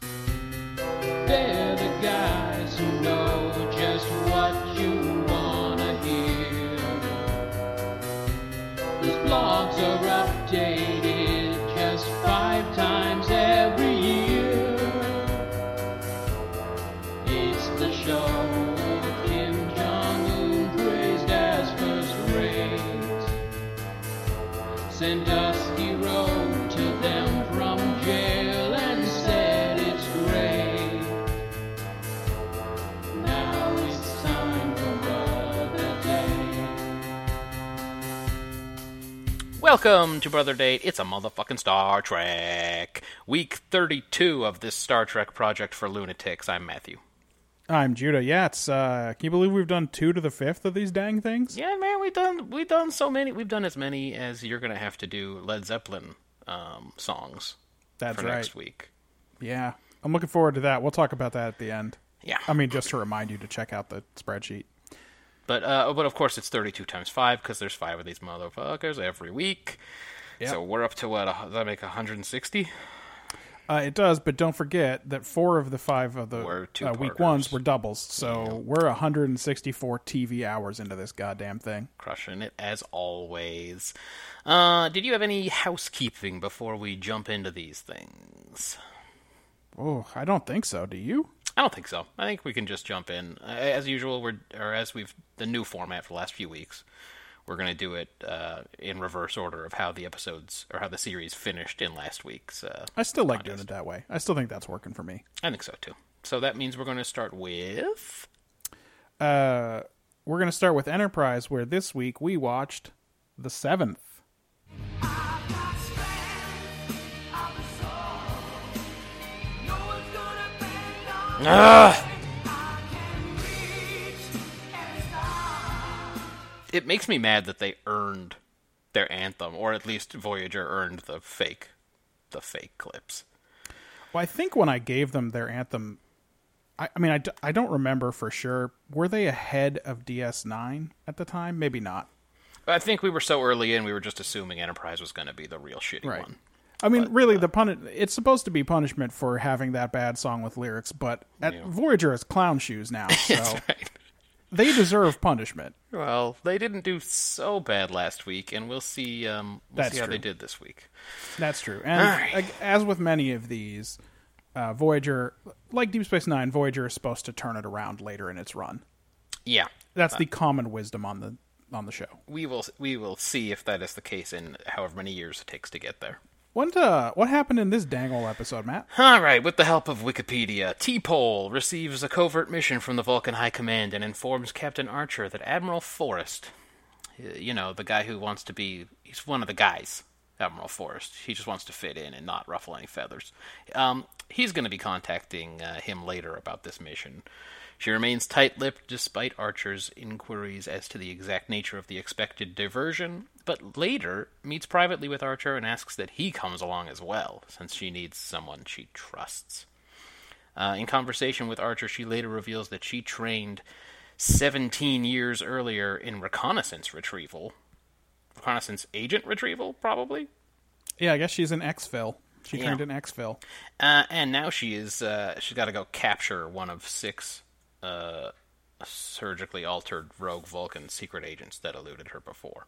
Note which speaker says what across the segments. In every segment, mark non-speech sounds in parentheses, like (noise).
Speaker 1: They're the guys who know just what you wanna hear. These blogs are updated just five times every year. It's the show of Kim Jong Un praised as first rate. Sandusky wrote to them from jail and said it's great. Now it's time for Brother Day.
Speaker 2: Welcome to Brother Date. It's a motherfucking Star Trek. Week 32 of this Star Trek project for lunatics. I'm Matthew.
Speaker 3: I'm Judah. Yeah, it's. Uh, can you believe we've done two to the fifth of these dang things?
Speaker 2: Yeah, man, we've done we've done so many. We've done as many as you're going to have to do Led Zeppelin um, songs
Speaker 3: That's
Speaker 2: for
Speaker 3: right.
Speaker 2: next week.
Speaker 3: Yeah, I'm looking forward to that. We'll talk about that at the end.
Speaker 2: Yeah.
Speaker 3: I mean, just to remind you to check out the spreadsheet.
Speaker 2: But uh, but of course it's 32 times 5 cuz there's 5 of these motherfuckers every week. So we're up to what? Uh, does that make 160?
Speaker 3: Uh, it does, but don't forget that four of the five of the
Speaker 2: Were
Speaker 3: uh,
Speaker 2: two-parters.
Speaker 3: week ones were doubles, so we're 164 TV hours into this goddamn thing.
Speaker 2: Crushing it as always. Uh, did you have any housekeeping before we jump into these things?
Speaker 3: Oh, I don't think so. Do you?
Speaker 2: I don't think so. I think we can just jump in Uh, as usual. We're or as we've the new format for the last few weeks. We're going to do it uh, in reverse order of how the episodes or how the series finished in last week's. Uh,
Speaker 3: I still like doing it that way. I still think that's working for me.
Speaker 2: I think so too. So that means we're going to start with
Speaker 3: Uh, we're going to start with Enterprise, where this week we watched the seventh.
Speaker 2: it makes me mad that they earned their anthem, or at least Voyager earned the fake, the fake clips.
Speaker 3: Well, I think when I gave them their anthem, I, I mean, I, d- I don't remember for sure. Were they ahead of DS9 at the time? Maybe not.
Speaker 2: I think we were so early in, we were just assuming Enterprise was going to be the real shitty
Speaker 3: Right.
Speaker 2: one. uh,
Speaker 3: I mean, really, the pun- it's supposed to be punishment for having that bad song with lyrics, but at Voyager is clown shoes
Speaker 2: (laughs)
Speaker 3: now, so
Speaker 2: Right.
Speaker 3: they deserve punishment.
Speaker 2: Well, they didn't do so bad last week, and we'll see. Um, we'll
Speaker 3: That's
Speaker 2: see how they
Speaker 3: true.
Speaker 2: did this week.
Speaker 3: That's true. And ag- as with many of these, uh, Voyager, like Deep Space Nine, Voyager is supposed to turn it around later in its run.
Speaker 2: Yeah,
Speaker 3: That's the common wisdom on the on the show.
Speaker 2: we will. We will see if that is the case in however many years it takes to get there.
Speaker 3: What uh, what happened in this dang old episode, Matt?
Speaker 2: All right. With the help of Wikipedia, T-Pole receives a covert mission from the Vulcan High Command and informs Captain Archer that Admiral Forrest, uh, you know, the guy who wants to be, he's one of the guys. Admiral Forrest. He just wants to fit in and not ruffle any feathers. Um, he's going to be contacting uh, him later about this mission. She remains tight lipped despite Archer's inquiries as to the exact nature of the expected diversion, but later meets privately with Archer and asks that he comes along as well, since she needs someone she trusts. Uh, in conversation with Archer, she later reveals that she trained 17 years earlier in reconnaissance retrieval. Reconnaissance agent retrieval, probably?
Speaker 3: Yeah, I guess she's an exfil. She
Speaker 2: Yeah.
Speaker 3: trained in exfil.
Speaker 2: Uh, and now she is uh, she's got to go capture one of six uh, surgically altered rogue Vulcan secret agents that eluded her before.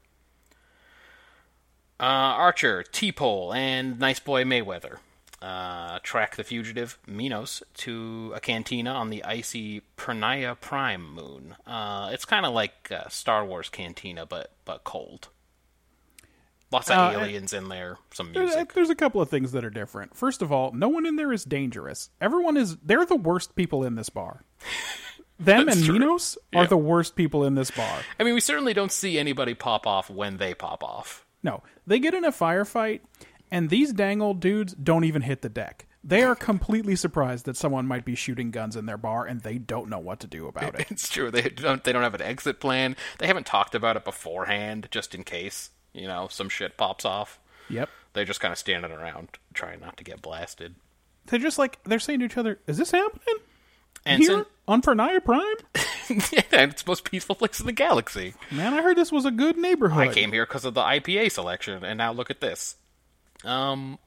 Speaker 2: Uh, Archer, T-Pole, and Nice Boy Mayweather uh, track the fugitive Minos to a cantina on the icy Pernaya Prime moon. Uh, it's kind of like uh, Star Wars cantina, but but cold. Lots of
Speaker 3: Uh, it-
Speaker 2: aliens in there, some
Speaker 3: There's,
Speaker 2: music.
Speaker 3: there's a couple of things that are different. First of all, no one in there is dangerous. Everyone is they're the worst people in this
Speaker 2: (laughs)
Speaker 3: bar. Them and Minos are the worst people in this bar.
Speaker 2: I mean, we certainly don't see anybody pop off when they pop off.
Speaker 3: No, they get in a firefight, and these dang old dudes don't even hit the deck. They are completely surprised that someone might be shooting guns in their bar, and they don't know what to do
Speaker 2: (laughs)
Speaker 3: about it.
Speaker 2: It's true. They don't. They don't have an exit plan. They haven't talked about it beforehand, just in case you know some shit pops off.
Speaker 3: Yep.
Speaker 2: They're just kind of standing around, trying not to get blasted.
Speaker 3: They're just like they're saying to each other, "Is this happening
Speaker 2: And
Speaker 3: here
Speaker 2: since,
Speaker 3: on Pernaya Prime?"
Speaker 2: (laughs) and it's the most peaceful place in the galaxy.
Speaker 3: Man, I heard this was a good neighborhood.
Speaker 2: I came here because of the IPA selection, and now look at this. Um,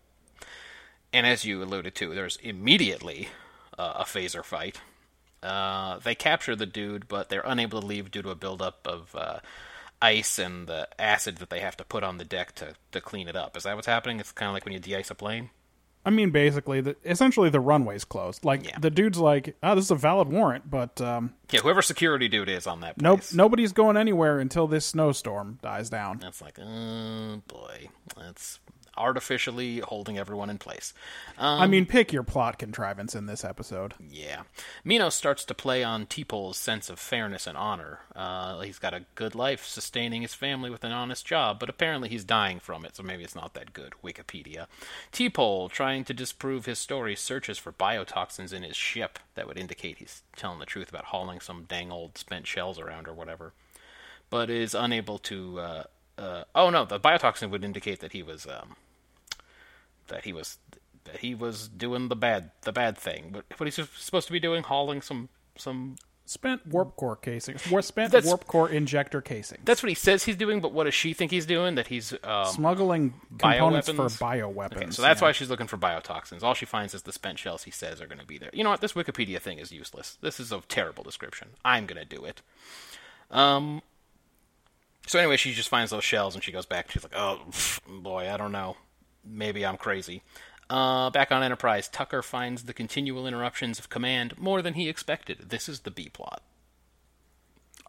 Speaker 2: and as you alluded to, there's immediately uh, a phaser fight. Uh, they capture the dude, but they're unable to leave due to a buildup of uh, ice and the acid that they have to put on the deck to, to clean it up. Is that what's happening? It's kind of like when you de-ice a plane.
Speaker 3: I mean, basically, the, essentially the runway's closed. Like
Speaker 2: Yeah.
Speaker 3: the dude's like, "Oh, this is a valid warrant, but um,
Speaker 2: Yeah, whoever security dude is on that.
Speaker 3: nope,
Speaker 2: place.
Speaker 3: nobody's going anywhere until this snowstorm dies down."
Speaker 2: That's like, oh boy, that's artificially holding everyone in place. Um,
Speaker 3: I mean, pick your plot contrivance in this episode.
Speaker 2: Yeah. Mino starts to play on T-Pole's sense of fairness and honor. Uh, he's got a good life, sustaining his family with an honest job, but apparently he's dying from it, so maybe it's not that good. Wikipedia. T-Pole, trying to disprove his story, searches for biotoxins in his ship that would indicate he's telling the truth about hauling some dang old spent shells around or whatever, but is unable to. Uh, uh, oh no, the biotoxin would indicate that he was. Um, that he was that he was doing the bad the bad thing. But what he's supposed to be doing, hauling some some.
Speaker 3: Spent warp core casing, war, spent
Speaker 2: That's-
Speaker 3: warp core injector casing,
Speaker 2: That's what he says he's doing. But what does she think he's doing? That he's um,
Speaker 3: smuggling components for
Speaker 2: bioweapons?
Speaker 3: bioweapons.
Speaker 2: okay. So that's
Speaker 3: yeah.
Speaker 2: why she's looking for biotoxins. All she finds is the spent shells he says are going to be there. You know what? This Wikipedia thing is useless. This is a terrible description. I'm going to do it. Um. So anyway, she just finds those shells and she goes back. She's like, "Oh boy, I don't know. Maybe I'm crazy." Uh, back on Enterprise, Tucker finds the continual interruptions of command more than he expected. This is the B plot.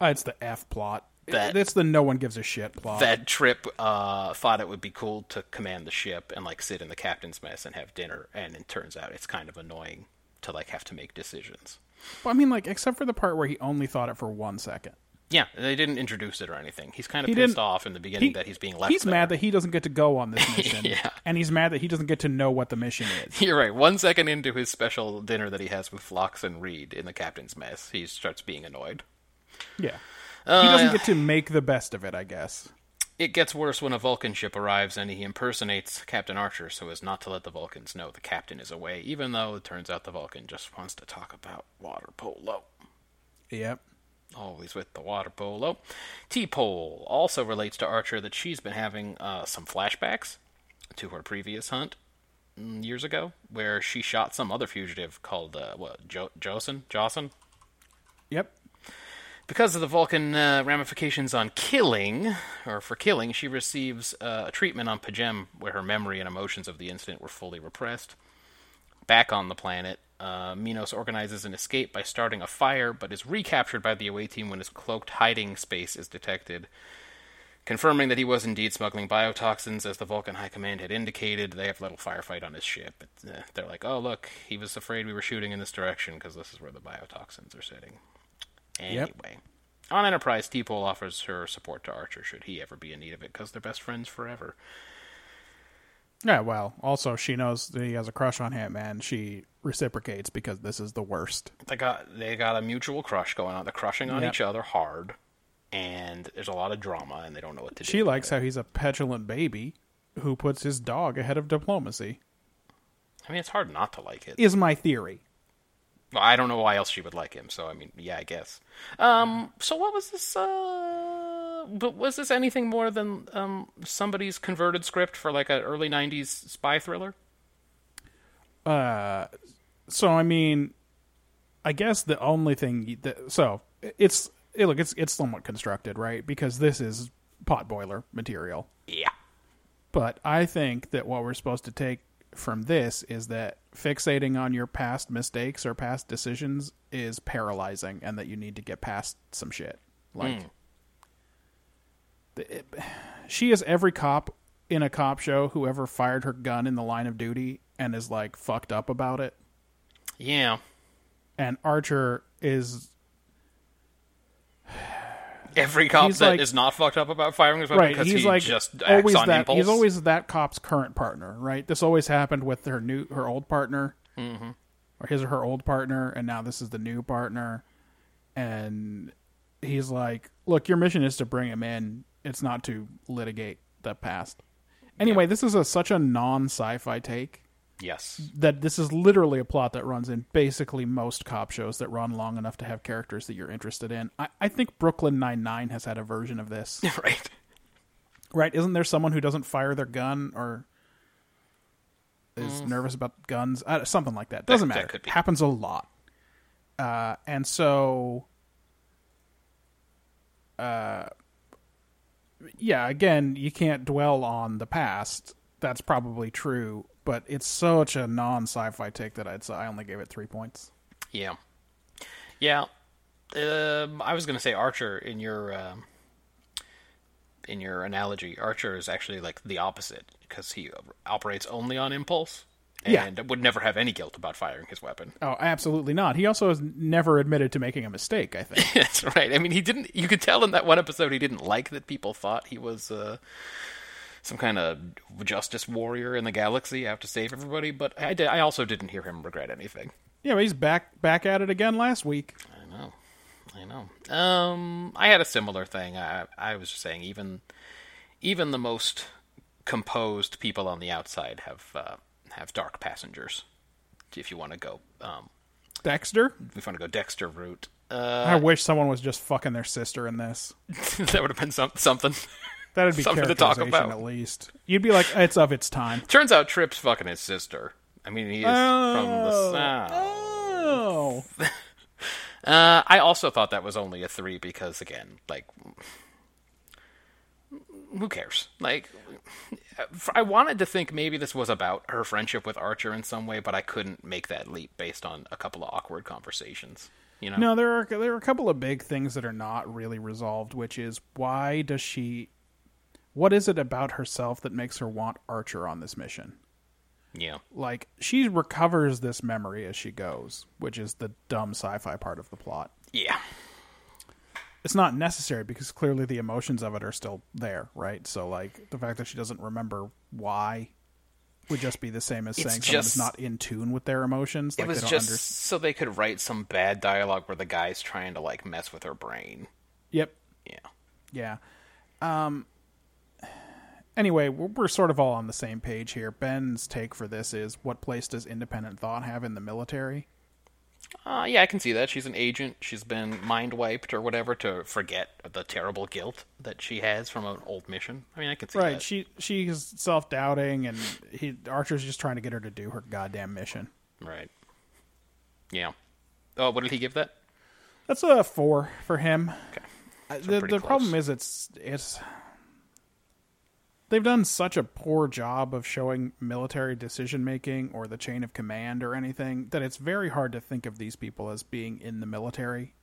Speaker 3: Uh, it's the F plot.
Speaker 2: That-
Speaker 3: it's the no one gives a shit plot.
Speaker 2: that trip uh, thought it would be cool to command the ship and like sit in the captain's mess and have dinner and it turns out it's kind of annoying to like have to make decisions
Speaker 3: Well, I mean, like except for the part where he only thought it for one second.
Speaker 2: yeah they didn't introduce it or anything he's kind of
Speaker 3: He
Speaker 2: pissed
Speaker 3: didn't-
Speaker 2: off in the beginning that he's being left
Speaker 3: He's
Speaker 2: there.
Speaker 3: mad that he doesn't get to go
Speaker 2: (laughs)
Speaker 3: on this mission,
Speaker 2: Yeah.
Speaker 3: and he's mad that he doesn't get to know what the mission is.
Speaker 2: you're right one second into his special dinner that he has with flox and reed in the captain's mess he starts being annoyed
Speaker 3: Yeah,
Speaker 2: Uh,
Speaker 3: he doesn't get to make the best of it. I guess.
Speaker 2: It gets worse when a Vulcan ship arrives and he impersonates Captain Archer so as not to let the Vulcans know the captain is away, even though it turns out the Vulcan just wants to talk about water polo.
Speaker 3: Yep.
Speaker 2: always with the water polo. T Pole also relates to Archer that she's been having uh, some flashbacks to her previous hunt mm, years ago, where she shot some other fugitive called uh, what jo- Jocelyn Jocelyn.
Speaker 3: Yep.
Speaker 2: Because of the Vulcan uh, ramifications on killing, or for killing, she receives uh, a treatment on Pajem where her memory and emotions of the incident were fully repressed. Back on the planet, uh, Minos organizes an escape by starting a fire, but is recaptured by the away team when his cloaked hiding space is detected. Confirming that he was indeed smuggling biotoxins, as the Vulcan High Command had indicated, they have a little firefight on his ship. But, uh, they're like, oh, look, he was afraid we were shooting in this direction because this is where the biotoxins are sitting. Anyway.
Speaker 3: Yep.
Speaker 2: On Enterprise, T-Pole offers her support to Archer should he ever be in need of it because they're best friends forever.
Speaker 3: Yeah. Well, also she knows that he has a crush on him, and she reciprocates because this is the worst.
Speaker 2: they got they got a mutual crush going on. They're crushing on
Speaker 3: Yep.
Speaker 2: each other hard, and there's a lot of drama, and they don't know what to do.
Speaker 3: She likes how he's a petulant baby who puts his dog ahead of diplomacy.
Speaker 2: I mean, it's hard not to like it.
Speaker 3: Is my theory.
Speaker 2: Well, I don't know why else she would like him. So I mean, yeah, I guess. Um, so what was this? Uh, but was this anything more than um somebody's converted script for like an early '90s spy thriller?
Speaker 3: So I mean, I guess the only thing you- that, so it's it, look it's it's somewhat constructed right because this is potboiler material.
Speaker 2: Yeah.
Speaker 3: But I think that what we're supposed to take from this is that fixating on your past mistakes or past decisions is paralyzing and that you need to get past some shit. Like, The- it- she is every cop in a cop show who ever fired her gun in the line of duty and is like fucked up about it.
Speaker 2: Yeah.
Speaker 3: And Archer is
Speaker 2: Every cop that
Speaker 3: He's
Speaker 2: is
Speaker 3: like-
Speaker 2: not fucked up about firing his weapon
Speaker 3: right.
Speaker 2: because
Speaker 3: He's
Speaker 2: he
Speaker 3: like
Speaker 2: just acts
Speaker 3: always
Speaker 2: on
Speaker 3: that.
Speaker 2: impulse.
Speaker 3: He's always that cop's current partner, right? This always happened with her new, her old partner, mm-hmm. or his or her old partner, and now this is the new partner. And he's like, "Look, your mission is to bring him in. It's not to litigate the past." Anyway, this is a such a non sci-fi take
Speaker 2: Yes. (laughs)
Speaker 3: that this is literally a plot that runs in basically most cop shows that run long enough to have characters that you're interested in. I, I think Brooklyn Nine Nine has had a version of this,
Speaker 2: right.
Speaker 3: right? Isn't there someone who doesn't fire their gun or is nervous about guns, uh, something like that? Doesn't
Speaker 2: Mm. that
Speaker 3: matter.
Speaker 2: could be.
Speaker 3: Happens a lot, uh, and so, uh, yeah. Again, you can't dwell on the past. That's probably true, but it's such a non-sci-fi take that I'd say I only gave it three points.
Speaker 2: Yeah. Yeah. Um, I was going to say Archer in your um in your analogy. Archer is actually like the opposite because he operates only on impulse
Speaker 3: Yeah.
Speaker 2: and would never have any guilt about firing his weapon. (laughs)
Speaker 3: Oh, absolutely not. He also has never admitted to making a mistake. I
Speaker 2: (laughs)
Speaker 3: think.
Speaker 2: That's right. I mean, he didn't. You could tell in that one episode he didn't like that people thought he was uh, some kind of justice warrior in the galaxy out to save everybody. But I, did, I also didn't hear him regret anything.
Speaker 3: yeah, but he's back back at it again last week.
Speaker 2: I know. I know. Um, I had a similar thing. I I was just saying even even the most composed people on the outside have uh, have dark passengers. If you want to go, um,
Speaker 3: Dexter.
Speaker 2: if you want to go Dexter route, uh,
Speaker 3: I wish someone was just fucking their sister in this.
Speaker 2: (laughs) that would have been some, something.
Speaker 3: That'd be
Speaker 2: Something to talk
Speaker 3: characterization
Speaker 2: about.
Speaker 3: at least. You'd be like, it's of its time.
Speaker 2: Turns out Tripp's fucking his sister. I mean, he is from the south.
Speaker 3: Oh,
Speaker 2: Uh, I also thought that was only a three because, again, like, who cares? Like, I wanted to think maybe this was about her friendship with Archer in some way, but I couldn't make that leap based on a couple of awkward conversations. You know?
Speaker 3: no, there are there are a couple of big things that are not really resolved, which is why does she? What is it about herself that makes her want Archer on this mission?
Speaker 2: Yeah.
Speaker 3: Like she recovers this memory as she goes, which is the dumb sci-fi part of the plot.
Speaker 2: Yeah.
Speaker 3: It's not necessary because clearly the emotions of it are still there, right? So like the fact that she doesn't remember why would just be the same as saying someone
Speaker 2: just-
Speaker 3: is not in tune with their emotions. Like
Speaker 2: it was
Speaker 3: they don't
Speaker 2: just
Speaker 3: understand.
Speaker 2: so they could write some bad dialogue where the guy's trying to, like, mess with her brain.
Speaker 3: Yep.
Speaker 2: Yeah.
Speaker 3: Yeah. Um. Anyway, we're, we're sort of all on the same page here. Ben's take for this is: what place does independent thought have in the military?
Speaker 2: Uh, yeah, I can see that. She's an agent. She's been mind wiped or whatever to forget the terrible guilt that she has from an old mission. I mean, I can see
Speaker 3: Right.
Speaker 2: that.
Speaker 3: She she's self doubting, and he Archer's just trying to get her to do her goddamn mission.
Speaker 2: Right. Yeah. Oh, what did he give that?
Speaker 3: That's a four for him.
Speaker 2: Okay.
Speaker 3: Uh, the
Speaker 2: pretty
Speaker 3: the
Speaker 2: close.
Speaker 3: problem is it's it's they've done such a poor job of showing military decision making or the chain of command or anything that it's very hard to think of these people as being in the military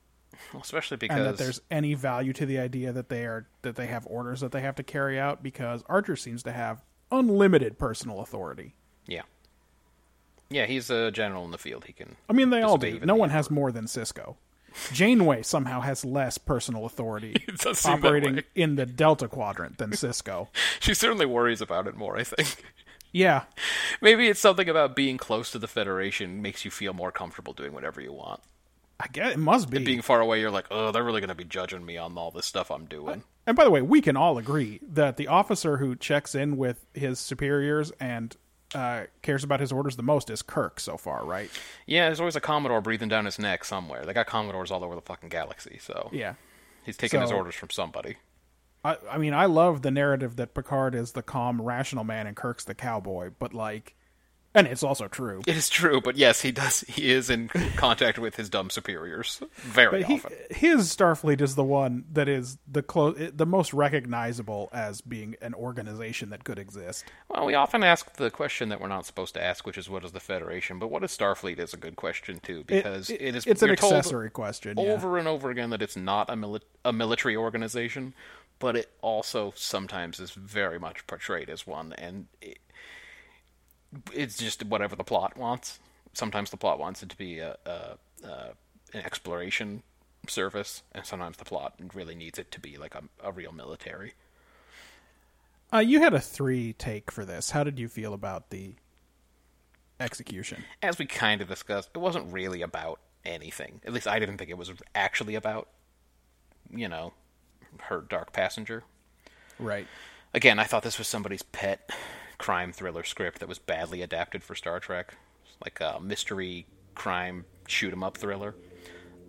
Speaker 2: Well, especially
Speaker 3: and
Speaker 2: because
Speaker 3: that there's any value to the idea that they are that they have orders that they have to carry out because Archer seems to have unlimited personal authority.
Speaker 2: yeah, yeah, he's a general in the field. He can. (laughs)
Speaker 3: I mean, they all
Speaker 2: Disobey
Speaker 3: do.
Speaker 2: even
Speaker 3: No
Speaker 2: the
Speaker 3: one has more than Cisco. Janeway somehow has less personal authority
Speaker 2: (laughs) It does seem that
Speaker 3: operating
Speaker 2: way.
Speaker 3: in the Delta Quadrant than Cisco.
Speaker 2: She certainly worries about it more. I think (laughs)
Speaker 3: Yeah,
Speaker 2: maybe it's something about being close to the Federation makes you feel more comfortable doing whatever you want.
Speaker 3: I guess it must be.
Speaker 2: Being far away, you're like, oh, they're really going to be judging me on all this stuff I'm doing.
Speaker 3: and by the way, we can all agree that the officer who checks in with his superiors and uh, cares about his orders the most is Kirk so far, right?
Speaker 2: Yeah, there's always a Commodore breathing down his neck somewhere. They got Commodores all over the fucking galaxy, so
Speaker 3: Yeah.
Speaker 2: he's taking his
Speaker 3: So-
Speaker 2: orders from somebody.
Speaker 3: I, I mean, I love the narrative that Picard is the calm, rational man and Kirk's the cowboy, but like, and it's also true.
Speaker 2: It is true, but yes, he does. He is
Speaker 3: (laughs)
Speaker 2: in contact with his dumb superiors very
Speaker 3: But he,
Speaker 2: often.
Speaker 3: his Starfleet is the one that is the clo- the most recognizable as being an organization that could exist.
Speaker 2: Well, we often ask the question that we're not supposed to ask, which is what is the Federation? But what is Starfleet is a good question too,
Speaker 3: It-
Speaker 2: because
Speaker 3: it-
Speaker 2: it is
Speaker 3: it's an
Speaker 2: you're told
Speaker 3: accessory question. yeah.
Speaker 2: over and over again that it's not a, mili- a military organization, but it also sometimes is very much portrayed as one, and it, it's just whatever the plot wants. Sometimes the plot wants it to be a, a, a an exploration service, and sometimes the plot really needs it to be like a, a real military.
Speaker 3: Uh, you had a three take for this. How did you feel about the execution?
Speaker 2: as we kind of discussed, it wasn't really about anything. At least I didn't think it was actually about, you know, her dark passenger.
Speaker 3: Right.
Speaker 2: Again, I thought this was somebody's pet crime thriller script that was badly adapted for Star Trek, It's like a mystery crime shoot 'em up thriller.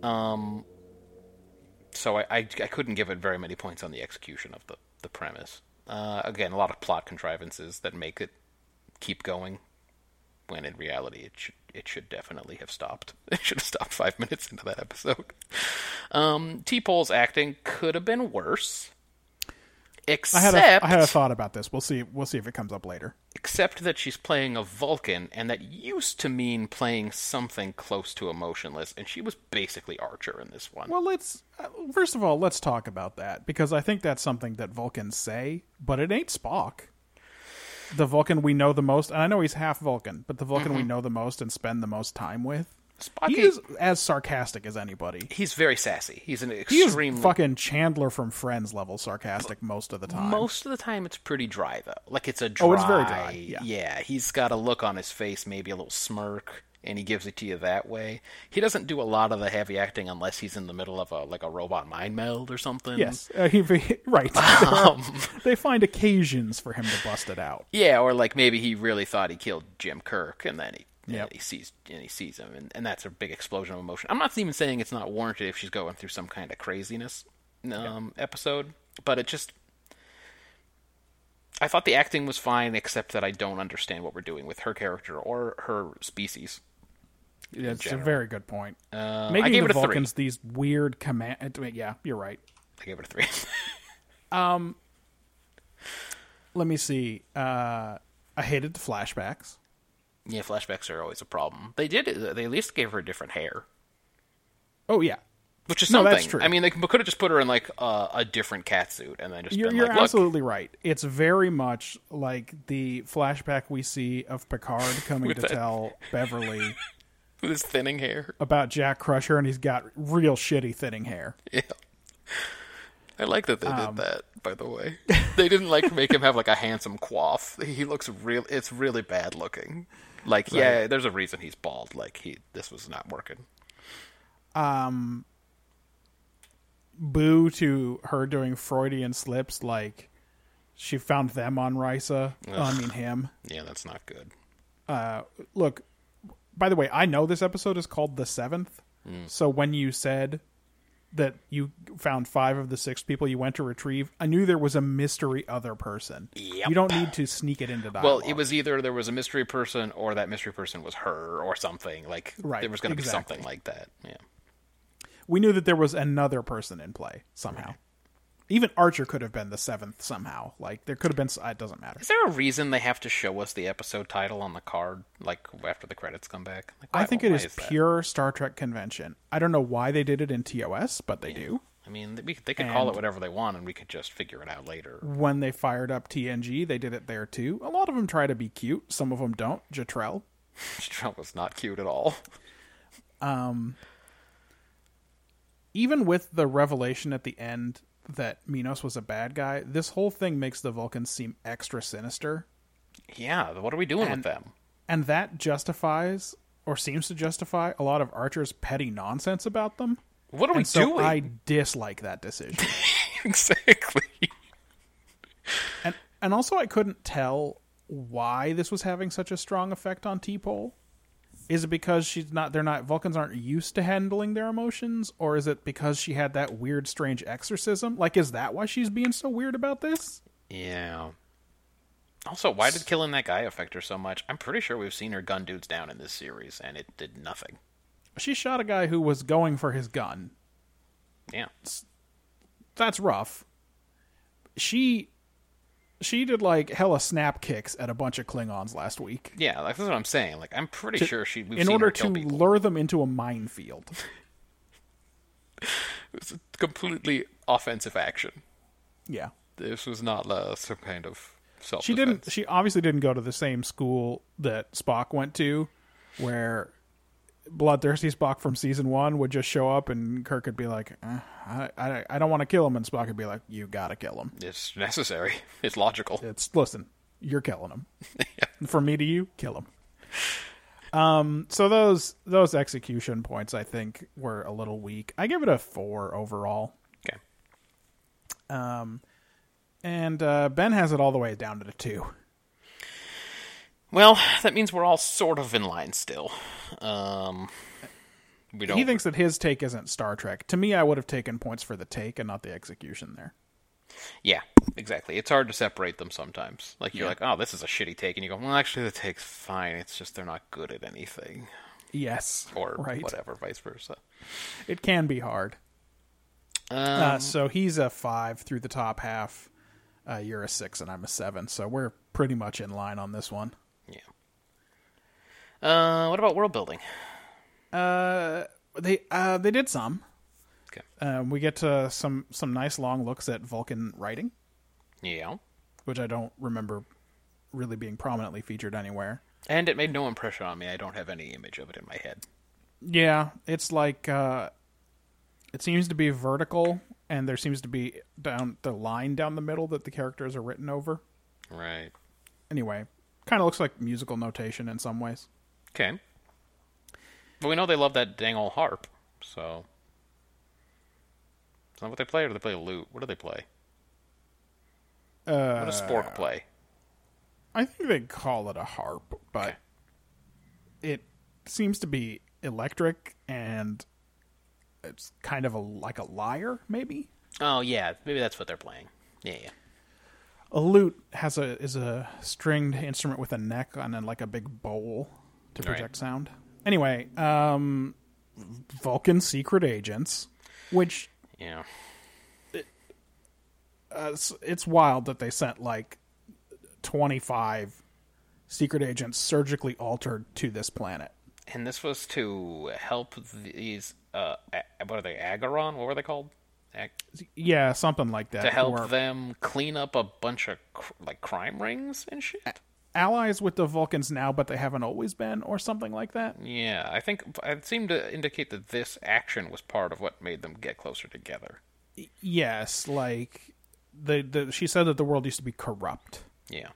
Speaker 2: Um, so I, I I couldn't give it very many points on the execution of the the premise. Uh, again, a lot of plot contrivances that make it keep going, when in reality it should it should definitely have stopped. (laughs) It should have stopped five minutes into that episode. Um, T Pole's acting could have been worse.
Speaker 3: I
Speaker 2: Except
Speaker 3: had a, I had a thought about this. We'll see. We'll see if it comes up later.
Speaker 2: except that she's playing a Vulcan, and that used to mean playing something close to emotionless, and she was basically Archer in this one.
Speaker 3: Well, let's uh, first of all let's talk about that because I think that's something that Vulcans say, but it ain't Spock. The Vulcan we know the most, and I know he's half Vulcan, but the Vulcan
Speaker 2: Mm-hmm.
Speaker 3: we know the most and spend the most time with,
Speaker 2: Spock
Speaker 3: he is as sarcastic as anybody.
Speaker 2: he's very sassy. He's an
Speaker 3: He is
Speaker 2: extremely
Speaker 3: fucking Chandler from Friends level sarcastic most of the time.
Speaker 2: Most of the time, it's pretty dry though. Like it's a dry.
Speaker 3: Oh, it's very dry, yeah.
Speaker 2: he's got a look on his face, maybe a little smirk, and he gives it to you that way. He doesn't do a lot of the heavy acting unless he's in the middle of a like a robot mind meld or something.
Speaker 3: Yes, uh, he,
Speaker 2: (laughs)
Speaker 3: right. There are-
Speaker 2: Um.
Speaker 3: (laughs) they find occasions for him to bust it out.
Speaker 2: Yeah, or like maybe he really thought he killed Jim Kirk, and then he.
Speaker 3: Yep.
Speaker 2: And he sees and he sees him, and, and that's a big explosion of emotion. I'm not even saying it's not warranted if she's going through some kind of craziness um, episode, but it just I thought the acting was fine, except that I don't understand what we're doing with her character or her species.
Speaker 3: It's a
Speaker 2: general.
Speaker 3: very good point.
Speaker 2: Uh, I
Speaker 3: Making
Speaker 2: gave
Speaker 3: the
Speaker 2: it a
Speaker 3: Vulcans these weird command. uh, Yeah, you're right.
Speaker 2: three. I gave it a three.
Speaker 3: Let me see. Uh, I hated the flashbacks.
Speaker 2: (laughs) yeah, flashbacks are always a problem. They did. uh, They at least gave her different hair.
Speaker 3: Oh yeah,
Speaker 2: Which is
Speaker 3: No,
Speaker 2: something.
Speaker 3: that's true.
Speaker 2: I mean, they could have just put her in like a, a different cat suit and then just
Speaker 3: you're,
Speaker 2: been
Speaker 3: you're
Speaker 2: like, "Look,
Speaker 3: absolutely right. It's very much like the flashback we see
Speaker 2: (laughs)
Speaker 3: of Picard coming to
Speaker 2: that-
Speaker 3: tell Beverly
Speaker 2: with his thinning hair.
Speaker 3: about Jack Crusher, and he's got real shitty thinning hair.
Speaker 2: Yeah. I like that they
Speaker 3: Um,
Speaker 2: did that, by the way. They didn't like make him have like a handsome quaff. He looks real it's really bad looking. Like, yeah, there's a reason he's bald. Like he this was not working.
Speaker 3: Boo to her doing Freudian slips, like she found them on Risa. I mean him.
Speaker 2: Yeah, that's not good.
Speaker 3: look by the way i know this episode is called the seventh
Speaker 2: Mm.
Speaker 3: so when you said that you found five of the six people you went to retrieve i knew there was a mystery other person
Speaker 2: Yep.
Speaker 3: you don't need to sneak it into dialogue
Speaker 2: Well, it was either there was a mystery person or that mystery person was her or something. Like
Speaker 3: Right,
Speaker 2: there was gonna be
Speaker 3: exactly.
Speaker 2: something like that. Yeah.
Speaker 3: we knew that there was another person in play somehow even archer could have been the seventh somehow like there could have been s- it doesn't matter
Speaker 2: Is there a reason they have to show us the episode title on the card, like after the credits come back? Like,
Speaker 3: i
Speaker 2: why-
Speaker 3: think it
Speaker 2: why
Speaker 3: is
Speaker 2: that?
Speaker 3: pure star trek convention i don't know why they did it in tos but they do
Speaker 2: I mean, they- we, could- they could call it
Speaker 3: And-
Speaker 2: whatever they want, and we could just figure it out later.
Speaker 3: when they fired up TNG, they did it there too. A lot of them try to be cute, some of them don't. Jatrell.
Speaker 2: Trump was not cute at all.
Speaker 3: Even with the revelation at the end that Minos was a bad guy, this whole thing makes the Vulcans seem extra sinister,
Speaker 2: Yeah, what are we doing
Speaker 3: And-
Speaker 2: with them?
Speaker 3: and that justifies or seems to justify a lot of Archer's petty nonsense about them.
Speaker 2: What are we
Speaker 3: and so
Speaker 2: doing?
Speaker 3: I dislike that decision.
Speaker 2: (laughs) exactly.
Speaker 3: and and also I couldn't tell why this was having such a strong effect on T Pole. Is it because she's not they're not Vulcans aren't used to handling their emotions, or is it because she had that weird strange exorcism? Like is that why she's being so weird about this?
Speaker 2: Yeah. Also, why did killing that guy affect her so much? I'm pretty sure we've seen her gun dudes down in this series, and it did nothing.
Speaker 3: She shot a guy who was going for his gun.
Speaker 2: Yeah.
Speaker 3: That's rough. She she did like hella snap kicks at a bunch of Klingons last week.
Speaker 2: Yeah, like, that's what I'm saying. Like, I'm pretty sure she. We've
Speaker 3: in
Speaker 2: seen
Speaker 3: order
Speaker 2: her kill
Speaker 3: to
Speaker 2: people.
Speaker 3: lure them into a minefield. (laughs)
Speaker 2: It's a completely offensive action.
Speaker 3: Yeah.
Speaker 2: This was not uh, some kind of self.
Speaker 3: she didn't she obviously didn't go to the same school that spock went to where bloodthirsty spock from season one would just show up and kirk would be like eh, I, I, I don't want to kill him and spock would be like you gotta kill him
Speaker 2: It's necessary. (laughs) It's logical.
Speaker 3: it's listen you're killing him from me to you kill him um so those those execution points i think were a little weak i give it a four overall
Speaker 2: Okay.
Speaker 3: and uh ben has it all the way down to the two
Speaker 2: Well, that means we're all sort of in line still. Um, we don't.
Speaker 3: He thinks that his take isn't Star Trek. To me, I would have taken points for the take and not the execution there.
Speaker 2: Yeah, exactly. It's hard to separate them sometimes. Like you're like, oh, this is a shitty take, and you go, well, actually, the take's fine. It's just they're not good at anything,
Speaker 3: Yes.
Speaker 2: or
Speaker 3: (laughs) right.
Speaker 2: whatever, vice versa.
Speaker 3: It can be hard.
Speaker 2: Um,
Speaker 3: Uh, so he's a five through the top half. Uh, you're a six, and I'm a seven. So we're pretty much in line on this one.
Speaker 2: yeah. Uh, what about world building?
Speaker 3: They uh, they did some.
Speaker 2: Okay.
Speaker 3: Um, we get to some some nice long looks at Vulcan writing,
Speaker 2: Yeah.
Speaker 3: which I don't remember really being prominently featured anywhere.
Speaker 2: And it made no impression on me. I don't have any image of it in my head.
Speaker 3: Yeah, it's like uh, it seems to be vertical, and there seems to be down the line down the middle that the characters are written over.
Speaker 2: Right.
Speaker 3: Anyway, kind of looks like musical notation in some ways.
Speaker 2: Okay. But we know they love that dang old harp, so. Is that what they play, or do they play a lute? What do they play?
Speaker 3: Uh,
Speaker 2: What does Spork play?
Speaker 3: I think they call it a harp, but it seems to be electric and it's kind of a like a lyre maybe.
Speaker 2: Oh, yeah. Maybe that's what they're playing. Yeah, yeah.
Speaker 3: A lute has a is a stringed instrument with a neck and then like a big bowl to
Speaker 2: Right.
Speaker 3: project sound. Anyway, um Vulcan secret agents, which
Speaker 2: Yeah.
Speaker 3: uh, it's, it's wild that they sent like 25 secret agents surgically altered to this planet.
Speaker 2: And this was to help these. Uh, a- what are they? Agaron? What were they called? Ag-
Speaker 3: Yeah, something like that.
Speaker 2: to help
Speaker 3: or
Speaker 2: them clean up a bunch of cr- like crime rings and shit.
Speaker 3: allies with the Vulcans now, but they haven't always been, or something like that.
Speaker 2: Mm. Yeah, I think it seemed to indicate that this action was part of what made them get closer together.
Speaker 3: Yes, like the, the she said that the world used to be corrupt,
Speaker 2: Yeah.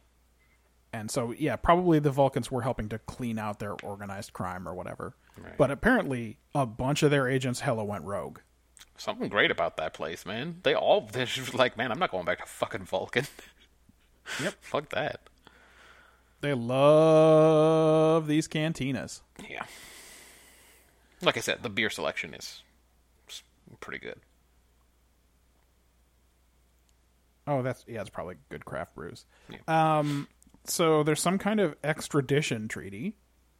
Speaker 3: and so yeah, probably the Vulcans were helping to clean out their organized crime or whatever.
Speaker 2: Right.
Speaker 3: But apparently, a bunch of their agents hella went rogue.
Speaker 2: Something great about that place, man. They all (laughs) they're just like, man, I'm not going back to fucking Vulcan. (laughs)
Speaker 3: Yep.
Speaker 2: Fuck that.
Speaker 3: They love these cantinas.
Speaker 2: Yeah. Like I said, the beer selection is is pretty good.
Speaker 3: Oh, that's yeah, it's probably good craft brews. Um, so there's some kind of extradition treaty.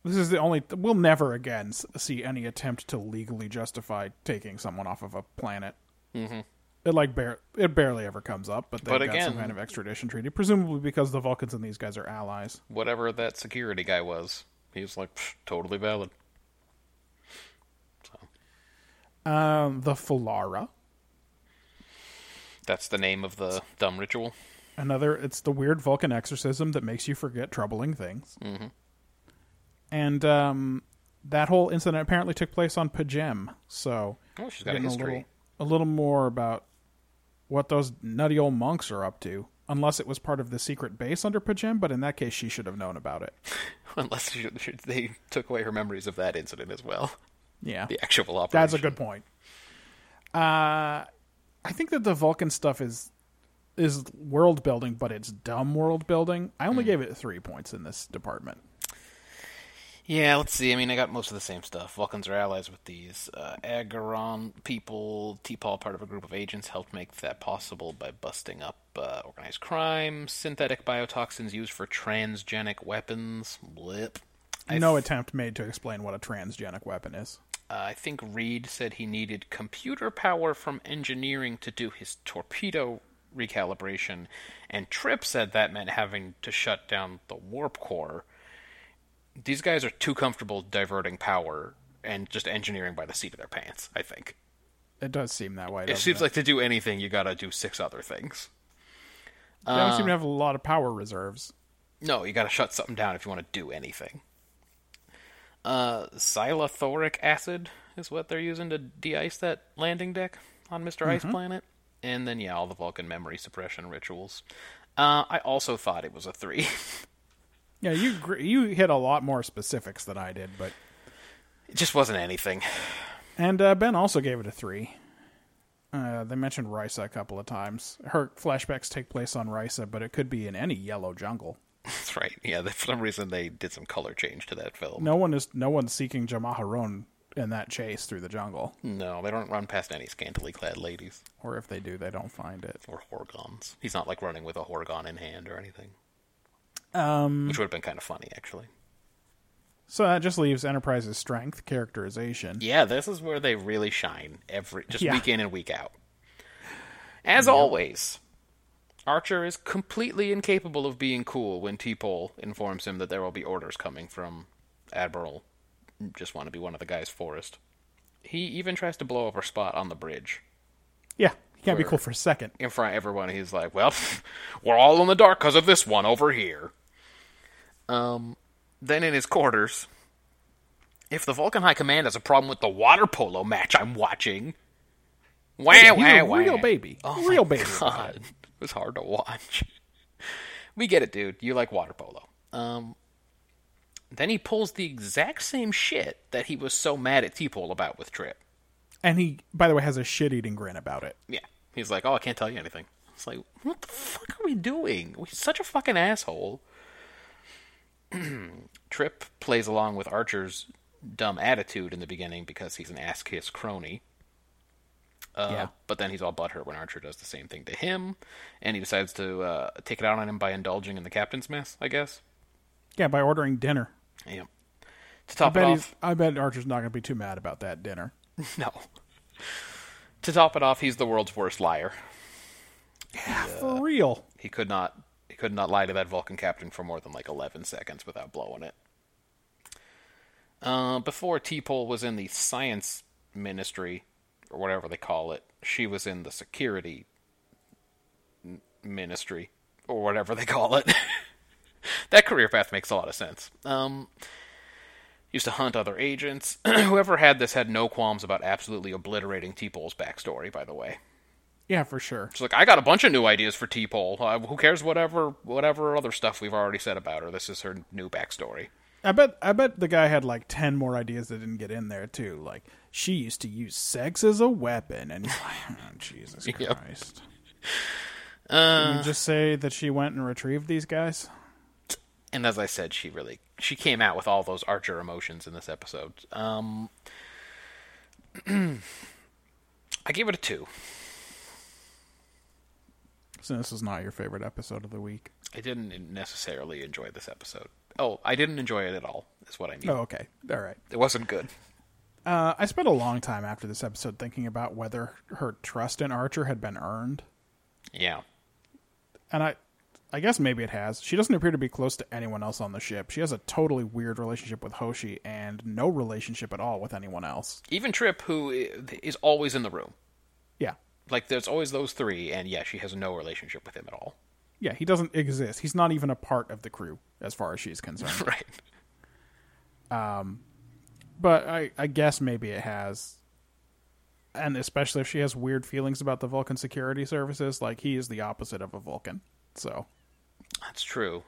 Speaker 3: This is the only we'll never again s- see any attempt to legally justify taking someone off of a planet. Mm-hmm. It like bare it barely ever comes up, but they've
Speaker 2: But
Speaker 3: got
Speaker 2: again-
Speaker 3: some kind of extradition treaty, presumably because the Vulcans and these guys are allies.
Speaker 2: Whatever that security guy was, he was like "Pfft, totally valid.
Speaker 3: Um, the Falara,
Speaker 2: That's the name of the dumb ritual. (laughs)
Speaker 3: another it's the weird Vulcan exorcism that makes you forget troubling things. Mm-hmm. And um, that whole incident apparently took place on Pajem, so.
Speaker 2: Oh, she's got a
Speaker 3: getting
Speaker 2: history.
Speaker 3: little, a little more about what those nutty old monks are up to. Unless it was part of the secret base under Pajem, but in that case, she should have known about it.
Speaker 2: Unless she, she- they took away her memories of that incident as well.
Speaker 3: Yeah,
Speaker 2: The actual operation.
Speaker 3: that's a good point. Uh, I think that the Vulcan stuff is is world building, but it's dumb world building. I
Speaker 2: Hmm.
Speaker 3: only gave it three points in this department.
Speaker 2: Yeah, let's see. I mean, I got most of the same stuff. Vulcans are allies with these uh, Agaron people. T'Pol, part of a group of agents, helped make that possible by busting up uh, organized crime, synthetic biotoxins used for transgenic weapons. Blip. I
Speaker 3: no attempt made to explain what a transgenic weapon is.
Speaker 2: Uh, I think Reed said he needed computer power from engineering to do his torpedo recalibration, and Tripp said that meant having to shut down the warp core. These guys are too comfortable diverting power and just engineering by the seat of their pants, I think.
Speaker 3: It does seem that way.
Speaker 2: It
Speaker 3: doesn't
Speaker 2: seems like to do anything, you gotta do six other things.
Speaker 3: they don't
Speaker 2: Uh.
Speaker 3: seem to have a lot of power reserves.
Speaker 2: No, you gotta shut something down if you wanna do anything. Uh, xylothoric acid is what they're using to de ice that landing deck on mister Ice Planet. And then, yeah, all the Vulcan memory suppression rituals. Uh, I also thought it was a three. (laughs)
Speaker 3: Yeah, you gr- you hit a lot more specifics than I did, but
Speaker 2: it just wasn't anything. (laughs)
Speaker 3: and uh, Ben also gave it a three. Uh, they mentioned Risa a couple of times. Her flashbacks take place on Risa, but it could be in any yellow jungle.
Speaker 2: That's That's right. Yeah, for some reason they did some color change to that film.
Speaker 3: No one is no one's seeking Jamaharon in that chase through the jungle,
Speaker 2: No, they don't run past any scantily clad ladies
Speaker 3: or if they do, they don't find it.
Speaker 2: or horgons. He's not like running with a horgon in hand or anything. Um, which would have been kind of funny, actually.
Speaker 3: So that just leaves Enterprise's strength characterization.
Speaker 2: Yeah, this is where they really shine every just
Speaker 3: Yeah.
Speaker 2: week in and week out. As always, Archer is completely incapable of being cool when T-Pole informs him that there will be orders coming from Admiral just want to be one of the guys Forrest. He even tries to blow up her spot on the bridge.
Speaker 3: yeah. He can't be
Speaker 2: For-
Speaker 3: cool for a second.
Speaker 2: in front of everyone. He's like, "Well, (laughs) we're all in the dark because of this one over here." Um, then in his quarters, if the Vulcan High Command has a problem with the water polo match I'm watching, wah
Speaker 3: He's
Speaker 2: wah
Speaker 3: a
Speaker 2: wah,
Speaker 3: real baby.
Speaker 2: Oh
Speaker 3: real
Speaker 2: my
Speaker 3: baby.
Speaker 2: (laughs) God, it was hard to watch. (laughs) we get it, dude. You like water polo. Um, then he pulls the exact same shit that he was so mad at T-Pole about with Trip.
Speaker 3: And he, by the way, has a shit eating grin about it.
Speaker 2: Yeah. He's like, oh, I can't tell you anything. It's like, what the fuck are we doing? We're such a fucking asshole. (clears throat) Trip plays along with Archer's dumb attitude in the beginning because he's an ass kiss crony. Uh,
Speaker 3: Yeah.
Speaker 2: But then he's all butthurt when Archer does the same thing to him, and he decides to uh, take it out on him by indulging in the captain's mess, I guess.
Speaker 3: Yeah, by ordering dinner.
Speaker 2: Yeah. To
Speaker 3: I
Speaker 2: top it
Speaker 3: bet,
Speaker 2: off,
Speaker 3: he's, I bet Archer's not going to be too mad about that dinner.
Speaker 2: (laughs) no. To top it off, he's the world's worst liar.
Speaker 3: For real.
Speaker 2: he could not he could not lie to that Vulcan captain for more than like 11 seconds without blowing it. Uh, before T-Pole was in the science ministry or whatever they call it, she was in the security n- ministry or whatever they call it. (laughs) that career path makes a lot of sense. Um, used to hunt other agents. (clears throat) Whoever had this had no qualms about absolutely obliterating T-Pole's backstory, by the way.
Speaker 3: Yeah, for sure.
Speaker 2: She's like, I got a bunch of new ideas for T-Pole. Uh, who cares whatever whatever other stuff we've already said about her? This is her new backstory.
Speaker 3: I bet I bet the guy had like ten more ideas that didn't get in there too. Like she used to use sex as a weapon, and he's like, oh, (laughs) Jesus
Speaker 2: Yep.
Speaker 3: Christ. Can you just say that she went and retrieved these guys?
Speaker 2: And as I said, she really she came out with all those Archer emotions in this episode. Um, (clears throat) I gave it a two.
Speaker 3: So this is not your favorite episode of the week.
Speaker 2: I didn't necessarily enjoy this episode. Oh, I didn't enjoy it at all. Is what I mean.
Speaker 3: Oh, okay, all right.
Speaker 2: It wasn't good.
Speaker 3: Uh, I spent a long time after this episode thinking about whether her trust in Archer had been earned,
Speaker 2: Yeah.
Speaker 3: and I, I guess maybe it has. She doesn't appear to be close to anyone else on the ship. She has a totally weird relationship with Hoshi and no relationship at all with anyone else.
Speaker 2: Even Trip, who i- is always in the room,
Speaker 3: Yeah,
Speaker 2: like there's always those three, and yeah, she has no relationship with him at all.
Speaker 3: Yeah, he doesn't exist. He's not even a part of the crew as far as she's concerned.
Speaker 2: Right.
Speaker 3: but I, I guess maybe it has. And especially if she has weird feelings about the Vulcan security services, like he is the opposite of a Vulcan. So,
Speaker 2: That's true.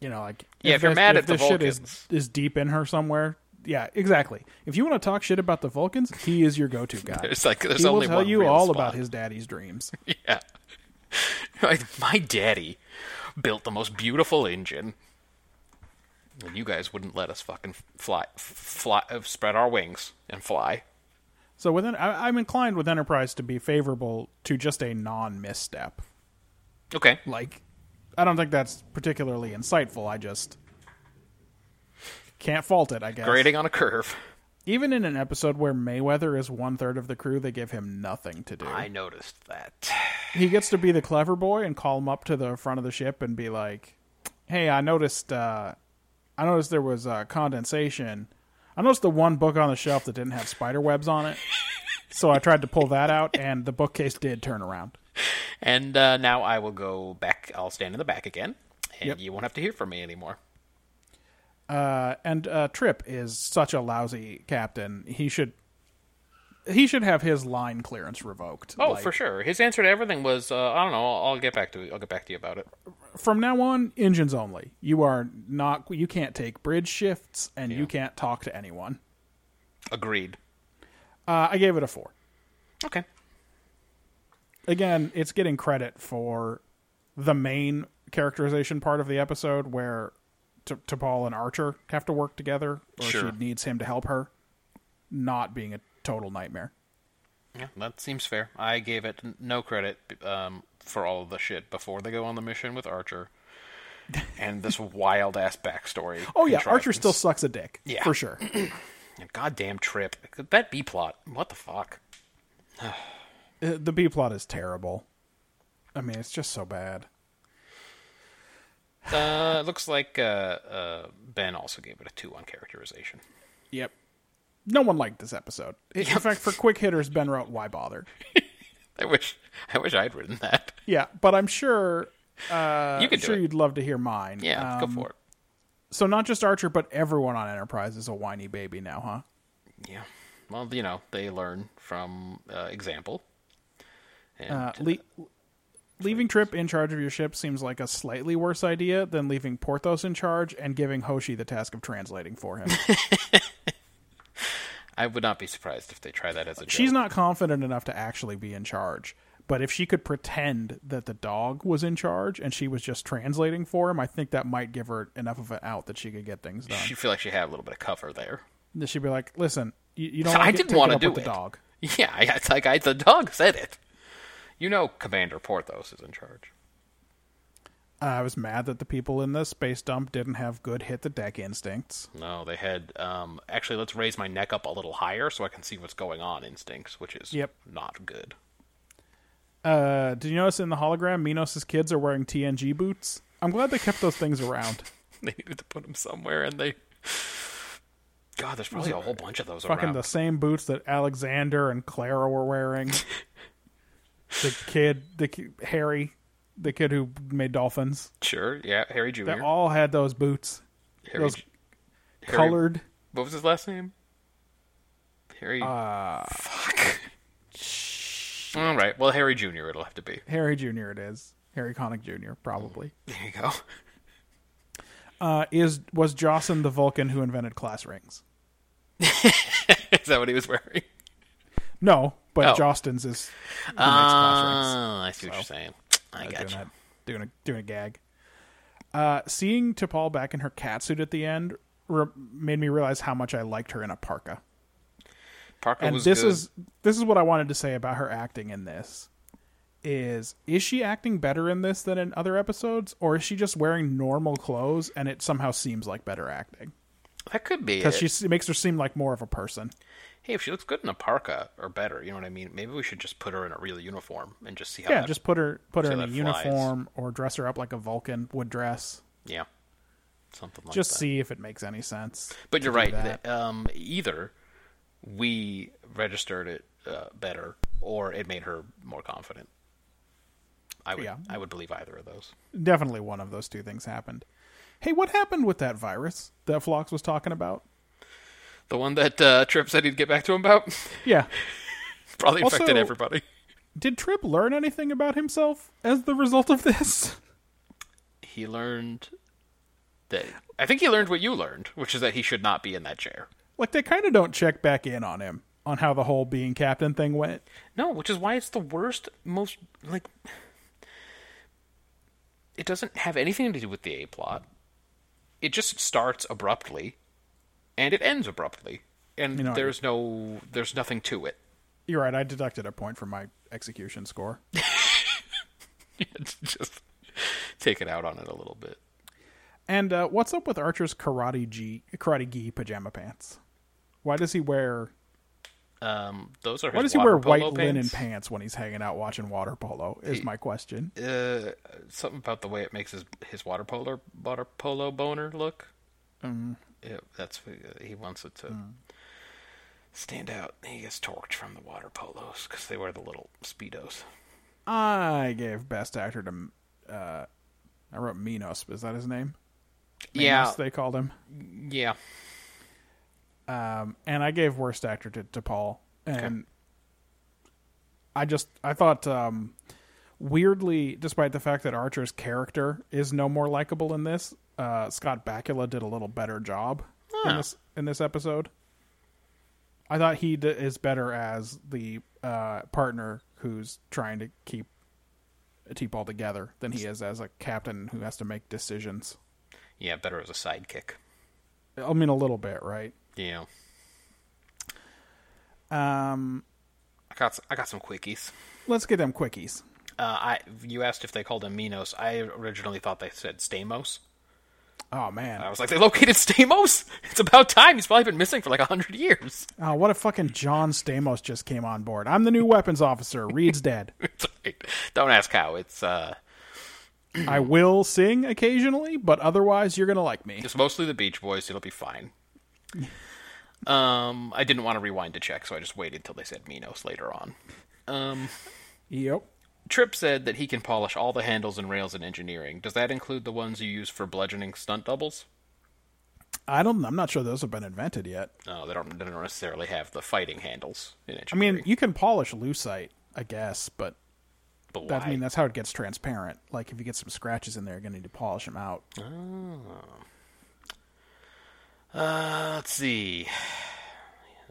Speaker 3: you know, like
Speaker 2: Yeah, if you're
Speaker 3: this-
Speaker 2: mad at the
Speaker 3: this shit
Speaker 2: Vulcans.
Speaker 3: is, is deep in her somewhere. Yeah, exactly. If you want to talk shit about the Vulcans, he is
Speaker 2: (laughs)
Speaker 3: your go-to guy.
Speaker 2: There's like- there's
Speaker 3: he
Speaker 2: only
Speaker 3: will tell
Speaker 2: one
Speaker 3: you
Speaker 2: real
Speaker 3: all
Speaker 2: spot.
Speaker 3: about his daddy's dreams.
Speaker 2: Yeah. (laughs) Like, my daddy built the most beautiful engine. And you guys wouldn't let us fucking fly, f- fly, uh, spread our wings and fly.
Speaker 3: So, within, I, I'm inclined with Enterprise to be favorable to just a non-misstep.
Speaker 2: Okay.
Speaker 3: like i don't think that's particularly insightful i just can't fault it i guess
Speaker 2: Grading on a curve.
Speaker 3: even in an episode where mayweather is one third of the crew they give him nothing to do
Speaker 2: I noticed that.
Speaker 3: he gets to be the clever boy and call him up to the front of the ship and be like hey i noticed uh i noticed there was uh condensation i noticed the one book on the shelf that didn't have spider webs on it so i tried to pull that out and the bookcase did turn around
Speaker 2: And uh, now I will go back. I'll stand in the back again. And
Speaker 3: Yep.
Speaker 2: you won't have to hear from me anymore.
Speaker 3: Uh, and uh, Trip is such a lousy captain. He should he should have his line clearance revoked.
Speaker 2: Oh,
Speaker 3: Like,
Speaker 2: for sure. His answer to everything was, uh, I don't know. I'll, I'll get back to. I'll get back to you about it.
Speaker 3: From now on, engines only. You are not. You can't take bridge shifts, and you can't talk to anyone.
Speaker 2: Agreed.
Speaker 3: Uh, I gave it a four.
Speaker 2: Okay.
Speaker 3: Again, it's getting credit for the main characterization part of the episode where T- T'Pol and Archer have to work together, or
Speaker 2: Sure.
Speaker 3: she needs him to help her, not being a total nightmare.
Speaker 2: Yeah, that seems fair. I gave it n- no credit um, for all of the shit before they go on the mission with
Speaker 3: (laughs)
Speaker 2: Archer, and this wild ass backstory.
Speaker 3: Oh yeah, Archer
Speaker 2: contrivance.
Speaker 3: still sucks a dick,
Speaker 2: Yeah.
Speaker 3: for sure.
Speaker 2: goddamn trip. Could That B plot. What the fuck?
Speaker 3: Uh, the B plot is terrible. I mean, it's just so bad.
Speaker 2: Uh, it looks like uh, uh, Ben also gave it a two on characterization.
Speaker 3: Yep. No one liked this episode. In fact, for quick hitters, Ben wrote, "Why bother?"
Speaker 2: I wish I wish I'd written that.
Speaker 3: Yeah, but I'm sure
Speaker 2: you
Speaker 3: I'm
Speaker 2: could
Speaker 3: Uh, sure
Speaker 2: do it.
Speaker 3: you'd love to hear mine.
Speaker 2: Yeah, go
Speaker 3: Um,
Speaker 2: for
Speaker 3: So not just Archer, but everyone on Enterprise is a whiny baby now, huh?
Speaker 2: it. Yeah. Well, you know, they learn from uh, example. And
Speaker 3: Uh, le- leaving Trip in charge of your ship seems like a slightly worse idea than leaving Porthos in charge and giving Hoshi the task of translating
Speaker 2: (laughs)
Speaker 3: for him.
Speaker 2: I would not be surprised if they try that as a
Speaker 3: She's
Speaker 2: joke.
Speaker 3: not confident enough to actually be in charge. But if she could pretend that the dog was in charge and she was just translating for him, I think that might give her enough of an out that she could get things done.
Speaker 2: She feel like she had a little bit of cover there.
Speaker 3: Then she'd be like, "Listen, you, you
Speaker 2: (laughs)
Speaker 3: don't.
Speaker 2: I
Speaker 3: wanna get
Speaker 2: didn't
Speaker 3: taken
Speaker 2: wanna
Speaker 3: up
Speaker 2: do
Speaker 3: with
Speaker 2: it."
Speaker 3: the dog.
Speaker 2: (laughs) Yeah, I- it's like I, the dog said it. You know, Commander Porthos is in charge.
Speaker 3: Uh, I was mad that the people in the space dump didn't have good hit the deck instincts.
Speaker 2: No, they had. Um, actually, let's raise my neck up a little higher so I can see what's going on. Instincts, which is
Speaker 3: Yep.
Speaker 2: not good.
Speaker 3: Uh, did you notice in the hologram, Minos' kids are wearing TNG boots? I'm glad they kept those things around.
Speaker 2: (laughs) They needed to put them somewhere, and they. (sighs) God, there's probably a whole bunch of those
Speaker 3: Fucking
Speaker 2: around.
Speaker 3: the same boots that Alexander and Clara were wearing.
Speaker 2: (laughs)
Speaker 3: the kid, the ki- Harry, the kid who made dolphins.
Speaker 2: Sure, yeah, Harry Jr.
Speaker 3: They all had those boots,
Speaker 2: Harry,
Speaker 3: those
Speaker 2: J- Harry-
Speaker 3: colored.
Speaker 2: What was his last name? Harry. Uh, (laughs) Fuck. All right. Well, Harry Jr. It'll have to be.
Speaker 3: Harry Jr. It is Harry Connick Jr. Probably.
Speaker 2: There you go.
Speaker 3: Uh, is was Jocelyn the Vulcan who invented class rings?
Speaker 2: (laughs) is that what he was
Speaker 3: (laughs)
Speaker 2: wearing?
Speaker 3: No, but
Speaker 2: Oh.
Speaker 3: Jostins is who makes class rings.
Speaker 2: Ah, I see what you're saying. I
Speaker 3: Doing,
Speaker 2: got you.
Speaker 3: that, doing a doing a gag. Uh, seeing T'Pol back in her catsuit at the end re- made me realize how much I liked her in a parka.
Speaker 2: Parker
Speaker 3: and
Speaker 2: was
Speaker 3: this
Speaker 2: good.
Speaker 3: is this is what I wanted to say about her acting in this. Is is she acting better in this than in other episodes, or is she just wearing normal clothes and it somehow seems like better acting
Speaker 2: that could be
Speaker 3: because
Speaker 2: it.
Speaker 3: she s- makes her seem like more of a person?
Speaker 2: Hey, if she looks good in a parka or better, you know what I mean. Maybe we should just put her in a real uniform and just see how.
Speaker 3: Yeah,
Speaker 2: that,
Speaker 3: just put her put her
Speaker 2: so
Speaker 3: in a
Speaker 2: that flies.
Speaker 3: uniform or dress her up like a Vulcan would dress.
Speaker 2: yeah, something like
Speaker 3: Just
Speaker 2: that.
Speaker 3: see if it makes any sense.
Speaker 2: But you're
Speaker 3: do
Speaker 2: right.
Speaker 3: that.
Speaker 2: that, um, either we registered it uh, better, or it made her more confident. I would,
Speaker 3: Yeah.
Speaker 2: I would believe either of those.
Speaker 3: Definitely one of those two things happened. Hey, what happened with that virus that Flox was talking about?
Speaker 2: The one that uh, Trip said he'd get back to him about (laughs)
Speaker 3: Yeah.
Speaker 2: probably infected
Speaker 3: Also-
Speaker 2: everybody.
Speaker 3: Did Trip learn anything about himself as the result of this?
Speaker 2: He learned that I think he learned what you learned, which is that he should not be in that chair.
Speaker 3: Like they kind of don't check back in on him on how the whole being captain thing went.
Speaker 2: No, which is why it's the worst, most like. It doesn't have anything to do with the A plot. It just starts abruptly, and it ends abruptly, and
Speaker 3: You know, I-
Speaker 2: there's no, there's nothing to it.
Speaker 3: You're right. I deducted a point from my execution score.
Speaker 2: It's (laughs) just take it out on it a little bit.
Speaker 3: And uh, what's up with Archer's karate G karate gi pajama pants? Why does he wear
Speaker 2: Um, those are.
Speaker 3: Why
Speaker 2: his
Speaker 3: does he wear
Speaker 2: water polo
Speaker 3: white linen
Speaker 2: pants?
Speaker 3: pants when he's hanging out watching water polo? Is my question.
Speaker 2: uh, Something about the way it makes his his water polo water polo boner look. Yeah, that's what- uh, he wants it to stand out. He gets torqued from the water polos because they wear the little speedos.
Speaker 3: I gave best actor to. Uh, I wrote Minos. Is that his name?
Speaker 2: Yeah,
Speaker 3: Minos, they called him.
Speaker 2: yeah.
Speaker 3: Um, and I gave worst actor to, to Paul. And I just I thought um, weirdly, despite the fact that Archer's character is no more likable in this, uh, Scott Bakula did a little better job in
Speaker 2: Huh.
Speaker 3: this in this episode. I thought he d- is better as the uh, partner who's trying to keep Teep altogether than he is as a captain who has to make decisions.
Speaker 2: Yeah, better as a sidekick.
Speaker 3: I mean, a little bit, right?
Speaker 2: Yeah.
Speaker 3: Um,
Speaker 2: I got s- I got some quickies.
Speaker 3: let's get them quickies.
Speaker 2: Uh, I you asked if they called him Minos. I originally thought they said Stamos.
Speaker 3: Oh man!
Speaker 2: I was like, they located Stamos. It's about time. He's probably been missing for like hundred years. (laughs)
Speaker 3: Oh, what if fucking John Stamos just came on board? I'm the new weapons officer. Reed's
Speaker 2: (clears throat)
Speaker 3: dead.
Speaker 2: It's like- Don't ask how. It's uh,
Speaker 3: I will sing occasionally, but otherwise, you're gonna like me.
Speaker 2: it's mostly the Beach Boys. It'll be fine. Um, I didn't want to rewind to check, so I just waited till they said Minos later on.
Speaker 3: Yep.
Speaker 2: Tripp said that he can polish all the handles and rails in engineering. Does that include the ones you use for bludgeoning stunt doubles?
Speaker 3: I don't. I'm not sure those have been invented yet.
Speaker 2: No, they don't, they don't necessarily have the fighting handles in
Speaker 3: I mean,
Speaker 2: engineering.
Speaker 3: you can polish lucite, I guess, but
Speaker 2: but
Speaker 3: that,
Speaker 2: why?
Speaker 3: I mean that's how it gets transparent. Like if you get some scratches in there, you're gonna need to polish them out.
Speaker 2: Uh, let's see.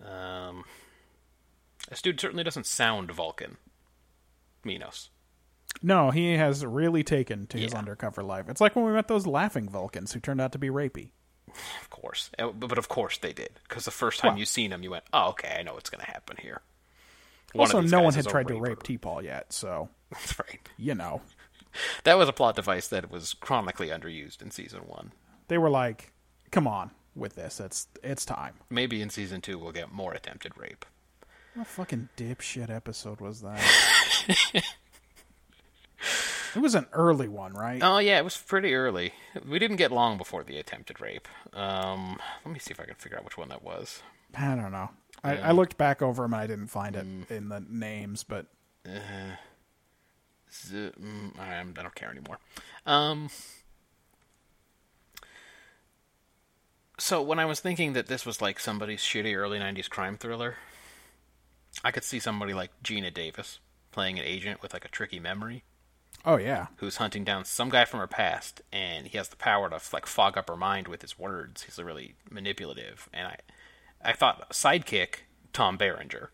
Speaker 2: Um, this dude certainly doesn't sound Vulcan. Minos.
Speaker 3: No, he has really taken to his
Speaker 2: Yeah.
Speaker 3: undercover life. It's like when we met those laughing Vulcans who turned out to be rapey.
Speaker 2: Of course. Uh, But but of course they did. Because the first time
Speaker 3: Well-
Speaker 2: you seen him, you went, oh, okay, I know what's going to happen here. One of
Speaker 3: Also,
Speaker 2: these
Speaker 3: no
Speaker 2: guys
Speaker 3: one
Speaker 2: is
Speaker 3: had
Speaker 2: a
Speaker 3: tried to
Speaker 2: raper.
Speaker 3: rape T-Paul yet, so
Speaker 2: That's (laughs) right.
Speaker 3: you know
Speaker 2: That was a plot device that was chronically underused in season one.
Speaker 3: they were like, "Come on with this. It's it's time."
Speaker 2: Maybe in season two we'll get more attempted rape.
Speaker 3: What fucking dipshit episode
Speaker 2: (laughs)
Speaker 3: was that? it was an early one, right?
Speaker 2: Oh yeah, it was pretty early. We didn't get long before the attempted rape. Um, let me see if I can figure out which one that was.
Speaker 3: I don't know. I, I looked back over them and I didn't find it
Speaker 2: Mm.
Speaker 3: in the names, but
Speaker 2: Z- mm, I I'm- I don't care anymore. Um, so when I was thinking that this was like somebody's shitty early '90s crime thriller, I could see somebody like Gina Davis playing an agent with like a tricky memory
Speaker 3: oh yeah,
Speaker 2: who's hunting down some guy from her past, and he has the power to like fog up her mind with his words. He's really manipulative, and I, I thought sidekick Tom Berenger,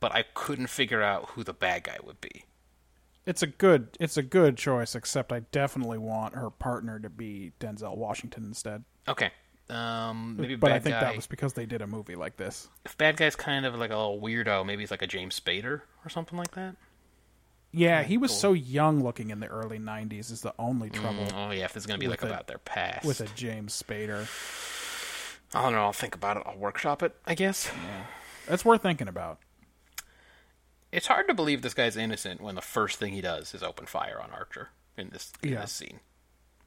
Speaker 2: but I couldn't figure out who the bad guy would be.
Speaker 3: it's a good it's a good choice. Except I definitely want her partner to be Denzel Washington instead.
Speaker 2: Okay, um, maybe
Speaker 3: But
Speaker 2: bad
Speaker 3: I think
Speaker 2: guy.
Speaker 3: that was because they did a movie like this.
Speaker 2: If bad guy's kind of like a little weirdo, maybe he's like a James Spader or something like that.
Speaker 3: Yeah, he was so young looking in the early '90s. Is the only trouble
Speaker 2: Oh yeah, if there's gonna be like
Speaker 3: With a-
Speaker 2: about their past.
Speaker 3: with a James Spader.
Speaker 2: I don't know. I'll think about it. I'll workshop it. I guess.
Speaker 3: That's worth thinking about.
Speaker 2: It's hard to believe this guy's innocent when the first thing he does is open fire on Archer in this in
Speaker 3: Yeah.
Speaker 2: this scene.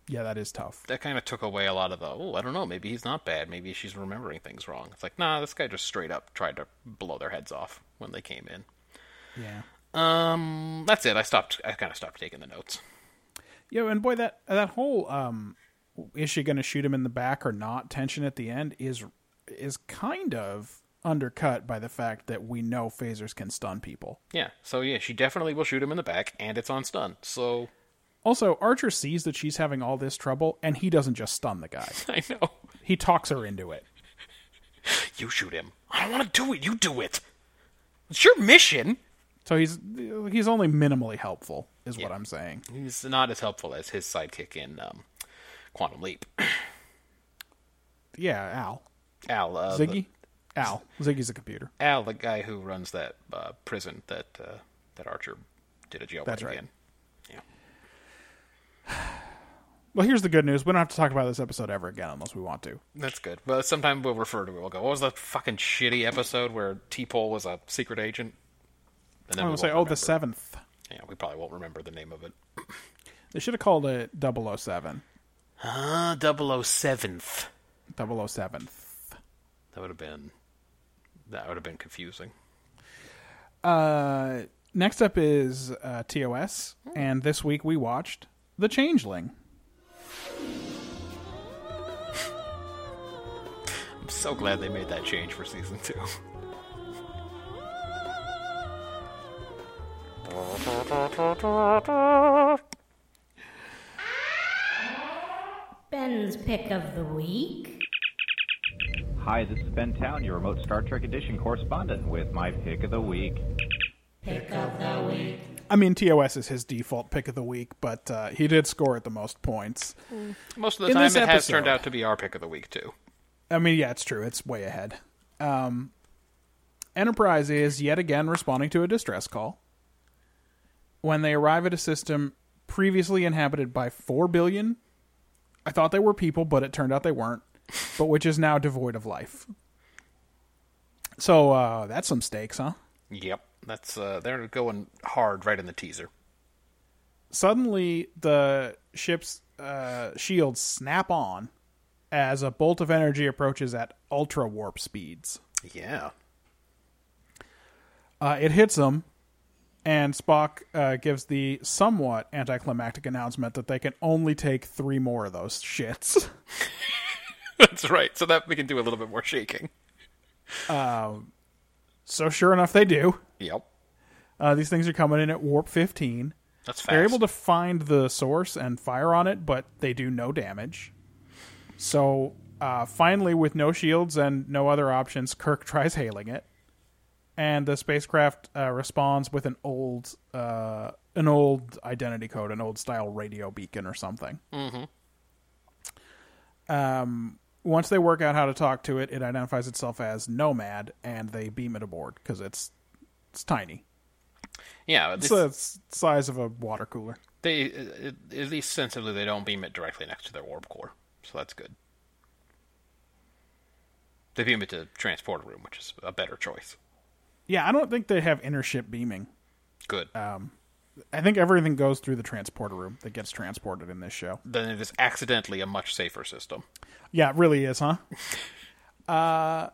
Speaker 3: Yeah, that is tough.
Speaker 2: that kind of took away a lot of the oh I don't know maybe he's not bad maybe she's remembering things wrong. It's like nah this guy just straight up tried to blow their heads off when they came in.
Speaker 3: Yeah.
Speaker 2: Um, that's it. I stopped. I kind of stopped taking the notes.
Speaker 3: Yeah, and boy, that that whole um, is she going to shoot him in the back or not tension at the end is is kind of undercut by the fact that we know phasers can stun people.
Speaker 2: Yeah. So yeah, she definitely will shoot him in the back, and it's on stun. So (laughs)
Speaker 3: Also, Archer sees that she's having all this trouble, and he doesn't just stun the guy;
Speaker 2: I know
Speaker 3: he talks her into it.
Speaker 2: you shoot him. I don't want to do it. You do it. It's your mission.
Speaker 3: So he's he's only minimally helpful, is what I'm saying.
Speaker 2: He's not as helpful as his sidekick in um, Quantum Leap. (clears throat)
Speaker 3: Yeah, Al,
Speaker 2: Al uh, the-
Speaker 3: Ziggy, Al, Ziggy's a computer.
Speaker 2: Al, the guy who runs that uh, prison that uh, that Archer did a jailbreak
Speaker 3: That's right.
Speaker 2: in. Yeah.
Speaker 3: Well, here's the good news: we don't have to talk about this episode ever again unless we want to.
Speaker 2: That's good. But sometime we'll refer to it. We'll go, what was that fucking shitty episode where T-Pole was a secret agent? And then
Speaker 3: I'm
Speaker 2: we
Speaker 3: gonna say,
Speaker 2: won't
Speaker 3: oh,
Speaker 2: remember.
Speaker 3: the seventh.
Speaker 2: Yeah, we probably won't remember the name of it.
Speaker 3: They should have called it 007.
Speaker 2: Uh, 007th.
Speaker 3: 007.
Speaker 2: That would have been... That would have been confusing.
Speaker 3: Uh, next up is uh, TOS, and this week we watched The Changeling.
Speaker 2: I'm so glad they made that change for season two.
Speaker 4: Ben's pick of the week.
Speaker 5: Hi, this is Ben Town, your remote Star Trek Edition correspondent, with my pick of the week.
Speaker 4: Pick of the week.
Speaker 3: I mean, TOS is his default pick of the week, but uh, he did score at the most points.
Speaker 2: Most of the
Speaker 3: In
Speaker 2: time, it
Speaker 3: this
Speaker 2: has turned
Speaker 3: episode.
Speaker 2: out to be our pick of the week too.
Speaker 3: I mean, yeah, it's true. It's way ahead. Um, Enterprise is yet again responding to a distress call. When they arrive at a system previously inhabited by 4 billion, I thought they were people, but it turned out they weren't, but which is now devoid of life. So uh, that's some stakes, huh?
Speaker 2: Yep, that's uh, they're going hard right in the teaser.
Speaker 3: suddenly the ship's uh, shields snap on as a bolt of energy approaches at ultra warp speeds.
Speaker 2: Yeah,
Speaker 3: Uh, it hits them, and Spock uh, gives the somewhat anticlimactic announcement that they can only take three more of those shits.
Speaker 2: (laughs)
Speaker 3: (laughs)
Speaker 2: that's right. So that we can do a little bit more shaking.
Speaker 3: so sure enough, they do.
Speaker 2: Yep,
Speaker 3: Uh, these things are coming in at warp 15.
Speaker 2: that's fast.
Speaker 3: They're able to find the source and fire on it, but they do no damage. So uh, finally, with no shields and no other options, Kirk (laughs) tries hailing it, and the spacecraft uh, responds with an old, uh, an old identity code, an old style radio beacon or something. Mm-hmm. Um, once they work out how to talk to it, it identifies itself as Nomad, and they beam it aboard because it's it's tiny.
Speaker 2: yeah, at
Speaker 3: It's
Speaker 2: least,
Speaker 3: the s- size of a water cooler.
Speaker 2: they uh, at least sensibly they don't beam it directly next to their orb core, so that's good. They beam it to transporter room, which is a better choice.
Speaker 3: Yeah, I don't think they have intership beaming.
Speaker 2: Good.
Speaker 3: I think everything goes through the transporter room that gets transported in this show.
Speaker 2: then it is accidentally a much safer system.
Speaker 3: Yeah, it really is, (laughs) huh? uh,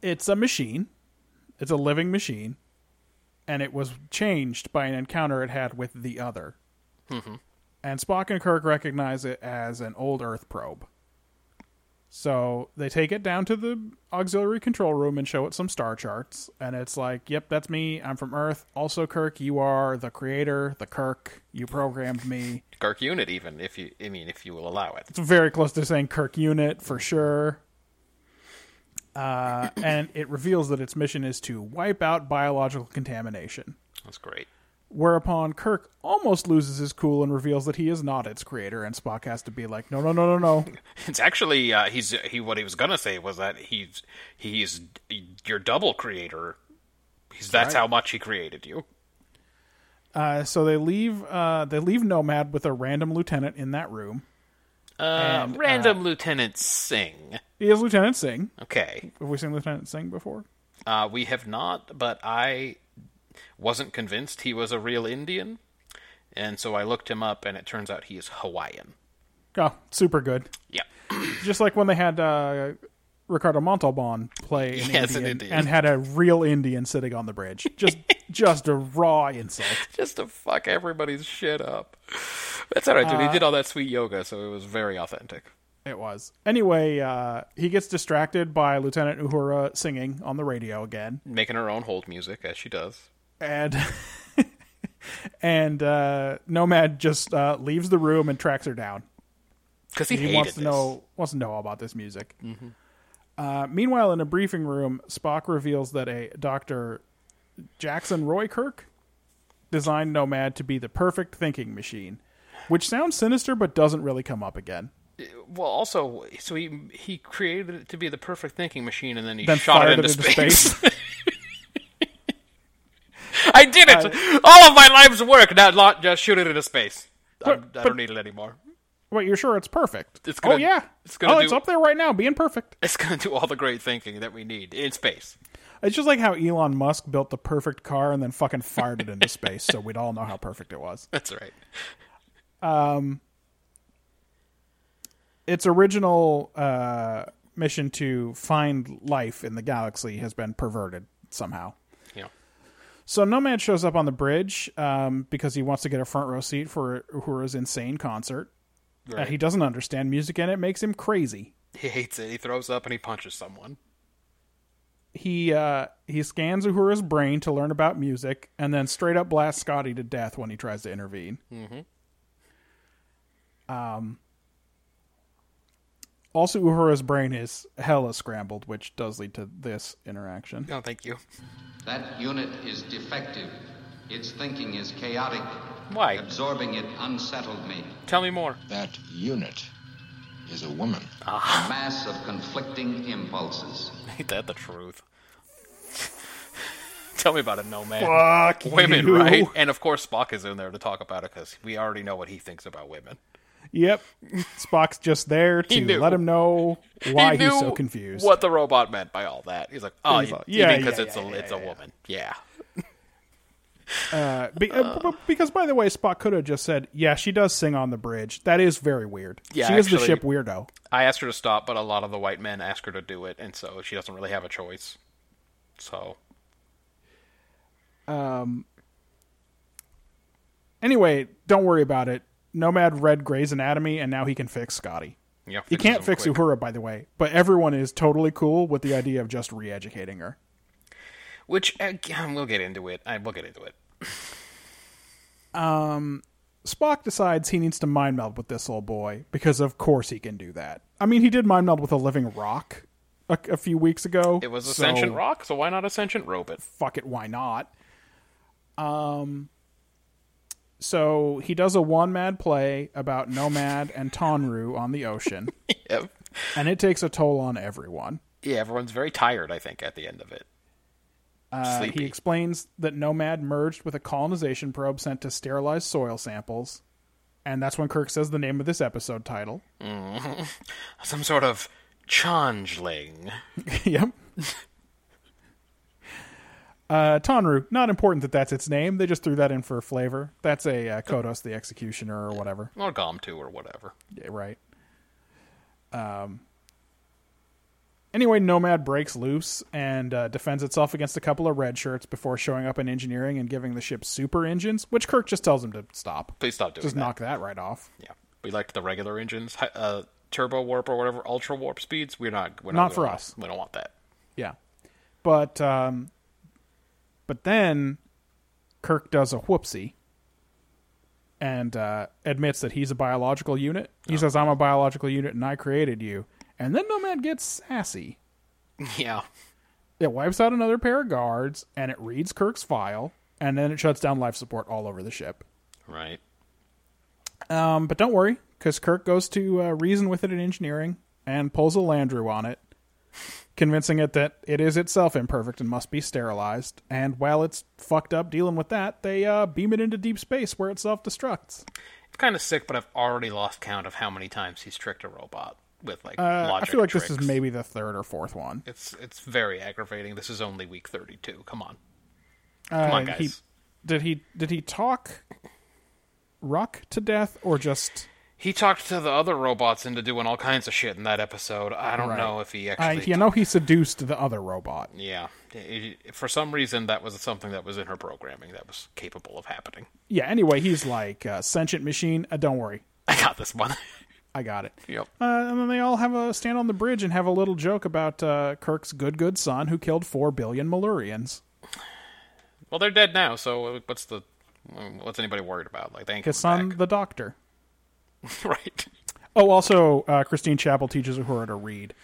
Speaker 3: it's a machine. It's a living machine, and it was changed by an encounter it had with the other. And Spock and Kirk recognize it as an old Earth probe. So they take it down to the auxiliary control room and show it some star charts. And it's like, yep, that's me. I'm from Earth. Also, Kirk, you are the creator, the Kirk. You programmed me.
Speaker 2: Kirk unit, even if you, I mean, if you will allow it.
Speaker 3: it's very close to saying Kirk unit for sure. Uh, (coughs) and it reveals that its mission is to wipe out biological contamination.
Speaker 2: That's great.
Speaker 3: Whereupon Kirk almost loses his cool and reveals that he is not its creator, and Spock has to be like, "No, no, no, no, no."
Speaker 2: It's actually uh, he's he. What he was gonna say was that he's he's your double creator. He's that's how much he created you.
Speaker 3: Uh, so they leave. Uh, they leave Nomad with a random lieutenant in that room.
Speaker 2: Um, Random Lieutenant Singh.
Speaker 3: He is Lieutenant Singh.
Speaker 2: Okay,
Speaker 3: Have we seen Lieutenant Singh before?
Speaker 2: uh, we have not, but I wasn't convinced he was a real Indian, and so I looked him up, and it turns out he is Hawaiian.
Speaker 3: Oh, super good.
Speaker 2: Yeah,
Speaker 3: just like when they had uh, Ricardo Montalban play an,
Speaker 2: Yes, an
Speaker 3: Indian
Speaker 2: Indian.
Speaker 3: and had a real Indian sitting on the bridge. Just just a raw insult.
Speaker 2: just to fuck everybody's shit up. That's all right, dude.
Speaker 3: Uh,
Speaker 2: he did all that sweet yoga, so it was very authentic.
Speaker 3: It was. Anyway, uh, he gets distracted by Lieutenant Uhura singing on the radio again,
Speaker 2: Making her own hold music as she does.
Speaker 3: and (laughs) and uh, Nomad just uh, leaves the room and tracks her down.
Speaker 2: Because he, hated
Speaker 3: wants to
Speaker 2: this. Mm-hmm.
Speaker 3: know wants to know all about this music. Uh, meanwhile, in a briefing room, Spock reveals that a Doctor Jackson Roy Kirk designed Nomad to be the perfect thinking machine, which sounds sinister but doesn't really come up again.
Speaker 2: Well, also, so he he created it to be the perfect thinking machine, and then he
Speaker 3: Then
Speaker 2: shot it
Speaker 3: fired
Speaker 2: into,
Speaker 3: it into
Speaker 2: space. (laughs) I did it! All of my life's work. Now, lo- just shoot it into space. I'm- I don't need it anymore.
Speaker 3: Wait, you're sure it's perfect?
Speaker 2: It's gonna-
Speaker 3: oh yeah,
Speaker 2: it's gonna
Speaker 3: oh
Speaker 2: do-
Speaker 3: it's up there right now, being perfect.
Speaker 2: It's going to do all the great thinking that we need in space.
Speaker 3: It's just like how Elon Musk built the perfect car and then fucking fired it into space, so we'd all know how perfect it was.
Speaker 2: That's right.
Speaker 3: its original uh, mission to find life in the galaxy has been perverted somehow.
Speaker 2: Yeah.
Speaker 3: So Nomad shows up on the bridge um, because he wants to get a front row seat for Uhura's insane concert. Uh,
Speaker 2: Right.
Speaker 3: he doesn't understand music and it makes him crazy.
Speaker 2: He hates it. He throws up and he punches someone.
Speaker 3: He uh, he scans Uhura's brain to learn about music and then straight up blasts Scotty to death when he tries to intervene. Mm-hmm. Um, also, Uhura's brain is hella scrambled, which does lead to this interaction.
Speaker 2: No, thank you.
Speaker 6: That unit is defective. Its thinking is chaotic.
Speaker 2: Why?
Speaker 6: Absorbing it unsettled me.
Speaker 2: Tell me more.
Speaker 7: That unit is a woman.
Speaker 6: A mass of conflicting impulses.
Speaker 2: (laughs) Ain't that the truth? (laughs) Tell me about it, no man. (laughs)
Speaker 3: Fuck
Speaker 2: women,
Speaker 3: you.
Speaker 2: right? And of course, Spock is in there to talk about it because we already know what he thinks about women.
Speaker 3: Yep. Spock's just there
Speaker 2: (laughs) He
Speaker 3: to
Speaker 2: knew.
Speaker 3: let him know why
Speaker 2: he knew
Speaker 3: he's so confused.
Speaker 2: What the robot meant by all that? He's like, oh,
Speaker 3: He's
Speaker 2: you,
Speaker 3: like,
Speaker 2: you
Speaker 3: yeah,
Speaker 2: mean 'cause
Speaker 3: yeah,
Speaker 2: it's
Speaker 3: yeah,
Speaker 2: a
Speaker 3: yeah,
Speaker 2: it's a
Speaker 3: yeah.
Speaker 2: woman? Yeah.
Speaker 3: Uh, be, uh, b- b- because by the way, Spock could have just said, "Yeah, she does sing on the bridge." That is very weird.
Speaker 2: Yeah,
Speaker 3: she is the
Speaker 2: actually-
Speaker 3: ship weirdo.
Speaker 2: I asked her to stop, but a lot of the white men ask her to do it, and so she doesn't really have a choice. So
Speaker 3: Anyway, don't worry about it. Nomad read Grey's Anatomy, and now he can fix Scotty.
Speaker 2: yeah,
Speaker 3: He can't
Speaker 2: them
Speaker 3: fix
Speaker 2: quick.
Speaker 3: Uhura, by the way, but everyone is totally cool with the idea of just re-educating her.
Speaker 2: Which uh, we'll get into it. I, we'll get into it.
Speaker 3: Spock decides he needs to mind meld with this old boy because, of course, he can do that. I mean, he did mind meld with a living rock a, a few weeks ago.
Speaker 2: It was a
Speaker 3: so-
Speaker 2: sentient rock, so why not a sentient robot?
Speaker 3: fuck it, why not? Um, so he does a one mad play about Nomad and Tonru on
Speaker 2: (laughs)
Speaker 3: the ocean,
Speaker 2: Yeah.
Speaker 3: and it takes a toll on everyone.
Speaker 2: yeah, everyone's very tired. I think at the end of it,
Speaker 3: Uh,
Speaker 2: sleepy.
Speaker 3: he explains that Nomad merged with a colonization probe sent to sterilize soil samples, and that's when Kirk says the name of this episode title. (laughs)
Speaker 2: Some sort of changeling.
Speaker 3: yep. Uh, Tonru, not important that that's its name. They just threw that in for flavor. That's a uh, Kodos the Executioner or whatever.
Speaker 2: or Gom 2 or whatever.
Speaker 3: Yeah, right. Um. Anyway, Nomad breaks loose and uh, defends itself against a couple of red shirts before showing up in engineering and giving the ship super engines, which Kirk just tells him to stop.
Speaker 2: Please stop doing
Speaker 3: just
Speaker 2: that.
Speaker 3: knock that right off.
Speaker 2: Yeah, we liked the regular engines, hi- uh, turbo warp or whatever, ultra warp speeds. We're not. We're not,
Speaker 3: Not
Speaker 2: we
Speaker 3: for
Speaker 2: don't-
Speaker 3: us.
Speaker 2: We don't want that. (laughs)
Speaker 3: Yeah, but um, but then Kirk does a whoopsie and uh, admits that he's a biological unit. He says, "I'm a biological unit, and I created you." And then Nomad gets sassy.
Speaker 2: Yeah,
Speaker 3: it wipes out another pair of guards and it reads Kirk's file and then it shuts down life support all over the ship.
Speaker 2: right.
Speaker 3: Um, but don't worry, because Kirk goes to uh, reason with it in engineering and pulls a Landru on it, convincing it that it is itself imperfect and must be sterilized. And while it's fucked up dealing with that, they uh, beam it into deep space where it self destructs.
Speaker 2: It's kind of sick, but I've already lost count of how many times he's tricked a robot with like
Speaker 3: Uh, I
Speaker 2: logic.
Speaker 3: feel like this
Speaker 2: tricks.
Speaker 3: is maybe the third or fourth one.
Speaker 2: It's it's very aggravating. This is only week thirty-two. Come on,
Speaker 3: Uh,
Speaker 2: come on,
Speaker 3: he-
Speaker 2: guys.
Speaker 3: did he did he talk Ruck to death or just?
Speaker 2: He talked to the other robots into doing all kinds of shit in that episode. I don't know if he
Speaker 3: I,
Speaker 2: actually.
Speaker 3: uh, you know, he seduced the other robot.
Speaker 2: yeah, It- it- for some reason that was something that was in her programming that was capable of happening. (laughs)
Speaker 3: Yeah, anyway, he's like, uh, sentient machine, uh, don't worry.
Speaker 2: I got this one. (laughs)
Speaker 3: I got it.
Speaker 2: yep.
Speaker 3: Uh, and then they all have a stand on the bridge and have a little joke about uh, Kirk's good, good son who killed four billion Malurians.
Speaker 2: Well, they're dead now, so what's the what's anybody worried about? Like they ain't
Speaker 3: His
Speaker 2: coming
Speaker 3: son, the doctor.
Speaker 2: back, (laughs) right?
Speaker 3: Oh, also, uh, Christine Chapel teaches Uhura to read.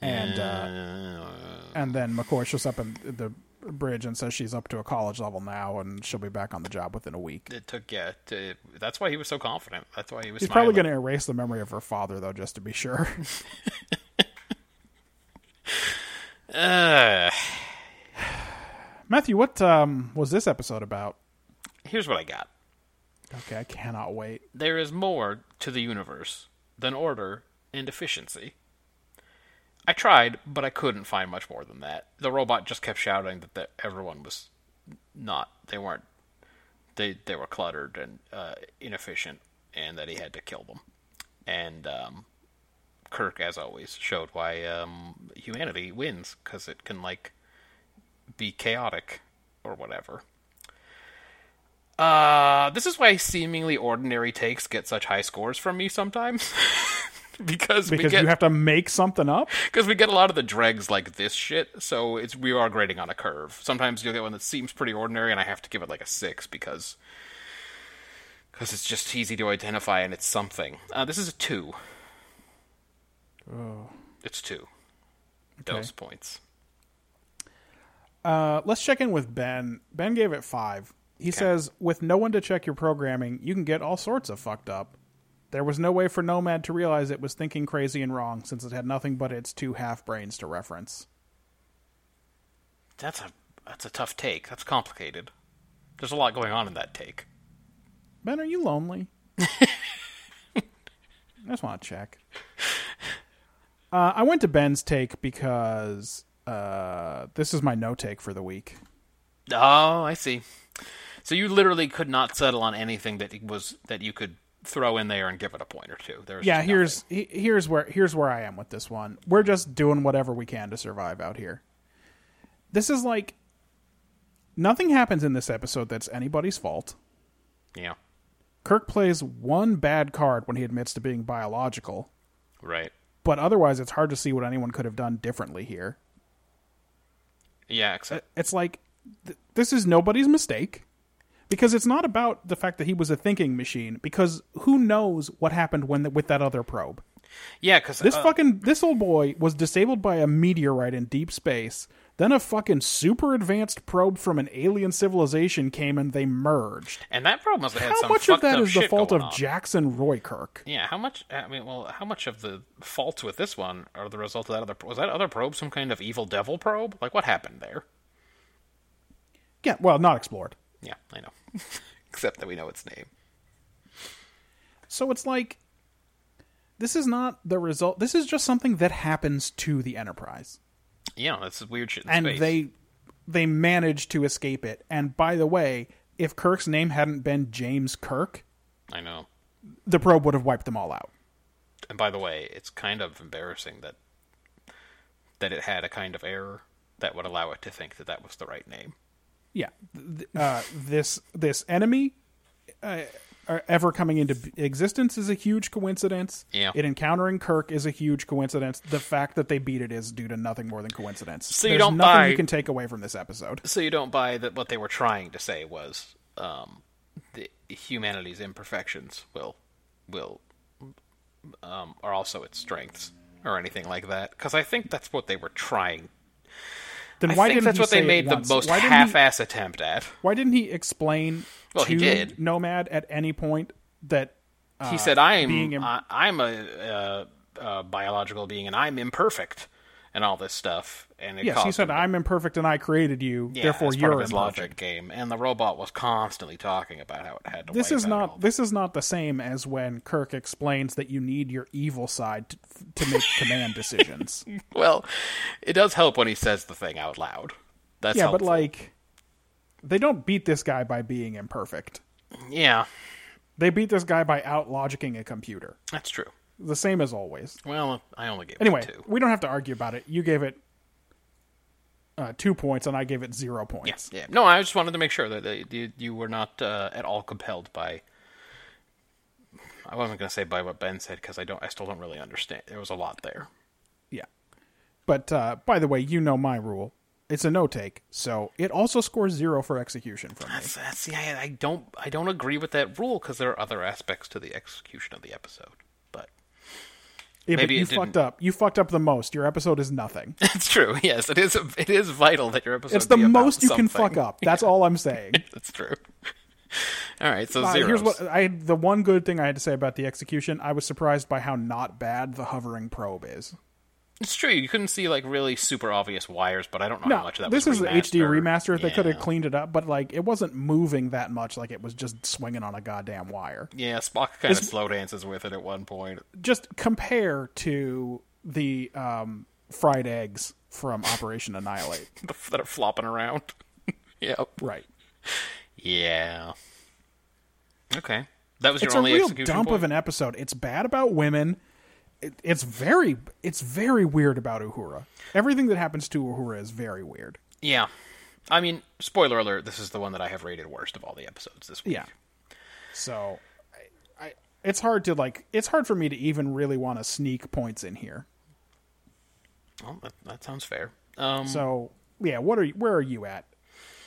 Speaker 3: And uh,
Speaker 2: Uh,
Speaker 3: and then McCoy shows up in the bridge and says she's up to a college level now and she'll be back on the job within a week.
Speaker 2: it took yeah. To, that's why he was so confident. That's why he was.
Speaker 3: He's
Speaker 2: smiling.
Speaker 3: probably going to erase the memory of her father, though, just to be sure. (laughs)
Speaker 2: Uh,
Speaker 3: Matthew, what um, was this episode about?
Speaker 2: here's what I got.
Speaker 3: Okay, I cannot wait.
Speaker 2: There is more to the universe than order and efficiency. I tried, but I couldn't find much more than that. The robot just kept shouting that the, everyone was not. They weren't. They they were cluttered and uh, inefficient, and that he had to kill them. And um, Kirk, as always, showed why um, humanity wins because it can like be chaotic or whatever. Uh, this is why seemingly ordinary takes get such high scores from me sometimes. (laughs) because we
Speaker 3: Because
Speaker 2: get,
Speaker 3: you have to make something up?
Speaker 2: because we get a lot of the dregs like this shit, so it's we are grading on a curve. Sometimes you'll get one that seems pretty ordinary, and I have to give it like a six because because it's just easy to identify and it's something. Uh, this is a two. Oh,
Speaker 3: Oh.
Speaker 2: it's two. Those points.
Speaker 3: Uh, let's check in with Ben. Ben gave it five. He says, with no one to check your programming, you can get all sorts of fucked up. There was no way for Nomad to realize it was thinking crazy and wrong since it had nothing but its two half brains to reference.
Speaker 2: That's a that's a tough take. That's complicated. There's a lot going on in that take.
Speaker 3: Ben, are you lonely? I just want to check. Uh, I went to Ben's take because uh, this is my no take for the week.
Speaker 2: Oh, I see. So you literally could not settle on anything that was that you could throw in there and give it a point or two. There's
Speaker 3: Yeah,
Speaker 2: nothing.
Speaker 3: here's he- here's where here's where I am with this one. We're just doing whatever we can to survive out here. This is like nothing happens in this episode that's anybody's fault.
Speaker 2: yeah,
Speaker 3: Kirk plays one bad card when he admits to being biological,
Speaker 2: right.
Speaker 3: but otherwise it's hard to see what anyone could have done differently here. Uh,
Speaker 2: Yeah, except
Speaker 3: It's like th- this is nobody's mistake because it's not about the fact that he was a thinking machine because who knows what happened when with that other probe.
Speaker 2: yeah, uh, because
Speaker 3: This fucking this old boy was disabled by a meteorite in deep space. Then a fucking super advanced probe from an alien civilization came and they merged.
Speaker 2: and that problem must have had
Speaker 3: How
Speaker 2: some
Speaker 3: much of
Speaker 2: fucked
Speaker 3: that
Speaker 2: up
Speaker 3: is the
Speaker 2: shit
Speaker 3: fault
Speaker 2: going
Speaker 3: of
Speaker 2: on.
Speaker 3: Jackson Roykirk?
Speaker 2: Yeah, how much? I mean, well, how much of the faults with this one are the result of that other? Was that other probe some kind of evil devil probe? Like, what happened there?
Speaker 3: Yeah, well, not explored.
Speaker 2: Yeah, I know. (laughs) Except that we know its name.
Speaker 3: So it's like this is not the result. This is just something that happens to the Enterprise,
Speaker 2: Yeah, that's weird shit. In
Speaker 3: and
Speaker 2: space.
Speaker 3: they they manage to escape it. And by the way, if Kirk's name hadn't been James Kirk,
Speaker 2: I know.
Speaker 3: the probe would have wiped them all out.
Speaker 2: And by the way, it's kind of embarrassing that that it had a kind of error that would allow it to think that that was the right name.
Speaker 3: yeah th- th- uh, this this enemy uh, are ever coming into b- existence is a huge coincidence
Speaker 2: Yeah.
Speaker 3: it encountering kirk is a huge coincidence the fact that they beat it is due to nothing more than coincidence
Speaker 2: So you
Speaker 3: There's
Speaker 2: don't
Speaker 3: nothing
Speaker 2: buy-
Speaker 3: you can take away from this episode
Speaker 2: So you don't buy that what they were trying to say was um, the humanity's imperfections will will um, are also its strengths or anything like that. Because I think that's what they were trying.
Speaker 3: then
Speaker 2: I
Speaker 3: why
Speaker 2: think
Speaker 3: didn't
Speaker 2: that's
Speaker 3: he
Speaker 2: what
Speaker 3: say
Speaker 2: they
Speaker 3: it
Speaker 2: made the
Speaker 3: once?
Speaker 2: most
Speaker 3: why didn't he-
Speaker 2: half-ass attempt at.
Speaker 3: why didn't he explain
Speaker 2: Well,
Speaker 3: to
Speaker 2: he did.
Speaker 3: nomad at any point that
Speaker 2: he said, "I'm
Speaker 3: Uh, being im-
Speaker 2: I, I'm a, uh uh biological being, and I'm imperfect, and all this stuff." And it
Speaker 3: yes he
Speaker 2: caused
Speaker 3: said
Speaker 2: him-
Speaker 3: i'm imperfect and i created you
Speaker 2: yeah,
Speaker 3: therefore
Speaker 2: that's
Speaker 3: you're
Speaker 2: part of his
Speaker 3: imperfect."
Speaker 2: logic game, and the robot was constantly talking about how it had to.
Speaker 3: this
Speaker 2: wipe
Speaker 3: is
Speaker 2: out
Speaker 3: not
Speaker 2: all-
Speaker 3: this is not the same as when Kirk explains that you need your evil side to, to make
Speaker 2: (laughs)
Speaker 3: command decisions.
Speaker 2: Well, it does help when he says the thing out loud. That's
Speaker 3: yeah, but
Speaker 2: helpful.
Speaker 3: like they don't beat this guy by being imperfect.
Speaker 2: yeah,
Speaker 3: They beat this guy by outlogicking a computer.
Speaker 2: that's true.
Speaker 3: The same as always.
Speaker 2: Well, I only gave it
Speaker 3: Anyway,
Speaker 2: two.
Speaker 3: we don't have to argue about it. You gave it uh, two points, and I gave it zero
Speaker 2: Yeah,
Speaker 3: points.
Speaker 2: yeah. No, I just wanted to make sure that they, you, you were not uh, at all compelled by. I wasn't going to say by what Ben said because I don't. I still don't really understand. There was a lot there.
Speaker 3: Yeah. But uh, by the way, you know my rule. It's a no take, so it also scores zero for execution from me.
Speaker 2: That's, that's see, I, I don't, I don't agree with that rule because there are other aspects to the execution of the episode. But (laughs)
Speaker 3: Yeah,
Speaker 2: Maybe
Speaker 3: but you
Speaker 2: it didn't-
Speaker 3: fucked up. You fucked up the most. Your episode is nothing.
Speaker 2: it's true. Yes, it is. It is vital that your episode.
Speaker 3: It's the
Speaker 2: be about
Speaker 3: most you can
Speaker 2: something.
Speaker 3: fuck up. That's all I'm saying.
Speaker 2: (laughs) That's true. (laughs) All right, so
Speaker 3: Uh,
Speaker 2: zeros.
Speaker 3: here's what I the one good thing I had to say about the execution. I was surprised by how not bad the hovering probe is.
Speaker 2: It's true. You couldn't see like really super obvious wires, but I don't know how
Speaker 3: No,
Speaker 2: much of that
Speaker 3: this
Speaker 2: was
Speaker 3: is the
Speaker 2: remastered.
Speaker 3: HD remaster. They could have
Speaker 2: Yeah.
Speaker 3: cleaned it up, but like it wasn't moving that much. Like it was just swinging on a goddamn wire.
Speaker 2: Yeah, Spock kind of slow dances with it at one point. (laughs)
Speaker 3: Just compare to the um, fried eggs from Operation Annihilate.
Speaker 2: (laughs) that are flopping around. (laughs) yep.
Speaker 3: Right.
Speaker 2: Yeah. Okay. That was
Speaker 3: it's
Speaker 2: your
Speaker 3: a
Speaker 2: only
Speaker 3: real
Speaker 2: execution
Speaker 3: dump
Speaker 2: point?
Speaker 3: of an episode. It's bad about women. It, it's very it's very weird about Uhura. Everything that happens to Uhura is very weird.
Speaker 2: Yeah. I mean, spoiler alert, this is the one that I have rated worst of all the episodes this week.
Speaker 3: Yeah. So, I, I it's hard to like it's hard for me to even really want to sneak points in here.
Speaker 2: Well, that, that sounds fair. Um,
Speaker 3: So, yeah, what are you, where are you at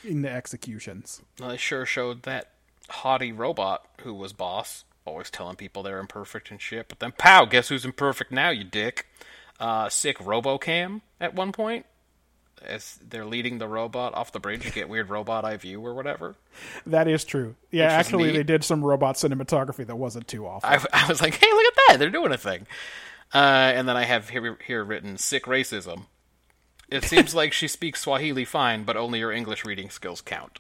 Speaker 3: in the executions?
Speaker 2: well, they sure showed that haughty robot who was boss, always telling people they're imperfect and shit, but then pow, guess who's imperfect now, you dick? Uh, sick Robocam at one point. as they're leading the robot off the bridge. You get weird robot eye view or whatever.
Speaker 3: That is true. Yeah,
Speaker 2: Which is
Speaker 3: actually,
Speaker 2: neat. Uh,
Speaker 3: they did some robot cinematography that wasn't too awful.
Speaker 2: I, (laughs) I was like, hey, look at that. They're doing a thing. Uh, and then I have here, here written sick racism. It seems (laughs) like she speaks Swahili fine, but only her English reading skills count.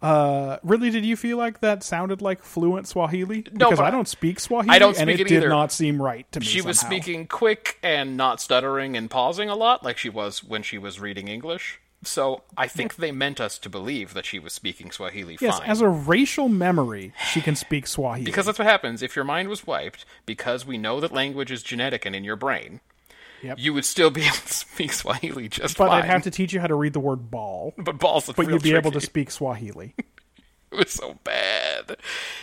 Speaker 3: Really, did you feel like that sounded like fluent Swahili?
Speaker 2: No,
Speaker 3: because
Speaker 2: but
Speaker 3: I don't speak Swahili.
Speaker 2: I don't
Speaker 3: and
Speaker 2: speak
Speaker 3: it,
Speaker 2: it
Speaker 3: did
Speaker 2: either.
Speaker 3: not seem right to me.
Speaker 2: She was
Speaker 3: somehow.
Speaker 2: speaking quick and not stuttering and pausing a lot, like she was when she was reading English. So I think they meant us to believe that she was speaking Swahili
Speaker 3: Yes,
Speaker 2: fine.
Speaker 3: as a racial memory, she can speak Swahili.
Speaker 2: Because that's what happens if your mind was wiped, because we know that language is genetic and in your brain,
Speaker 3: Yep.
Speaker 2: you would still be able to speak Swahili just
Speaker 3: but
Speaker 2: fine.
Speaker 3: I'd have to teach you how to read the word ball.
Speaker 2: but balls
Speaker 3: But
Speaker 2: real
Speaker 3: you'd be able to
Speaker 2: tricky.
Speaker 3: speak Swahili.
Speaker 2: It was so bad.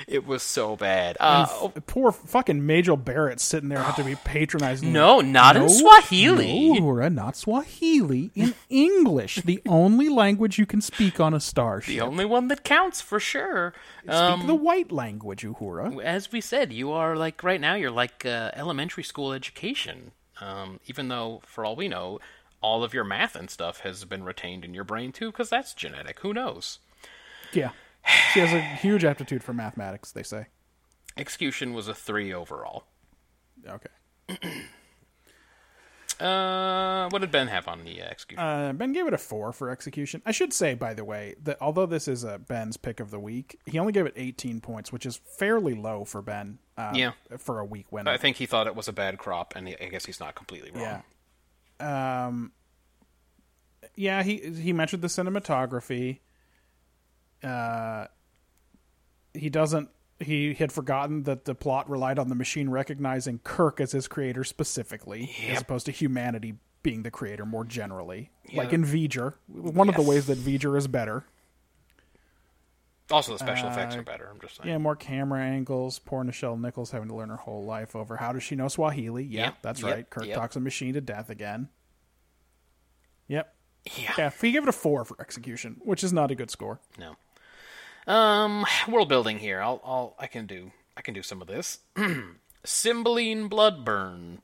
Speaker 2: It was so bad. Uh, (laughs) oh,
Speaker 3: Poor fucking Major Barrett sitting there had to be patronizing.
Speaker 2: no, not in Swahili.
Speaker 3: No, Laura, not Swahili. In English, the only language you can speak on a starship.
Speaker 2: The only one that counts for sure.
Speaker 3: speak the
Speaker 2: um,
Speaker 3: white language, Uhura.
Speaker 2: as we said, you are like right now. You're like uh, elementary school education. Um, even though, for all we know, all of your math and stuff has been retained in your brain too, because that's genetic. Who knows?
Speaker 3: Yeah. She has a huge aptitude for mathematics, they say.
Speaker 2: Execution was a three overall.
Speaker 3: Okay.
Speaker 2: Uh, what did Ben have on the uh, execution?
Speaker 3: Uh, ben gave it a four for execution. I should say, by the way, that although this is uh, Ben's pick of the week, he only gave it 18 points, which is fairly low for Ben. Uh,
Speaker 2: Yeah.
Speaker 3: For a week winner.
Speaker 2: I think he thought it was a bad crop, and he, I guess he's not completely wrong.
Speaker 3: Yeah. Um. Yeah, he he mentioned the cinematography. Uh, he doesn't. He had forgotten that the plot relied on the machine recognizing Kirk as his creator specifically, as opposed to humanity being the creator more generally. Like in V'ger, one of the ways that V'ger is better.
Speaker 2: Also, the special
Speaker 3: Uh,
Speaker 2: effects are better. I'm just saying.
Speaker 3: Yeah, more camera angles. Poor Nichelle Nichols having to learn her whole life over how does she know Swahili? Yeah,
Speaker 2: Yep,
Speaker 3: that's
Speaker 2: yep,
Speaker 3: right. Kirk
Speaker 2: yep.
Speaker 3: talks a machine to death again. Yep.
Speaker 2: Yeah.
Speaker 3: Yeah, he gave it a four for execution, which is not a good score.
Speaker 2: No. Um, world building here. I'll, I'll, I can do, I can do some of this. (clears throat) Cymbeline Bloodburn.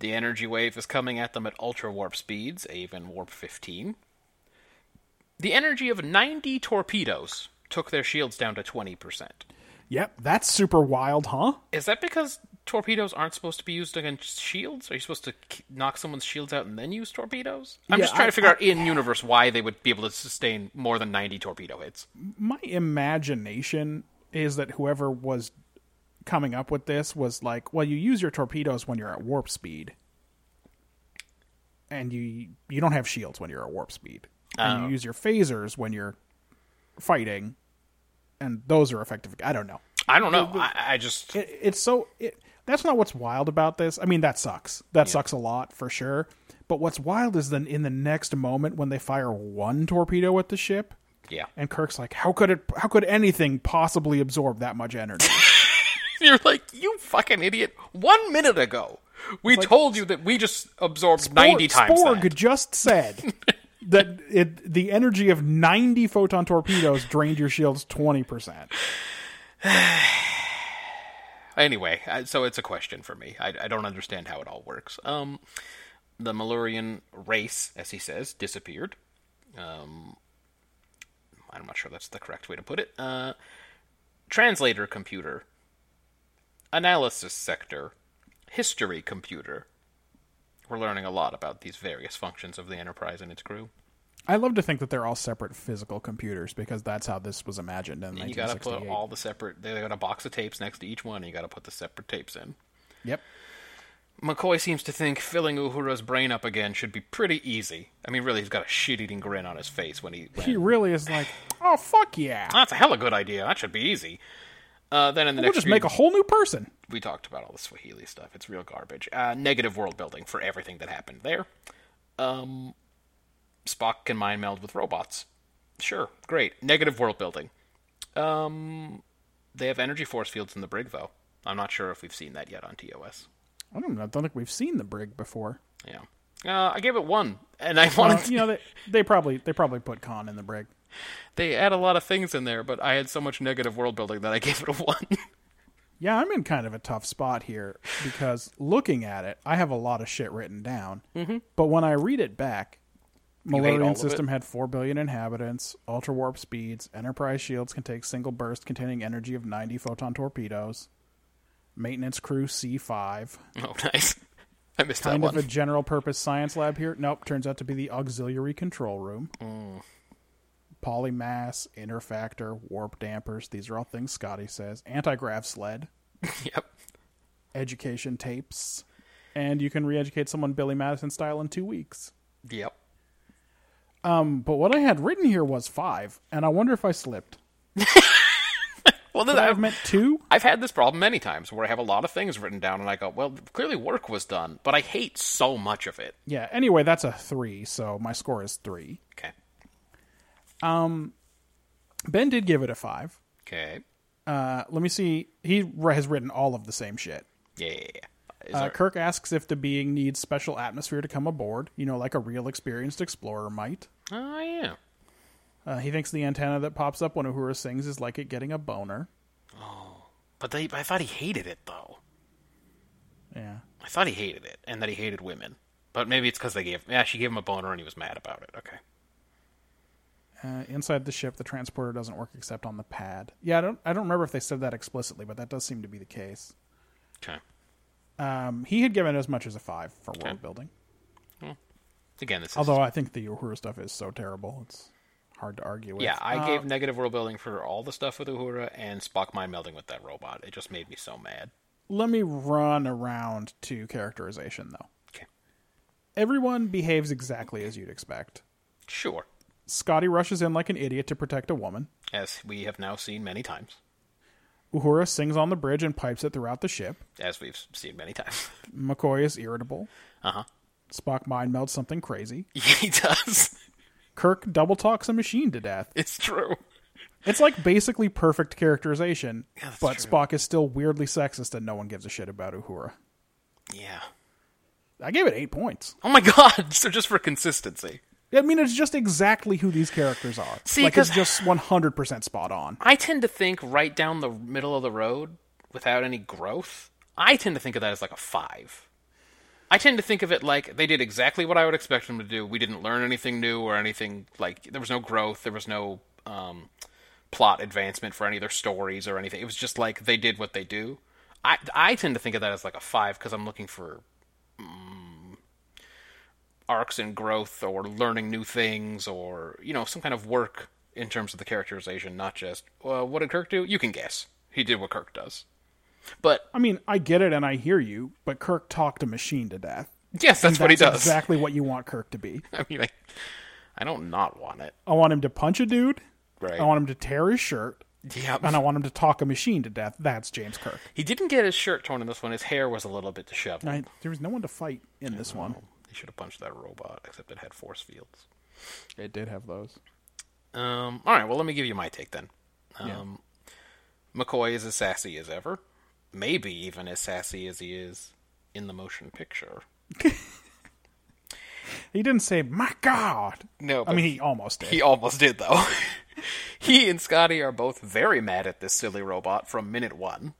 Speaker 2: The energy wave is coming at them at ultra warp speeds, even warp 15. The energy of 90 torpedoes took their shields down to 20%.
Speaker 3: Yep, that's super wild, huh?
Speaker 2: Is that because torpedoes aren't supposed to be used against shields? Are you supposed to k- knock someone's shields out and then use torpedoes? I'm
Speaker 3: Yeah,
Speaker 2: just trying
Speaker 3: I-
Speaker 2: to figure out in universe why they would be able to sustain more than 90 torpedo hits.
Speaker 3: My imagination is that whoever was coming up with this was like, well, you use your torpedoes when you're at warp speed, and you you don't have shields when you're at warp speed, and you use your phasers when you're fighting, and those are effective. I don't know.
Speaker 2: I don't know. I, I just
Speaker 3: it, it's so it, that's not what's wild about this i mean that sucks that sucks a lot for sure but what's wild is then in the next moment when they fire one torpedo at the ship
Speaker 2: yeah.
Speaker 3: and kirk's like how could it how could anything possibly absorb that much energy
Speaker 2: (laughs) You're like you fucking idiot. One minute ago, we told you that we just absorbed (laughs) ninety
Speaker 3: Spor-
Speaker 2: times
Speaker 3: Sporg
Speaker 2: that. (laughs)
Speaker 3: just said that it, the energy of 90 photon torpedoes drained your shields 20%
Speaker 2: Anyway, I, so it's a question for me. I, I don't understand how it all works. Um, the Malurian race, as he says, disappeared. Um, I'm not sure that's the correct way to put it. Uh, translator computer, analysis sector, history computer. We're learning a lot about these various functions of the Enterprise and its crew.
Speaker 3: i love to think that they're all separate physical computers because that's how this was imagined in
Speaker 2: You gotta put
Speaker 3: 1968
Speaker 2: all the separate. They got a box of tapes next to each one. And you gotta put the separate tapes in.
Speaker 3: yep
Speaker 2: McCoy seems to think filling Uhura's brain up again should be pretty easy. I mean, really, he's got a shit-eating grin on his face when he. When,
Speaker 3: he really is like oh fuck yeah
Speaker 2: That's a hella good idea. That should be easy. Uh, then in the
Speaker 3: We'll
Speaker 2: next,
Speaker 3: just
Speaker 2: few-
Speaker 3: make a whole new person.
Speaker 2: we talked about all the Swahili stuff. It's real garbage. Uh, negative world building for everything that happened there. Um, Spock can mind meld with robots. Sure, great. Negative world building. Um, they have energy force fields in the brig, though. I'm not sure if we've seen that yet on TOS.
Speaker 3: I don't know. I don't think we've seen the brig before. (laughs)
Speaker 2: Yeah, uh, I gave it one, and I wanted.
Speaker 3: Uh,
Speaker 2: to-
Speaker 3: you know, they, they probably they probably put Khan in the brig.
Speaker 2: they add a lot of things in there, but I had so much negative world building that I gave it a one.
Speaker 3: yeah, I'm in kind of a tough spot here because looking at it, I have a lot of shit written down. Mm-hmm. But when I read it back,
Speaker 2: all
Speaker 3: Malarian
Speaker 2: of
Speaker 3: system had 4 billion inhabitants, ultra warp speeds, enterprise shields can take single burst containing energy of 90 photon torpedoes, maintenance crew C5,
Speaker 2: Oh, nice. I missed
Speaker 3: kind
Speaker 2: that (laughs)
Speaker 3: of
Speaker 2: one.
Speaker 3: a general purpose science lab here. Nope, turns out to be the auxiliary control room.
Speaker 2: Mm.
Speaker 3: Polymass, interfactor, warp dampers. These are all things Scotty says. Antigrav sled,
Speaker 2: yep.
Speaker 3: education tapes, and you can re educate someone Billy Madison style in two weeks.
Speaker 2: Yep.
Speaker 3: But what I had written here was five, and I wonder if I slipped.
Speaker 2: Well, then
Speaker 3: Could I
Speaker 2: I've,
Speaker 3: have meant two?
Speaker 2: I've had this problem many times where I have a lot of things written down and I go, well, clearly work was done, but I hate so much of it.
Speaker 3: Yeah, anyway, that's a three, so my score is three.
Speaker 2: Okay.
Speaker 3: Ben did give it a five.
Speaker 2: Okay.
Speaker 3: Uh, let me see. He ri- has written all of the same shit.
Speaker 2: Yeah. Is
Speaker 3: Uh,
Speaker 2: there-
Speaker 3: Kirk asks if the being needs special atmosphere to come aboard, you know, like a real experienced explorer might.
Speaker 2: oh, yeah.
Speaker 3: Uh, he thinks the antenna that pops up when Uhura sings is like it getting a boner.
Speaker 2: But they, I thought he hated it, though.
Speaker 3: Yeah.
Speaker 2: I thought he hated it and that he hated women. But maybe it's because they gave yeah she gave him a boner and he was mad about it. Okay,
Speaker 3: Uh, inside the ship, the transporter doesn't work except on the pad. Yeah, I don't, I don't remember if they said that explicitly, but that does seem to be the case.
Speaker 2: okay.
Speaker 3: Um, he had given it as much as a five for world
Speaker 2: Okay.
Speaker 3: building,
Speaker 2: Again, this is
Speaker 3: although I think the Uhura stuff is so terrible, it's hard to argue with. Uh,
Speaker 2: yeah. I gave negative world building for all the stuff with Uhura and Spock mind melding with that robot. It just made me so mad.
Speaker 3: Let me run around to characterization, though.
Speaker 2: Okay,
Speaker 3: Everyone behaves exactly as you'd expect.
Speaker 2: sure.
Speaker 3: Scotty rushes in like an idiot to protect a woman.
Speaker 2: As we have now seen many times,
Speaker 3: Uhura sings on the bridge and pipes it throughout the ship.
Speaker 2: as we've seen many times. (laughs)
Speaker 3: McCoy is irritable.
Speaker 2: Uh huh.
Speaker 3: Spock mind melds something crazy.
Speaker 2: (laughs) he does.
Speaker 3: Kirk double talks a machine to death.
Speaker 2: It's true.
Speaker 3: It's like basically perfect characterization,
Speaker 2: Yeah, that's
Speaker 3: but
Speaker 2: true.
Speaker 3: Spock is still weirdly sexist and no one gives a shit about Uhura.
Speaker 2: Yeah.
Speaker 3: I gave it eight points.
Speaker 2: Oh my (laughs) God. So just for consistency.
Speaker 3: I mean, it's just exactly who these characters are.
Speaker 2: See,
Speaker 3: like it's
Speaker 2: 'cause-
Speaker 3: just one hundred percent spot on.
Speaker 2: I tend to think right down the middle of the road without any growth. I tend to think of that as like a five. I tend to think of it like they did exactly what I would expect them to do. We didn't learn anything new or anything like there was no growth, there was no um, plot advancement for any of their stories or anything. It was just like they did what they do. I I tend to think of that as like a five because I'm looking for arcs and growth or learning new things or you know some kind of work in terms of the characterization not just well what did kirk do you can guess he did what kirk does but
Speaker 3: I mean, I get it and I hear you, but Kirk talked a machine to death.
Speaker 2: yes that's, what he does
Speaker 3: Exactly what you want Kirk to be.
Speaker 2: (laughs) i mean like, i don't not want it
Speaker 3: I want him to punch a dude.
Speaker 2: right
Speaker 3: I want him to tear his shirt,
Speaker 2: yeah
Speaker 3: and I want him to talk a machine to death. That's James Kirk.
Speaker 2: he didn't get his shirt torn in this one his hair was a little bit disheveled
Speaker 3: I, there was no one to fight in this one.
Speaker 2: he should have punched that robot except it had force fields
Speaker 3: It did have those.
Speaker 2: Um, all right, well, let me give you my take then. Um, McCoy is as sassy as ever, maybe even as sassy as he is in the motion picture.
Speaker 3: He didn't say, "My God."
Speaker 2: No,
Speaker 3: I
Speaker 2: but
Speaker 3: mean, he almost did.
Speaker 2: he almost did though. (laughs) he and Scotty are both very mad at this silly robot from minute one.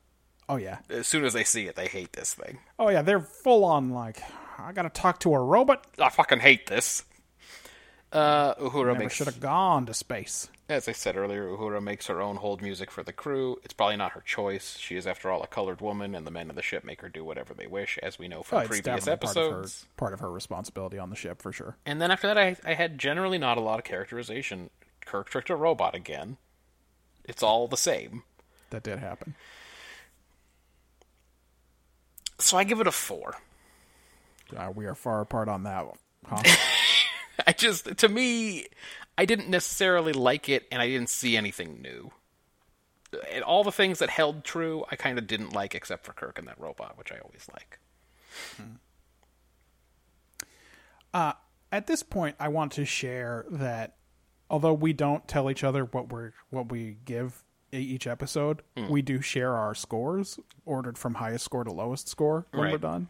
Speaker 3: oh yeah.
Speaker 2: As soon as they see it, they hate this thing.
Speaker 3: Oh yeah. They're full on like, I gotta talk to a robot.
Speaker 2: I fucking hate this. Uh, Uhura
Speaker 3: Never
Speaker 2: makes
Speaker 3: should have gone to space.
Speaker 2: As I said earlier, Uhura makes her own hold music for the crew. It's probably not her choice. She is, after all, a colored woman, and the men of the ship make her do whatever they wish, as we know from
Speaker 3: Oh, it's
Speaker 2: previous
Speaker 3: definitely part
Speaker 2: episodes.
Speaker 3: of her part of her responsibility on the ship for sure.
Speaker 2: And then after that, I, I had generally not a lot of characterization. Kirk tricked a robot again. It's all the same.
Speaker 3: That did happen.
Speaker 2: So I give it a four.
Speaker 3: Uh, we are far apart on that one. Huh?
Speaker 2: I just, to me, I didn't necessarily like it, and I didn't see anything new. And all the things that held true, I kind of didn't like, except for Kirk and that robot, which I always like.
Speaker 3: At this point, I want to share that although we don't tell each other what we're what we give e- each episode,
Speaker 2: Hmm.
Speaker 3: we do share our scores ordered from highest score to lowest score when we're
Speaker 2: Right.
Speaker 3: done.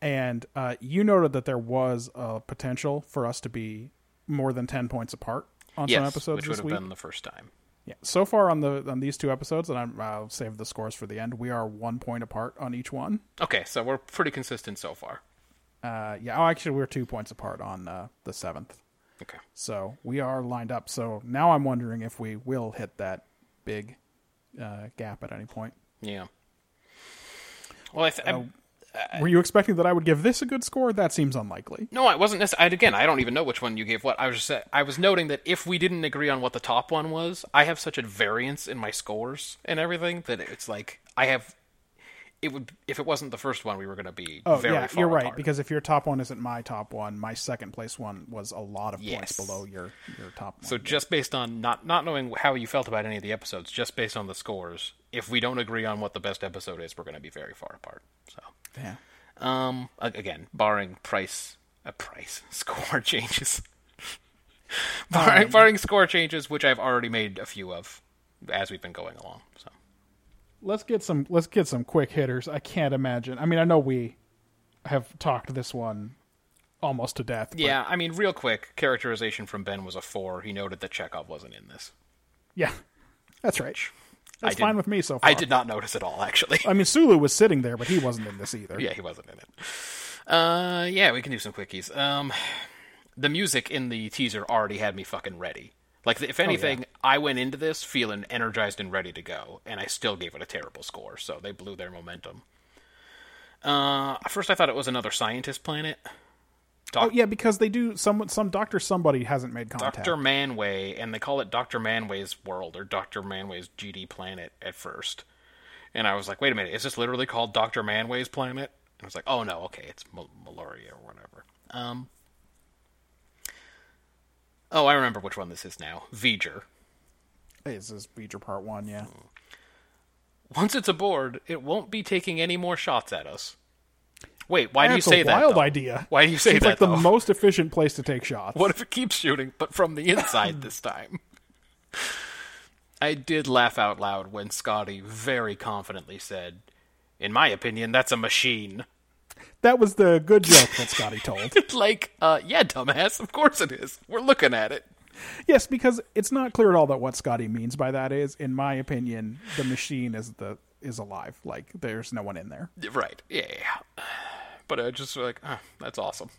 Speaker 3: And uh, you noted that there was a potential for us to be more than ten points apart on
Speaker 2: yes,
Speaker 3: some episodes
Speaker 2: which would
Speaker 3: this
Speaker 2: have
Speaker 3: week.
Speaker 2: been the first time.
Speaker 3: Yeah. So far on the on these two episodes, and I'm, I'll save the scores for the end. We are one point apart on each one.
Speaker 2: Okay, so we're pretty consistent so far.
Speaker 3: Uh, yeah. Oh, actually, we're two points apart on uh, the seventh.
Speaker 2: Okay.
Speaker 3: So we are lined up. So now I'm wondering if we will hit that big uh, gap at any point.
Speaker 2: Yeah. Well, I th-
Speaker 3: Uh,
Speaker 2: I-
Speaker 3: Were you expecting that I would give this a good score? That seems unlikely.
Speaker 2: no, I wasn't necessarily. Again, I don't even know which one you gave what. I was just sa- I was noting that if we didn't agree on what the top one was, I have such a variance in my scores and everything that it's like I have. It would if it wasn't the first one, we were going to be
Speaker 3: Oh
Speaker 2: very
Speaker 3: yeah,
Speaker 2: far
Speaker 3: you're right.
Speaker 2: apart.
Speaker 3: Because if your top one isn't my top one, my second place one was a lot of
Speaker 2: Yes.
Speaker 3: points below your your top one.
Speaker 2: So just based on not not knowing how you felt about any of the episodes, just based on the scores, if we don't agree on what the best episode is, we're going to be very far apart. So,
Speaker 3: yeah.
Speaker 2: um, a- again, barring price, a price (laughs) score changes, (laughs) barring, barring score changes, which I've already made a few of as we've been going along. So,
Speaker 3: let's get some let's get some quick hitters. I can't imagine. I mean, I know we have talked this one almost to death. but-
Speaker 2: yeah, I mean, real quick, characterization from Ben was a four. He noted that Chekhov wasn't in this.
Speaker 3: yeah, that's right. That's
Speaker 2: didn't-
Speaker 3: fine with me so far.
Speaker 2: I did not notice at all, actually.
Speaker 3: I mean, Sulu was sitting there, but he wasn't in this either.
Speaker 2: Yeah, he wasn't in it. Uh, yeah, we can do some quickies. Um, the music in the teaser already had me fucking ready. Like, if anything, I went into this feeling energized and ready to go, and I still gave it a terrible score. So they blew their momentum. Uh, at first I thought it was another scientist planet.
Speaker 3: Oh yeah, because they do. Some some doctor somebody hasn't made contact.
Speaker 2: Dr. Manway, and they call it Dr. Manway's world or Dr. Manway's GD planet at first. And I was like, wait a minute, is this literally called Dr. Manway's planet? And I was like, oh no, okay, it's mal- malaria or whatever. Um. Oh, I remember which one this is now. V'ger.
Speaker 3: This is feature part one. Yeah,
Speaker 2: Once it's aboard, it won't be taking any more shots at us. Wait, why do you
Speaker 3: That's
Speaker 2: say
Speaker 3: a
Speaker 2: that?
Speaker 3: wild
Speaker 2: though?
Speaker 3: idea.
Speaker 2: Why do you say
Speaker 3: Seems
Speaker 2: that?
Speaker 3: Like the
Speaker 2: though?
Speaker 3: most efficient place to take shots.
Speaker 2: What if it keeps shooting, but from the inside this time? I did laugh out loud when Scotty very confidently said, In my opinion, that's a machine. (laughs)
Speaker 3: That was the good joke that Scotty told.
Speaker 2: like, uh, yeah, dumbass, of course it is. We're looking at it.
Speaker 3: Yes, because it's not clear at all that what Scotty means by that is, in my opinion, the machine is the is alive. Like there's no one in there.
Speaker 2: Right, yeah. But I just like, ah, that's awesome.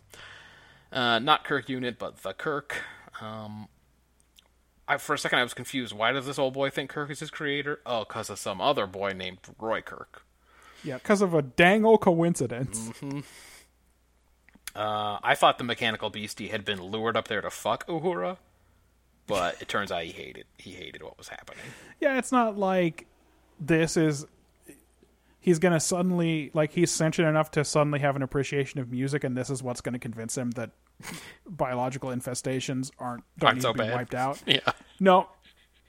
Speaker 2: Uh, not Kirk unit, but the Kirk. Um, I, for a second, I was confused. Why does this old boy think Kirk is his creator? Oh, because of some other boy named Roy Kirk.
Speaker 3: Yeah, because of a dang old coincidence.
Speaker 2: Uh, I thought the mechanical beastie had been lured up there to fuck Uhura, but it turns out he hated he hated what was
Speaker 3: (laughs)
Speaker 2: happening.
Speaker 3: Yeah, it's not like this is he's gonna suddenly like he's sentient enough to suddenly have an appreciation of music, and this is what's gonna convince him that biological infestations aren't don't
Speaker 2: Aren't
Speaker 3: need
Speaker 2: so
Speaker 3: to be
Speaker 2: bad.
Speaker 3: wiped out.
Speaker 2: Yeah,
Speaker 3: No,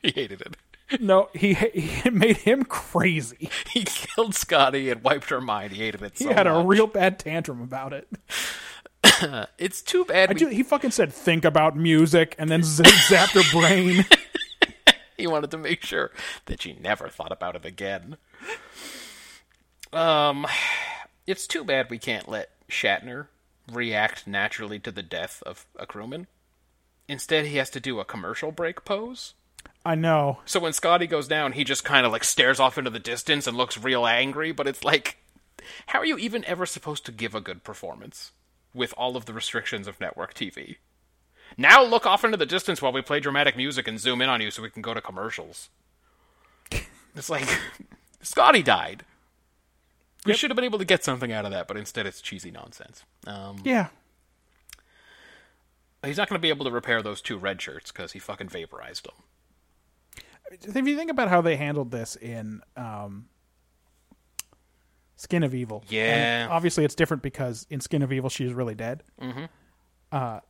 Speaker 2: he hated it.
Speaker 3: no, he, he (laughs) it made him crazy.
Speaker 2: He killed Scotty and wiped her mind. He hated it.
Speaker 3: He
Speaker 2: so
Speaker 3: had a
Speaker 2: much.
Speaker 3: real bad tantrum about it.
Speaker 2: It's too bad.
Speaker 3: I
Speaker 2: we-
Speaker 3: do, he fucking said, think about music, and then (laughs) z- zapped
Speaker 2: (laughs)
Speaker 3: her brain.
Speaker 2: He wanted to make sure that she never thought about it again. Um, it's too bad we can't let Shatner react naturally to the death of a crewman. Instead, he has to do a commercial break pose.
Speaker 3: I know.
Speaker 2: So when Scotty goes down, he just kind of like stares off into the distance and looks real angry, but it's like how are you even ever supposed to give a good performance with all of the restrictions of network TV? Now look off into the distance while we play dramatic music and zoom in on you so we can go to commercials. (laughs) it's like (laughs) Scotty died. We should have been able to get something out of that, but instead it's cheesy nonsense. Um,
Speaker 3: Yeah.
Speaker 2: he's not going to be able to repair those two red shirts because he fucking vaporized them.
Speaker 3: If you think about how they handled this in um, Skin of Evil.
Speaker 2: Yeah.
Speaker 3: and obviously, it's different because in Skin of Evil, she's really dead. Mm-hmm. Uh,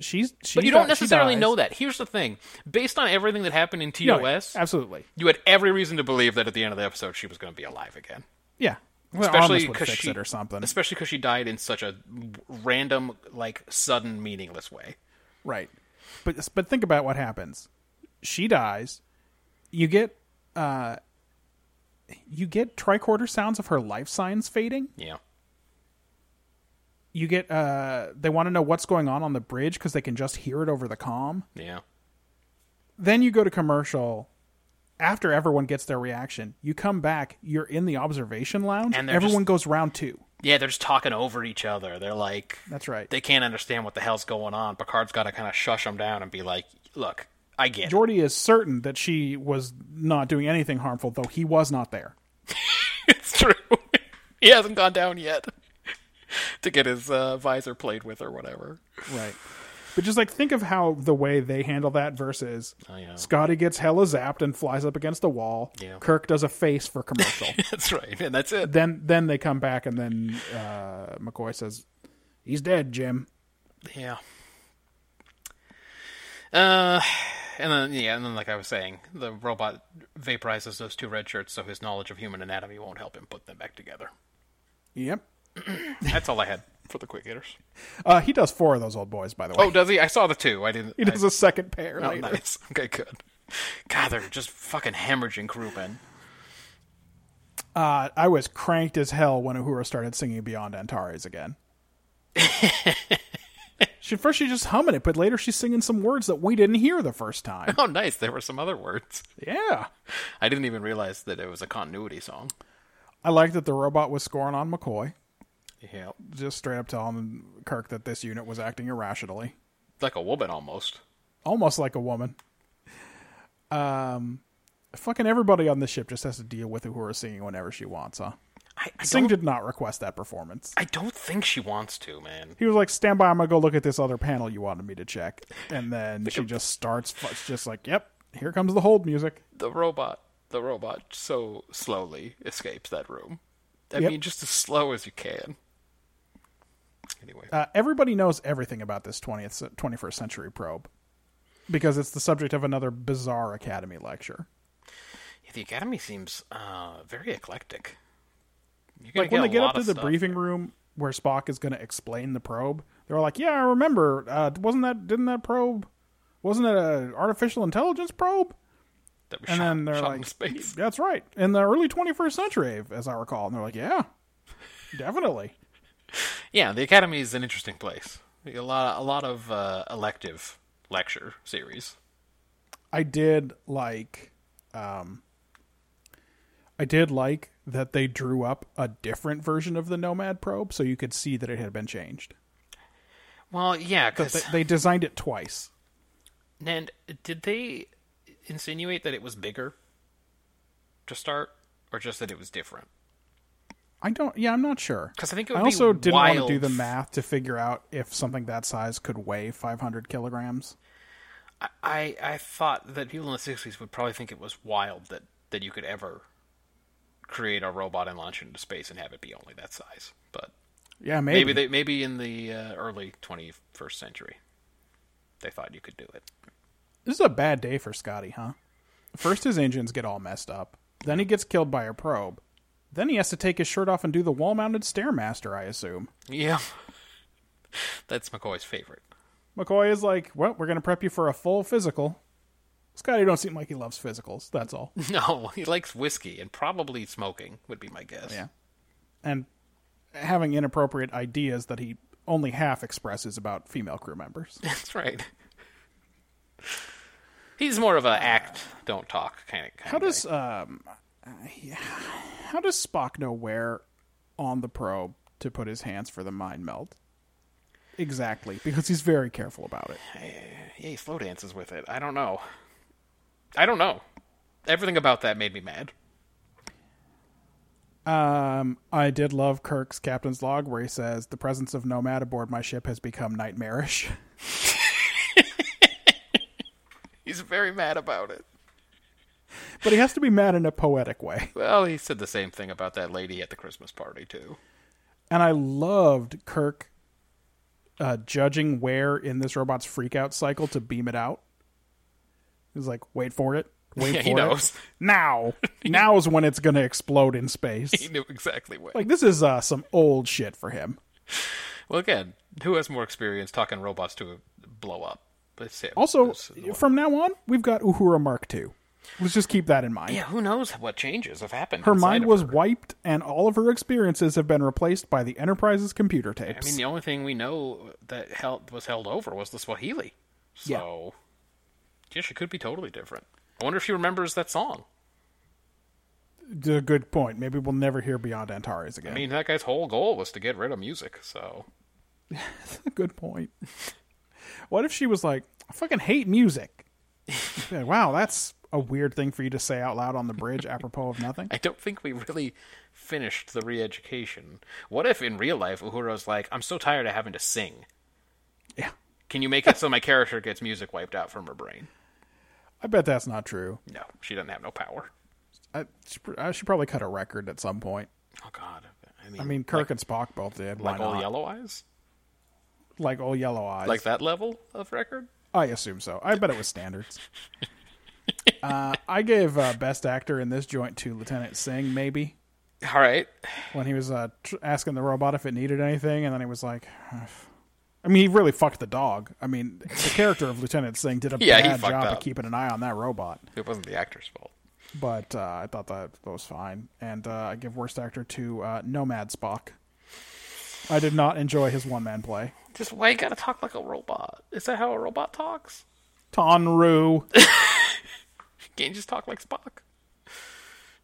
Speaker 3: she's, she
Speaker 2: But you don't
Speaker 3: di- she
Speaker 2: necessarily
Speaker 3: dies.
Speaker 2: know that. Here's the thing: based on everything that happened in
Speaker 3: No,
Speaker 2: TOS,
Speaker 3: absolutely.
Speaker 2: you had every reason to believe that at the end of the episode she was going to be alive again.
Speaker 3: Yeah. Well,
Speaker 2: Especially
Speaker 3: Armus would
Speaker 2: because
Speaker 3: fix
Speaker 2: she,
Speaker 3: it or something.
Speaker 2: Especially because she died in such a random, like sudden, meaningless way.
Speaker 3: Right. But but think about what happens. She dies. You get uh you get tricorder sounds of her life signs fading.
Speaker 2: Yeah,
Speaker 3: You get uh they want to know what's going on on the bridge cuz they can just hear it over the comm.
Speaker 2: yeah.
Speaker 3: Then you go to commercial after everyone gets their reaction, you come back. You're in the observation lounge.
Speaker 2: And they're
Speaker 3: everyone
Speaker 2: just-
Speaker 3: goes round two.
Speaker 2: Yeah, they're just talking over each other. They're like,
Speaker 3: That's right.
Speaker 2: they can't understand what the hell's going on. Picard's got to kind of shush them down and be like, look, I get it.
Speaker 3: Jordy is certain that she was not doing anything harmful, though he was not there.
Speaker 2: (laughs) It's true. he hasn't gone down yet (laughs) to get his uh, visor played with or whatever. (laughs)
Speaker 3: Right. But just like think of how the way they handle that versus
Speaker 2: I know.
Speaker 3: Scotty gets hella zapped and flies up against the wall.
Speaker 2: Oh, Yeah.
Speaker 3: Kirk does a face
Speaker 2: (laughs)
Speaker 3: for commercial.
Speaker 2: That's right. And that's it.
Speaker 3: then then they come back and then uh, McCoy says, "He's dead, Jim."
Speaker 2: Yeah. Uh, and then yeah, and then like I was saying, the robot vaporizes those two red shirts, so his knowledge of human anatomy won't help him put them back together.
Speaker 3: Yep.
Speaker 2: That's all I had for the quick (laughs) hitters.
Speaker 3: Uh, he does four of those old boys, by the way.
Speaker 2: Oh, does he? I saw the two. I didn't.
Speaker 3: he does
Speaker 2: I,
Speaker 3: a second pair
Speaker 2: oh,
Speaker 3: later.
Speaker 2: nice. (laughs) Okay, good. God, they're just fucking hemorrhaging Kruben.
Speaker 3: Uh, I was cranked as hell when Uhura started singing Beyond Antares
Speaker 2: (laughs)
Speaker 3: again. she first she's just humming it, but later she's singing some words that we didn't hear the first time.
Speaker 2: (laughs) (laughs) Oh, nice. There were some other words.
Speaker 3: yeah.
Speaker 2: I didn't even realize that it was a continuity song.
Speaker 3: I like that the robot was scoring on McCoy,
Speaker 2: Yeah,
Speaker 3: just straight up telling Kirk that this unit was acting irrationally,
Speaker 2: like a woman almost.
Speaker 3: almost like a woman. Um, fucking everybody on the ship just has to deal with Uhura singing whenever she wants, huh?
Speaker 2: I, I
Speaker 3: Singh
Speaker 2: don't.
Speaker 3: did not request that performance.
Speaker 2: I don't think she wants to, man.
Speaker 3: he was like, "Stand by, I'm gonna go look at this other panel you wanted me to check." And then she just starts, fu- it's just like, "Yep, here comes the hold music."
Speaker 2: the robot the robot so slowly escapes that room. I
Speaker 3: Yep.
Speaker 2: mean just as slow as you can. Anyway.
Speaker 3: Uh, everybody knows everything about this twentieth, twenty-first century probe because it's the subject of another bizarre academy lecture.
Speaker 2: the academy seems uh, very eclectic. You're gonna
Speaker 3: Like when
Speaker 2: a
Speaker 3: they get
Speaker 2: lot
Speaker 3: up to
Speaker 2: of
Speaker 3: the
Speaker 2: stuff.
Speaker 3: briefing room where Spock is gonna explain the probe, they're like, "Yeah, I remember. Uh, wasn't that? Didn't that probe? Wasn't it an artificial intelligence probe?"
Speaker 2: that was
Speaker 3: And
Speaker 2: shot,
Speaker 3: then they're
Speaker 2: shot
Speaker 3: like,
Speaker 2: in space.
Speaker 3: That's right. In the early 21st century, as I recall. And they're like, yeah, definitely.
Speaker 2: Yeah, the academy is an interesting place. A lot a lot of uh, elective lecture series.
Speaker 3: I did like, um, I did like that they drew up a different version of the Nomad probe so you could see that it had been changed.
Speaker 2: Well, yeah,
Speaker 3: But
Speaker 2: cuz
Speaker 3: they, they designed it twice.
Speaker 2: and did they insinuate that it was bigger to start or just that it was different?
Speaker 3: I don't, yeah, I'm not sure.
Speaker 2: 'Cause I think it would
Speaker 3: I
Speaker 2: be
Speaker 3: also didn't want to
Speaker 2: wild
Speaker 3: do the
Speaker 2: f-
Speaker 3: math to figure out if something that size could weigh 500 kilograms.
Speaker 2: I I thought that people in the sixties would probably think it was wild that that you could ever create a robot and launch it into space and have it be only that size. But
Speaker 3: Yeah,
Speaker 2: maybe,
Speaker 3: maybe.
Speaker 2: they maybe in the uh, early twenty first century they thought you could do it.
Speaker 3: This is a bad day for Scotty, huh? First, his engines get all messed up. Then he gets killed by a probe. Then he has to take his shirt off and do the wall mounted Stairmaster, I assume.
Speaker 2: Yeah, (laughs) that's McCoy's favorite. (laughs)
Speaker 3: McCoy is like, Well, we're going to prep you for a full physical. Scotty don't seem like he loves physicals, that's all.
Speaker 2: No, he likes whiskey and probably smoking would be my guess.
Speaker 3: Yeah. and having inappropriate ideas that he only half expresses about female crew members.
Speaker 2: (laughs) that's right. He's more of a act, don't talk kind of. Kind
Speaker 3: How does um how does Spock know where on the probe to put his hands for the mind meld? Exactly, because he's very careful about it.
Speaker 2: Yeah, he slow dances with it. I don't know. I don't know. Everything about that made me mad.
Speaker 3: Um, I did love Kirk's captain's log where he says the presence of Nomad aboard my ship has become nightmarish. (laughs)
Speaker 2: He's very mad about it.
Speaker 3: but he has to be mad in a poetic way.
Speaker 2: Well, he said the same thing about that lady at the Christmas party too.
Speaker 3: And I loved Kirk uh, judging where in this robot's freakout cycle to beam it out. He's like, wait for it.
Speaker 2: (laughs)
Speaker 3: Wait
Speaker 2: Yeah,
Speaker 3: for
Speaker 2: he knows.
Speaker 3: it.
Speaker 2: (laughs)
Speaker 3: Now. now is when it's going to explode in space.
Speaker 2: He knew exactly what.
Speaker 3: (laughs) Like, this is uh, some old shit for him.
Speaker 2: well, again, who has more experience talking robots to blow up? It's him.
Speaker 3: Also,
Speaker 2: It's the one-
Speaker 3: from now on, we've got Uhura Mark II. Let's just keep that in mind.
Speaker 2: yeah, who knows what changes have happened?
Speaker 3: Her
Speaker 2: inside
Speaker 3: mind
Speaker 2: of
Speaker 3: was
Speaker 2: her.
Speaker 3: wiped, and all of her experiences have been replaced by the Enterprise's computer
Speaker 2: I
Speaker 3: tapes.
Speaker 2: mean, the only thing we know that held was held over was the Swahili. So, yeah, she could be totally different. I wonder if he remembers that song.
Speaker 3: It's a good point. Maybe we'll never hear Beyond Antares again.
Speaker 2: I mean, that guy's whole goal was to get rid of music, so
Speaker 3: (laughs) good point. what if she was like, I fucking hate music? Yeah, wow, that's a weird thing for you to say out loud on the bridge apropos of nothing.
Speaker 2: (laughs) I don't think we really finished the re education. What if in real life Uhura's like, I'm so tired of having to sing.
Speaker 3: Yeah.
Speaker 2: Can you make it (laughs) so my character gets music wiped out from her brain?
Speaker 3: I bet that's not true.
Speaker 2: No, she doesn't have no power.
Speaker 3: I, she, pr- I should probably cut a record at some point.
Speaker 2: Oh God. I mean,
Speaker 3: I mean, Kirk and Spock both did. Why
Speaker 2: like all
Speaker 3: not?
Speaker 2: yellow eyes?
Speaker 3: Like old yellow eyes.
Speaker 2: Like that level of record?
Speaker 3: I assume so. I bet it
Speaker 2: (laughs)
Speaker 3: was standards. uh, I gave uh, best actor in this joint to Lieutenant Singh, maybe.
Speaker 2: All right.
Speaker 3: when he was uh, tr- asking the robot if it needed anything, and then he was like, I mean, he really fucked the dog. I mean, the character of Lieutenant Singh did a
Speaker 2: (laughs) Yeah, he
Speaker 3: bad
Speaker 2: fucked
Speaker 3: job
Speaker 2: up.
Speaker 3: of keeping an eye on that robot,
Speaker 2: It wasn't the actor's fault.
Speaker 3: but uh, I thought that, that was fine. And uh, I give worst actor to uh, Nomad Spock. I did not enjoy his one man play.
Speaker 2: Just why you gotta talk like a robot? Is that how a robot talks?
Speaker 3: Tonru.
Speaker 2: Can't you just talk like Spock?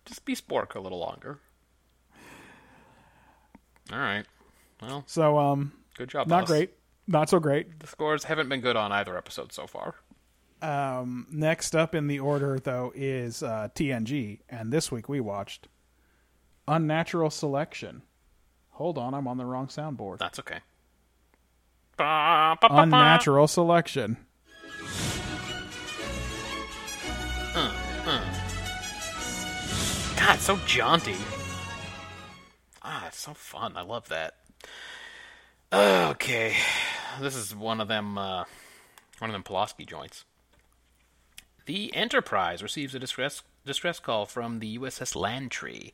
Speaker 2: Just be Spork a little longer. All right. Well,
Speaker 3: so, um,
Speaker 2: good job.
Speaker 3: not
Speaker 2: boss.
Speaker 3: great. Not so great.
Speaker 2: The scores haven't been good on either episode so far.
Speaker 3: Next up in the order, though, is uh, TNG, and this week we watched Unnatural Selection. Hold on, I'm on the wrong soundboard.
Speaker 2: That's okay. Ba, ba, ba, ba.
Speaker 3: Unnatural Selection.
Speaker 2: God, so jaunty. Ah, it's so fun. I love that. Okay, this is one of them. Uh, one of them Pulaski joints. The Enterprise receives a distress distress call from the USS Landtree,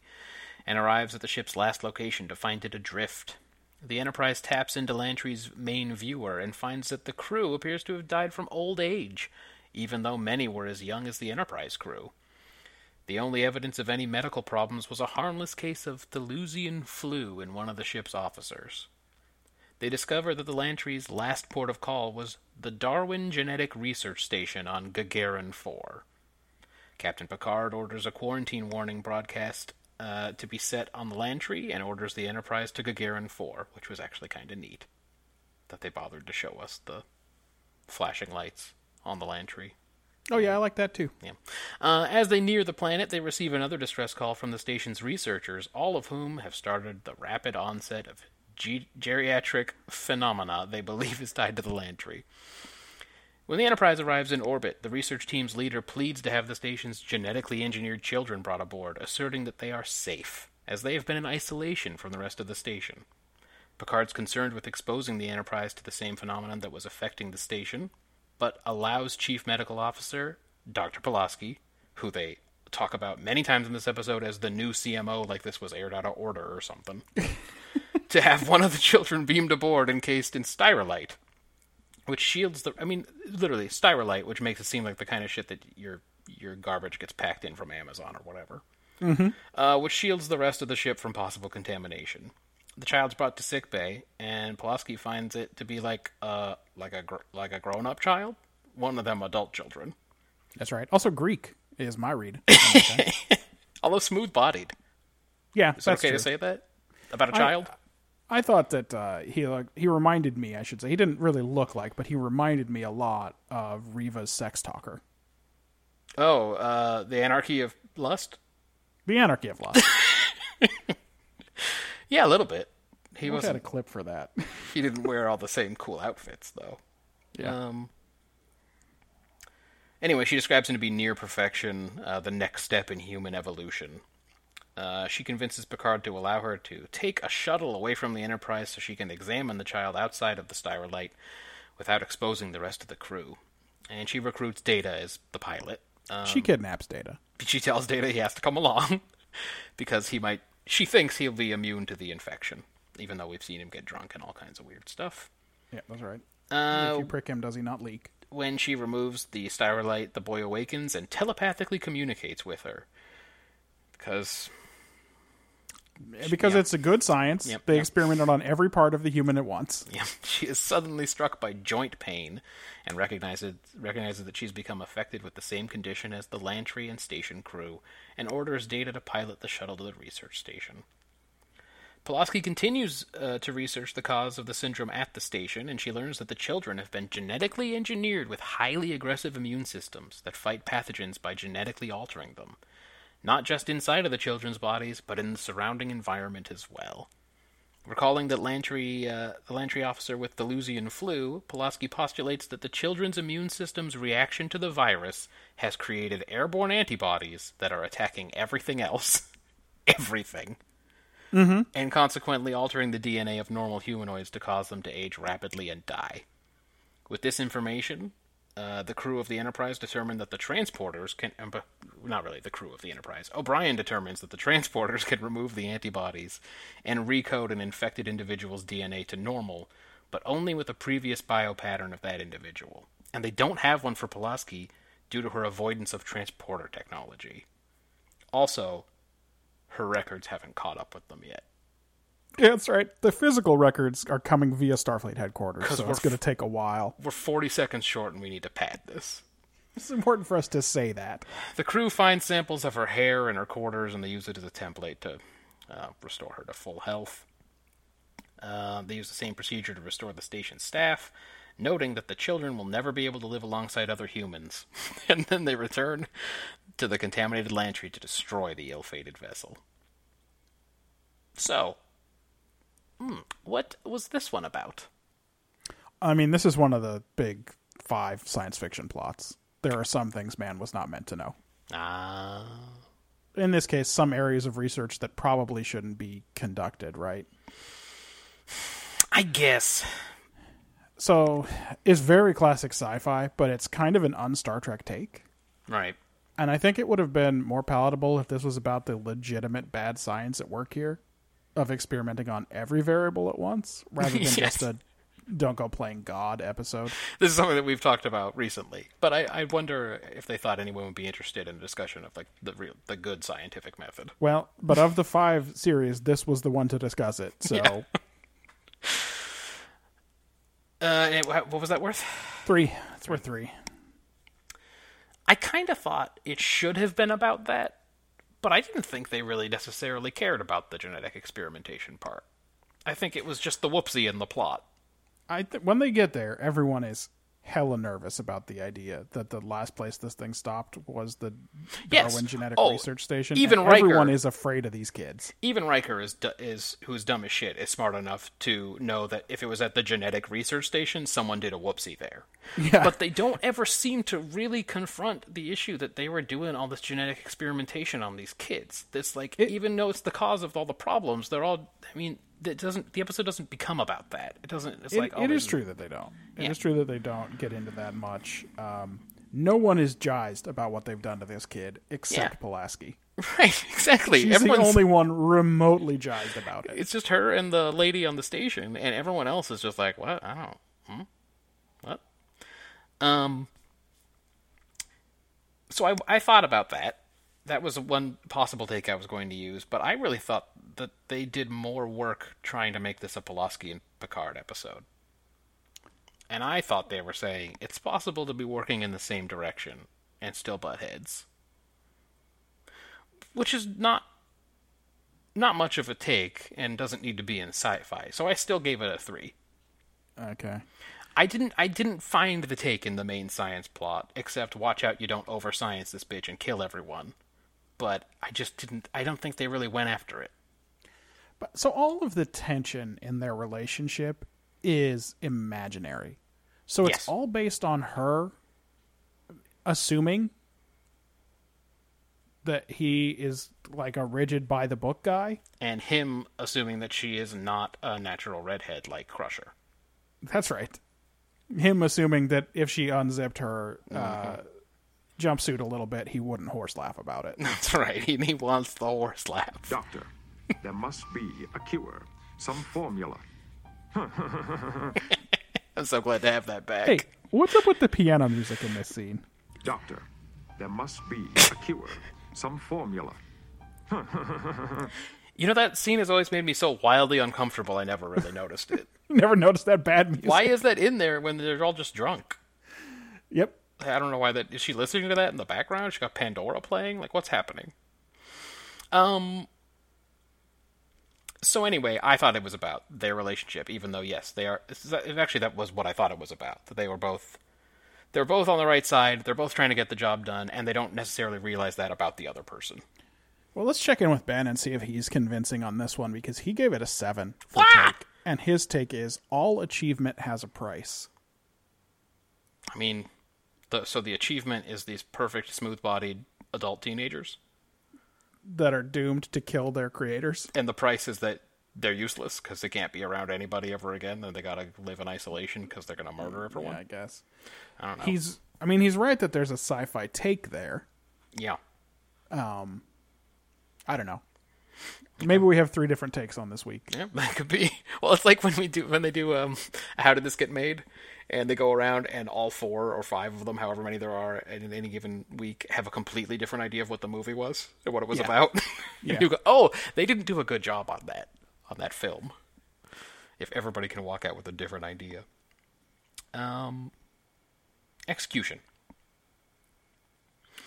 Speaker 2: and arrives at the ship's last location to find it adrift. The Enterprise taps into Landtree's main viewer and finds that the crew appears to have died from old age, even though many were as young as the Enterprise crew. The only evidence of any medical problems was a harmless case of Thelusian flu in one of the ship's officers. They discover that the Lantry's last port of call was the Darwin Genetic Research Station on Gagarin 4. Captain Picard orders a quarantine warning broadcast uh, to be set on the Lantry and orders the Enterprise to Gagarin 4, which was actually kind of neat that they bothered to show us the flashing lights on the Lantry.
Speaker 3: Oh yeah, I like that too.
Speaker 2: Yeah. Uh, as they near the planet, they receive another distress call from the station's researchers, all of whom have started the rapid onset of ge- geriatric phenomena they believe is tied to the Lantry. When the Enterprise arrives in orbit, the research team's leader pleads to have the station's genetically engineered children brought aboard, asserting that they are safe, as they have been in isolation from the rest of the station. Picard's concerned with exposing the Enterprise to the same phenomenon that was affecting the station, but allows Chief Medical Officer Dr. Pulaski, who they talk about many times in this episode as the new CMO, like this was aired out of order or something, to have one of the children beamed aboard encased in styrolite, which shields the. I mean, literally styrolite, which makes it seem like the kind of shit that your your garbage gets packed in from Amazon or whatever uh, which shields the rest of the ship from possible contamination. The child's brought to sick bay, and Pulaski finds it to be like a like a gr- like a grown up child, one of them adult children,
Speaker 3: That's right. Also, Greek is my read.
Speaker 2: although smooth bodied.
Speaker 3: (coughs) yeah,
Speaker 2: Is it
Speaker 3: that's
Speaker 2: okay
Speaker 3: true.
Speaker 2: to say that about a child?
Speaker 3: I thought that uh, he like, he reminded me. I should say he didn't really look like, but he reminded me a lot of Riva's sex talker,
Speaker 2: oh, uh, the anarchy of lust.
Speaker 3: the Anarchy
Speaker 2: (laughs)
Speaker 3: of Lust.
Speaker 2: Yeah, a little bit. He
Speaker 3: I had
Speaker 2: wasn't.
Speaker 3: a clip for that.
Speaker 2: He didn't wear all the same cool outfits though.
Speaker 3: Yeah.
Speaker 2: Um, anyway, she describes him to be near perfection, uh, the next step in human evolution. Uh, she convinces Picard to allow her to take a shuttle away from the Enterprise so she can examine the child outside of the Styrolite without exposing the rest of the crew. And she recruits Data as the pilot. Uh,
Speaker 3: she kidnaps Data.
Speaker 2: she tells Data he has to come along (laughs) because he might. She thinks he'll be immune to the infection, even though we've seen him get drunk and all kinds of weird stuff.
Speaker 3: Yeah, that's right.
Speaker 2: Uh,
Speaker 3: if you prick him, does he not leak?
Speaker 2: when she removes the styrolite, the boy awakens and telepathically communicates with her. Because
Speaker 3: because
Speaker 2: yeah.
Speaker 3: it's a good science.
Speaker 2: Yep,
Speaker 3: they
Speaker 2: yep.
Speaker 3: experimented on every part of the human at once. (laughs)
Speaker 2: Yeah, (laughs) she is suddenly struck by joint pain and recognizes recognizes that she's become affected with the same condition as the Lantry and station crew and orders Data to pilot the shuttle to the research station. Pulaski continues uh, to research the cause of the syndrome at the station, and she learns that the children have been genetically engineered with highly aggressive immune systems that fight pathogens by genetically altering them, not just inside of the children's bodies, but in the surrounding environment as well. Recalling that Lantry, uh, the Lantry officer with the Lusian flu, Pulaski postulates that the children's immune system's reaction to the virus has created airborne antibodies that are attacking everything else. (laughs) everything. Mm-hmm. And consequently altering the DNA of normal humanoids to cause them to age rapidly and die. With this information, uh, the crew of the Enterprise determined that the transporters can. um, but- Not really the crew of the Enterprise. O'Brien determines that the transporters can remove the antibodies and recode an infected individual's DNA to normal, but only with a previous biopattern of that individual. And they don't have one for Pulaski due to her avoidance of transporter technology. Also, her records haven't caught up with them yet.
Speaker 3: Yeah, that's right. The physical records are coming via Starfleet headquarters,
Speaker 2: 'Cause
Speaker 3: so
Speaker 2: we're
Speaker 3: it's going to
Speaker 2: f-
Speaker 3: take
Speaker 2: (laughs)
Speaker 3: a while.
Speaker 2: We're 40 seconds short and we need to pad this.
Speaker 3: It's important for us to say that.
Speaker 2: The crew finds samples of her hair and her quarters, and they use it as a template to uh, restore her to full health. Uh, they use the same procedure to restore the station staff, noting that the children will never be able to live alongside other humans. (laughs) and then they return to the contaminated Lantry to destroy the ill fated vessel. So, hmm, what was this one about?
Speaker 3: I mean, this is one of the big five science fiction plots. There are some things man was not meant to know.
Speaker 2: Ah.
Speaker 3: In this case, some areas of research that probably shouldn't be conducted, right?
Speaker 2: I guess.
Speaker 3: So it's very classic sci fi, but it's kind of an un Star Trek take.
Speaker 2: Right.
Speaker 3: And I think it would have been more palatable if this was about the legitimate bad science at work here of experimenting on every variable
Speaker 2: (laughs)
Speaker 3: at once rather than
Speaker 2: Yes.
Speaker 3: just a don't go playing God episode.
Speaker 2: this is something that we've talked about recently. But I, I wonder if they thought anyone would be interested in a discussion of like the real, the good scientific method.
Speaker 3: Well, but of the five series, this was the one to discuss it. So
Speaker 2: Uh, and it- wha- what was that worth?
Speaker 3: (laughs) three. It's worth three.
Speaker 2: I kind of thought it should have been about that, but I didn't think they really necessarily cared about the genetic experimentation part. I think it was just the whoopsie in the plot.
Speaker 3: I th- when they get there, everyone is hella nervous about the idea that the last place this thing stopped was the
Speaker 2: Yes.
Speaker 3: Darwin Genetic
Speaker 2: Oh,
Speaker 3: Research Station.
Speaker 2: even
Speaker 3: and everyone
Speaker 2: Riker-
Speaker 3: is afraid of these kids.
Speaker 2: Even Riker is du- is who is dumb as shit is smart enough to know that if it was at the genetic research station, someone did a whoopsie there.
Speaker 3: Yeah.
Speaker 2: But they don't ever seem to really confront the issue that they were doing all this genetic experimentation on these kids. This like even though it's the cause of all the problems, they're all I mean, it doesn't the episode doesn't become about that. It doesn't it's
Speaker 3: It-
Speaker 2: like oh, (laughs)
Speaker 3: it
Speaker 2: there's-
Speaker 3: is true that they don't. It is
Speaker 2: Yeah.
Speaker 3: true that they don't get into that much. Um, no one is jazzed about what they've done to this kid except
Speaker 2: Yeah.
Speaker 3: Pulaski.
Speaker 2: Right, exactly.
Speaker 3: She's
Speaker 2: Everyone's
Speaker 3: the only one remotely jazzed
Speaker 2: (laughs)
Speaker 3: about it.
Speaker 2: it's just her and the lady on the station, and everyone else is just like, what? I don't. Hmm? What? Um. So I I thought about that. That was one possible take I was going to use, but I really thought that they did more work trying to make this a Pulaski and Picard episode. And I thought they were saying it's possible to be working in the same direction and still butt heads, which is not not much of a take and doesn't need to be in sci-fi. So I still gave it a 3.
Speaker 3: okay.
Speaker 2: I didn't I didn't find the take in the main science plot except watch out you don't over science this bitch and kill everyone. But I just didn't I don't think they really went after it.
Speaker 3: But so all of the tension in their relationship is imaginary. So it's
Speaker 2: Yes.
Speaker 3: all based on her assuming that he is like a rigid by the book guy.
Speaker 2: And him assuming that she is not a natural redhead like Crusher. (laughs)
Speaker 3: That's right. Him assuming that if she unzipped her uh,
Speaker 2: Mm-hmm.
Speaker 3: jumpsuit a little bit, he wouldn't horse laugh about it.
Speaker 2: That's right. He, he wants the horse laugh.
Speaker 8: Doctor, there must be a cure, some formula.
Speaker 2: I'm so glad to have that back.
Speaker 3: hey, (laughs) what's up with the piano music in this scene?
Speaker 8: Doctor, there must be a cure, some formula.
Speaker 2: You know that scene has always made me so wildly uncomfortable. I never really noticed it.
Speaker 3: You never noticed that bad
Speaker 2: (laughs)
Speaker 3: music.
Speaker 2: Why is that in there when they're all just drunk?
Speaker 3: Yep.
Speaker 2: I don't know why that is she listening to that in the background? She got Pandora playing? Like what's happening? Um So anyway, I thought it was about their relationship even though yes, they are it's- it's actually that was what I thought it was about. That they were both they're both on the right side, they're both trying to get the job done and they don't necessarily realize that about the other person.
Speaker 3: Well, let's check in with Ben and see if he's convincing on this one because he gave it a seven. for take. And his take is all achievement has a price.
Speaker 2: I mean, the, so the achievement is these perfect smooth-bodied adult teenagers
Speaker 3: that are doomed to kill their creators.
Speaker 2: and the price is that they're useless because they can't be around anybody ever again, and they gotta live in isolation because they're gonna murder everyone.
Speaker 3: I guess.
Speaker 2: I don't know.
Speaker 3: He's I mean he's right that there's a sci-fi take there.
Speaker 2: yeah,
Speaker 3: I don't know. Maybe we have three different takes on this week.
Speaker 2: yeah, (laughs) that could be. Well, it's like when we do when they do um, how did this get made, and they go around and all four or five of them, however many there are in any given week, have a completely different idea of what the movie was and what it was about. (laughs) And
Speaker 3: Yeah.
Speaker 2: you go, oh, they didn't do a good job on that on that film. If everybody can walk out with a different idea, um, execution.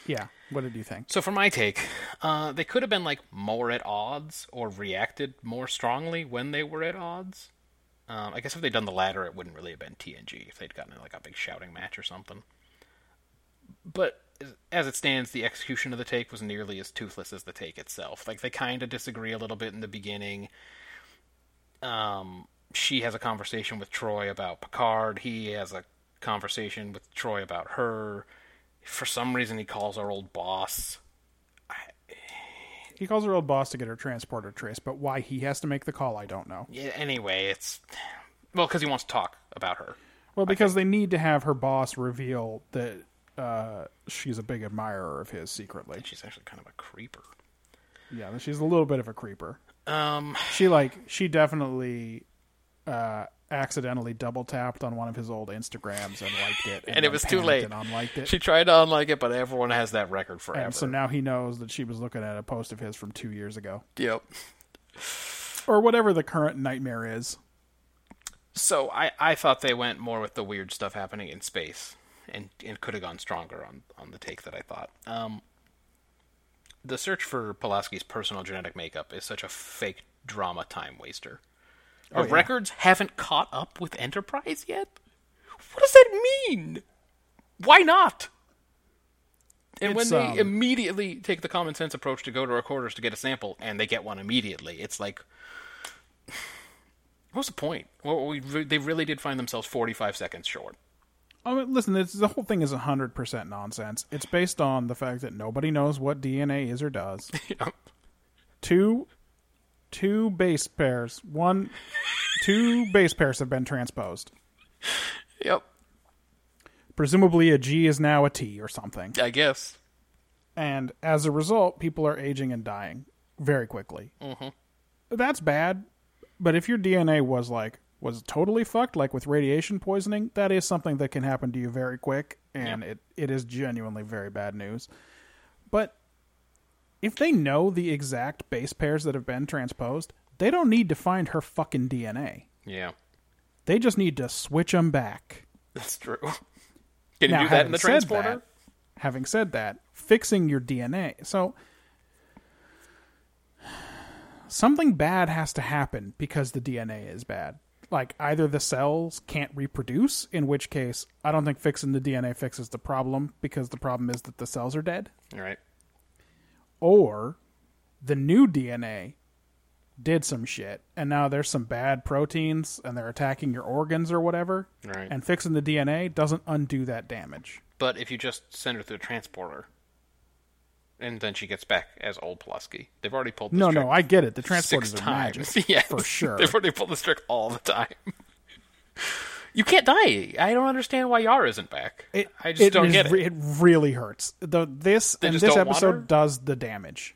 Speaker 3: Yeah. What did you think?
Speaker 2: So for my take, uh, they could have been like more at odds or reacted more strongly when they were at odds. Um, I guess if they'd done the latter, it wouldn't really have been TNG if they'd gotten in like a big shouting match or something. But as- as it stands, the execution of the take was nearly as toothless as the take itself. Like they kind of disagree a little bit in the beginning. Um, she has a conversation with Troy about Picard. He has a conversation with Troy about her. For some reason, he calls our old boss.
Speaker 3: He calls her old boss to get her transporter trace, but why he has to make the call, I don't know.
Speaker 2: Yeah, anyway, it's well because he wants to talk about her.
Speaker 3: Well, because they need to have her boss reveal that uh, she's a big admirer of his secretly.
Speaker 2: She's actually kind of a creeper.
Speaker 3: Yeah, that she's a little bit of a creeper.
Speaker 2: Um,
Speaker 3: She like she definitely uh, accidentally double tapped on one of his old Instagrams and
Speaker 2: (laughs)
Speaker 3: liked it,
Speaker 2: and it
Speaker 3: then
Speaker 2: was too
Speaker 3: panicked
Speaker 2: late.
Speaker 3: And unliked it.
Speaker 2: She tried to unlike it, but everyone has that record forever.
Speaker 3: And so now he knows that she was looking at a post of his from two years ago,
Speaker 2: yep.
Speaker 3: or whatever the current nightmare is.
Speaker 2: So I, I thought they went more with the weird stuff happening in space, and and could have gone stronger on on the take that I thought. Um, the search for Pulaski's personal genetic makeup is such a fake drama time waster.
Speaker 3: Oh,
Speaker 2: Our records haven't caught up with Enterprise yet. What does that mean? Why not? And when
Speaker 3: It's,
Speaker 2: they
Speaker 3: um,
Speaker 2: immediately take the common sense approach to go to recorders to get a sample, and they get one immediately, it's like, (sighs) what's the point? Well, we re- they really did find themselves forty-five seconds short. (laughs)
Speaker 3: I mean, listen, this, the whole thing is hundred percent nonsense. It's based on the fact that nobody knows what DNA is or does. Two, two base pairs. One, two base pairs have been transposed.
Speaker 2: Yep,
Speaker 3: Presumably, a G is now a T or something.
Speaker 2: I guess.
Speaker 3: and as a result, people are aging and dying very quickly. Mm-hmm. That's bad, but if your DNA was like was totally fucked, like with radiation poisoning, that is something that can happen to you very quick, and it, it is genuinely very bad news. But if they know the exact base pairs that have been transposed, they don't need to find her fucking DNA.
Speaker 2: Yeah, (laughs)
Speaker 3: They just need to switch them back.
Speaker 2: that's true. Can you
Speaker 3: Now,
Speaker 2: do that in
Speaker 3: having
Speaker 2: the
Speaker 3: said
Speaker 2: transporter?
Speaker 3: that- having said that, fixing your DNA. So something bad has to happen because the DNA is bad. Like either the cells can't reproduce, in which case I don't think fixing the DNA fixes the problem because the problem is that the cells are dead,
Speaker 2: All right.
Speaker 3: or the new DNA did some shit and now there's some bad proteins and they're attacking your organs or whatever.
Speaker 2: Right.
Speaker 3: And fixing the DNA doesn't undo that damage.
Speaker 2: But if you just send her through a transporter, and then she gets back as old Pulaski, they've already pulled. This
Speaker 3: No,
Speaker 2: trick
Speaker 3: no, I get it. The
Speaker 2: six
Speaker 3: transporters are
Speaker 2: times. (laughs)
Speaker 3: magic
Speaker 2: yeah,
Speaker 3: for sure.
Speaker 2: They've already pulled this trick all the time. (laughs) You can't die. I don't understand why Yar isn't back.
Speaker 3: It,
Speaker 2: I just don't
Speaker 3: is
Speaker 2: get it.
Speaker 3: re- really hurts. The this and
Speaker 2: just
Speaker 3: this
Speaker 2: don't want her?
Speaker 3: episode does the damage.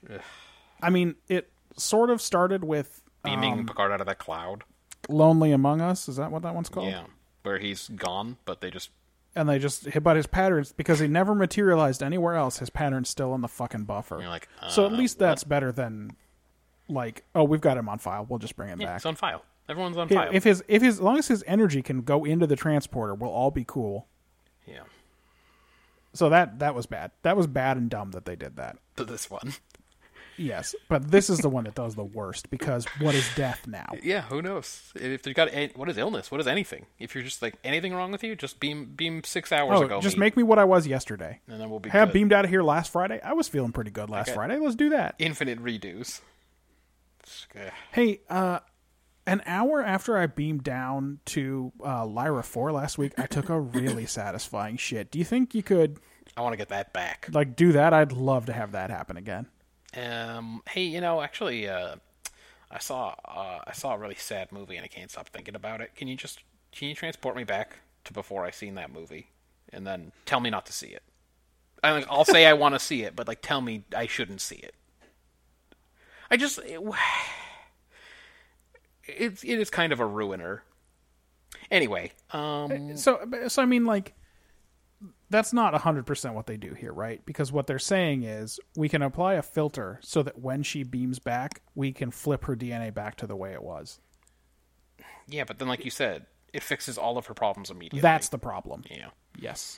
Speaker 3: I mean, it sort of started with
Speaker 2: Beaming
Speaker 3: um,
Speaker 2: Picard out of that cloud.
Speaker 3: "Lonely Among Us." Is that what that one's called?
Speaker 2: Yeah, where he's gone, but they just
Speaker 3: And they just but his patterns because he never materialized anywhere else. His pattern's still in the fucking buffer.
Speaker 2: you're like. Uh,
Speaker 3: so at least that's better than like, oh, we've got him on file. We'll just bring him
Speaker 2: Yeah,
Speaker 3: back.
Speaker 2: it's on file. Everyone's on
Speaker 3: If-
Speaker 2: file.
Speaker 3: If his if his as long as his energy can go into the transporter, we'll all be cool.
Speaker 2: yeah.
Speaker 3: So that that was bad. That was bad and dumb that they did that.
Speaker 2: But this one. (laughs)
Speaker 3: Yes, but this is the one that does the worst because what is death now?
Speaker 2: Yeah, who knows? If they've got a- what is illness? What is anything? If you're just like anything wrong with you, just beam beam six hours
Speaker 3: Oh,
Speaker 2: ago.
Speaker 3: just
Speaker 2: me,
Speaker 3: make me what I was yesterday.
Speaker 2: and then we'll be
Speaker 3: Hey, I
Speaker 2: good.
Speaker 3: beamed out of here last Friday. I was feeling pretty good last
Speaker 2: Okay.
Speaker 3: Friday. Let's do that.
Speaker 2: infinite redos. It's- ugh.
Speaker 3: Hey, uh, an hour after I beamed down to uh, Lyra Four last week, I took a really satisfying shit. Do you think you could
Speaker 2: I want to get that back.
Speaker 3: like do that? I'd love to have that happen again.
Speaker 2: Um, hey, you know, actually, uh, I saw uh, I saw a really sad movie, and I can't stop thinking about it. Can you just can you transport me back to before I seen that movie, and then tell me not to see it? I mean, I'll say I want to (laughs) see it, but like, tell me I shouldn't see it. I just it, (sighs) it's it is kind of a ruiner. Anyway, um,
Speaker 3: So, so I mean, like, that's not hundred percent what they do here, right? Because what they're saying is we can apply a filter so that when she beams back, we can flip her DNA back to the way it was.
Speaker 2: yeah, but then like you said, it fixes all of her problems immediately.
Speaker 3: That's the problem.
Speaker 2: yeah.
Speaker 3: Yes.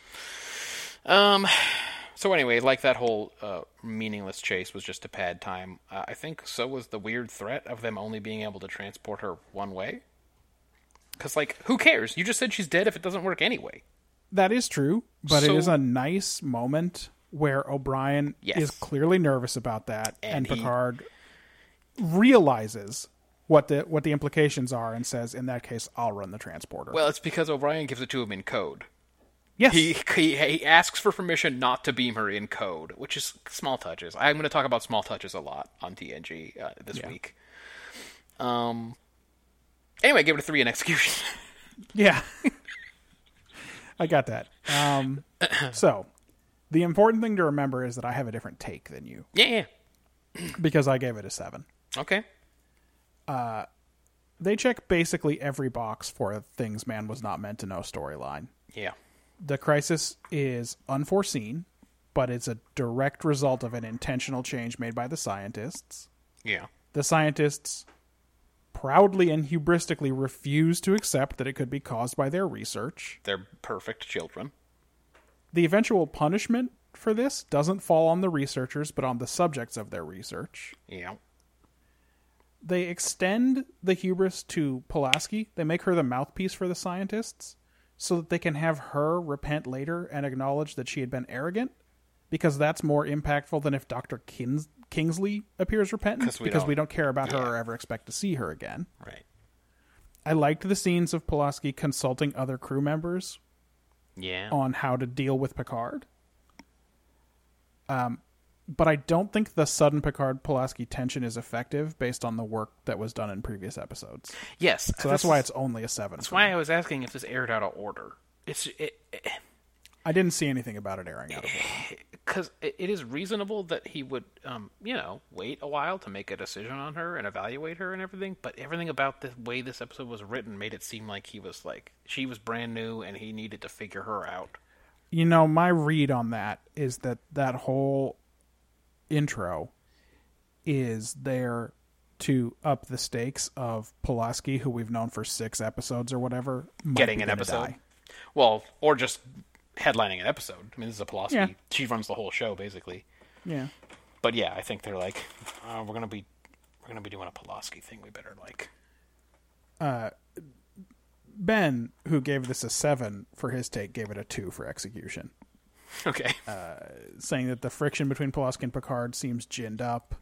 Speaker 2: Um. So anyway, like that whole uh, meaningless chase was just to pad time. Uh, I think so was the weird threat of them only being able to transport her one way. Because like, who cares? You just said she's dead if it doesn't work anyway.
Speaker 3: That is true, but
Speaker 2: So-
Speaker 3: it is a nice moment where O'Brien
Speaker 2: Yes.
Speaker 3: is clearly nervous about that,
Speaker 2: And
Speaker 3: and,
Speaker 2: he-
Speaker 3: Picard realizes what the what the implications are and says, "In that case, I'll run the transporter."
Speaker 2: Well, it's because O'Brien gives it to him in code.
Speaker 3: yes,
Speaker 2: He he, he asks for permission not to beam her in code, which is small touches. I'm going to talk about small touches a lot on TNG uh, this week. Um. Anyway, give it a three in execution. (laughs)
Speaker 3: yeah, (laughs) I got that. Um, so, the important thing to remember is that I have a different take than you
Speaker 2: yeah. yeah.
Speaker 3: because I gave it a seven.
Speaker 2: Okay.
Speaker 3: They check basically every box for a things man was not meant to know storyline.
Speaker 2: Yeah.
Speaker 3: the crisis is unforeseen, but it's a direct result of an intentional change made by the scientists.
Speaker 2: Yeah.
Speaker 3: The scientists proudly and hubristically refuse to accept that it could be caused by their research.
Speaker 2: They're perfect children.
Speaker 3: The eventual punishment for this doesn't fall on the researchers, but on the subjects of their research.
Speaker 2: Yeah.
Speaker 3: They extend the hubris to Pulaski. They make her the mouthpiece for the scientists so that they can have her repent later and acknowledge that she had been arrogant because that's more impactful than if Dr. Kins- Kingsley appears repentant
Speaker 2: 'Cause we
Speaker 3: because we
Speaker 2: don't-
Speaker 3: don't care about her or ever expect to see her again.
Speaker 2: Right.
Speaker 3: I liked the scenes of Pulaski consulting other crew members
Speaker 2: Yeah.
Speaker 3: on how to deal with Picard. Um, but I don't think the sudden Picard Pulaski tension is effective based on the work that was done in previous episodes.
Speaker 2: yes.
Speaker 3: So that's why it's only a seven.
Speaker 2: That's
Speaker 3: for
Speaker 2: why
Speaker 3: me.
Speaker 2: I was asking if this aired out of order. It's it
Speaker 3: I didn't see anything about it airing out of order.
Speaker 2: because it, it is reasonable that he would um you know wait a while to make a decision on her and evaluate her and everything. But everything about the way this episode was written made it seem like he was like she was brand new and he needed to figure her out.
Speaker 3: You know, my read on that is that that whole intro is there to up the stakes of Pulaski, who we've known for six episodes or whatever, might
Speaker 2: getting
Speaker 3: be
Speaker 2: an
Speaker 3: gonna
Speaker 2: episode.
Speaker 3: die.
Speaker 2: Well, or just headlining an episode. I mean, this is a philosophy.
Speaker 3: Yeah.
Speaker 2: She runs the whole show basically.
Speaker 3: Yeah.
Speaker 2: But yeah, I think they're like, uh, we're gonna be, we're gonna be doing a Pulaski thing. We better like, (laughs)
Speaker 3: Ben, who gave this a seven for his take, gave it a two for execution,
Speaker 2: okay,
Speaker 3: saying that the friction between Pulaski and Picard seems ginned up,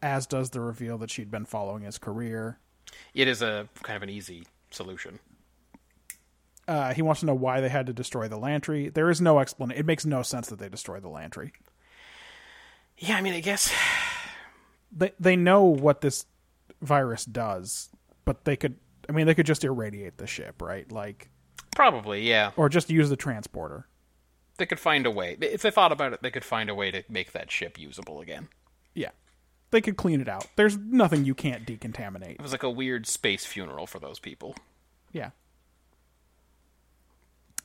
Speaker 3: as does the reveal that she'd been following his career.
Speaker 2: it is a kind of an easy solution.
Speaker 3: Uh, he wants to know why they had to destroy the Lantry. There is no explanation. It makes no sense that they destroy the Lantry.
Speaker 2: Yeah, I mean, I guess
Speaker 3: They they know what this virus does, but they could. I mean, they could just irradiate the ship, right? Like,
Speaker 2: probably yeah.
Speaker 3: or just use the transporter.
Speaker 2: They could find a way. If they thought about it, they could find a way to make that ship usable again.
Speaker 3: Yeah, they could clean it out. There's nothing you can't decontaminate.
Speaker 2: It was like a weird space funeral for those people.
Speaker 3: Yeah.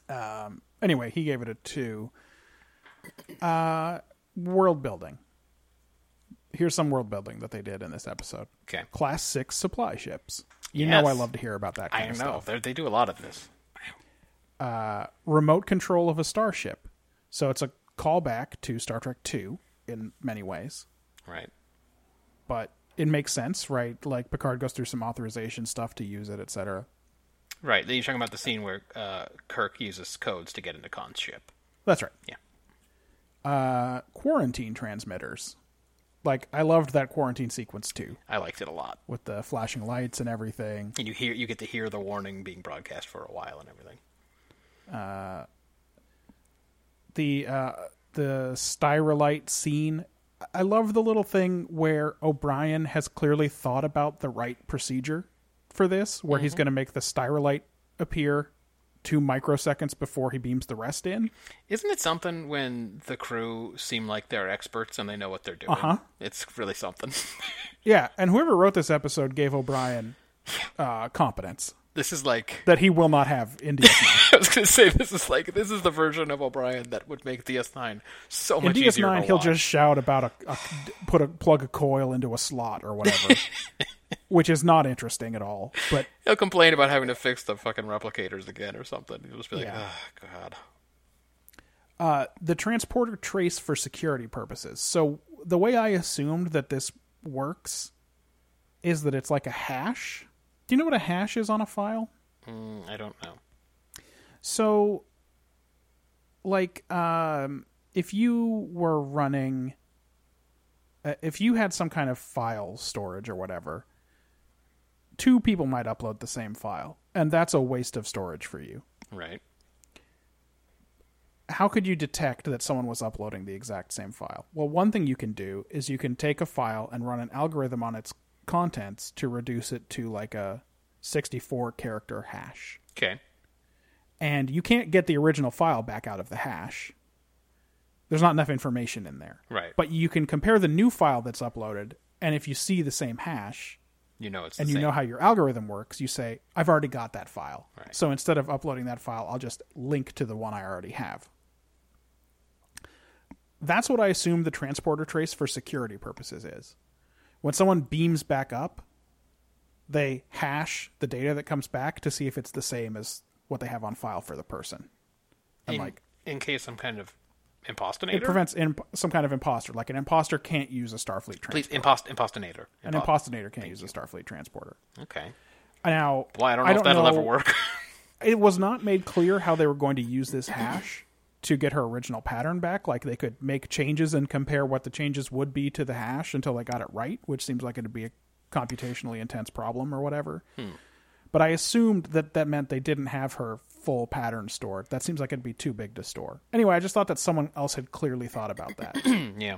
Speaker 3: Um. Anyway, he gave it a two. Uh, world building. here's some world building that they did in this episode.
Speaker 2: Okay.
Speaker 3: Class six supply ships. You
Speaker 2: Yes.
Speaker 3: know I love to hear about that. Kind
Speaker 2: I
Speaker 3: of
Speaker 2: know.
Speaker 3: Stuff.
Speaker 2: They're- They do a lot of this.
Speaker 3: Remote control of a starship. So it's a callback to Star Trek Two in many ways,
Speaker 2: Right.
Speaker 3: but it makes sense, right? Like Picard goes through some authorization stuff to use it, etc.
Speaker 2: Right. Then you're talking about the scene where uh, Kirk uses codes to get into Khan's ship.
Speaker 3: That's right.
Speaker 2: Yeah.
Speaker 3: Uh, quarantine transmitters. Like I loved that quarantine sequence too,
Speaker 2: I liked it a lot.
Speaker 3: with the flashing lights and everything.
Speaker 2: And you hear you get to hear the warning being broadcast for a while and everything.
Speaker 3: the uh the styrolite scene i love the little thing where o'brien has clearly thought about the right procedure for this where he's going to make the styrolite appear two microseconds before he beams the rest in
Speaker 2: Isn't it something when the crew seem like they're experts and they know what they're doing? Uh-huh. It's really something. (laughs)
Speaker 3: yeah and whoever wrote this episode gave o'brien uh competence
Speaker 2: this is like
Speaker 3: that he will not have in
Speaker 2: (laughs)
Speaker 3: ds9
Speaker 2: I was going to say this is like this is the version of O'Brien that would make DS9 so
Speaker 3: in
Speaker 2: much easier to
Speaker 3: ds9 he'll
Speaker 2: watch.
Speaker 3: just shout about a, a put a plug a coil into a slot or
Speaker 2: (laughs)
Speaker 3: whatever which is not interesting at all but
Speaker 2: He'll complain about having to fix the fucking replicators again or something. He'll just be like,
Speaker 3: Yeah.
Speaker 2: "Oh god."
Speaker 3: the transporter trace for security purposes. So the way I assumed that this works is that it's like a hash. Do you know what a hash is on a file?
Speaker 2: Mm, I don't know.
Speaker 3: So like um if you were running uh, if you had some kind of file storage or whatever, two people might upload the same file, and that's a waste of storage for you.
Speaker 2: Right.
Speaker 3: how could you detect that someone was uploading the exact same file? Well, one thing you can do is you can take a file and run an algorithm on its contents to reduce it to like a 64 character hash.
Speaker 2: Okay.
Speaker 3: And you can't get the original file back out of the hash. There's not enough information in there.
Speaker 2: Right.
Speaker 3: But you can compare the new file that's uploaded, and if you see the same hash,
Speaker 2: You know it's the
Speaker 3: and you
Speaker 2: same.
Speaker 3: know how your algorithm works, you say, I've already got that file. So instead of uploading that file, I'll just link to the one I already have. That's what I assume the transporter trace for security purposes is. When someone beams back up, they hash the data that comes back to see if it's the same as what they have on file for the person. And
Speaker 2: in,
Speaker 3: like
Speaker 2: in case I'm kind of impostinator.
Speaker 3: it prevents imp- some kind of imposter. Like an imposter can't use a Starfleet transporter.
Speaker 2: Please impost impostinator.
Speaker 3: An
Speaker 2: Impo-
Speaker 3: impostinator can't use a Starfleet transporter.
Speaker 2: Okay.
Speaker 3: Now,
Speaker 2: Well, I don't know if that'll ever
Speaker 3: (laughs)
Speaker 2: work.
Speaker 3: it was not made clear how they were going to use this hash to get her original pattern back. Like they could make changes and compare what the changes would be to the hash until they got it right, which seems like it'd be a computationally intense problem or whatever.
Speaker 2: Hmm.
Speaker 3: But I assumed that that meant they didn't have her full pattern stored. That seems like it'd be too big to store. Anyway, I just thought that someone else had clearly thought about
Speaker 2: (clears throat)
Speaker 3: that.
Speaker 2: Hmm, yeah.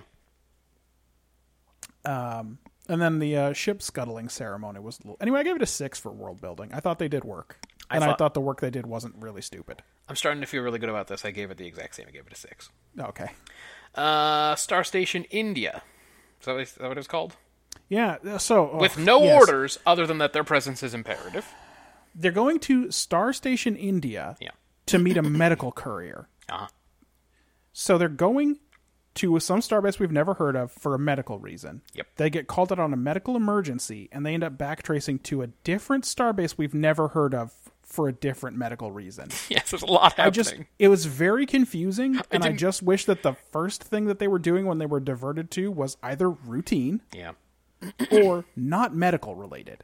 Speaker 3: and then the uh, ship scuttling ceremony was. a little- Anyway, I gave it a six for world building. I thought they did work.
Speaker 2: I
Speaker 3: and I
Speaker 2: thought-
Speaker 3: thought the work they did wasn't really stupid.
Speaker 2: I'm starting to feel really good about this. I gave it the exact same. I gave it a six.
Speaker 3: Okay.
Speaker 2: Uh, Star Station India. Is that what, is that what it was called?
Speaker 3: Yeah, uh, so oh,
Speaker 2: With no
Speaker 3: yes.
Speaker 2: orders other than that their presence is imperative.
Speaker 3: they're going to Star Station India
Speaker 2: Yeah.
Speaker 3: to meet a (laughs) medical courier.
Speaker 2: Uh-huh. (laughs)
Speaker 3: So they're going to some starbase we've never heard of for a medical reason.
Speaker 2: Yep.
Speaker 3: They get called out on a medical emergency and they end up backtracing to a different starbase we've never heard of for a different
Speaker 2: (laughs)
Speaker 3: medical reason.
Speaker 2: Yes, there's a lot happening.
Speaker 3: I just it was very confusing and I just wish that the first thing that they were doing when they were diverted to was either routine
Speaker 2: Yeah.
Speaker 3: or not medical related.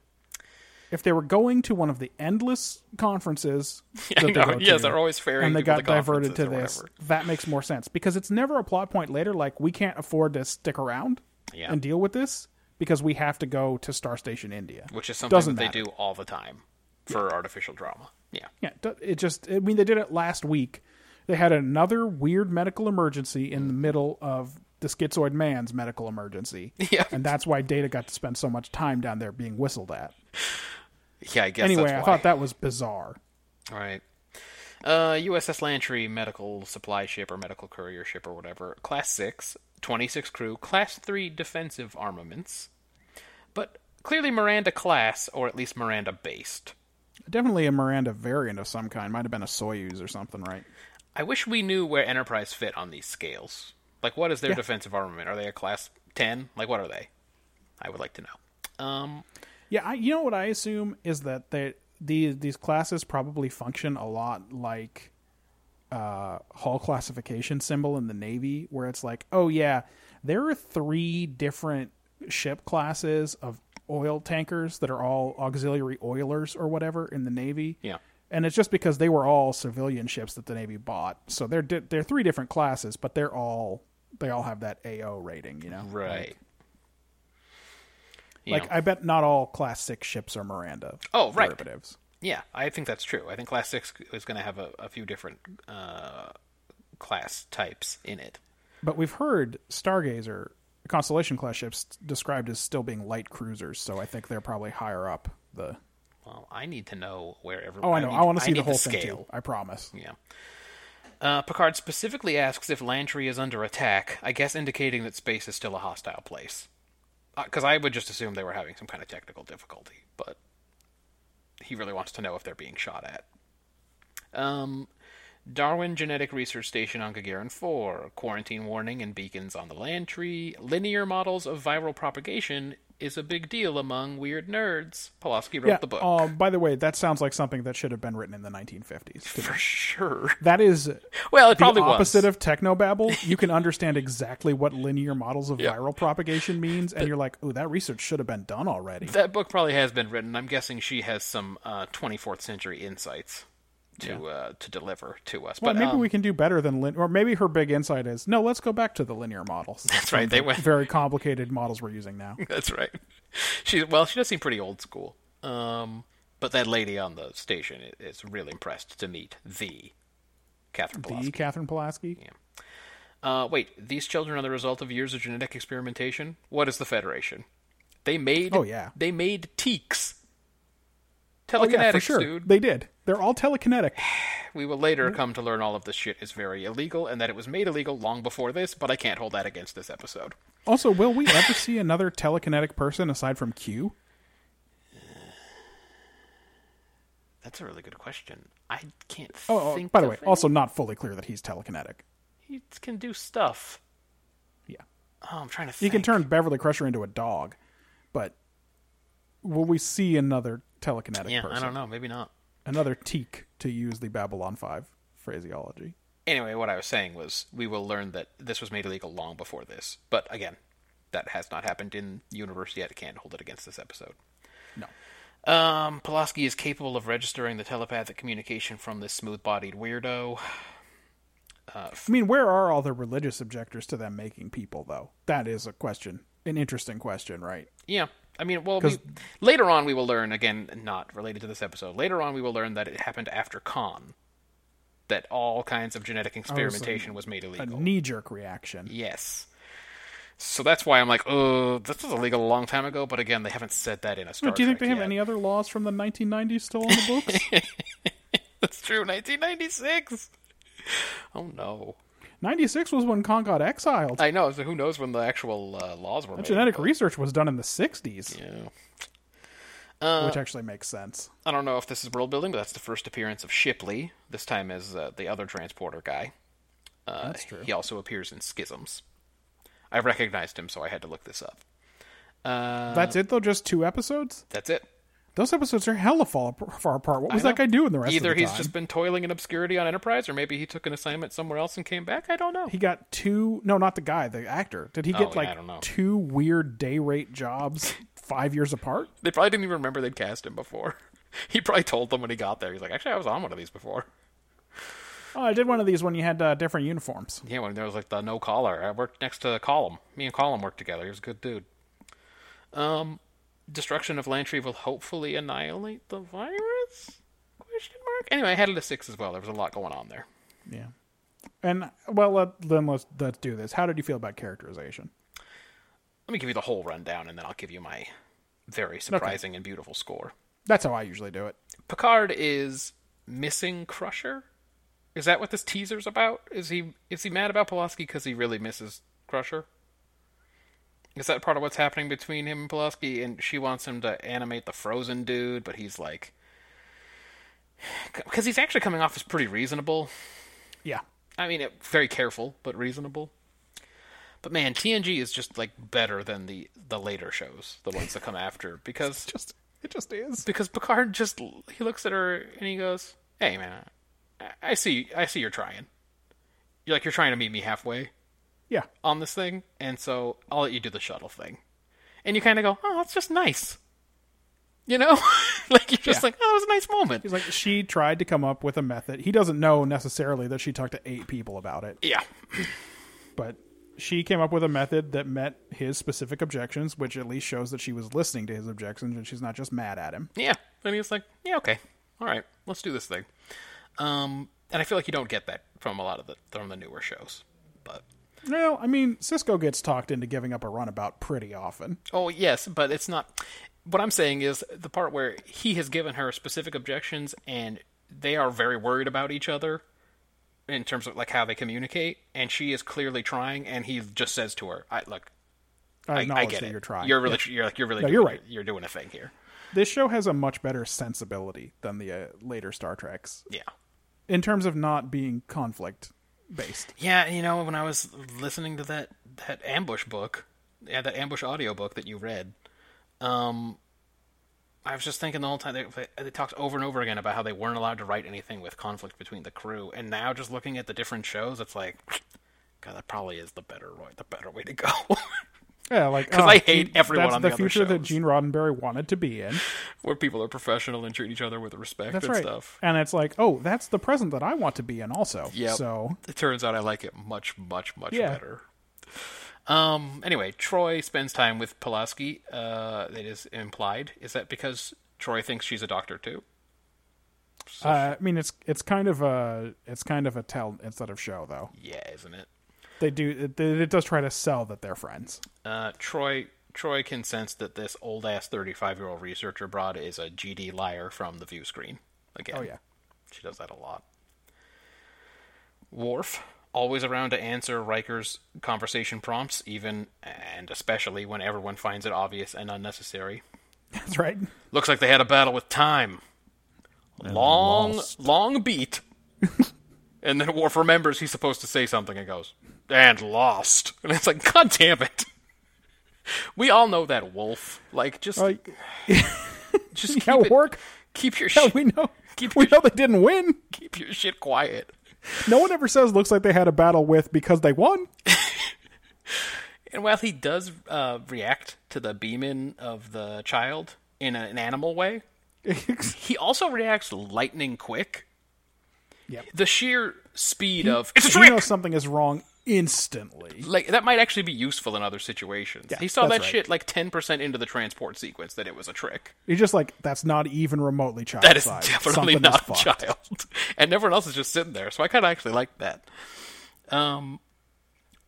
Speaker 3: If they were going to one of the endless
Speaker 2: (laughs)
Speaker 3: conferences, that
Speaker 2: I
Speaker 3: they
Speaker 2: know.
Speaker 3: go
Speaker 2: Yes,
Speaker 3: to,
Speaker 2: they're always ferrying
Speaker 3: and they
Speaker 2: people
Speaker 3: got
Speaker 2: to
Speaker 3: diverted to
Speaker 2: conferences
Speaker 3: this.
Speaker 2: or whatever.
Speaker 3: That makes more sense because it's never a plot point later. Like we can't afford to stick around
Speaker 2: Yeah.
Speaker 3: and deal with this because we have to go to Star Station India,
Speaker 2: Which is something
Speaker 3: doesn't
Speaker 2: that
Speaker 3: matter.
Speaker 2: they do all the time for artificial drama. Yeah.
Speaker 3: Yeah, it do- it just. I mean, they did it last week. They had another weird medical emergency in the middle of the schizoid man's medical emergency,
Speaker 2: (laughs) Yeah.
Speaker 3: and that's why Data got to spend so much time down there being whistled at.
Speaker 2: Yeah, I guess
Speaker 3: anyway,
Speaker 2: that's
Speaker 3: I
Speaker 2: why.
Speaker 3: thought that was bizarre.
Speaker 2: All right. Uh, USS Lantry medical supply ship or medical courier ship or whatever. Class 6, 26 crew, class 3 defensive armaments. But clearly Miranda class or at least Miranda based.
Speaker 3: Definitely a Miranda variant of some kind. Might have been a Soyuz or something, right?
Speaker 2: I wish we knew where Enterprise fit on these scales. Like what is their defensive armament? Are they a class ten? Like, what are they? I would like to know. Um,
Speaker 3: Yeah, I, you know what I assume is that they these these classes probably function a lot like uh, hall classification symbol in the Navy, where it's like, oh yeah, there are three different ship classes of oil tankers that are all auxiliary oilers or whatever in the Navy.
Speaker 2: Yeah.
Speaker 3: and it's just because they were all civilian ships that the Navy bought, so they're di- they're three different classes, but they're all they all have that AO rating, you know.
Speaker 2: right. You
Speaker 3: Like
Speaker 2: know.
Speaker 3: I bet not all class six ships are Miranda.
Speaker 2: Oh, right.
Speaker 3: Derivatives.
Speaker 2: Yeah, I think that's true. I think Class 6 is going to have a, a few different uh, class types in it.
Speaker 3: But we've heard Stargazer Constellation class ships described as still being light cruisers, so I think they're probably higher up the.
Speaker 2: Well, I need to know where everyone.
Speaker 3: Oh, I know. I, want to see the
Speaker 2: need
Speaker 3: whole thing
Speaker 2: scale.
Speaker 3: too. I promise.
Speaker 2: Yeah. Uh, Picard specifically asks if Lantry is under attack, I guess indicating that space is still a hostile place. Because I would just assume they were having some kind of technical difficulty, but he really wants to know if they're being shot at. Um, Darwin Genetic Research Station on Gagarin 4, quarantine warning and beacons on the Lantry, linear models of viral propagation is a big deal among weird nerds. Pulaski wrote
Speaker 3: Yeah.
Speaker 2: the book.
Speaker 3: Um, by the way, that sounds like something that should have been written in the 1950s. to me.
Speaker 2: For sure.
Speaker 3: That
Speaker 2: (laughs)
Speaker 3: is
Speaker 2: Well, it
Speaker 3: the
Speaker 2: probably
Speaker 3: opposite
Speaker 2: was.
Speaker 3: of technobabble.
Speaker 2: (laughs)
Speaker 3: You can understand exactly what linear models of
Speaker 2: Yeah.
Speaker 3: viral propagation means, and you're like, "Oh, that research should have been done already."
Speaker 2: That book probably has been written. I'm guessing she has some uh, 24th century insights to uh, to deliver to us.
Speaker 3: well,
Speaker 2: but
Speaker 3: maybe
Speaker 2: um,
Speaker 3: we can do better than lin- or maybe her big insight is no. Let's go back to the linear models.
Speaker 2: (laughs) That's right,
Speaker 3: From
Speaker 2: they
Speaker 3: the
Speaker 2: went-
Speaker 3: very complicated models we're using
Speaker 2: (laughs)
Speaker 3: now.
Speaker 2: that's right. She well, she does seem pretty old school. Um, but that lady on the station i- is really impressed to meet the Catherine
Speaker 3: The
Speaker 2: Pulaski.
Speaker 3: Catherine Pulaski.
Speaker 2: uh, wait, these children are the result of years of genetic experimentation. What is the Federation? They made
Speaker 3: Oh, yeah.
Speaker 2: they made teaks.
Speaker 3: Oh,
Speaker 2: Telekinetics,
Speaker 3: yeah, for sure.
Speaker 2: dude.
Speaker 3: They did. They're all telekinetic.
Speaker 2: We will later
Speaker 3: Mm.
Speaker 2: come to learn all of this shit is very illegal and that it was made illegal long before this, but I can't hold that against this episode.
Speaker 3: Also, will we ever see another telekinetic person aside from Q?
Speaker 2: That's a really good question. I can't
Speaker 3: Oh, oh
Speaker 2: think
Speaker 3: by the
Speaker 2: of
Speaker 3: way,
Speaker 2: any-
Speaker 3: also not fully clear that he's telekinetic.
Speaker 2: he can do stuff.
Speaker 3: Yeah.
Speaker 2: Oh, I'm trying to
Speaker 3: You
Speaker 2: think.
Speaker 3: can turn Beverly Crusher into a dog, but will we see another telekinetic
Speaker 2: Yeah,
Speaker 3: person?
Speaker 2: I don't know, maybe not.
Speaker 3: Another teak, to use the Babylon 5 phraseology.
Speaker 2: Anyway, what I was saying was we will learn that this was made illegal long before this. But again, that has not happened in universe yet. Can't hold it against this episode.
Speaker 3: No.
Speaker 2: Um, Pulaski is capable of registering the telepathic communication from this smooth-bodied weirdo.
Speaker 3: I mean, where are all the religious objectors to them making people, though? That is a question. An interesting question, right?
Speaker 2: Yeah. I mean, well, we,
Speaker 3: 'Cause-
Speaker 2: later on we will learn, again, not related to this episode, later on we will learn that it happened after Khan. That all kinds of genetic experimentation was made
Speaker 3: Oh, A
Speaker 2: illegal.
Speaker 3: knee jerk reaction.
Speaker 2: yes. So that's why I'm like, oh, this was illegal a long time ago, but again, they haven't said that in a Star
Speaker 3: Oh, Do you think they
Speaker 2: Trek
Speaker 3: have
Speaker 2: yet. (laughs)
Speaker 3: any other laws from the 1990s still on the books?
Speaker 2: That's true, 1996! Oh, no.
Speaker 3: 96 was when Khan got exiled.
Speaker 2: I know, so who knows when the actual uh, laws were
Speaker 3: That
Speaker 2: made.
Speaker 3: genetic
Speaker 2: but-
Speaker 3: research was done in the 60s,
Speaker 2: Yeah. Uh,
Speaker 3: which actually makes sense.
Speaker 2: I don't know if this is world building, but that's the first appearance of Shipley, this time as uh, the other transporter guy. Uh,
Speaker 3: That's true.
Speaker 2: He also appears in Schisms. I recognized him, so I had to look this up. uh,
Speaker 3: That's it, though? Just two episodes?
Speaker 2: That's it.
Speaker 3: Those episodes are hella far, far apart. What was that guy doing the rest
Speaker 2: Either
Speaker 3: of the
Speaker 2: he's
Speaker 3: time?
Speaker 2: just been toiling in obscurity on Enterprise, or maybe he took an assignment somewhere else and came back. I don't know.
Speaker 3: He got two. No, not the guy, the actor. Did he
Speaker 2: Oh, yeah,
Speaker 3: get
Speaker 2: I don't know.
Speaker 3: like two weird day rate jobs five years apart?
Speaker 2: They probably didn't even remember they'd cast him before. (laughs) he probably told them when he got there. He's like, actually, I was on one of these before.
Speaker 3: Oh, I did one of these when you had uh, different uniforms.
Speaker 2: Yeah, when there was like the no collar. I worked next to Column. Me and Column worked together. He was a good dude. Um, destruction of Lantry will hopefully annihilate the virus? Question mark. Anyway, I had it a six as well. There was a lot going on there.
Speaker 3: Yeah. And well, let, then let's let's do this. How did you feel about characterization?
Speaker 2: Let me give you the whole rundown, and then I'll give you my very surprising and beautiful score.
Speaker 3: That's how I usually do it.
Speaker 2: Picard is missing Crusher. Is that what this teaser's about? Is he is he mad about Pulaski because he really misses Crusher? Is that part of what's happening between him and Pulaski? And she wants him to animate the frozen dude, but he's like, because he's actually coming off as pretty reasonable.
Speaker 3: Yeah.
Speaker 2: I mean, it, very careful but reasonable. But man, TNG is just like better than the the later shows, the ones that come after, because
Speaker 3: Just it just is.
Speaker 2: because Picard just he looks at her and he goes, "Hey man, I, I see I see you're trying. You're like you're trying to meet me halfway
Speaker 3: Yeah.
Speaker 2: on this thing, and so I'll let you do the shuttle thing." And you kind of go, "Oh, that's just nice." You know, (laughs) like you're just
Speaker 3: Yeah.
Speaker 2: like, "Oh, it was a nice moment."
Speaker 3: He's like she tried to come up with a method. He doesn't know necessarily that she talked to eight people about it,
Speaker 2: yeah,
Speaker 3: but she came up with a method that met his specific objections, which at least shows that she was listening to his objections and she's not just mad at him.
Speaker 2: yeah. And he was like, "Yeah, okay, all right, let's do this thing." Um, and I feel like you don't get that from a lot of the from the newer shows, but
Speaker 3: No, I mean Cisco gets talked into giving up a runabout pretty often.
Speaker 2: Oh yes, but it's not. What I'm saying is the part where he has given her specific objections, and they are very worried about each other in terms of like how they communicate, and she is clearly trying, and he just says to her, "I look,
Speaker 3: I
Speaker 2: I,
Speaker 3: acknowledge
Speaker 2: I get
Speaker 3: that
Speaker 2: it.
Speaker 3: you're trying.
Speaker 2: You're really, you're like, you're really,
Speaker 3: No,
Speaker 2: doing,
Speaker 3: you're
Speaker 2: it.
Speaker 3: right.
Speaker 2: You're doing a thing here.
Speaker 3: This show has a much better sensibility than the uh, later Star Treks
Speaker 2: Yeah,
Speaker 3: in terms of not being conflict based.
Speaker 2: yeah. and You know, when I was listening to that that ambush book, yeah, that ambush audio book that you read, um. I was just thinking the whole time they, they talked over and over again about how they weren't allowed to write anything with conflict between the crew, and now just looking at the different shows, it's like, (sniffs) God, that probably is the better way, the better way to go. (laughs)
Speaker 3: Yeah, like
Speaker 2: 'Cause
Speaker 3: oh,
Speaker 2: I hate
Speaker 3: Gene-
Speaker 2: everyone
Speaker 3: That's
Speaker 2: on
Speaker 3: the,
Speaker 2: the other
Speaker 3: future that
Speaker 2: shows.
Speaker 3: Gene Roddenberry wanted to be in.
Speaker 2: Where people are professional and treat each other with respect
Speaker 3: That's
Speaker 2: and
Speaker 3: right.
Speaker 2: stuff.
Speaker 3: And it's like, oh, that's the present that I want to be in also.
Speaker 2: Yep.
Speaker 3: So
Speaker 2: It turns out I like it much, much, much
Speaker 3: Yeah.
Speaker 2: better. Um. Anyway, Troy spends time with Pulaski. Uh, it is implied. Is that because Troy thinks she's a doctor too?
Speaker 3: uh, I mean, it's it's kind of a it's kind of a tell instead of show though.
Speaker 2: Yeah, isn't it?
Speaker 3: They do it, it does try to sell that they're friends. (laughs)
Speaker 2: Uh, Troy Troy can sense that this old ass thirty five year old researcher broad is a GD liar from the view screen. Again,
Speaker 3: Oh yeah,
Speaker 2: she does that a lot. Worf always around to answer Riker's conversation prompts, even and especially when everyone finds it obvious and unnecessary.
Speaker 3: that's right.
Speaker 2: Looks like they had a battle with time. Long, long
Speaker 3: (laughs)
Speaker 2: beat. and then Worf remembers he's supposed to say something and goes, and lost. (laughs) And it's like, God damn it. (laughs) We all know that wolf. Like, just,
Speaker 3: Like,
Speaker 2: (laughs)
Speaker 3: (laughs)
Speaker 2: just keep
Speaker 3: yeah,
Speaker 2: it,
Speaker 3: work.
Speaker 2: Keep your
Speaker 3: Yeah,
Speaker 2: shit,
Speaker 3: we know.
Speaker 2: Keep
Speaker 3: we
Speaker 2: your-
Speaker 3: know they didn't win.
Speaker 2: keep your shit quiet.
Speaker 3: No one ever says looks like they had a battle with because they won. (laughs)
Speaker 2: And while he does uh, react to the beaming of the child in an animal way, he also reacts lightning quick.
Speaker 3: Yep.
Speaker 2: The sheer speed of it's a
Speaker 3: You
Speaker 2: trick.
Speaker 3: know something is wrong instantly.
Speaker 2: like that might actually be useful in other situations.
Speaker 3: Yeah,
Speaker 2: he saw that
Speaker 3: that's right.
Speaker 2: shit like ten percent into the transport sequence that it was a trick.
Speaker 3: You're just like that's not even remotely child.
Speaker 2: That is
Speaker 3: side.
Speaker 2: definitely
Speaker 3: Something
Speaker 2: not a
Speaker 3: is fucked.
Speaker 2: child, (laughs) and everyone else is just sitting there. So I kind of actually like that. Um,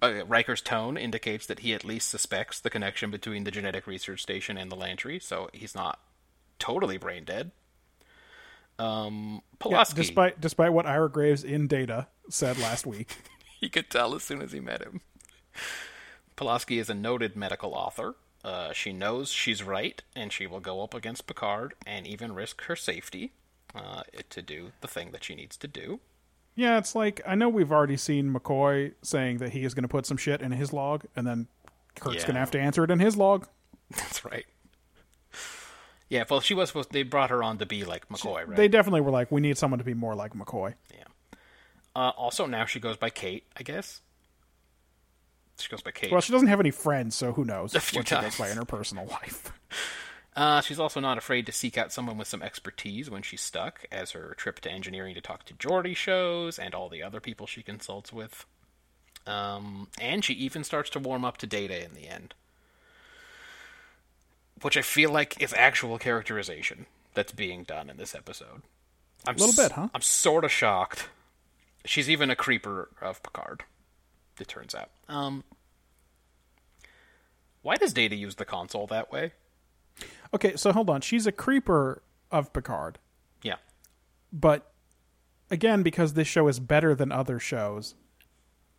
Speaker 2: uh, Riker's tone indicates that he at least suspects the connection between the genetic research station and the Lantry, so he's not totally brain dead. Um,
Speaker 3: Yeah,
Speaker 2: Pulaski,
Speaker 3: despite despite what Ira Graves in Data said last week.
Speaker 2: (laughs) he could tell as soon as he met him. Pulaski is a noted medical author. Uh, she knows she's right, and she will go up against Picard and even risk her safety uh, to do the thing that she needs to do. (laughs)
Speaker 3: Yeah, it's like I know we've already seen McCoy saying that he is going to put some shit in his log, and then Kirk's
Speaker 2: Yeah.
Speaker 3: going to have to answer it in his log.
Speaker 2: That's right. Yeah, well, she was supposed. They brought her on to be like McCoy, right?
Speaker 3: They definitely were like, we need someone to be more like McCoy.
Speaker 2: Yeah. Uh, also, now she goes by Kate, I guess. She goes by Kate.
Speaker 3: Well, she doesn't have any friends, so who knows
Speaker 2: A few
Speaker 3: what she goes
Speaker 2: times.
Speaker 3: by in her personal life. (laughs)
Speaker 2: Uh, she's also not afraid to seek out someone with some expertise when she's stuck, as her trip to engineering to talk to Geordi shows, and all the other people she consults with. Um, and she even starts to warm up to Data in the end, which I feel like is actual characterization that's being done in this episode. I'm
Speaker 3: Little bit, huh?
Speaker 2: I'm sort of shocked. She's even a creeper of Picard. It turns out. Um, why does Data use the console that way?
Speaker 3: Okay, so hold on. She's a creeper of Picard,
Speaker 2: Yeah.
Speaker 3: but again, because this show is better than other shows,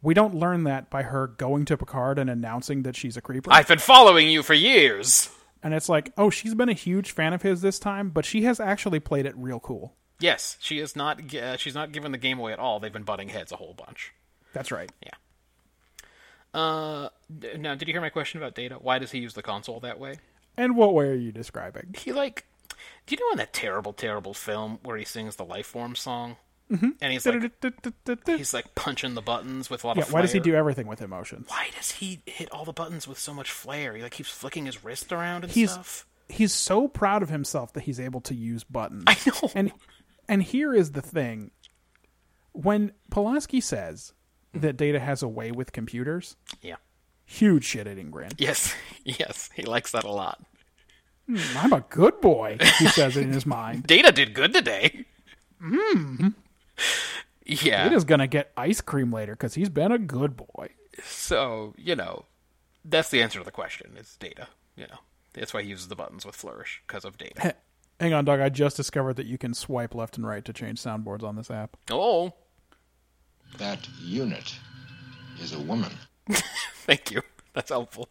Speaker 3: we don't learn that by her going to Picard and announcing that she's a creeper.
Speaker 2: I've been following you for years.
Speaker 3: and it's like, oh, she's been a huge fan of his this time, but she has actually played it real cool.
Speaker 2: Yes, she is not. gi- Uh, she's not giving the game away at all. They've been butting heads a whole bunch.
Speaker 3: That's right.
Speaker 2: Yeah. Uh, d- now, did you hear my question about Data? Why does he use the console that way?
Speaker 3: And what way are you describing?
Speaker 2: He like, do you know in that terrible, terrible film where he sings the Lifeform song,
Speaker 3: Mm-hmm.
Speaker 2: and he's like, he's like punching the buttons with a lot
Speaker 3: Yeah,
Speaker 2: of.
Speaker 3: why does he
Speaker 2: flair?
Speaker 3: do everything with emotion?
Speaker 2: Why does he hit all the buttons with so much flair? He like keeps flicking his wrist around and
Speaker 3: He's-
Speaker 2: stuff.
Speaker 3: He's so proud of himself that he's able to use buttons.
Speaker 2: I know.
Speaker 3: And and here is the thing. When Pulaski says that Data has a way with computers,
Speaker 2: Yeah.
Speaker 3: huge shit at Ingrid.
Speaker 2: Yes. (laughs) Yes. He likes that a lot.
Speaker 3: I'm a good boy,
Speaker 2: (laughs)
Speaker 3: he says it in his mind.
Speaker 2: Data did good today.
Speaker 3: Hmm.
Speaker 2: Mm. Yeah.
Speaker 3: Data's gonna get ice cream later because he's been a good boy.
Speaker 2: So, you know, that's the answer to the question. It's data, you know. That's why he uses the buttons with flourish because of
Speaker 3: (laughs)
Speaker 2: data.
Speaker 3: Hang on, dog. I just discovered that you can swipe left and right to change soundboards on this app.
Speaker 2: oh,
Speaker 7: That unit is a woman.
Speaker 2: thank you. That's helpful.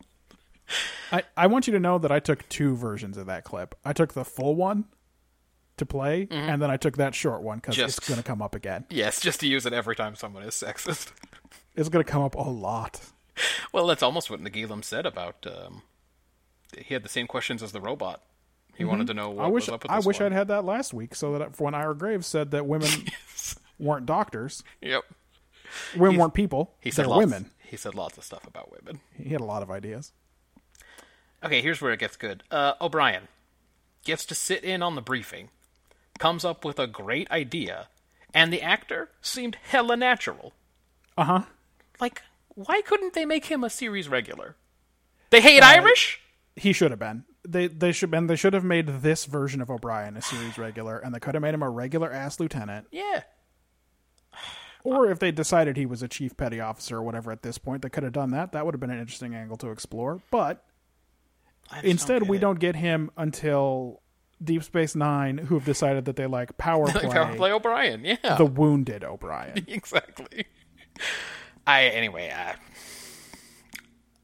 Speaker 3: I, I want you to know that I took two versions of that clip. I took the full one to play, and then I took that short one because
Speaker 2: Mm-hmm. Just-
Speaker 3: it's going to come up again.
Speaker 2: Yes, just to use it every time someone is sexist. (laughs)
Speaker 3: It's going to come up a lot.
Speaker 2: Well, that's almost what Nagilum said about um he had the same questions as the robot. He wanted to know what
Speaker 3: Mm-hmm. I wish
Speaker 2: was up with
Speaker 3: I
Speaker 2: this
Speaker 3: wish
Speaker 2: one.
Speaker 3: I'd had that last week, so that for when Ira Graves said
Speaker 2: (laughs)
Speaker 3: that women weren't doctors,
Speaker 2: Yep.
Speaker 3: women weren't people,
Speaker 2: He said
Speaker 3: they're
Speaker 2: lots,
Speaker 3: women.
Speaker 2: He said lots of stuff about women.
Speaker 3: He had a lot of ideas.
Speaker 2: Okay, here's where it gets good. Uh, O'Brien gets to sit in on the briefing, comes up with a great idea, and the actor seemed hella natural.
Speaker 3: Uh huh.
Speaker 2: Like, why couldn't they make him a series regular? They hate Irish?
Speaker 3: He should have been. They they should been. They should have made this version of O'Brien a series regular, and they could have made him a regular ass lieutenant.
Speaker 2: Yeah.
Speaker 3: Or if they decided he was a chief petty officer or whatever at this point, they could have done that. That would have been an interesting angle to explore. But
Speaker 2: I just
Speaker 3: instead,
Speaker 2: get
Speaker 3: we
Speaker 2: it.
Speaker 3: don't get him until Deep Space Nine, who have decided that they like power play,
Speaker 2: Like, Power play O'Brien, yeah.
Speaker 3: the wounded O'Brien.
Speaker 2: (laughs) exactly. I, anyway, I,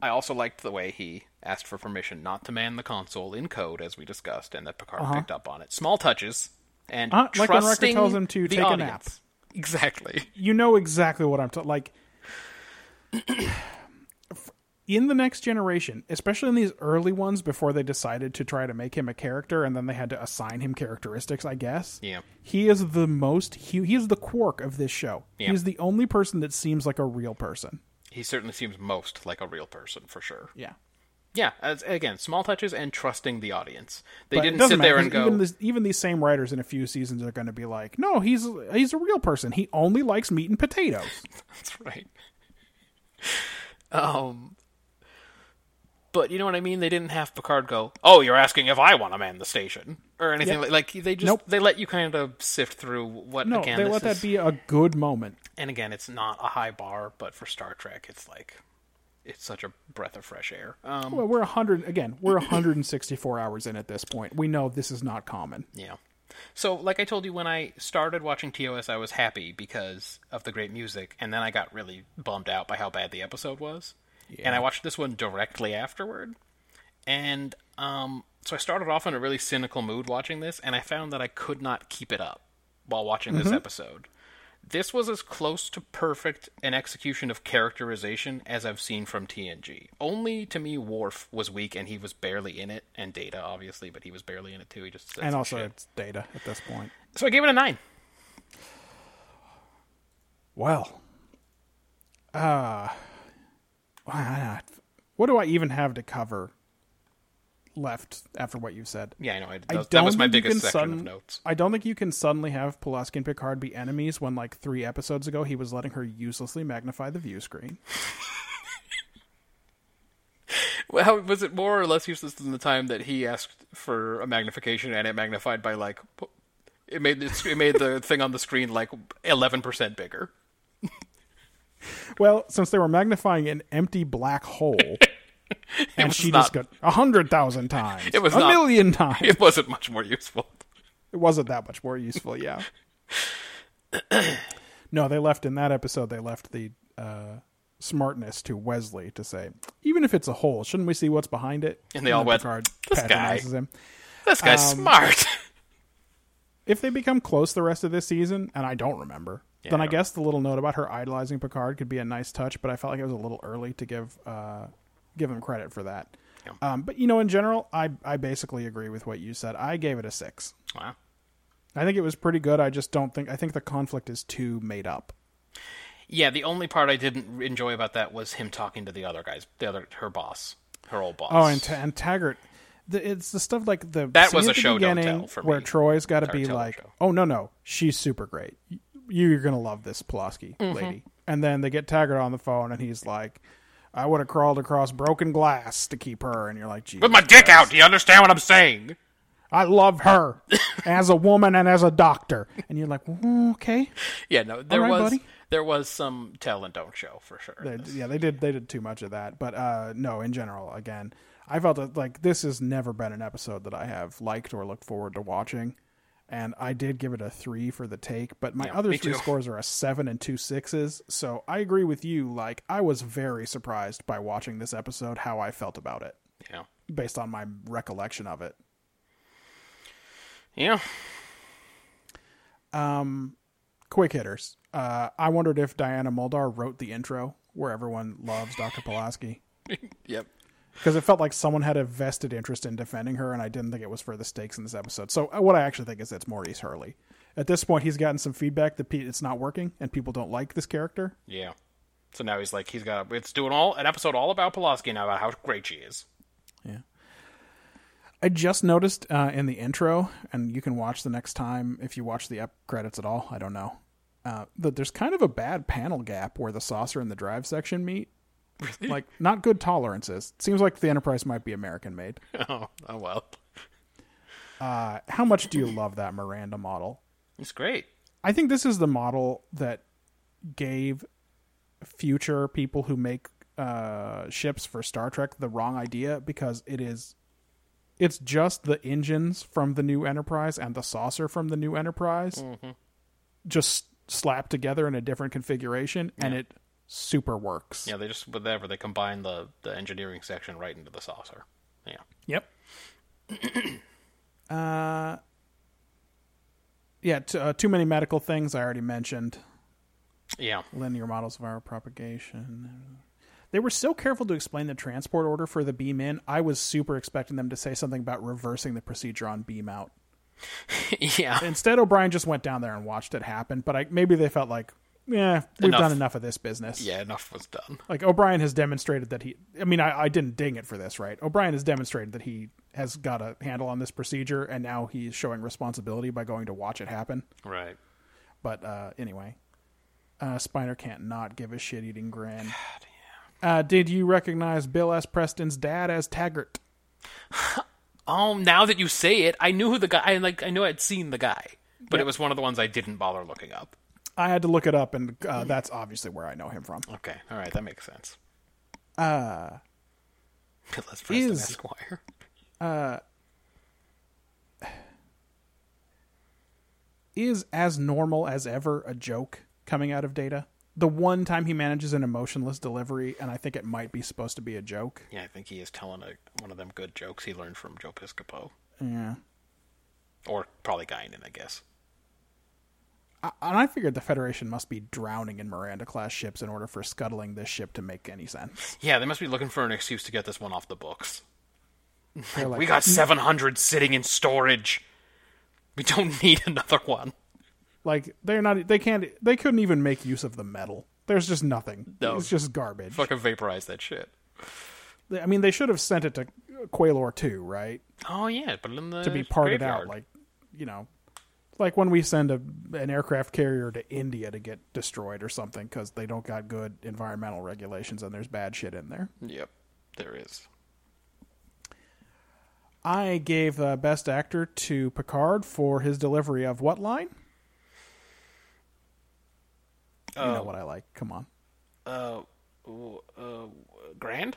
Speaker 2: I also liked the way he asked for permission not to man the console in code, as we discussed, and that Picard picked up on it. Small touches, and
Speaker 3: Uh, Uh-huh. like when Riker
Speaker 2: trusting
Speaker 3: tells him to
Speaker 2: the
Speaker 3: take a nap.
Speaker 2: audience. Exactly.
Speaker 3: You know exactly what I'm talking. Like (clears throat) in the next generation, especially in these early ones, before they decided to try to make him a character, and then they had to assign him characteristics. I guess.
Speaker 2: Yeah.
Speaker 3: He is the most he, he is the quark of this show.
Speaker 2: Yeah.
Speaker 3: He is the only person that seems like a real person.
Speaker 2: He certainly seems most like a real person, for sure.
Speaker 3: Yeah.
Speaker 2: Yeah, as, again, small touches and trusting the audience. They
Speaker 3: But it
Speaker 2: didn't
Speaker 3: doesn't
Speaker 2: sit there
Speaker 3: matter,
Speaker 2: and
Speaker 3: 'cause
Speaker 2: go,
Speaker 3: even, this, even these same writers in a few seasons are going to be like, no, he's he's a real person. He only likes meat and potatoes.
Speaker 2: That's (laughs) right. Um, but you know what I mean. They didn't have Picard go, "Oh, you're asking if I want to man the station" or anything
Speaker 3: Yep.
Speaker 2: like. Like they just
Speaker 3: Nope.
Speaker 2: they let you kind of sift through what.
Speaker 3: No,
Speaker 2: again,
Speaker 3: they
Speaker 2: this
Speaker 3: let that
Speaker 2: is-
Speaker 3: be a good moment.
Speaker 2: And again, it's not a high bar, but for Star Trek, it's like it's such a breath of fresh air. Um,
Speaker 3: Well, we're 100 again. We're 164 hours in at this point. We know this is not common.
Speaker 2: Yeah. So, like I told you, when I started watching TOS, I was happy because of the great music, and then I got really bummed out by how bad the episode was. And I watched this one directly afterward. And um, so I started off in a really cynical mood watching this, and I found that I could not keep it up while watching this episode. This was as close to perfect an execution of characterization as I've seen from TNG. Only to me, Worf was weak, and he was barely in it, and Data, obviously, but he was barely in it too. He just said
Speaker 3: and
Speaker 2: some
Speaker 3: also,
Speaker 2: shit.
Speaker 3: it's data at this point.
Speaker 2: So I gave it a nine.
Speaker 3: Well, uh, I- I- what do I even have to cover left after what you've said?
Speaker 2: Yeah, I know. I,
Speaker 3: I
Speaker 2: that was
Speaker 3: don't
Speaker 2: my
Speaker 3: think you
Speaker 2: biggest
Speaker 3: can
Speaker 2: section of
Speaker 3: sudden-
Speaker 2: notes.
Speaker 3: I don't think you can suddenly have Pulaski and Picard be enemies when, like, three episodes ago, he was letting her uselessly magnify the view
Speaker 2: (laughs)
Speaker 3: screen.
Speaker 2: Well, how- was it more or less useless than the time that he asked for a magnification and it magnified by like p- it made the, it made the (laughs) thing on the screen like eleven percent bigger.
Speaker 3: Well, since they were magnifying an empty black hole, and
Speaker 2: was
Speaker 3: she
Speaker 2: not-
Speaker 3: just got a hundred thousand times,
Speaker 2: It was
Speaker 3: a
Speaker 2: not-
Speaker 3: million times.
Speaker 2: (laughs) It wasn't much more useful.
Speaker 3: It wasn't that much more
Speaker 2: (clears throat)
Speaker 3: useful, yeah. no, they left in that episode. They left the uh, smartness to Wesley to say, even if it's a hole, shouldn't we see what's behind it?
Speaker 2: And they all
Speaker 3: then
Speaker 2: went,
Speaker 3: Picard
Speaker 2: "This guy."
Speaker 3: patronizes him.
Speaker 2: This
Speaker 3: Um,
Speaker 2: guy's smart. (laughs)
Speaker 3: If they become close the rest of this season, and I don't remember, then I guess the little note about her idolizing Picard could be a nice touch, but I felt like it was a little early to give uh, give him credit for that. Um, but you know, in general, I I basically agree with what you said. I gave it a six.
Speaker 2: Wow.
Speaker 3: I think it was pretty good. I just don't think I think the conflict is too made up.
Speaker 2: Yeah, the only part I didn't enjoy about that was him talking to the other guys, the other her boss, her old boss.
Speaker 3: Oh, and, Ta- and Taggart, the, it's the stuff like the
Speaker 2: That
Speaker 3: scene
Speaker 2: was
Speaker 3: at
Speaker 2: a
Speaker 3: the
Speaker 2: show don't
Speaker 3: beginning
Speaker 2: tell for
Speaker 3: where
Speaker 2: me.
Speaker 3: Troy's got to
Speaker 2: Entire
Speaker 3: be
Speaker 2: talent
Speaker 3: like,
Speaker 2: show.
Speaker 3: oh no no, she's super great. You- You're gonna love this Pulaski lady. And then they get Taggart on the phone, and he's like, I would have crawled across broken glass to keep her. And you're like, gee,
Speaker 2: with my dick out. Do you understand what I'm saying?
Speaker 3: I love her as a woman and as a doctor. And you're like, "Mm, okay,
Speaker 2: Yeah, no, there
Speaker 3: right,
Speaker 2: was
Speaker 3: buddy.
Speaker 2: there was some tell and don't show for sure.
Speaker 3: They- yeah, they did. They did too much of that. But uh, no, in general, again, I felt that like this has never been an episode that I have liked or looked forward to watching. And I did give it a three for the take, but my other
Speaker 2: me
Speaker 3: three
Speaker 2: too.
Speaker 3: scores are a seven and two sixes. So I agree with you. Like I was very surprised by watching this episode, how I felt about it,
Speaker 2: Yeah,
Speaker 3: based on my recollection of it.
Speaker 2: yeah.
Speaker 3: Quick hitters. Uh, I wondered if Diana Muldar wrote the intro where everyone loves Dr. Pulaski.
Speaker 2: Yep.
Speaker 3: because it felt like someone had a vested interest in defending her, and I didn't think it was for the stakes in this episode. So uh, what I actually think is it's Maurice Hurley. At this point, he's gotten some feedback that pe- it's not working, and people don't like this character.
Speaker 2: Yeah. So now he's like he's got it's doing all an episode all about Pulaski now about how great she is. (laughs)
Speaker 3: I just noticed uh, in the intro, and you can watch the next time if you watch the ep credits at all. I don't know uh, that there's kind of a bad panel gap where the saucer and the drive section meet. Like not good tolerances. Seems like the Enterprise might be American made.
Speaker 2: oh, oh well.
Speaker 3: How much do you love that Miranda model?
Speaker 2: It's great.
Speaker 3: I think this is the model that gave future people who make uh, ships for Star Trek the wrong idea because it is it's just the engines from the new Enterprise and the saucer from the new Enterprise just slapped together in a different configuration and it super works.
Speaker 2: Yeah, they just whatever they combine the the engineering section right into the saucer. Yeah.
Speaker 3: Yep. (clears throat) uh, yeah. T- uh, too many medical things I already mentioned.
Speaker 2: Yeah.
Speaker 3: linear models of viral propagation. They were so careful to explain the transport order for the beam in. I was super expecting them to say something about reversing the procedure on beam out.
Speaker 2: (laughs) yeah.
Speaker 3: Instead, O'Brien just went down there and watched it happen. But I, maybe they felt like, yeah, we've
Speaker 2: Enough.
Speaker 3: done enough of this business.
Speaker 2: Yeah, enough was done.
Speaker 3: Like O'Brien has demonstrated that he. I mean, I, I didn't ding it for this, right? O'Brien has demonstrated that he has got a handle on this procedure, and now he's showing responsibility by going to watch it happen.
Speaker 2: Right.
Speaker 3: But uh, anyway, uh, Spiner can't not give a shit eating grin. Uh, did you recognize Bill S. Preston's dad as Taggart?
Speaker 2: Oh, now that you say it, I knew who the guy. I like. I knew I'd seen the guy, but it was one of the ones I didn't bother looking up.
Speaker 3: I had to look it up, and uh, that's obviously where I know him from.
Speaker 2: Okay, all right, that makes sense. (laughs) Uh, Les Preston
Speaker 3: is-
Speaker 2: Esquire.
Speaker 3: Is as normal as ever a joke coming out of data? The one time he manages an emotionless delivery, and I think it might be supposed to be a joke.
Speaker 2: Yeah, I think he is telling a, one of them good jokes he learned from Joe Piscopo,
Speaker 3: Yeah.
Speaker 2: or probably Guinan, I guess.
Speaker 3: I- And I figured the Federation must be drowning in Miranda class ships in order for scuttling this ship to make any sense.
Speaker 2: Yeah, they must be looking for an excuse to get this one off the books.
Speaker 3: They're like, "Mm."
Speaker 2: we got seven hundred sitting in storage. We don't (laughs) need another one.
Speaker 3: Like they're not. They can't. They couldn't even make use of the metal. There's just nothing.
Speaker 2: No.
Speaker 3: It's just garbage.
Speaker 2: Fucking vaporize that shit.
Speaker 3: They- I mean, they should have sent it to Quailor too, right?
Speaker 2: Oh yeah, put it in the
Speaker 3: To be parted out,
Speaker 2: graveyard.
Speaker 3: like you know, like when we send a an aircraft carrier to India to get destroyed or something because they don't got good environmental regulations and there's bad shit in there.
Speaker 2: yep, there is.
Speaker 3: I gave the best actor to Picard for his delivery of what line? you
Speaker 2: Um,
Speaker 3: know what I like. Come on.
Speaker 2: Uh, Grand.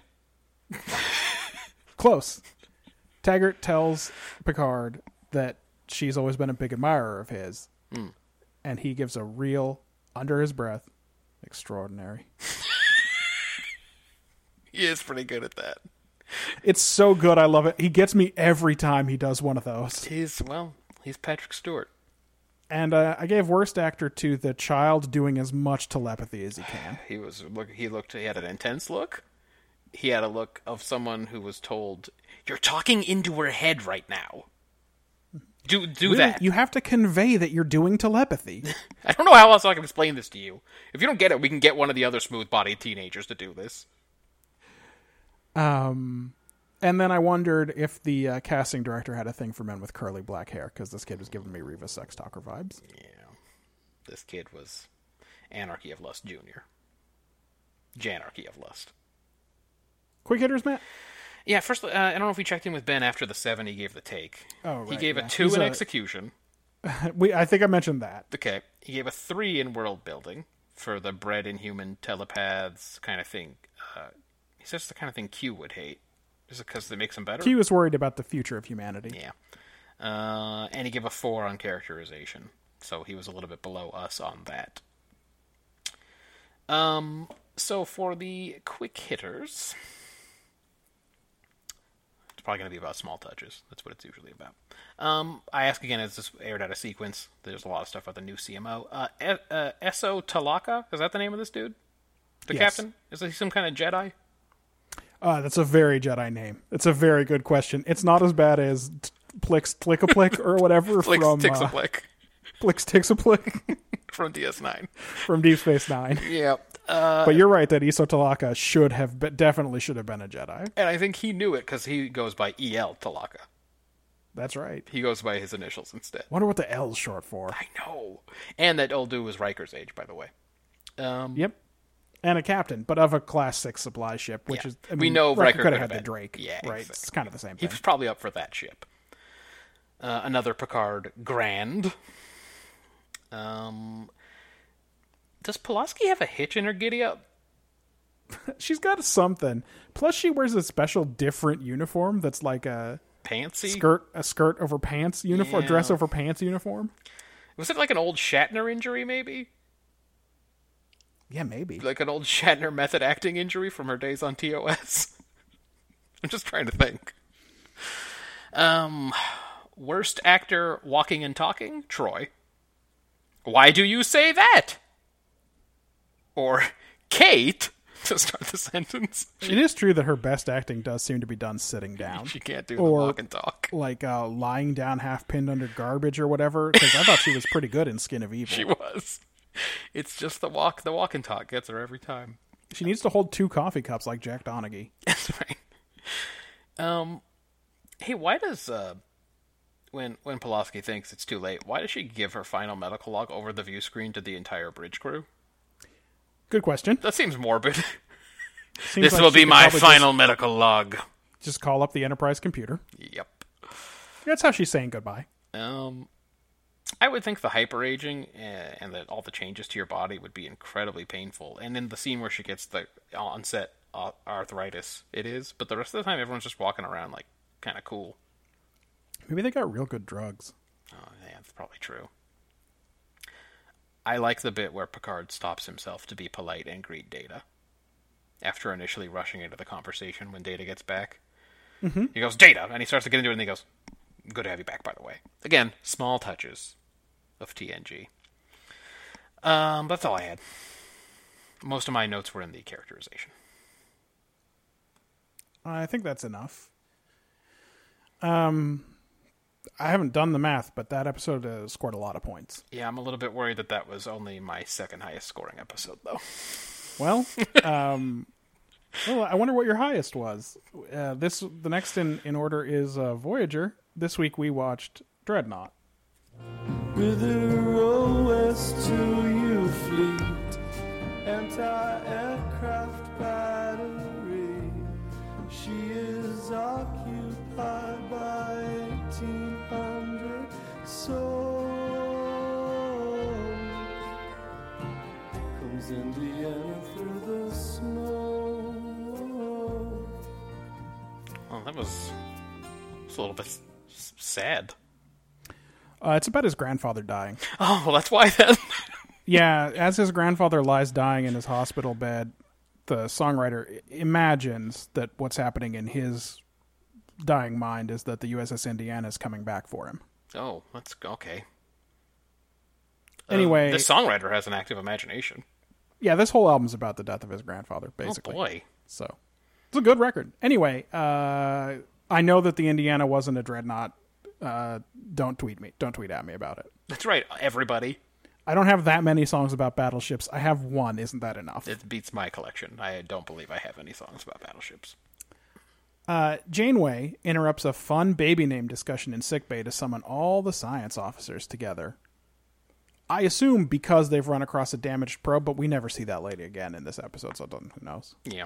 Speaker 3: Close. Taggart tells Picard that she's always been a big admirer of his. And he gives a real, under his breath, extraordinary.
Speaker 2: He is pretty good at that.
Speaker 3: It's so good. I love it. He gets me every time he does one of those.
Speaker 2: He's well, he's Patrick Stewart.
Speaker 3: And uh, I gave worst actor to the child doing as much telepathy as he can.
Speaker 2: He was look. He looked. He had an intense look. He had a look of someone who was told, "You're talking into her head right now. Do do
Speaker 3: Really,
Speaker 2: that."
Speaker 3: You have to convey that you're doing telepathy.
Speaker 2: I don't know how else I can explain this to you. If you don't get it, we can get one of the other smooth-bodied teenagers to do this.
Speaker 3: Um, and then I wondered if the uh, casting director had a thing for men with curly black hair because this kid was giving me Reva sex talker vibes.
Speaker 2: This kid was Anarchy of Lust Junior. Janarchy of Lust.
Speaker 3: Quick hitters, Matt.
Speaker 2: Yeah, first, uh, I don't know if we checked in with Ben after the seven he gave the take.
Speaker 3: Oh,
Speaker 2: He
Speaker 3: right,
Speaker 2: gave
Speaker 3: yeah.
Speaker 2: a two
Speaker 3: He's
Speaker 2: in
Speaker 3: a-
Speaker 2: execution.
Speaker 3: We I think I mentioned that.
Speaker 2: Okay. He gave a three in world building for the bred in human telepaths kind of thing. Uh, he says the kind of thing Q would hate. Is it because they make him better?
Speaker 3: He was worried about the future of humanity.
Speaker 2: Yeah. Uh, and he gave a four on characterization, so he was a little bit below us on that. Um, so for the quick hitters, it's probably going to be about small touches. That's what it's usually about. Um, I ask again, is this aired out of sequence? There's a lot of stuff about the new CMO. Uh, e- uh Eso Talaka is that the name of this dude? The
Speaker 3: Yes.
Speaker 2: captain is he some kind of Jedi?
Speaker 3: Uh, that's a very Jedi name. It's a very good question. It's not as bad as t- Plix Tlickaplick or
Speaker 2: (laughs)
Speaker 3: whatever
Speaker 2: Like
Speaker 3: from
Speaker 2: Tix
Speaker 3: uh, Plix Tixaplick (laughs)
Speaker 2: from DS9.
Speaker 3: from Deep Space Nine.
Speaker 2: Yep.
Speaker 3: but you're right that Iso Talaka should have be- definitely should have been a Jedi.
Speaker 2: And I think he knew it because he goes by E.L. Talaka.
Speaker 3: That's right.
Speaker 2: He goes by his initials instead.
Speaker 3: Wonder what the L's short for.
Speaker 2: I know. And that old dude was Riker's age, by the way. Um,
Speaker 3: Yep. And a captain, but of a class six supply ship, which
Speaker 2: Yeah.
Speaker 3: is
Speaker 2: We know
Speaker 3: Riker
Speaker 2: Riker
Speaker 3: could
Speaker 2: could've
Speaker 3: have had
Speaker 2: been.
Speaker 3: the Drake.
Speaker 2: Yeah,
Speaker 3: right. It's
Speaker 2: exactly.
Speaker 3: kind of the same
Speaker 2: He
Speaker 3: thing.
Speaker 2: was probably up for that ship. Uh, another Picard Grand. Um, does Pulaski have a hitch in her giddy up?
Speaker 3: She's got something. Plus, she wears a special, different uniform that's like a
Speaker 2: Pantsy?
Speaker 3: skirt, a skirt over pants uniform,
Speaker 2: Yeah.
Speaker 3: dress over pants uniform.
Speaker 2: Was it like an old Shatner injury, maybe?
Speaker 3: Yeah, maybe.
Speaker 2: Like an old (laughs) Shatner method acting injury from her days on TOS? (laughs) I'm just trying to think. Um, worst actor walking and talking? Troy. Why do you say that? Or Kate (laughs) to start the sentence.
Speaker 3: It is true that her best acting does seem to be
Speaker 2: (laughs)
Speaker 3: done sitting down,
Speaker 2: She can't do
Speaker 3: Or-
Speaker 2: the walk and talk. (laughs)
Speaker 3: like uh, lying down, half pinned under garbage or whatever. Because I thought she was pretty good in Skin of
Speaker 2: (laughs)
Speaker 3: Evil.
Speaker 2: She was. It's just the walk, the walk and talk gets her every time.
Speaker 3: she needs to hold two coffee cups like Jack Donaghy.
Speaker 2: That's (laughs) right. Um, hey, why does uh, when when Pulaski thinks it's too late, why does she give her final medical log over the view screen to the entire bridge crew?
Speaker 3: Good question.
Speaker 2: That seems morbid. (laughs)
Speaker 3: Seems like she could probably
Speaker 2: medical log.
Speaker 3: Just, just call up the Enterprise computer.
Speaker 2: Yep.
Speaker 3: That's how she's saying goodbye.
Speaker 2: Um, I would think the hyper aging and that all the changes to your body would be incredibly painful. And in the scene where she gets the onset ar- arthritis, it is. But the rest of the time, everyone's just walking around like kind of cool.
Speaker 3: Maybe they got real good drugs.
Speaker 2: Oh, yeah, that's probably true. I like the bit where Picard stops himself to be polite and greet Data. After initially rushing into the conversation when Data gets back, mm-hmm. he goes, Data! And he starts to get into it and he goes, Good to have you back, by the way. Again, small touches of TNG. Um, that's all I had. Most of my notes were in the characterization.
Speaker 3: I think that's enough. Um, I haven't done the math, but that episode uh, scored a lot of points.
Speaker 2: Yeah, I'm a little bit worried that that was only my second highest scoring episode, though.
Speaker 3: Well, um, well, I wonder what your highest was. Uh, this the next in in order is uh, Voyager. This week we watched Dreadnought.
Speaker 2: Well, that was, it's a little bit s- s- sad.
Speaker 3: Uh, it's about his grandfather dying.
Speaker 2: Oh, well, that's why (laughs) then.
Speaker 3: Yeah, as his grandfather lies dying in his hospital bed, the songwriter i- imagines that what's happening in his dying mind is that the USS Indiana is coming back for him.
Speaker 2: oh, that's okay.
Speaker 3: Anyway,
Speaker 2: Um, The songwriter has an active imagination.
Speaker 3: yeah, this whole album's about the death of his grandfather, basically.
Speaker 2: Oh boy.
Speaker 3: So it's a good record. Anyway, uh, I know that the Indiana wasn't a dreadnought. Uh, don't tweet me. Don't tweet at me about it.
Speaker 2: That's right, everybody.
Speaker 3: I don't have that many songs about battleships. I have one. Isn't that enough?
Speaker 2: It beats my collection. I don't believe I have any songs about battleships.
Speaker 3: Uh, Janeway interrupts a fun baby name discussion in sickbay to summon all the science officers together. I assume because they've run across a damaged probe, but we never see that lady again in this episode, so I don't, who knows?
Speaker 2: Yeah.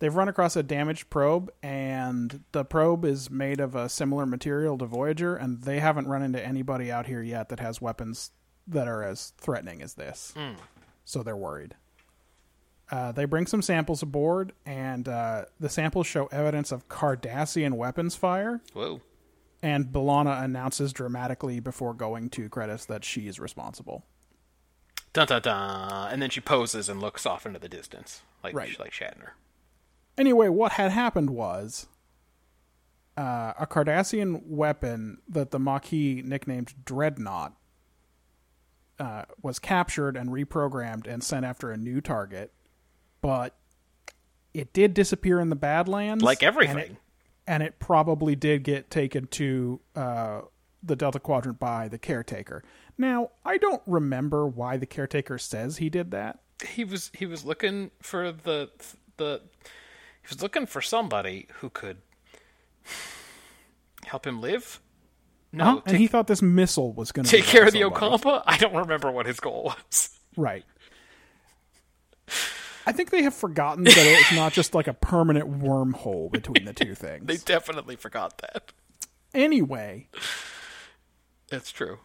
Speaker 3: They've run across a damaged probe, and the probe is made of a similar material to Voyager, and they haven't run into anybody out here yet that has weapons that are as threatening as this. So they're worried. Uh, they bring some samples aboard, and uh, the samples show evidence of Cardassian weapons fire.
Speaker 2: Whoa.
Speaker 3: And B'Elanna announces dramatically before going to credits that she is responsible.
Speaker 2: Dun dun dun. And then she poses and looks off into the distance, like
Speaker 3: Right.
Speaker 2: like Shatner.
Speaker 3: Anyway, what had happened was uh, a Cardassian weapon that the Maquis nicknamed Dreadnought uh, was captured and reprogrammed and sent after a new target, but it did disappear in the Badlands.
Speaker 2: Like
Speaker 3: and it-
Speaker 2: everything.
Speaker 3: And it, probably did get taken to uh, the Delta Quadrant by the caretaker. Now, I don't remember why the caretaker says he did that.
Speaker 2: He was he was looking for the the he was looking for somebody who could (sighs) help him live. No,
Speaker 3: Huh?
Speaker 2: take,
Speaker 3: Uh-huh, and he thought this missile was going to
Speaker 2: take care of the Okampa. I don't remember what his goal was. (laughs)
Speaker 3: Right. I think they have forgotten that it's not just like a permanent wormhole between the two things.
Speaker 2: They definitely forgot that.
Speaker 3: anyway,
Speaker 2: It's true.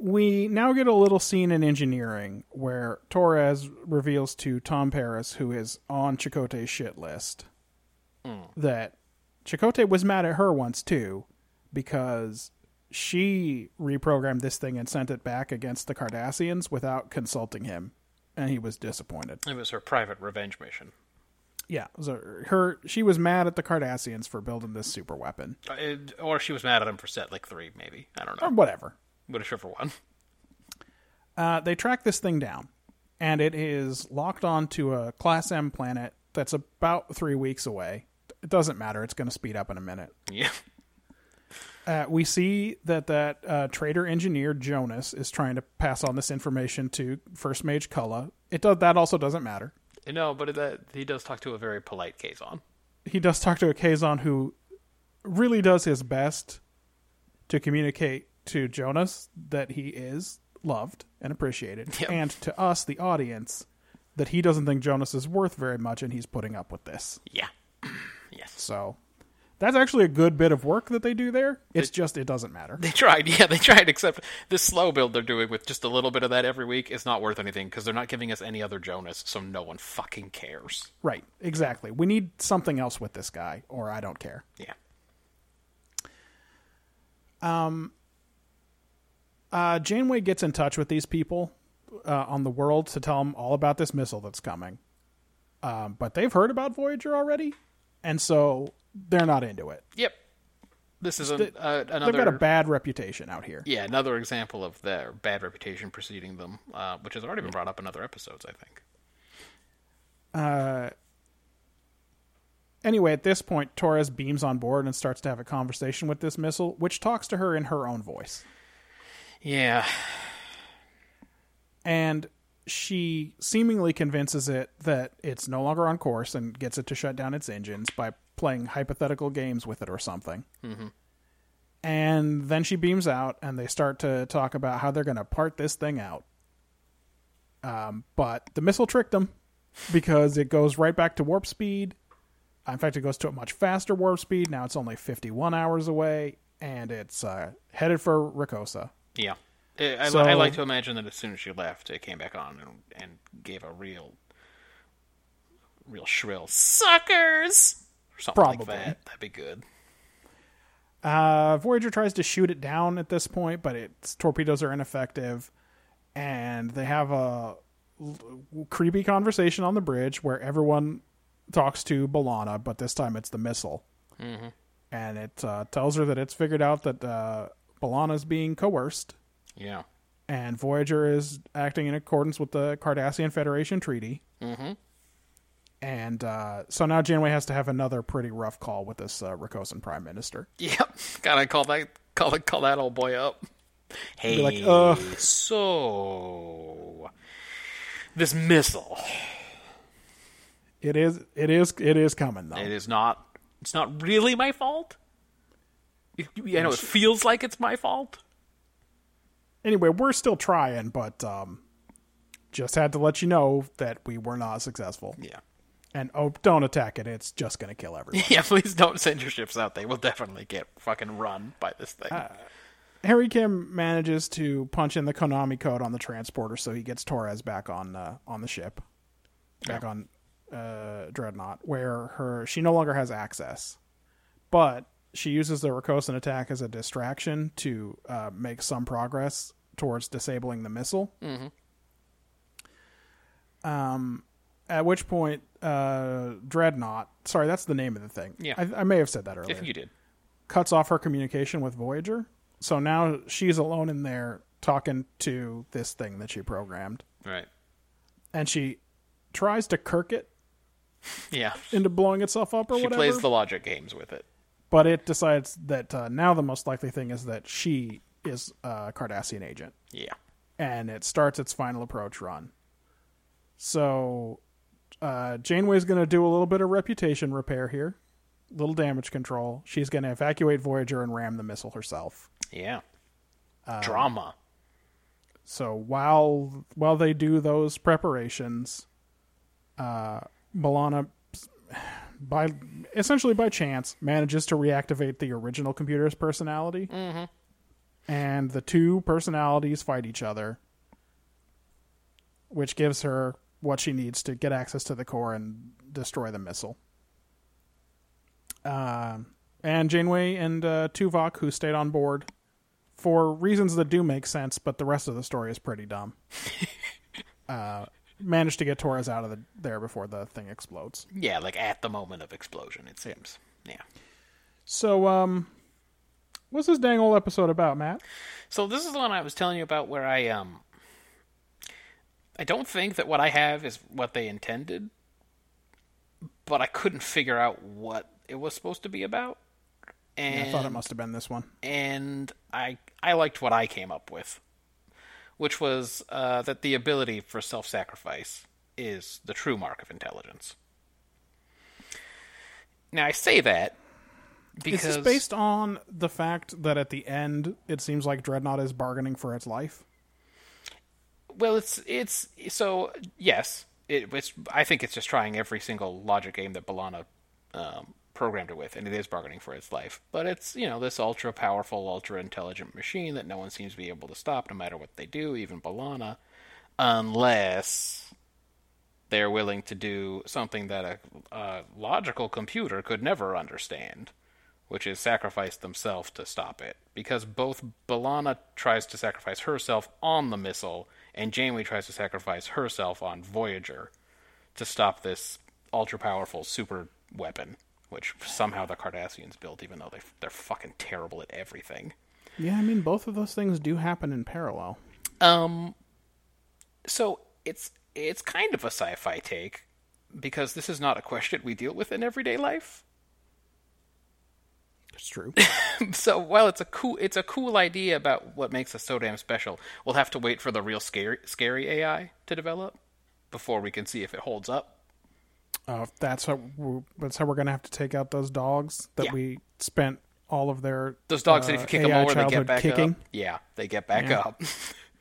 Speaker 3: we now get a little scene in engineering where Torres reveals to Tom Paris, who is on Chicote's shit list, that Chicote was mad at her once too because she reprogrammed this thing and sent it back against the Cardassians without consulting him, and he was disappointed.
Speaker 2: It was her private revenge mission.
Speaker 3: Yeah, so her she was mad at the Cardassians for building this super weapon
Speaker 2: Uh, it- or she was mad at him for set like three, maybe. I don't
Speaker 3: or
Speaker 2: know.
Speaker 3: whatever.
Speaker 2: Whichever one. (laughs)
Speaker 3: Uh, they track this thing down, and it is locked onto a Class M planet that's about three weeks away. It doesn't matter; it's going to speed up in a minute.
Speaker 2: Yeah.
Speaker 3: Uh, we see that that uh, trader engineer Jonas is trying to pass on this information to First Mage Kulla. It does that also doesn't matter.
Speaker 2: No, but that, he does talk to a very polite Kazon.
Speaker 3: he does talk to a Kazon who really does his best to communicate to Jonas that he is loved and appreciated,
Speaker 2: Yep.
Speaker 3: and to us, the audience, that he doesn't think Jonas is worth very much and he's putting up with this.
Speaker 2: Yeah. yes.
Speaker 3: So that's actually a good bit of work that they do there. It's just, it doesn't matter.
Speaker 2: They tried, yeah, they tried. Except this slow build they're doing with just a little bit of that every week is not worth anything because they're not giving us any other Jonas, so no one fucking cares.
Speaker 3: Right, exactly. We need something else with this guy, or I don't care.
Speaker 2: Yeah,
Speaker 3: Uh, Janeway gets in touch with these people uh, on the world to tell them all about this missile that's coming. Um, but they've heard about Voyager already, and so they're not into it.
Speaker 2: yep. This is an, uh,
Speaker 3: They've got a
Speaker 2: another
Speaker 3: bad reputation out here.
Speaker 2: yeah another example of their bad reputation preceding them, uh, which has already been brought up in other episodes, I think.
Speaker 3: Anyway, at this point, Torres beams on board and starts to have a conversation with this missile, which talks to her in her own voice.
Speaker 2: Yeah,
Speaker 3: And she seemingly convinces it that it's no longer on course and gets it to shut down its engines by playing hypothetical games with it or something. And then she beams out, and they start to talk about how they're going to part this thing out. Um, but the missile tricked them because it goes right back to warp speed. Uh, In fact, it goes to a much faster warp speed. Now it's only 51 hours away, and it's uh, headed for Rikosa.
Speaker 2: yeah. I, I-
Speaker 3: So-
Speaker 2: I like to imagine that as soon as she left, it came back on and, and gave a real, real shrill suckers or something like
Speaker 3: Probably.
Speaker 2: that. That'd be good.
Speaker 3: Uh, Voyager tries to shoot it down at this point, but its torpedoes are ineffective, and they have a l- creepy conversation on the bridge where everyone talks to Balana, but this time it's the missile, and it uh, tells her that it's figured out that uh, Balana's being coerced,
Speaker 2: Yeah.
Speaker 3: and Voyager is acting in accordance with the Cardassian Federation treaty. Mm-hmm. And uh, so now Janeway has to have another pretty rough call with this uh, Rakosan Prime Minister.
Speaker 2: (laughs) Yep. Gotta call that call call that old boy up. Hey,
Speaker 3: Be like, ugh.
Speaker 2: so this missile.
Speaker 3: It is, it is, it is coming though.
Speaker 2: It is not. It's not really my fault. You- you- I know it feels like it's my fault.
Speaker 3: Anyway, we're still trying, but um, just had to let you know that we were not successful.
Speaker 2: Yeah. (laughs)
Speaker 3: And oh, don't attack it; it's just going to kill everyone.
Speaker 2: Yeah, please don't send your ships out. They will definitely get fucking run by this thing.
Speaker 3: Harry Kim manages to punch in the Konami code on the transporter, so he gets Torres back on uh, on the ship, back on uh, Dreadnought, where her she no longer has access, but she uses the Rakosan attack as a distraction to uh, make some progress towards disabling the missile. Um,
Speaker 2: Mm-hmm.
Speaker 3: at which point, uh, Dreadnought. Sorry, that's the name of the thing.
Speaker 2: Yeah.
Speaker 3: I, I may have said that earlier
Speaker 2: if you did.
Speaker 3: cuts off her communication with Voyager. So now she's alone in there talking to this thing that she programmed.
Speaker 2: Right.
Speaker 3: And she tries to kirk it
Speaker 2: Yeah.
Speaker 3: into blowing itself up or
Speaker 2: She
Speaker 3: whatever.
Speaker 2: plays the logic games with it.
Speaker 3: but it decides that uh, now the most likely thing is that she is a Cardassian agent.
Speaker 2: Yeah.
Speaker 3: And it starts its final approach run. So uh, Janeway's going to do a little bit of reputation repair here, little damage control. She's going to evacuate Voyager and ram the missile herself.
Speaker 2: Yeah. Drama.
Speaker 3: So while while they do those preparations, uh, Milana, by essentially by chance, manages to reactivate the original computer's personality, mm-hmm. and the two personalities fight each other, which gives her what she needs to get access to the core and destroy the missile. Um, and Janeway and uh, Tuvok, who stayed on board, for reasons that do make sense, but the rest of the story is
Speaker 2: (laughs)
Speaker 3: pretty dumb. uh, managed to get Torres out of the, there before the thing explodes.
Speaker 2: Yeah, like at the moment of explosion, it seems. Yeah.
Speaker 3: So, um, what's this dang old episode about, Matt?
Speaker 2: So this is the one I was telling you about where I um I don't think that what I have is what they intended, but I couldn't figure out what it was supposed to be about. And
Speaker 3: I thought it must have been this one.
Speaker 2: and I I liked what I came up with, which was uh, that the ability for self-sacrifice is the true mark of intelligence. Now I say that
Speaker 3: Is
Speaker 2: because
Speaker 3: this based on the fact that at the end it seems like Dreadnought is bargaining for its life?
Speaker 2: well, it's it's so yes, it was. I think it's just trying every single logic game that Balana um, programmed it with, and it is bargaining for its life. But it's you know this ultra powerful, ultra intelligent machine that no one seems to be able to stop, no matter what they do, even Balana, unless they're willing to do something that a, a logical computer could never understand, which is sacrifice themselves to stop it. Because both Balana tries to sacrifice herself on the missile, and Janeway tries to sacrifice herself on Voyager to stop this ultra powerful super weapon, which somehow the Cardassians built, even though they, they're fucking terrible at everything.
Speaker 3: Yeah, I mean both of those things do happen in parallel.
Speaker 2: Um, so it's it's kind of a sci-fi take because this is not a question we deal with in everyday life. (laughs)
Speaker 3: It's true.
Speaker 2: So while it's a cool it's a cool idea about what makes us so damn special, we'll have to wait for the real scary scary AI to develop before we can see if it holds up.
Speaker 3: (laughs) Uh, if that's how we're, that's how we're gonna have to take out those dogs that
Speaker 2: Yeah.
Speaker 3: we spent all of their
Speaker 2: Those dogs that if
Speaker 3: uh,
Speaker 2: you kick
Speaker 3: AI
Speaker 2: them over, they get
Speaker 3: childhood
Speaker 2: back
Speaker 3: kicking.
Speaker 2: up. Yeah, they get back up.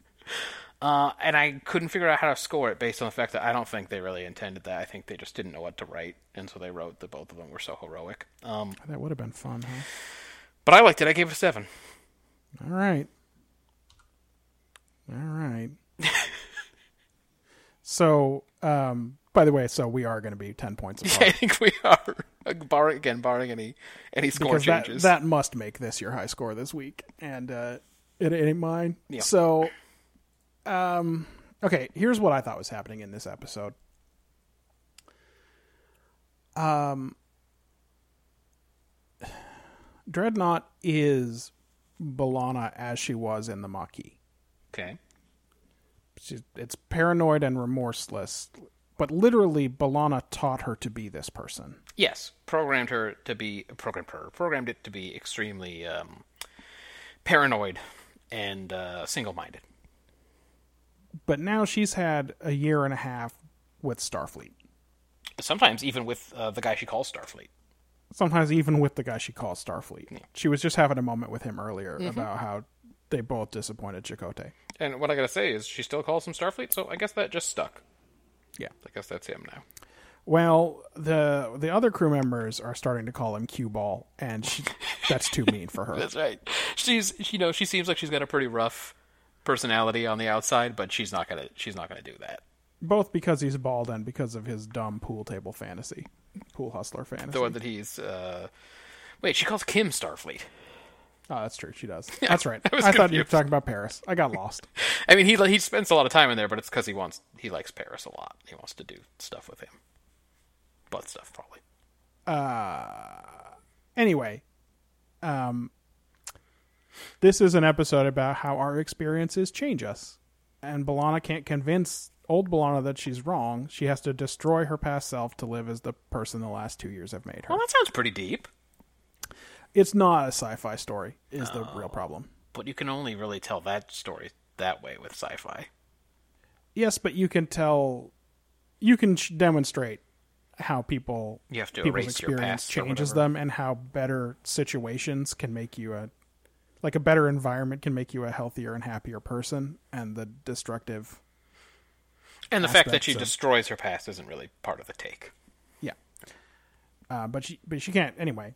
Speaker 2: (laughs) uh, and I couldn't figure out how to score it based on the fact that I don't think they really intended that. I think they just didn't know what to write, and so they wrote that both of them were so heroic. Um,
Speaker 3: That would have been fun, huh?
Speaker 2: But I liked it. I gave it a seven.
Speaker 3: All right. All right. so, um, by the way, so we are going to be 10
Speaker 2: (laughs)
Speaker 3: points
Speaker 2: I
Speaker 3: apart.
Speaker 2: think we are like, bar again, barring any any score
Speaker 3: because that,
Speaker 2: changes.
Speaker 3: that must make this your high score this week. And uh, it ain't mine.
Speaker 2: Yeah.
Speaker 3: So, um, okay, here's what I thought was happening in this episode. Um, Um, Dreadnought is Balana as she was in the Maquis.
Speaker 2: Okay.
Speaker 3: She's, it's paranoid and remorseless, but literally, Balana taught her to be this person.
Speaker 2: Yes, programmed her to be programmed her programmed it to be extremely um, paranoid and uh, single-minded.
Speaker 3: But now she's had a year and a half with Starfleet.
Speaker 2: Sometimes even with uh, the guy she calls Starfleet.
Speaker 3: sometimes even with the guy she calls Starfleet. She was just having a moment with him earlier
Speaker 2: Mm-hmm.
Speaker 3: about how they both disappointed Chakotay.
Speaker 2: And what I gotta say is, she still calls him Starfleet, so I guess that just stuck.
Speaker 3: Yeah.
Speaker 2: I guess that's him now.
Speaker 3: Well, the the other crew members are starting to call him Q Ball,
Speaker 2: (laughs)
Speaker 3: and she, that's too mean for her.
Speaker 2: That's right. She's you know she seems like she's got a pretty rough personality on the outside, but she's not gonna she's not gonna do that.
Speaker 3: Both because he's bald and because of his dumb pool table fantasy, pool hustler fantasy.
Speaker 2: The one that he's uh, wait, she calls Kim Starfleet.
Speaker 3: oh, that's true. She
Speaker 2: (laughs)
Speaker 3: does. that's right.
Speaker 2: I
Speaker 3: I,
Speaker 2: was
Speaker 3: thought you were
Speaker 2: confused.
Speaker 3: talking about Paris. I got lost.
Speaker 2: I mean, he he spends a lot of time in there, but it's because he wants he likes Paris a lot. He wants to do stuff with him, butt stuff probably.
Speaker 3: anyway, um, this is an episode about how our experiences change us, and Balana can't convince old Balana that she's wrong. She has to destroy her past self to live as the person the last two years have made her.
Speaker 2: Well, that sounds pretty deep,
Speaker 3: It's not a sci-fi story. Is the real problem?
Speaker 2: but you can only really tell that story that way with sci-fi.
Speaker 3: Yes, but you can tell, you can sh- demonstrate how people
Speaker 2: You have to
Speaker 3: people's
Speaker 2: erase your
Speaker 3: experience
Speaker 2: past or
Speaker 3: changes
Speaker 2: whatever.
Speaker 3: them, and how better situations can make you a like a better environment can make you a healthier and happier person, and the destructive,
Speaker 2: And the fact that
Speaker 3: Aspects
Speaker 2: she
Speaker 3: of-
Speaker 2: destroys her past isn't really part of the take.
Speaker 3: yeah. Uh, but she, but she can't anyway.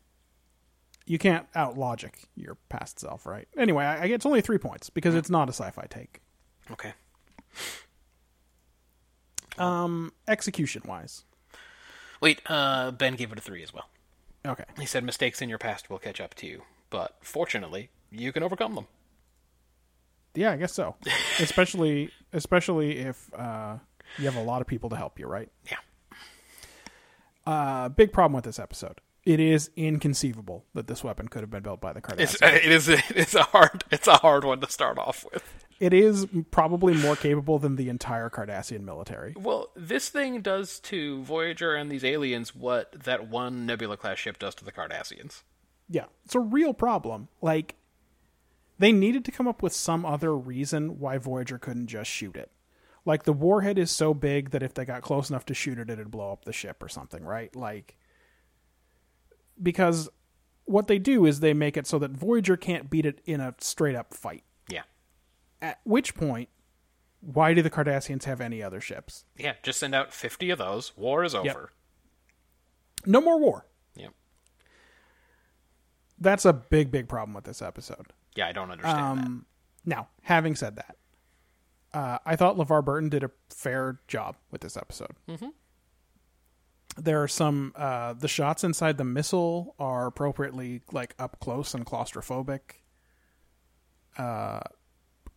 Speaker 3: You can't out logic your past self, right? Anyway, I, I, it's only three points because it's not a sci-fi take.
Speaker 2: Okay.
Speaker 3: Execution wise,
Speaker 2: Wait, uh, Ben gave it a three as well.
Speaker 3: okay.
Speaker 2: He said mistakes in your past will catch up to you, but fortunately, you can overcome them.
Speaker 3: Yeah, I guess so. especially (laughs) especially if uh, you have a lot of people to help you, right?
Speaker 2: Yeah.
Speaker 3: A big problem with this episode. It is inconceivable that this weapon could have been built by the Cardassians.
Speaker 2: It's, (laughs) it is it is a hard it's a hard one to start off with.
Speaker 3: It is probably more capable than the entire Cardassian military.
Speaker 2: Well, this thing does to Voyager and these aliens what that one Nebula class ship does to the Cardassians.
Speaker 3: Yeah, it's a real problem. Like, they needed to come up with some other reason why Voyager couldn't just shoot it. Like, the warhead is so big that if they got close enough to shoot it, it'd blow up the ship or something, right? Like, because what they do is they make it so that Voyager can't beat it in a straight up fight.
Speaker 2: Yeah.
Speaker 3: At which point, why do the Cardassians have any other ships?
Speaker 2: Yeah, just send out 50 of those. War is over.
Speaker 3: No more war.
Speaker 2: Yep.
Speaker 3: That's a big, big problem with this episode.
Speaker 2: Yeah, I don't understand
Speaker 3: Um, now, having said that, uh, I thought LeVar Burton did a fair job with this episode. Mm-hmm. There are some uh, the shots inside the missile are appropriately like up close and claustrophobic. Uh,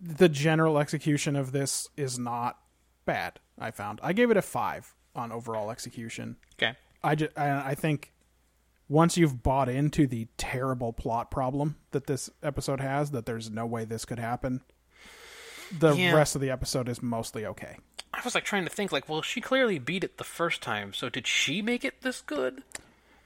Speaker 3: the general execution of this is not bad. I found I gave it a five on overall execution.
Speaker 2: that. Okay.
Speaker 3: I, ju- I I think once you've bought into the terrible plot problem that this episode has, that there's no way this could happen, the
Speaker 2: Yeah.
Speaker 3: rest of the episode is mostly okay.
Speaker 2: I was like trying to think like, well, she clearly beat it the first time, so did she make it this good?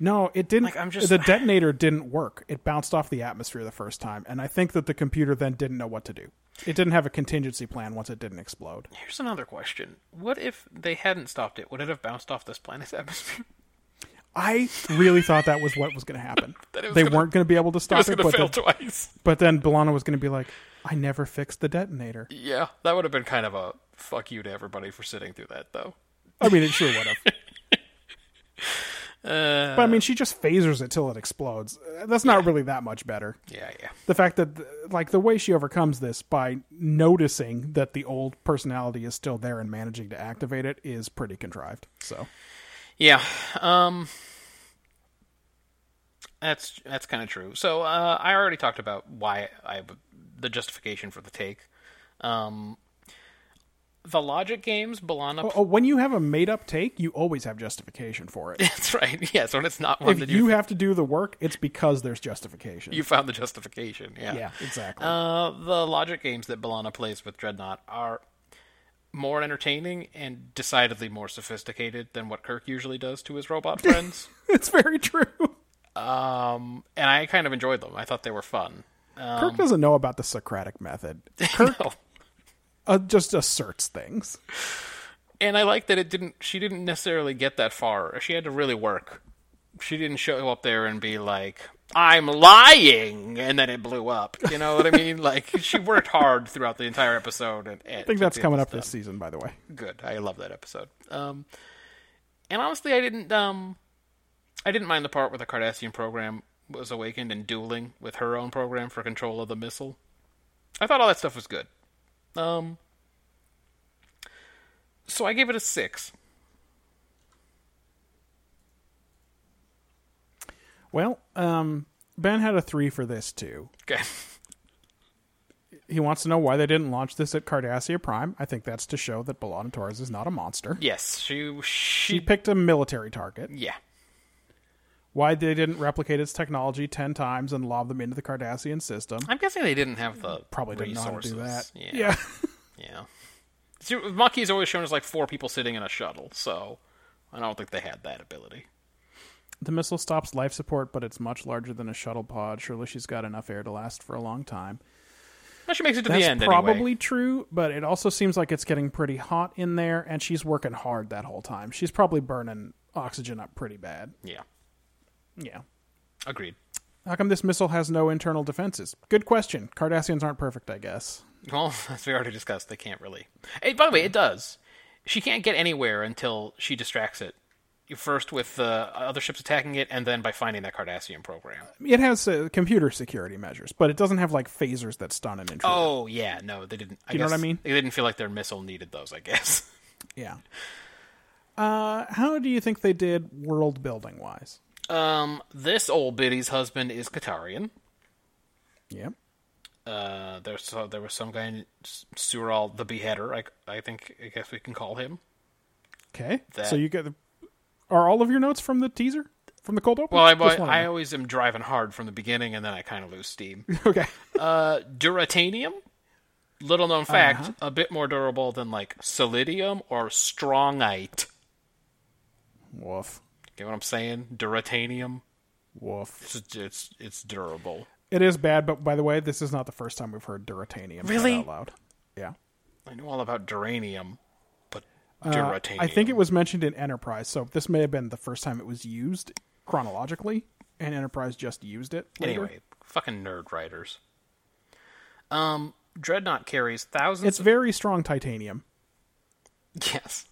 Speaker 3: No, it didn't.
Speaker 2: Like, I'm just- (laughs)
Speaker 3: the detonator didn't work. It bounced off the atmosphere the first time, and I think that the computer then didn't know what to do. It didn't have a contingency plan once it didn't explode.
Speaker 2: Here's another question. What if they hadn't stopped it? Would it have bounced off this planet's (laughs) atmosphere?
Speaker 3: I really thought that was what was going to happen.
Speaker 2: (laughs) That it was
Speaker 3: they
Speaker 2: gonna-
Speaker 3: weren't going to be able to
Speaker 2: it
Speaker 3: stop
Speaker 2: was
Speaker 3: it,
Speaker 2: going to
Speaker 3: but,
Speaker 2: fail
Speaker 3: the-
Speaker 2: twice. (laughs)
Speaker 3: but then Belana was going to be like, "I never fixed the detonator."
Speaker 2: Yeah, that would have been kind of a fuck you to everybody for sitting through that, though.
Speaker 3: I mean, it sure would have. but I mean, she just phasers it till it explodes. Uh, That's not really that much better.
Speaker 2: Yeah, yeah.
Speaker 3: The fact that, th- like, the way she overcomes this by noticing that the old personality is still there and managing to activate it is pretty contrived. So,
Speaker 2: Yeah. Um That's that's kind of true. So, uh I already talked about why I the justification for the take. Um the logic games belong up.
Speaker 3: Oh, when you have a made up take, you always have justification for
Speaker 2: (laughs)
Speaker 3: it.
Speaker 2: That's right. Yes, when it's not one
Speaker 3: if
Speaker 2: that you
Speaker 3: you have to do the work, it's because there's justification.
Speaker 2: you found the justification.
Speaker 3: yeah, exactly.
Speaker 2: Uh, the logic games that Bellana plays with Dreadnought are more entertaining and decidedly more sophisticated than what Kirk usually does to his
Speaker 3: (laughs)
Speaker 2: robot friends.
Speaker 3: (laughs) it's very true.
Speaker 2: and I kind of enjoyed them. I thought they were fun. (laughs)
Speaker 3: Kirk doesn't know about the Socratic method. Kirk
Speaker 2: No.
Speaker 3: uh, just asserts things.
Speaker 2: And I like that it didn't. She didn't necessarily get that far. She had to really work. She didn't show up there and be like, "I'm lying," and then it blew up. You know what I mean? Like she worked hard throughout the entire episode. And,
Speaker 3: I think that's coming up this season, by the way.
Speaker 2: good. I love that episode. Um, and honestly, I didn't. Um, I didn't mind the part where the Cardassian program was awakened and dueling with her own program for control of the missile. I thought all that stuff was good. Um, so I gave it a six. (laughs)
Speaker 3: Well, um, Ben had a three for this too.
Speaker 2: Okay.
Speaker 3: He wants to know why they didn't launch this at Cardassia Prime. I think that's to show that Belana Torres is not a monster.
Speaker 2: Yes, she. She.
Speaker 3: She picked a military target.
Speaker 2: yeah.
Speaker 3: Why they didn't replicate its technology ten times and lob them into the Cardassian system?
Speaker 2: I'm guessing they didn't have the
Speaker 3: Probably didn't know how to
Speaker 2: resources.
Speaker 3: do that. (laughs)
Speaker 2: Yeah. Yeah. See, Maki's always shown as like four people sitting in a shuttle, so I don't think they had that ability.
Speaker 3: The missile stops life support, but it's much larger than a shuttle pod. Surely she's got enough air to last for a long time.
Speaker 2: But she makes it to
Speaker 3: That's
Speaker 2: the end
Speaker 3: probably
Speaker 2: anyway.
Speaker 3: true, but it also seems like it's getting pretty hot in there, and she's working hard that whole time. She's probably burning oxygen up pretty bad.
Speaker 2: Yeah.
Speaker 3: Yeah.
Speaker 2: Agreed.
Speaker 3: How come this missile has no internal defenses? Good question. Cardassians aren't perfect, I guess.
Speaker 2: Well, (laughs) as we already discussed, they can't really. Hey, by the way, it does. She can't get anywhere until she distracts it. First with the other ships attacking it, and then by finding that Cardassian program.
Speaker 3: It has uh, computer security measures, but it doesn't have like phasers that stun an intruder.
Speaker 2: Oh yeah, no, they didn't. I
Speaker 3: You know what
Speaker 2: guess
Speaker 3: I mean?
Speaker 2: They didn't feel like their missile needed those. I guess. (laughs)
Speaker 3: Yeah. Uh, how do you think they did world building wise?
Speaker 2: Um, this old biddy's husband is Qatarian.
Speaker 3: Yep.
Speaker 2: Uh, there's so there was some guy in Sural the Beheader. I, I think I guess we can call him.
Speaker 3: Okay.
Speaker 2: That-
Speaker 3: So you get the. Are all of your notes from the teaser? From the cold open?
Speaker 2: Well, I,
Speaker 3: Just one of
Speaker 2: I, I
Speaker 3: them.
Speaker 2: always am driving hard from the beginning, and then I kind of lose steam.
Speaker 3: (laughs) Okay.
Speaker 2: Duratanium, little known fact,
Speaker 3: Uh-huh.
Speaker 2: a bit more durable than like solidium or strongite.
Speaker 3: Woof.
Speaker 2: You know what I'm saying? Duratanium.
Speaker 3: Woof.
Speaker 2: It's it's, it's durable.
Speaker 3: It is bad, but by the way, this is not the first time we've heard duratanium said
Speaker 2: Really?
Speaker 3: out loud. Yeah.
Speaker 2: I know all about duranium, but duratanium.
Speaker 3: Uh, I think it was mentioned in Enterprise, so this may have been the first time it was used chronologically, and Enterprise just used it. Later.
Speaker 2: anyway. Fucking nerd writers. Um, Dreadnought carries thousands.
Speaker 3: it's very strong titanium.
Speaker 2: (laughs) Yes.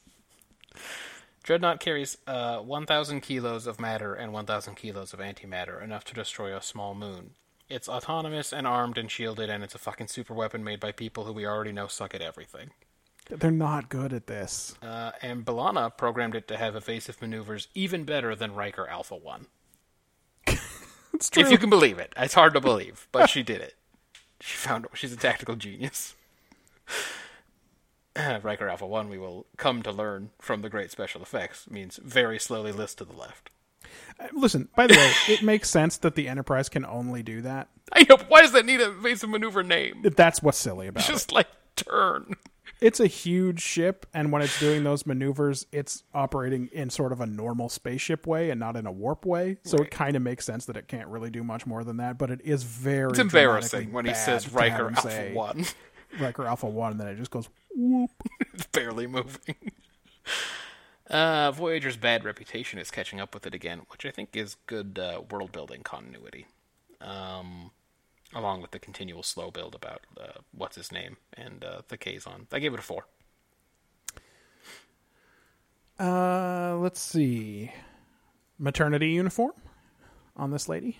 Speaker 2: Dreadnought carries uh, 1,000 kilos of matter and 1,000 kilos of antimatter, enough to destroy a small moon. It's autonomous and armed and shielded, and it's a fucking super weapon made by people who we already know suck at everything.
Speaker 3: They're not good at this.
Speaker 2: Uh, and B'Elanna programmed it to have evasive maneuvers even better than Riker Alpha 1.
Speaker 3: It's true.
Speaker 2: If you can believe it. It's hard to believe, but she did it. She found she's a tactical genius. (sighs) Riker Alpha 1, we will come to learn from the great special effects, means very slowly list to the left.
Speaker 3: Listen, by the way, it makes sense that the Enterprise can only do that.
Speaker 2: I know, but why does that need a evasive maneuver name?
Speaker 3: That's what's silly about it.
Speaker 2: Just like turn.
Speaker 3: It's a huge ship, and when it's doing those maneuvers, it's operating in sort of a normal spaceship way and not in a warp way. So it kind of makes sense that it can't really do much more than that. But it is very
Speaker 2: It's embarrassing
Speaker 3: dramatically
Speaker 2: when he
Speaker 3: bad
Speaker 2: says
Speaker 3: to have
Speaker 2: Riker
Speaker 3: him
Speaker 2: Alpha
Speaker 3: say
Speaker 2: 1.
Speaker 3: Riker Alpha One, and then it just goes whoop.
Speaker 2: It's barely moving. (laughs) Uh, Voyager's bad reputation is catching up with it again, which I think is good uh, world building continuity. Um, along with the continual slow build about uh, what's his name and uh, the Kazon. I gave it a 4.
Speaker 3: Uh, let's see, maternity uniform on this lady.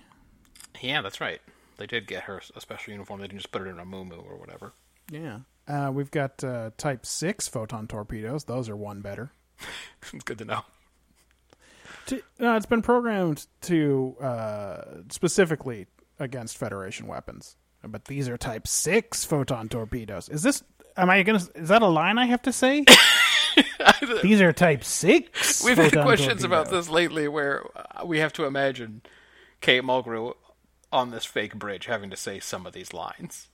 Speaker 2: Yeah, that's right. They did get her a special uniform. They didn't just put it in a Mumu or whatever. (laughs)
Speaker 3: Yeah. Uh, we've got uh, Type Six photon torpedoes. Those are one better.
Speaker 2: it's good to know.
Speaker 3: to, no, it's been programmed to uh, specifically against Federation weapons. But these are Type Six photon torpedoes. Is this
Speaker 9: Am I gonna? Is that a line I have to
Speaker 2: (laughs)
Speaker 9: say? These are type six.
Speaker 2: We've had
Speaker 9: photon
Speaker 2: questions about
Speaker 9: torpedoes.
Speaker 2: this lately where uh, we have to imagine Kate Mulgrew on this fake bridge having to say some of these
Speaker 3: (laughs)
Speaker 2: lines.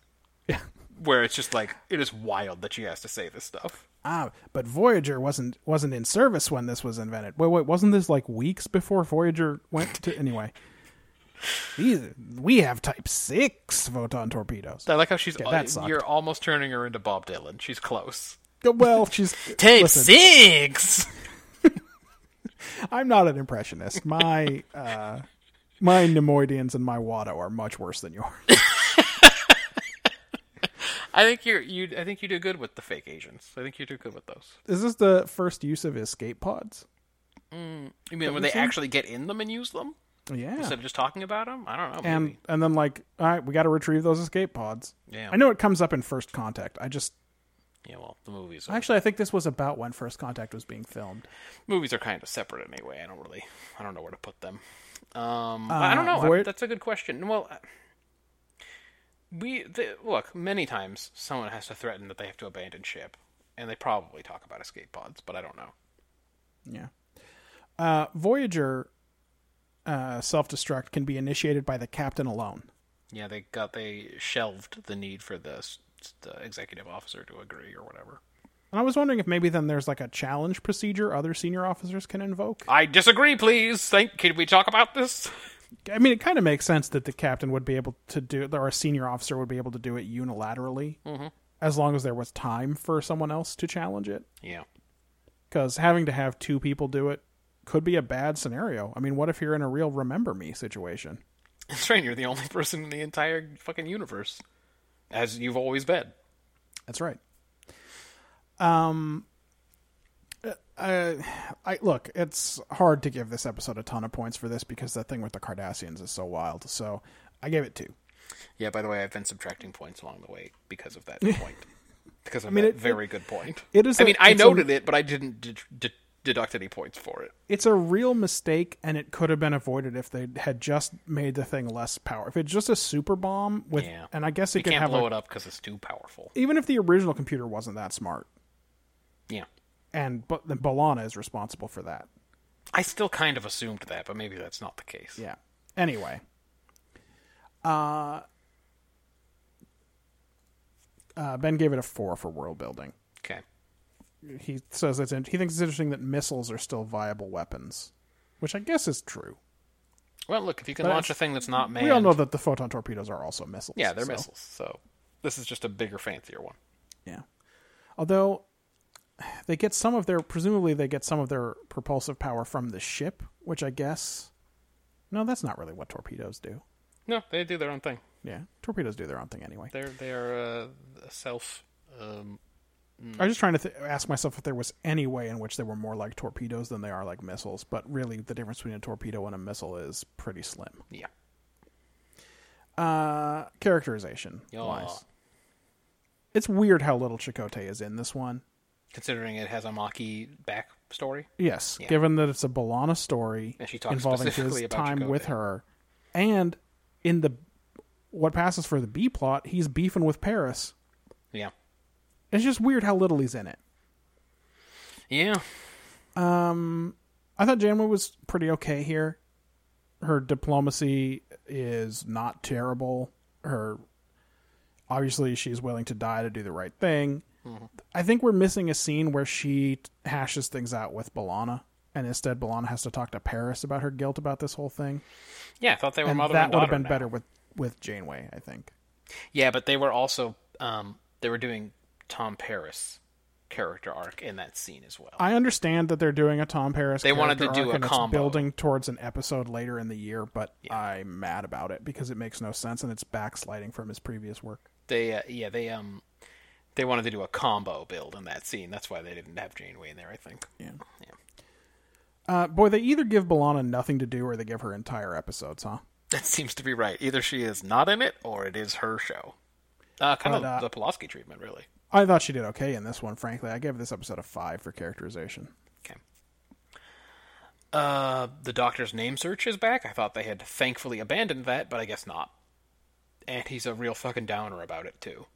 Speaker 2: Where it's just like, it is wild that she has to say this stuff.
Speaker 3: Ah, but Voyager wasn't wasn't in service when this was invented. Wait, wait, wasn't this like weeks before Voyager went to anyway? These, we have type six photon torpedoes.
Speaker 2: I like how she's, uh,
Speaker 3: Yeah, that sucked.
Speaker 2: you're almost turning her into Bob Dylan. She's close.
Speaker 3: Well, she's
Speaker 2: Tape
Speaker 3: listen,
Speaker 2: six!
Speaker 3: I'm not an impressionist. My (laughs) uh, my Nemoidians and my Watto are much worse than yours.
Speaker 2: I think you're, you, I think you do good with the fake Asians. I think you do good with those.
Speaker 3: Is this the first use of escape pods?
Speaker 2: You mean when they actually get in them and use them?
Speaker 3: Yeah.
Speaker 2: Instead of just talking about them? I don't know.
Speaker 3: and
Speaker 2: maybe.
Speaker 3: and then like, all right, we got to retrieve those escape pods.
Speaker 2: Yeah.
Speaker 3: I know it comes up in First Contact. I just
Speaker 2: Yeah, well, the movies are,
Speaker 3: actually I think this was about when First Contact was being filmed.
Speaker 2: movies are kind of separate anyway. I don't really, I don't know where to put them. Um, I don't know. I-
Speaker 3: Voy-
Speaker 2: that's a good question. Well, I- we the, look many times someone has to threaten that they have to abandon ship, and they probably talk about escape pods, but I don't know.
Speaker 3: Yeah. Uh, Voyager uh, self destruct can be initiated by the captain alone.
Speaker 2: Yeah, they got they shelved the need for this the executive officer to agree or whatever.
Speaker 3: And I was wondering if maybe then there's like a challenge procedure other senior officers can invoke.
Speaker 2: I disagree, please. Thank. Can we talk about this?
Speaker 3: I mean, it kind of makes sense that the captain would be able to do it, or a senior officer would be able to do it unilaterally,
Speaker 2: Mm-hmm.
Speaker 3: as long as there was time for someone else to challenge it.
Speaker 2: Yeah. (laughs)
Speaker 3: Because having to have two people do it could be a bad scenario. I mean, what if you're in a real remember me situation?
Speaker 2: That's right. You're the only person in the entire fucking universe, as you've always been.
Speaker 3: That's right. Um, uh, I, I look. It's hard to give this episode a ton of points for this because that thing with the Cardassians is so wild. So I gave it two.
Speaker 2: Yeah, by the way, I've been subtracting points along the way because
Speaker 3: (laughs)
Speaker 2: of that point. Because of
Speaker 3: mean,
Speaker 2: that
Speaker 3: it-
Speaker 2: very good point.
Speaker 3: it is
Speaker 2: I
Speaker 3: a-
Speaker 2: mean, I
Speaker 3: it's a-
Speaker 2: noted it, but I didn't de- de- deduct any points for it.
Speaker 3: It's a real mistake, and it could have been avoided if they had just made the thing less power. If it's just a super bomb with,
Speaker 2: Yeah.
Speaker 3: and I guess it
Speaker 2: You
Speaker 3: could
Speaker 2: can't
Speaker 3: have
Speaker 2: blow
Speaker 3: a-
Speaker 2: it up because it's too powerful.
Speaker 3: even if the original computer wasn't that smart,
Speaker 2: Yeah,
Speaker 3: and but then Balana is responsible for that.
Speaker 2: I still kind of assumed that, but maybe that's not the case.
Speaker 3: Yeah. Anyway. Uh, uh, ben gave it a four for world building.
Speaker 2: Okay.
Speaker 3: He says it's in- he thinks it's interesting that missiles are still viable weapons, which I guess is true.
Speaker 2: Well, look, if you can
Speaker 3: But
Speaker 2: launch a
Speaker 3: it's-
Speaker 2: thing that's not manned,
Speaker 3: We all know that the photon torpedoes are also missiles.
Speaker 2: yeah, they're
Speaker 3: so-
Speaker 2: missiles. So this is just a bigger, fancier one.
Speaker 3: Yeah. Although they get some of their presumably they get some of their propulsive power from the ship, which I guess no, that's not really what torpedoes do.
Speaker 2: No, they do their own thing.
Speaker 3: Yeah, torpedoes do their own thing anyway.
Speaker 2: They're they are uh, self. Um,
Speaker 3: I was just trying to th- ask myself if there was any way in which they were more like torpedoes than they are like missiles, but really the difference between a torpedo and a missile is pretty slim.
Speaker 2: yeah.
Speaker 3: Uh, characterization
Speaker 2: Aw.
Speaker 3: wise, it's weird how little Chakotay is in this one.
Speaker 2: Considering it has a Maki backstory.
Speaker 3: Yes,
Speaker 2: Yeah.
Speaker 3: given that it's a Balana story
Speaker 2: And she talks
Speaker 3: involving his
Speaker 2: specifically about
Speaker 3: time with
Speaker 2: Chakotay.
Speaker 3: her, and in the what passes for the B plot, he's beefing with Paris.
Speaker 2: Yeah.
Speaker 3: It's just weird how little he's in it.
Speaker 2: Yeah.
Speaker 3: I thought Janeway was pretty okay here. Her diplomacy is not terrible. Her obviously she's willing to die to do the right thing.
Speaker 2: Mm-hmm.
Speaker 3: I think we're missing a scene where she t- hashes things out with Balana, and instead Balana has to talk to Paris about her guilt about this whole thing.
Speaker 2: Yeah, I thought they were
Speaker 3: and
Speaker 2: mother
Speaker 3: that
Speaker 2: and
Speaker 3: would
Speaker 2: daughter.
Speaker 3: have been
Speaker 2: now.
Speaker 3: better with with Janeway, I think.
Speaker 2: Yeah, but they were also um, they were doing Tom Paris character arc in that scene as well.
Speaker 3: I understand that they're doing a Tom Paris.
Speaker 2: They wanted to
Speaker 3: character
Speaker 2: do
Speaker 3: arc
Speaker 2: a
Speaker 3: and
Speaker 2: combo.
Speaker 3: It's building towards an episode later in the year, but I'm mad about it because it makes no sense and it's backsliding from his previous work.
Speaker 2: They uh, yeah they um they wanted to do a combo build in that scene. That's why they didn't have Janeway in there. I think. Yeah.
Speaker 3: Uh, boy, they either give Balana nothing to do or they give her entire episodes, huh?
Speaker 2: That seems to be right. Either she is not in it or it is her show. Uh, kind
Speaker 3: But,
Speaker 2: of
Speaker 3: uh,
Speaker 2: the Pulaski treatment, really.
Speaker 3: I thought she did okay in this one. Frankly, I gave this episode a five for characterization.
Speaker 2: Okay. Uh, the doctor's name search is back. I thought they had thankfully abandoned that, but I guess not. And he's a real fucking downer about it too.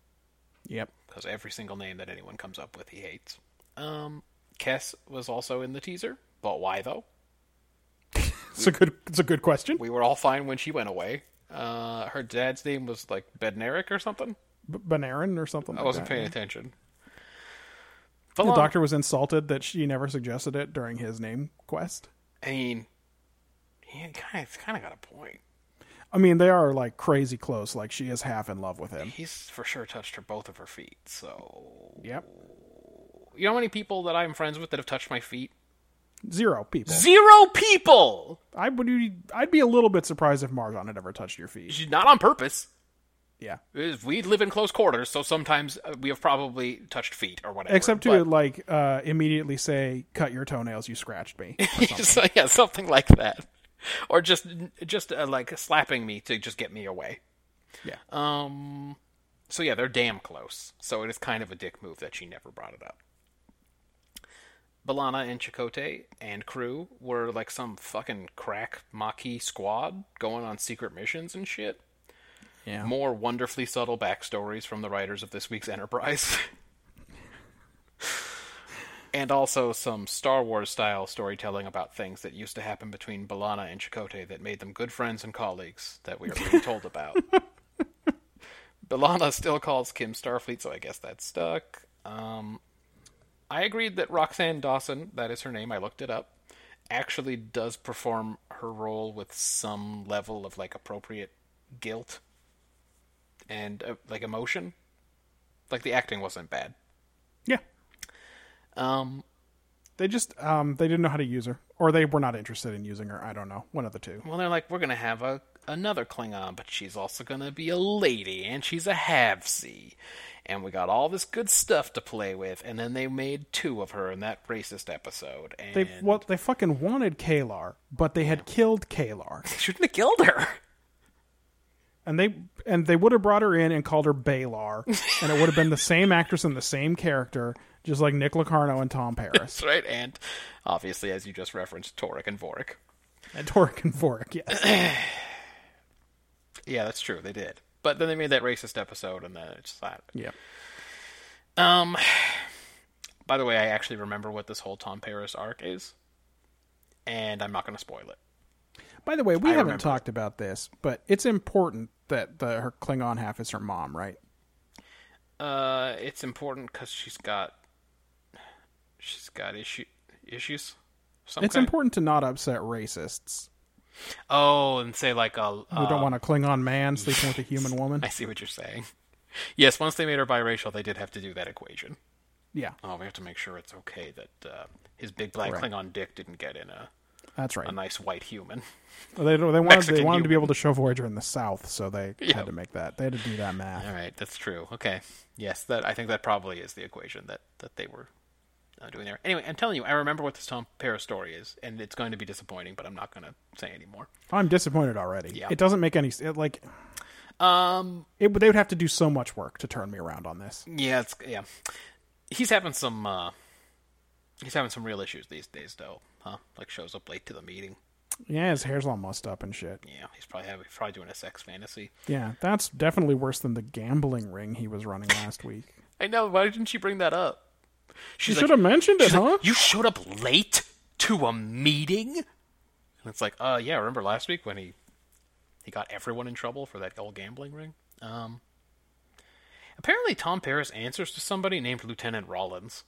Speaker 3: Yep.
Speaker 2: because every single name that anyone comes up with he hates. Um, Kess was also in the teaser, but why though?
Speaker 3: It's a good. It's a good question.
Speaker 2: We were all fine when she went away. Uh, her dad's name was like Bednarik or something.
Speaker 3: B- Banarin or something.
Speaker 2: I
Speaker 3: like
Speaker 2: wasn't
Speaker 3: that.
Speaker 2: paying attention.
Speaker 3: The
Speaker 2: Belong-
Speaker 3: doctor was insulted that she never suggested it during his name quest.
Speaker 2: I mean, he kind of, kind of got a point.
Speaker 3: I mean, they are like crazy close. Like she is half in love with him.
Speaker 2: He's for sure touched her both of her feet. So
Speaker 3: Yep.
Speaker 2: you know how many people that I'm friends with that have touched my feet?
Speaker 3: Zero people.
Speaker 2: Zero people.
Speaker 3: I would. I'd be a little bit surprised if Marjan had ever touched your feet.
Speaker 2: Not on purpose.
Speaker 3: Yeah.
Speaker 2: is we live in close quarters, so sometimes uh, we have probably touched feet or whatever.
Speaker 3: Except to
Speaker 2: but-
Speaker 3: like uh, immediately say, "Cut your toenails. You
Speaker 2: (laughs)
Speaker 3: scratched me."
Speaker 2: so, yeah, something like that, or just just uh, like slapping me to just get me away.
Speaker 3: Yeah.
Speaker 2: Um. So yeah, they're damn close. So it is kind of a dick move that she never brought it up. Balana and Chakotay and crew were like some fucking crack Maquis squad going on secret missions and shit.
Speaker 3: Yeah.
Speaker 2: More wonderfully subtle backstories from the writers of this week's Enterprise. (laughs) and also some Star Wars style storytelling about things that used to happen between Balana and Chakotay that made them good friends and colleagues that we are being told about. Balana still calls Kim Starfleet, so I guess that's stuck. Um, I agreed that Roxanne Dawson, that is her name, I looked it up, actually does perform her role with some level of like appropriate guilt and uh, like emotion. Like the acting wasn't bad.
Speaker 3: yeah.
Speaker 2: Um,
Speaker 3: They just um, they didn't know how to use her, or they were not interested in using her. I don't know. One of the two.
Speaker 2: well, they're like, we're gonna have a another Klingon, but she's also gonna be a lady, and she's a halfsee, and we got all this good stuff to play with, and then they made two of her in that racist episode. And
Speaker 3: They well, they fucking wanted Kalar, but they had killed Kalar,
Speaker 2: They shouldn't have killed her. (laughs)
Speaker 3: and they and they would have brought her in and called her Balar, and it would have been the same actress and the same character, just like Nick Locarno and Tom Paris
Speaker 2: That's right, and obviously, as you just referenced, Torek and Vorik.
Speaker 3: and Torek and Vorik.
Speaker 2: (coughs)
Speaker 3: Yes,
Speaker 2: Yeah, that's true. They did, but then they made that racist episode, and then it's that.
Speaker 3: yeah.
Speaker 2: Um, (sighs) by the way, I actually remember what this whole Tom Paris arc is, and I'm not going to spoil it.
Speaker 3: By the way, we haven't
Speaker 2: remember.
Speaker 3: talked about this, but it's important that the her Klingon half is her mom, right?
Speaker 2: Uh, it's important because she's got she's got issue issues. of some
Speaker 3: It's
Speaker 2: kind.
Speaker 3: important to not upset racists
Speaker 2: Oh, and say like a.
Speaker 3: who don't want a Klingon man sleeping with a human woman.
Speaker 2: (laughs) Uh, I see what you're saying. Yes, once they made her biracial, they did have to do that equation.
Speaker 3: Yeah,
Speaker 2: Oh, we have to make sure it's okay that uh, his big black
Speaker 3: Right.
Speaker 2: Klingon dick didn't get in a,
Speaker 3: that's right.
Speaker 2: a nice white human.
Speaker 3: They don't- they wanted they
Speaker 2: Mexican
Speaker 3: wanted to be
Speaker 2: human.
Speaker 3: able to show Voyager in the South, so they
Speaker 2: Yeah.
Speaker 3: had to make that. They had to do that math.
Speaker 2: All right, that's true. Okay, yes, that I think that probably is the equation that that they were uh, doing there. Anyway, I'm telling you, I remember what this Tom Paris story is, and it's going to be disappointing, but I'm not going to say anymore.
Speaker 3: I'm disappointed already.
Speaker 2: Yeah.
Speaker 3: It doesn't make any s- it, like
Speaker 2: Um,
Speaker 3: it, they would have to do so much work to turn me around on this.
Speaker 2: yeah, it's yeah. He's having some uh, he's having some real issues these days, though. Huh? Like shows up late to the meeting.
Speaker 3: Yeah, his hair's all mussed up and shit.
Speaker 2: Yeah, he's probably having, probably doing a sex fantasy.
Speaker 3: Yeah, that's definitely worse than the gambling ring he was running last week.
Speaker 2: I know. Why didn't she bring that up?
Speaker 3: You
Speaker 2: She's
Speaker 3: should have mentioned it,
Speaker 2: She's
Speaker 3: huh?
Speaker 2: like, you showed up late to a meeting? And it's like, uh, yeah, remember last week when he he got everyone in trouble for that old gambling ring? Um, apparently Tom Paris answers to somebody named Lieutenant Rollins.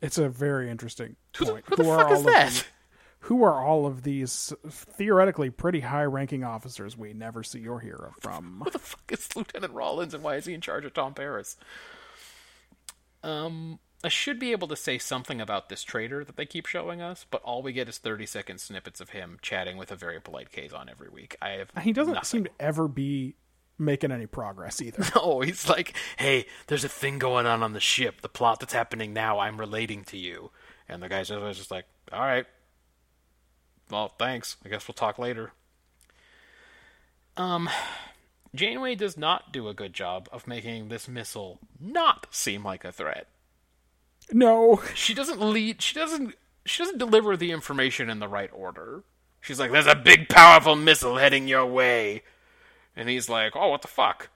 Speaker 3: It's a very interesting
Speaker 2: Who the,
Speaker 3: point.
Speaker 2: who the
Speaker 3: are
Speaker 2: fuck
Speaker 3: all
Speaker 2: is
Speaker 3: of
Speaker 2: that?
Speaker 3: these- who are all of these theoretically pretty high-ranking officers we never see or hear from?
Speaker 2: Who the fuck is Lieutenant Rollins and why is he in charge of Tom Paris? Um, I should be able to say something about this traitor that they keep showing us, but all we get is 30 second snippets of him chatting with a very polite Kazon every week. I have
Speaker 3: He doesn't
Speaker 2: nothing.
Speaker 3: seem to ever be making any progress either. (laughs)
Speaker 2: (laughs) No, he's like, hey, there's a thing going on on the ship. The plot that's happening now, I'm relating to you. And the guy's just, just like, all right. Well, thanks. I guess we'll talk later. Um, Janeway does not do a good job of making this missile not seem like a threat.
Speaker 3: No,
Speaker 2: She doesn't lead. She doesn't. She doesn't deliver the information in the right order. She's like, "There's a big, powerful missile heading your way," and he's like, "Oh, what the fuck?"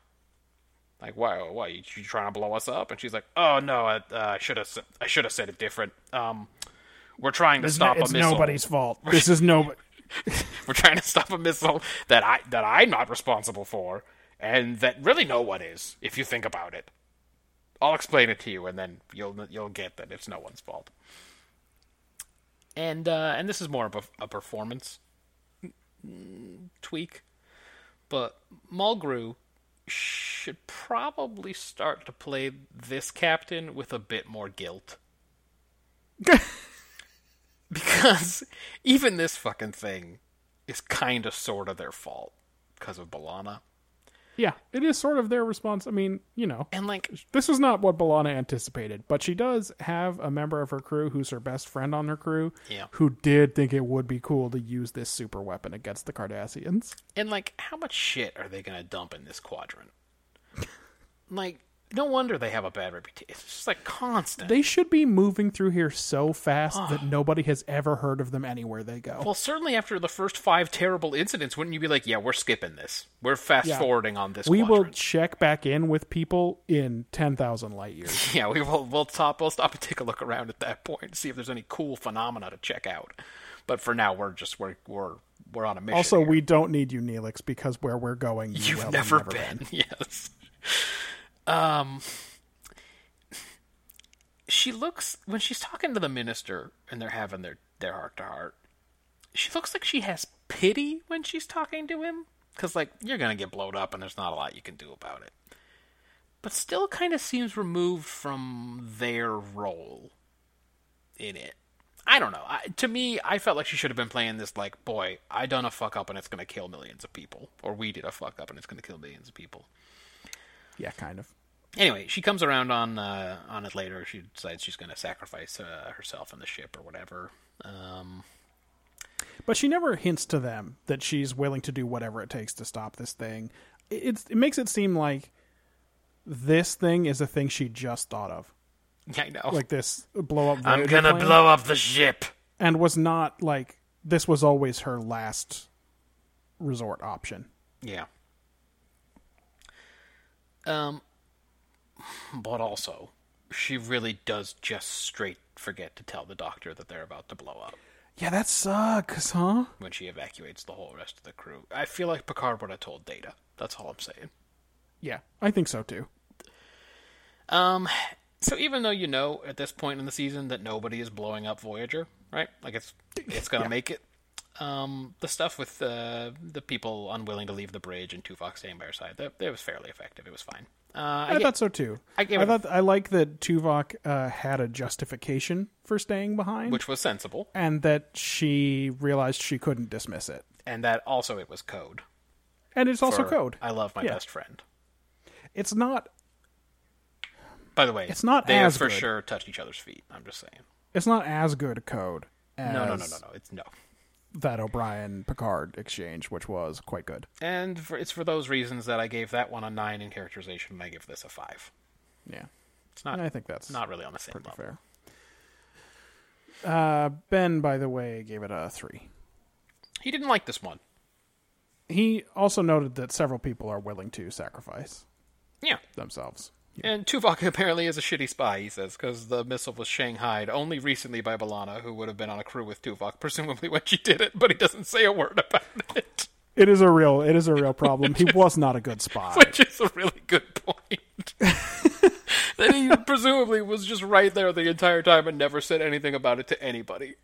Speaker 2: Like, why? Why you, you trying to blow us up? And she's like, oh no, I uh, should have. I should have said it different. Um, we're trying to
Speaker 3: It's,
Speaker 2: stop
Speaker 3: no- it's
Speaker 2: a missile.
Speaker 3: nobody's fault. This is no.
Speaker 2: (laughs) We're trying to stop a missile that I that I'm not responsible for, and that really no one is. If you think about it, I'll explain it to you, and then you'll you'll get that it's no one's fault. And uh, and this is more of a, a performance mm, tweak, but Mulgrew should probably start to play this captain with a bit more guilt because even this fucking thing is kind of sort of their fault because of Balana.
Speaker 3: Yeah, it is sort of their response. I mean, you know,
Speaker 2: And like,
Speaker 3: this is not what Balana anticipated, but she does have a member of her crew who's her best friend on her crew,
Speaker 2: Yeah.
Speaker 3: who did think it would be cool to use this super weapon against the Cardassians.
Speaker 2: and like, how much shit are they gonna dump in this quadrant? Like, no wonder they have a bad reputation. It's just like constant.
Speaker 3: They should be moving through here so fast
Speaker 2: (sighs)
Speaker 3: that nobody has ever heard of them anywhere they go.
Speaker 2: well, certainly after the first five terrible incidents, wouldn't you be like, "Yeah, we're skipping this. We're fast
Speaker 3: Yeah.
Speaker 2: forwarding on this."
Speaker 3: we will
Speaker 2: quadrant. (laughs)
Speaker 3: check back in with people in 10,000 light
Speaker 2: (laughs)
Speaker 3: years.
Speaker 2: Yeah, we will. We'll stop. We'll stop and take a look around at that point to see if there's any cool phenomena to check out. But for now, we're just we're we're we're on a mission.
Speaker 3: also,
Speaker 2: here.
Speaker 3: we don't need you, Neelix, because where we're going, you
Speaker 2: You've
Speaker 3: will have
Speaker 2: never, been. (laughs) Yes. Um she looks when she's talking to the minister and they're having their their heart to heart. She looks like she has pity when she's talking to him cuz like you're going to get blown up and there's not a lot you can do about it. But still kind of seems removed from their role in it. I don't know. I, to me, I felt like she should have been playing this like, boy, I done a fuck up and it's gonna kill millions of people, or we did a fuck up and it's gonna kill millions of people.
Speaker 3: Yeah, kind of.
Speaker 2: Anyway, she comes around on uh, on it later. She decides she's gonna sacrifice uh, herself and the ship or whatever. Um, (laughs)
Speaker 3: But she never hints to them that she's willing to do whatever it takes to stop this thing. It- It's, it makes it seem like this thing is a thing she just thought of,
Speaker 2: yeah, I know.
Speaker 3: like this blow up.
Speaker 2: I'm
Speaker 3: Voyager
Speaker 2: gonna
Speaker 3: plan,
Speaker 2: blow up the ship.
Speaker 3: and was not like this was always her last resort option.
Speaker 2: Yeah. Um, but also, she really does just straight forget to tell the doctor that they're about to blow up.
Speaker 3: Yeah, that sucks, huh?
Speaker 2: when she evacuates the whole rest of the crew. I feel like Picard would have told Data. That's all I'm saying.
Speaker 3: Yeah, I think so too.
Speaker 2: Um, so even though you know at this point in the season that nobody is blowing up Voyager, right? Like it's it's gonna make it. Um, the stuff with uh, the people unwilling to leave the bridge and Tuvok staying by her side, that, that was fairly effective. It was fine. Uh, I
Speaker 3: I,
Speaker 2: get-
Speaker 3: thought so too.
Speaker 2: I gave it a-
Speaker 3: thought I like that Tuvok uh, had a justification for staying behind,
Speaker 2: which was sensible,
Speaker 3: and that she realized she couldn't dismiss it.
Speaker 2: and that also it was code.
Speaker 3: And it's also
Speaker 2: for
Speaker 3: code.
Speaker 2: I love my
Speaker 3: Yeah.
Speaker 2: best friend.
Speaker 3: It's not
Speaker 2: By the way,
Speaker 3: It's not
Speaker 2: they
Speaker 3: as
Speaker 2: for
Speaker 3: good.
Speaker 2: sure touched each other's feet. I'm just saying.
Speaker 3: it's not as good code as
Speaker 2: No, no, no, no, no. It's no.
Speaker 3: that O'Brien Picard exchange, which was quite good.
Speaker 2: And for, it's for those reasons that I gave that one a nine in characterization, and I give this a five.
Speaker 3: Yeah,
Speaker 2: It's not.
Speaker 3: I think that's
Speaker 2: not really on the same
Speaker 3: pretty
Speaker 2: level.
Speaker 3: fair. Uh, ben, by the way, gave it a three.
Speaker 2: He didn't like this one.
Speaker 3: He also noted that several people are willing to sacrifice
Speaker 2: Yeah.
Speaker 3: themselves.
Speaker 2: And Tuvok (laughs) apparently is a shitty spy, he says, because the missile was shanghaied only recently by Balana, who would have been on a crew with Tuvok, presumably when she did it, but he doesn't say a word about
Speaker 3: (laughs)
Speaker 2: it,
Speaker 3: It is a real it is a real problem. (laughs) He was not a good spy.
Speaker 2: which is a really good
Speaker 3: (laughs)
Speaker 2: point. that he presumably was just right there the entire time and never said anything about it to anybody.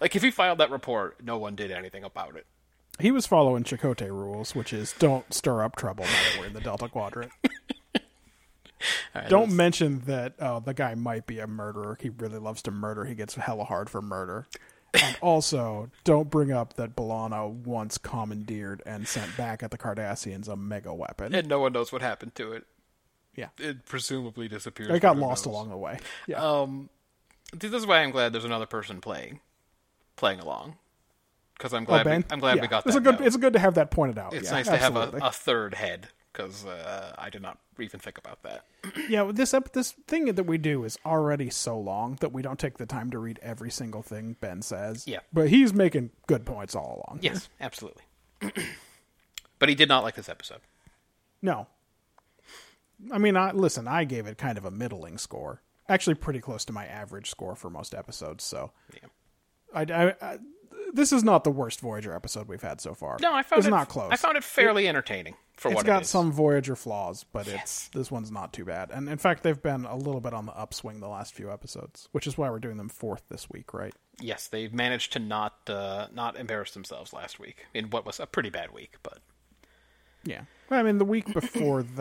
Speaker 2: Like, if he filed that report, no one did anything about it.
Speaker 3: He was following Chakotay rules, which is don't stir up trouble now that we're in the Delta (laughs) Quadrant. don't mention that uh, the guy might be a murderer. He really loves to murder. He gets hella hard for murder. (laughs) And also, don't bring up that Balana once commandeered and sent back at the Cardassians a mega weapon.
Speaker 2: and no one knows what happened to it.
Speaker 3: Yeah.
Speaker 2: It presumably disappeared.
Speaker 3: it got lost along the way. Yeah.
Speaker 2: Um, this is why I'm glad there's another person playing, playing along, because I'm
Speaker 3: oh,
Speaker 2: glad
Speaker 3: Ben?
Speaker 2: we, I'm glad
Speaker 3: Yeah.
Speaker 2: we got
Speaker 3: it's
Speaker 2: that.
Speaker 3: A good,
Speaker 2: note.
Speaker 3: It's good to have that pointed out.
Speaker 2: It's
Speaker 3: Yeah,
Speaker 2: nice to
Speaker 3: absolutely.
Speaker 2: have a, a third head because uh, I did not even think about that.
Speaker 3: Yeah, well, this ep- this thing that we do is already so long that we don't take the time to read every single thing Ben says.
Speaker 2: Yeah.
Speaker 3: but he's making good points all along.
Speaker 2: Yes, (clears throat) absolutely. but he did not like this episode.
Speaker 3: No, I mean, I listen. I gave it kind of a middling score, actually pretty close to my average score for most episodes. So, I, I- I- this is not the worst Voyager episode we've had so far.
Speaker 2: No, I found
Speaker 3: it's
Speaker 2: it
Speaker 3: not close.
Speaker 2: I found it fairly entertaining for
Speaker 3: It's
Speaker 2: what
Speaker 3: got
Speaker 2: it is.
Speaker 3: some Voyager flaws, but it's this one's not too bad. And in fact, they've been a little bit on the upswing the last few episodes, which is why we're doing them fourth this week, right?
Speaker 2: Yes, they managed to not uh, not embarrass themselves last week in what was a pretty bad week, but (laughs)
Speaker 3: Yeah. Well, I mean, the week before (coughs)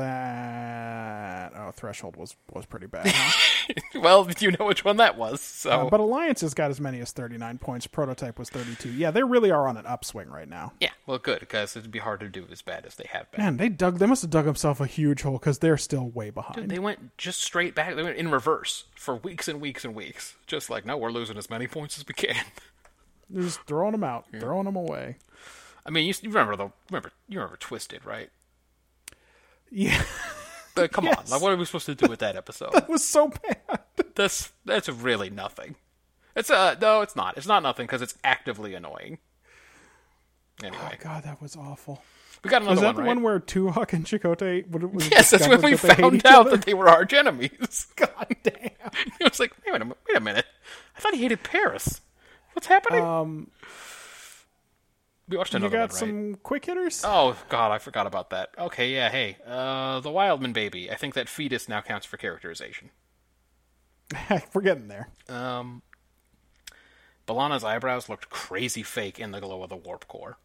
Speaker 3: that, oh, Threshold was was pretty
Speaker 2: (laughs)
Speaker 3: bad. huh?
Speaker 2: well, you know which one that was. So
Speaker 3: Uh, but Alliance has got as many as thirty nine points. Prototype was thirty two. Yeah, they really are on an upswing right now.
Speaker 2: yeah, well, good because it'd be hard to do as bad as they have been.
Speaker 3: Man, they dug. They must have dug themselves a huge hole because they're still way behind.
Speaker 2: They went just straight back. They went in reverse for weeks and weeks and weeks. Just like, no, we're losing as many points as we can. (laughs)
Speaker 3: They're just throwing them out, throwing them away. (laughs)
Speaker 2: I mean, you, you remember the remember you remember Twisted, right?
Speaker 3: Yeah,
Speaker 2: But come on, like, what are we supposed to do with (laughs) that episode?
Speaker 3: it was so bad.
Speaker 2: that's that's really nothing. It's uh no, it's not. It's not nothing because it's actively annoying. (sighs) Anyway,
Speaker 3: God, that was awful.
Speaker 2: we got another
Speaker 3: Was that
Speaker 2: one.
Speaker 3: the
Speaker 2: right?
Speaker 3: one where Tuvok and Chakotay? what- was
Speaker 2: (laughs)
Speaker 3: it
Speaker 2: Yes, that's when
Speaker 3: discovered
Speaker 2: we
Speaker 3: that they hate
Speaker 2: found
Speaker 3: each
Speaker 2: out
Speaker 3: (laughs) other?
Speaker 2: that they were arch
Speaker 3: (laughs)
Speaker 2: enemies. God (laughs) damn! I was like, wait a minute, wait a minute. I thought he hated Paris. What's happening? Um, we watched
Speaker 3: You
Speaker 2: another one,
Speaker 3: got
Speaker 2: right?
Speaker 3: some quick hitters.
Speaker 2: Oh God, I forgot about that. Okay, yeah, hey, uh, the Wildman baby. I think that fetus now counts for characterization. Oh.
Speaker 3: (laughs) we're getting there.
Speaker 2: Um, Balana's eyebrows looked crazy fake in the glow of the warp core.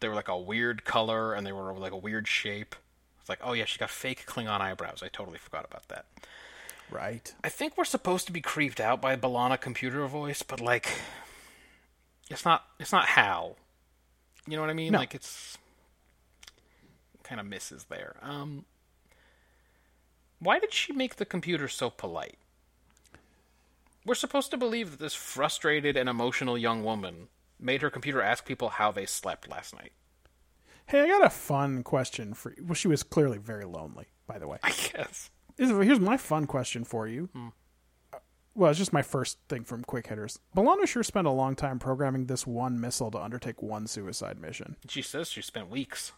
Speaker 2: They were like a weird color, and they were like a weird shape. It's like, oh yeah, she got fake Klingon eyebrows. I totally forgot about that.
Speaker 3: Right.
Speaker 2: I think we're supposed to be creeped out by Balana computer voice, but like, it's not. It's not how. You know what I mean? Like it's kind of misses there. Um, why did she make the computer so polite? We're supposed to believe that this frustrated and emotional young woman made her computer ask people how they slept last night. (laughs)
Speaker 3: Hey, I got a fun question for you. Well, she was clearly very lonely, by the way.
Speaker 2: I Hmm. guess.
Speaker 3: Here's- Here's my fun question for you. Uh, Well, it's just my first thing from quick hitters. Bolano sure spent a long time programming this one missile to undertake one suicide mission.
Speaker 2: She says she spent weeks.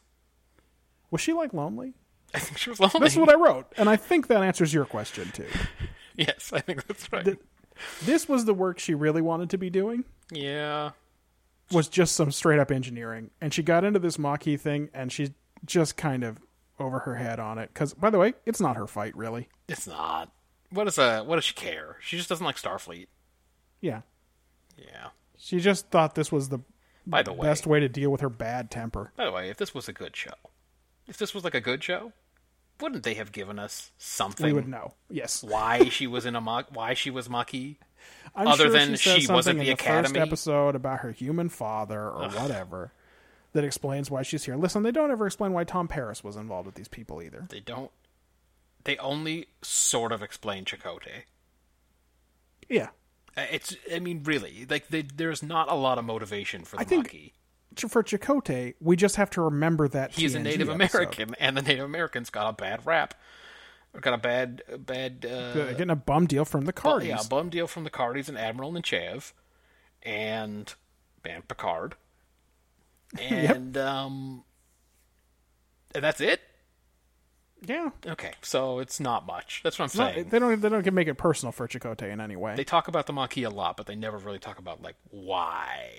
Speaker 3: Was she like lonely?
Speaker 2: I think she was lonely.
Speaker 3: That's what I wrote, and I think that answers your question too.
Speaker 2: (laughs) yes, I think that's right.
Speaker 3: This was the work she really wanted to be doing.
Speaker 2: yeah.
Speaker 3: was just some straight up engineering. And she got into this Maquis thing and she's just kind of over her head on it. Because, by the way, it's not her fight, really.
Speaker 2: It's not. What is a what does she care? She just doesn't like Starfleet.
Speaker 3: Yeah.
Speaker 2: Yeah.
Speaker 3: She just thought this was the
Speaker 2: By the way,
Speaker 3: best way to deal with her bad temper.
Speaker 2: by the way, if this was a good show, if this was like a good show, wouldn't they have given us something?
Speaker 3: We would know. Yes.
Speaker 2: Why she was in a mock? Why she was Maki?
Speaker 3: I'm
Speaker 2: Other
Speaker 3: sure
Speaker 2: than
Speaker 3: she, says
Speaker 2: she
Speaker 3: something
Speaker 2: wasn't
Speaker 3: in
Speaker 2: the
Speaker 3: first
Speaker 2: Academy?
Speaker 3: episode about her human father or whatever that explains why she's here. Listen, they don't ever explain why Tom Paris was involved with these people either.
Speaker 2: They don't. They only sort of explain Chakotay.
Speaker 3: Yeah.
Speaker 2: Uh, It's. I mean, really, like they, there's not a lot of motivation for the
Speaker 3: I think
Speaker 2: Maquis.
Speaker 3: Ch- For Chakotay, we just have to remember that
Speaker 2: He's a
Speaker 3: TNG
Speaker 2: Native
Speaker 3: episode.
Speaker 2: American, and the Native Americans got a bad rap. Got a bad, bad. Uh,
Speaker 3: They're Getting a bum deal from the
Speaker 2: Well,
Speaker 3: Cardis.
Speaker 2: yeah, a bum deal from the Cardis and Admiral Nechev and and
Speaker 3: (laughs)
Speaker 2: Picard. And um and that's it?
Speaker 3: yeah.
Speaker 2: Okay, so it's not much. That's what I'm
Speaker 3: No,
Speaker 2: saying.
Speaker 3: they don't. They don't make it personal for Chakotay in any way.
Speaker 2: They talk about the Maquis a lot, but they never really talk about like why.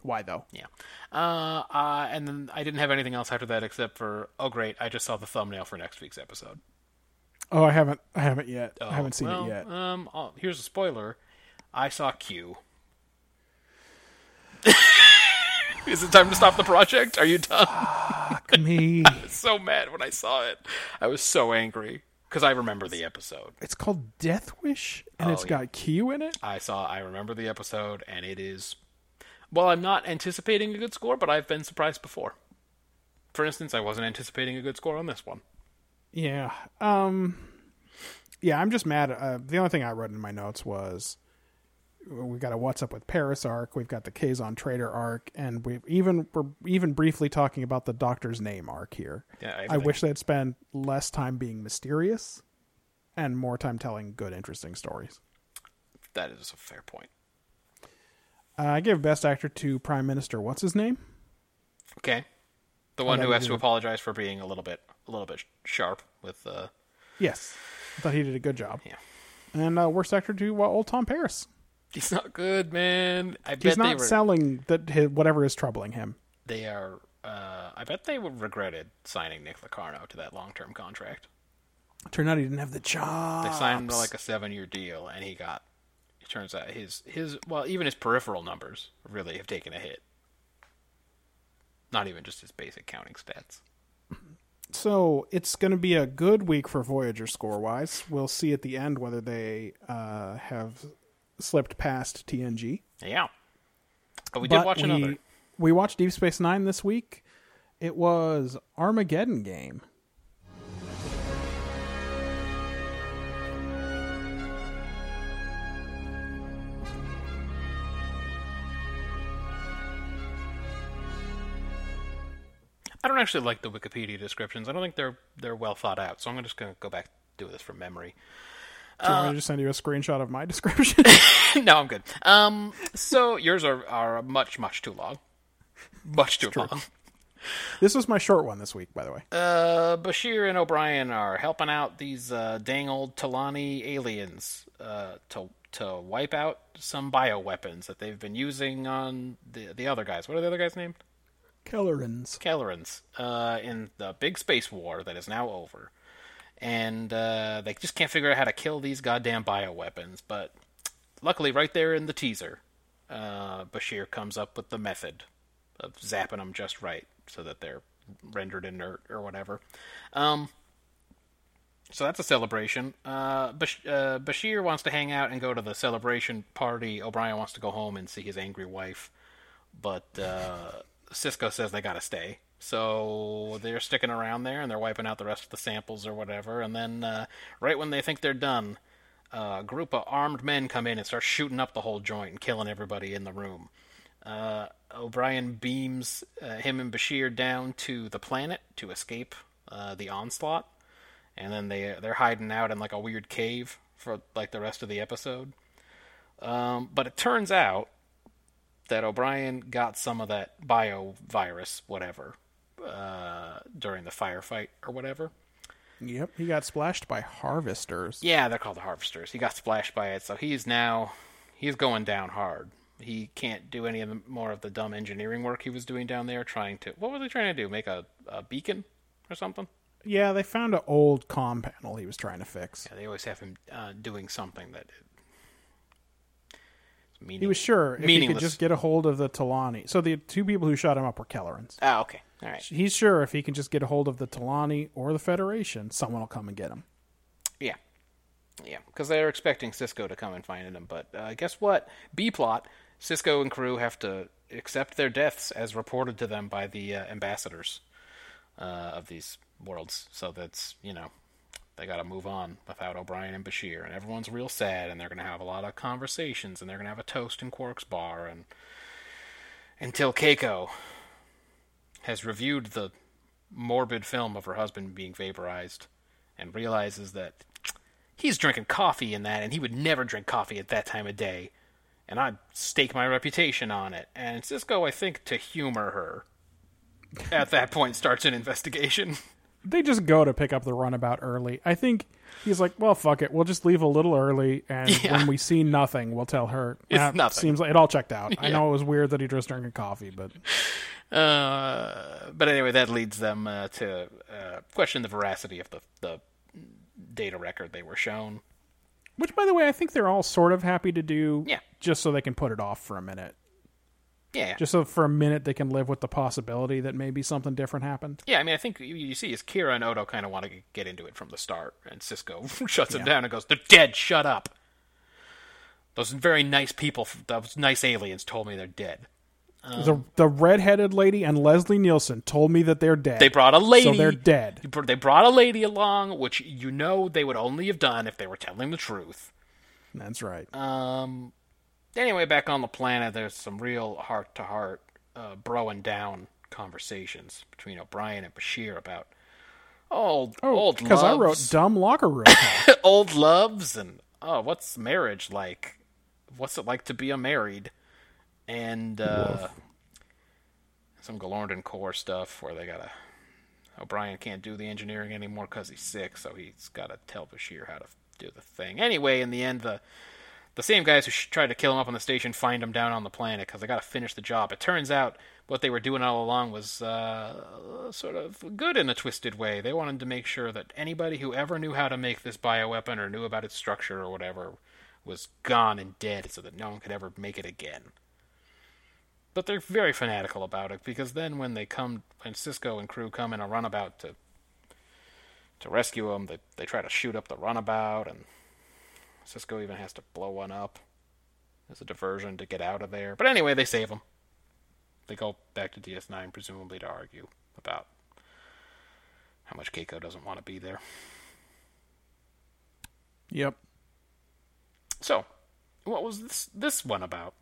Speaker 3: Why though?
Speaker 2: Yeah. Uh, uh and then I didn't have anything else after that except for oh great, I just saw the thumbnail for next week's episode.
Speaker 3: Oh, I haven't. I haven't yet. I haven't seen
Speaker 2: Oh, Well,
Speaker 3: it yet.
Speaker 2: um I'll- here's a spoiler. I saw Q. (laughs) Is it time to stop the project? Are you (laughs) done?
Speaker 3: Fuck me.
Speaker 2: (laughs) so mad when I saw it. I was so angry because I remember the episode.
Speaker 3: It's called Death Wish, and
Speaker 2: Oh,
Speaker 3: it's got Q in it.
Speaker 2: I saw, I remember the episode, and it is. Well, I'm not anticipating a good score, but I've been surprised before. For instance, I wasn't anticipating a good score on this one.
Speaker 3: Yeah. Um. Yeah, I'm just mad. Uh, the only thing I wrote in my notes was we've got a "What's Up with Paris" arc, we've got the Kazon Trader arc, and we have even we're even briefly talking about the Doctor's name arc here.
Speaker 2: Yeah, I-
Speaker 3: I wish they'd spend less time being mysterious and more time telling good, interesting stories.
Speaker 2: That is a fair point.
Speaker 3: Uh, I give Best Actor to Prime Minister. What's his name?
Speaker 2: Okay. The one
Speaker 3: that
Speaker 2: who
Speaker 3: was
Speaker 2: has to
Speaker 3: your-
Speaker 2: apologize for being a little bit a little bit sharp with uh,
Speaker 3: Yes, I thought he did a good job.
Speaker 2: Yeah.
Speaker 3: And uh, worst actor to uh, old Tom Paris.
Speaker 2: he's not good, man. I
Speaker 3: He's
Speaker 2: bet they
Speaker 3: not
Speaker 2: were
Speaker 3: selling that his, whatever is troubling him.
Speaker 2: they are. Uh, I bet they would regretted signing Nick Locarno to that long-term contract.
Speaker 3: Turned out he didn't have the job.
Speaker 2: They signed him to like a seven-year deal, and he got. It turns out his his well, even his peripheral numbers really have taken a hit. Not even just his basic counting stats.
Speaker 3: So it's going to be a good week for Voyager score wise. We'll see at the end whether they uh, have slipped past TNG.
Speaker 2: Yeah. But we did
Speaker 3: But
Speaker 2: watch
Speaker 3: we,
Speaker 2: another.
Speaker 3: We watched Deep Space Nine this week. It was Armageddon Game.
Speaker 2: I don't actually like the Wikipedia descriptions. I don't think they're they're well thought out. So I'm just gonna go back to do this from memory.
Speaker 3: Do
Speaker 2: Uh,
Speaker 3: you want me to just send you a screenshot of
Speaker 2: (laughs)
Speaker 3: my (laughs) description?
Speaker 2: no, I'm good. Um, so yours are are much much too long, much too long.
Speaker 3: this was my short one this week, by the way.
Speaker 2: Uh, Bashir and O'Brien are helping out these uh, dang old Talani aliens uh, to to wipe out some bioweapons that they've been using on the the other guys. What are the other guys named?
Speaker 3: Kellerans.
Speaker 2: Kellerans uh, in the big space war that is now over. And uh, they just can't figure out how to kill these goddamn bioweapons. But luckily, right there in the teaser, uh, Bashir comes up with the method of zapping them just right so that they're rendered inert or whatever. Um, so that's a celebration. Uh, Bash- uh, Bashir wants to hang out and go to the celebration party. O'Brien wants to go home and see his angry wife but uh, Cisco says they gotta stay. So they're sticking around there and they're wiping out the rest of the samples or whatever. And then, uh, right when they think they're done, uh, a group of armed men come in and start shooting up the whole joint and killing everybody in the room. Uh, O'Brien beams uh, him and Bashir down to the planet to escape uh, the onslaught. And then they they're hiding out in like a weird cave for like the rest of the episode. Um, but it turns out that O'Brien got some of that bio virus, whatever, uh, during the firefight or whatever.
Speaker 3: Yep, he got splashed by harvesters.
Speaker 2: Yeah, they're called the harvesters. He got splashed by it, so he's now he's going down hard. He can't do any of the, more of the dumb engineering work he was doing down there, trying to what were they trying to do? Make a, a beacon or something?
Speaker 3: Yeah, they found an old comm panel he was trying to fix.
Speaker 2: Yeah, they always have him uh, doing something that. Meaning,
Speaker 3: He was sure if he could
Speaker 2: meaningless.
Speaker 3: just get a hold of the Talani. So the two people who shot him up were Kellerans.
Speaker 2: Ah, okay, all right.
Speaker 3: He's sure if he can just get a hold of the Talani or the Federation, someone will come and get him.
Speaker 2: Yeah. Yeah, because they're expecting Cisco to come and find him, but uh, guess what? B plot. Cisco and crew have to accept their deaths as reported to them by the uh, ambassadors uh, of these worlds. So that's you know they got to move on without O'Brien and Bashir, and everyone's real sad, and they're gonna have a lot of conversations, and they're gonna have a toast in Quark's bar, and until Keiko has reviewed the morbid film of her husband being vaporized and realizes that he's drinking coffee in that and he would never drink coffee at that time of day and i stake my reputation on it and cisco i think to humor her at that point starts an investigation (laughs)
Speaker 3: They just go to pick up the runabout early. I think he's like, well, fuck it. We'll just leave a little early, and
Speaker 2: (laughs)
Speaker 3: when we see nothing, we'll tell her.
Speaker 2: It's
Speaker 3: That
Speaker 2: nothing.
Speaker 3: Seems like it all checked out. I know it was weird that he was drinking coffee, but
Speaker 2: uh, but anyway that leads them uh, to uh, question the veracity of the, the data record they were shown
Speaker 3: which, by the way, I think they're all sort of happy to do.
Speaker 2: Yeah.
Speaker 3: Just so they can put it off for a minute.
Speaker 2: yeah
Speaker 3: Just so for a minute they can live with the possibility that maybe something different happened.
Speaker 2: Yeah, I mean, I think you, you see is Kira and Odo kind of want to get into it from the start, and Cisco (laughs) shuts him down and goes, "They're dead. Shut up." Those very nice people, those nice aliens, told me they're dead. Uh,
Speaker 3: the the redheaded lady and Leslie Nielsen told me that they're dead.
Speaker 2: They brought a lady.
Speaker 3: so they're dead.
Speaker 2: You br- They brought a lady along, which you know they would only have done if they were telling the truth.
Speaker 3: That's right.
Speaker 2: Um. Anyway, back on the planet, there's some real heart-to-heart, uh, broing down conversations between O'Brien and Bashir about old
Speaker 3: oh,
Speaker 2: old
Speaker 3: because I wrote
Speaker 2: loves.
Speaker 3: dumb
Speaker 2: (coughs)
Speaker 3: locker room. talk.
Speaker 2: old loves and oh, what's marriage like? What's it like to be a married? And uh, some Galorndon core stuff where they gotta O'Brien can't do the engineering anymore because he's sick, so he's got to tell Bashir how to do the thing. Anyway, in the end, the the same guys who sh- tried to kill him up on the station find him down on the planet because they got to finish the job. It turns out what they were doing all along was uh, sort of good in a twisted way. They wanted to make sure that anybody who ever knew how to make this bioweapon or knew about its structure or whatever was gone and dead so that no one could ever make it again. But they're very fanatical about it because then when they come, when Cisco and crew come in a runabout to to rescue him, they they try to shoot up the runabout, and Cisco even has to blow one up as a diversion to get out of there. But anyway, they save him. They go back to DS9 presumably to argue about how much Keiko doesn't want to be there.
Speaker 3: Yep.
Speaker 2: So, what was this this one about?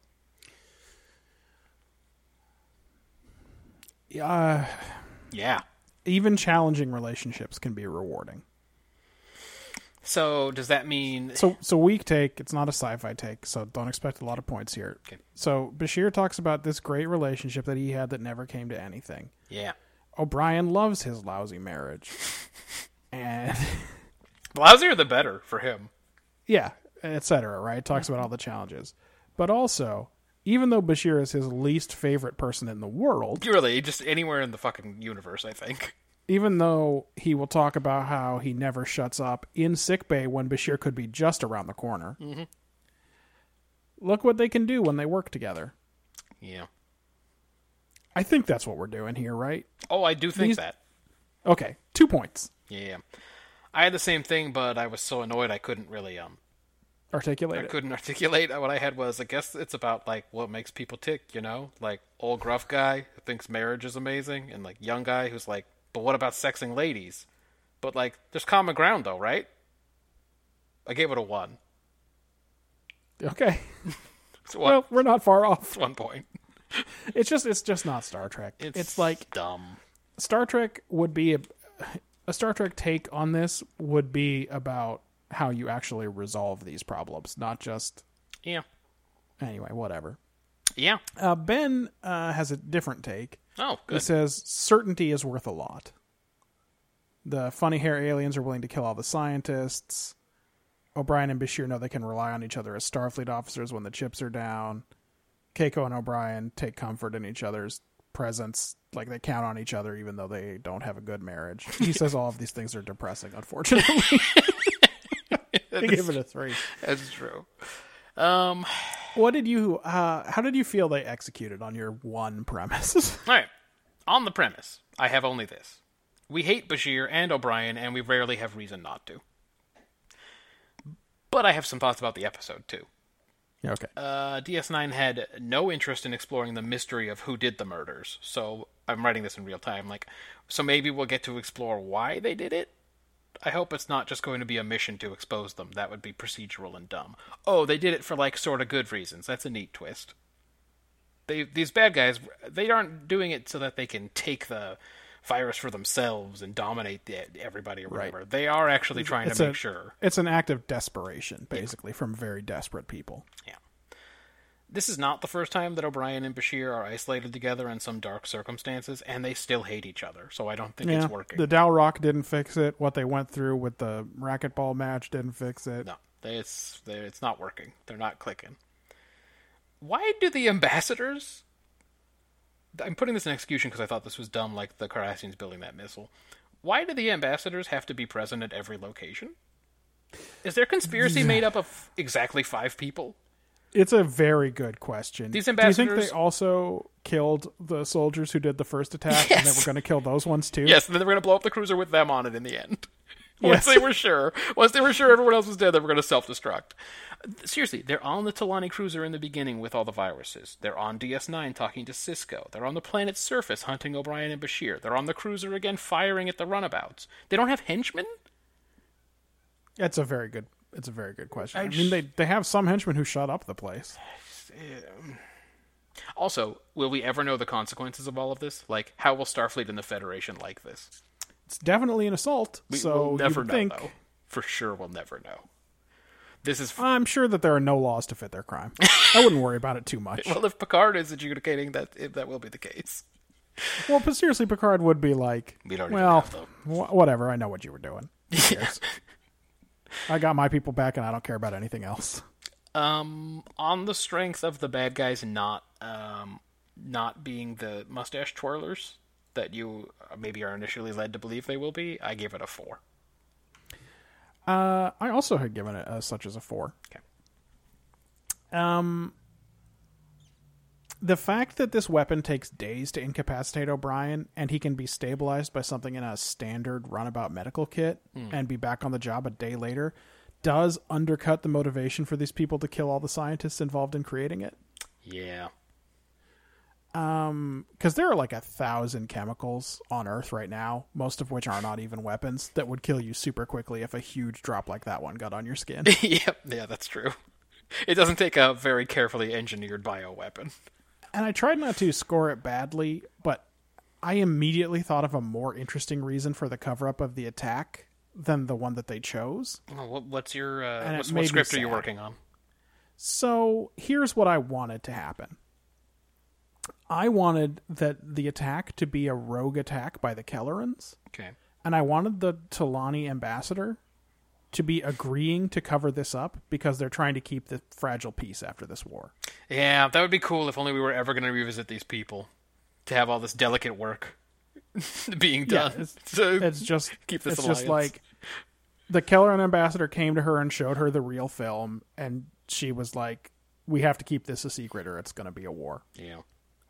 Speaker 3: Uh,
Speaker 2: Yeah.
Speaker 3: even challenging relationships can be rewarding.
Speaker 2: So does that mean
Speaker 3: So, so weak take. It's not a sci-fi take, so don't expect a lot of points here.
Speaker 2: Okay.
Speaker 3: So Bashir talks about this great relationship that he had that never came to anything.
Speaker 2: yeah?
Speaker 3: O'Brien loves his lousy marriage,
Speaker 2: (laughs)
Speaker 3: and
Speaker 2: Lousier the better for him.
Speaker 3: yeah, etc. Right? Talks about all the challenges, but also, even though Bashir is his least favorite person in the world,
Speaker 2: Really, just anywhere in the fucking universe, I think.
Speaker 3: even though he will talk about how he never shuts up in sickbay when Bashir could be just around the corner. Look what they can do when they work together.
Speaker 2: Yeah.
Speaker 3: I think that's what we're doing here, right?
Speaker 2: Oh, I do think
Speaker 3: These-
Speaker 2: that.
Speaker 3: Okay, two points.
Speaker 2: Yeah. I had the same thing, but I was so annoyed I couldn't really um I
Speaker 3: Articulate it.
Speaker 2: couldn't (laughs) articulate what I had was I guess it's about like what makes people tick, you know? Like old gruff guy who thinks marriage is amazing and like young guy who's like, but what about sexing ladies? But like there's common ground though, right? I gave it a one.
Speaker 3: Okay. (laughs)
Speaker 2: It's one,
Speaker 3: Well, we're not far off.
Speaker 2: it's one point.
Speaker 3: It's just it's just not Star Trek. It's, like
Speaker 2: dumb.
Speaker 3: Star Trek would be a, a Star Trek take on this would be about how you actually resolve these problems, not just
Speaker 2: Yeah.
Speaker 3: anyway, whatever.
Speaker 2: Yeah.
Speaker 3: Uh, ben uh, has a different take.
Speaker 2: Oh,
Speaker 3: He (laughs)
Speaker 2: good.
Speaker 3: says certainty is worth a lot. The funny hair aliens are willing to kill all the scientists. O'Brien and Bashir know they can rely on each other as Starfleet officers when the chips are down. Keiko and O'Brien take comfort in each other's presence, like they count on each other even though they don't have a good marriage. He says all of these things are depressing, (laughs) unfortunately. I give it a three.
Speaker 2: That's true.
Speaker 3: What did you? Uh, how did you feel they executed on your one premise? (laughs)
Speaker 2: All right. On the premise, I have only this. We hate Bashir and O'Brien, and we rarely have reason not to. But I have some thoughts about the episode, too.
Speaker 3: okay.
Speaker 2: Uh, DS9 had no interest in exploring the mystery of who did the murders, so I'm writing this in real time. Like, so maybe we'll get to explore why they did it. I hope it's not just going to be a mission to expose them. That would be procedural and dumb. Oh, they did it for like sort of good reasons. That's a neat twist. They these bad guys, they aren't doing it so that they can take the virus for themselves and dominate the, everybody or whatever. They are actually trying to make
Speaker 3: a-
Speaker 2: sure.
Speaker 3: It's an act of desperation, basically, from very desperate people.
Speaker 2: Yeah. This is not the first time that O'Brien and Bashir are isolated together in some dark circumstances, and they still hate each other, so I don't think it's working.
Speaker 3: The Dow Rock didn't fix it. What they went through with the racquetball match didn't fix it.
Speaker 2: no, they- it's, they- it's not working. They're not clicking. Why do the ambassadors. I'm putting this in execution because I thought this was dumb, like the Cardassians building that missile. Why do the ambassadors have to be present at every location? Is their conspiracy made up of exactly five people?
Speaker 3: It's a very good question.
Speaker 2: These
Speaker 3: Do you think
Speaker 2: ambassadors-
Speaker 3: they also killed the soldiers who did the first attack and they
Speaker 2: Yes.
Speaker 3: were going to kill those ones too?
Speaker 2: Yes, and then they were going to blow up the cruiser with them on it in the end. (laughs) once
Speaker 3: Yes.
Speaker 2: they were sure, once they were sure everyone else was dead, they were going to self-destruct. Seriously, they're on the Talani cruiser in the beginning with all the viruses. They're on DS9 talking to Cisco. They're on the planet's surface hunting O'Brien and Bashir. They're on the cruiser again firing at the runabouts. They don't have henchmen?
Speaker 3: It's a very good. It's a very good question. I,
Speaker 2: I
Speaker 3: mean, they they have some henchmen who shut up the place.
Speaker 2: Also, will we ever know the consequences of all of this? Like, how will Starfleet and the Federation like this?
Speaker 3: It's definitely an assault.
Speaker 2: We
Speaker 3: so
Speaker 2: will never
Speaker 3: you'd
Speaker 2: know,
Speaker 3: think
Speaker 2: though. For sure, we'll never know. This is
Speaker 3: I'm sure that there are no laws to
Speaker 2: (laughs)
Speaker 3: fit their crime. I wouldn't worry about it too much.
Speaker 2: Well, if Picard is adjudicating that, if that will be the case.
Speaker 3: Well, but seriously, Picard would be like,
Speaker 2: We don't even
Speaker 3: well,
Speaker 2: have them."
Speaker 3: wh- whatever. I know what you were doing.
Speaker 2: (laughs)
Speaker 3: Who cares? I got my people back, and I don't care about anything else.
Speaker 2: Um, on the strength of the bad guys not um not being the mustache twirlers that you uh, maybe are initially led to believe they will be, I give it a four.
Speaker 3: Uh, I also had given it as such as a four.
Speaker 2: Okay.
Speaker 3: Um, the fact that this weapon takes days to incapacitate O'Brien and he can be stabilized by something in a standard runabout medical kit
Speaker 2: Hmm.
Speaker 3: and be back on the job a day later does undercut the motivation for these people to kill all the scientists involved in creating it.
Speaker 2: Yeah.
Speaker 3: Because there are like a thousand chemicals on Earth right now, most of which are not even weapons, that would kill you super quickly if a huge drop like that one got on your skin.
Speaker 2: (laughs) yep. Yeah, that's true. It doesn't take a very carefully engineered bioweapon.
Speaker 3: and I tried not to score it badly, but I immediately thought of a more interesting reason for the cover up of the attack than the one that they chose.
Speaker 2: Well, what, what's your uh,
Speaker 3: And it
Speaker 2: what's,
Speaker 3: made
Speaker 2: what
Speaker 3: me
Speaker 2: script are you
Speaker 3: sad.
Speaker 2: working on?
Speaker 3: So here's what I wanted to happen I wanted that the attack to be a rogue attack by the Kellerans,
Speaker 2: Okay.
Speaker 3: and I wanted the Talani ambassador to be agreeing to cover this up because they're trying to keep the fragile peace after this war.
Speaker 2: Yeah, that would be cool if only we were ever going to revisit these people to have all this delicate work (laughs) being
Speaker 3: Yeah,
Speaker 2: done.
Speaker 3: it's-
Speaker 2: so,
Speaker 3: it's just
Speaker 2: (laughs) keep this
Speaker 3: it's just
Speaker 2: alliance.
Speaker 3: like the Kelleran ambassador came to her and showed her the real film and she was like we have to keep this a secret or it's going to be a war
Speaker 2: yeah.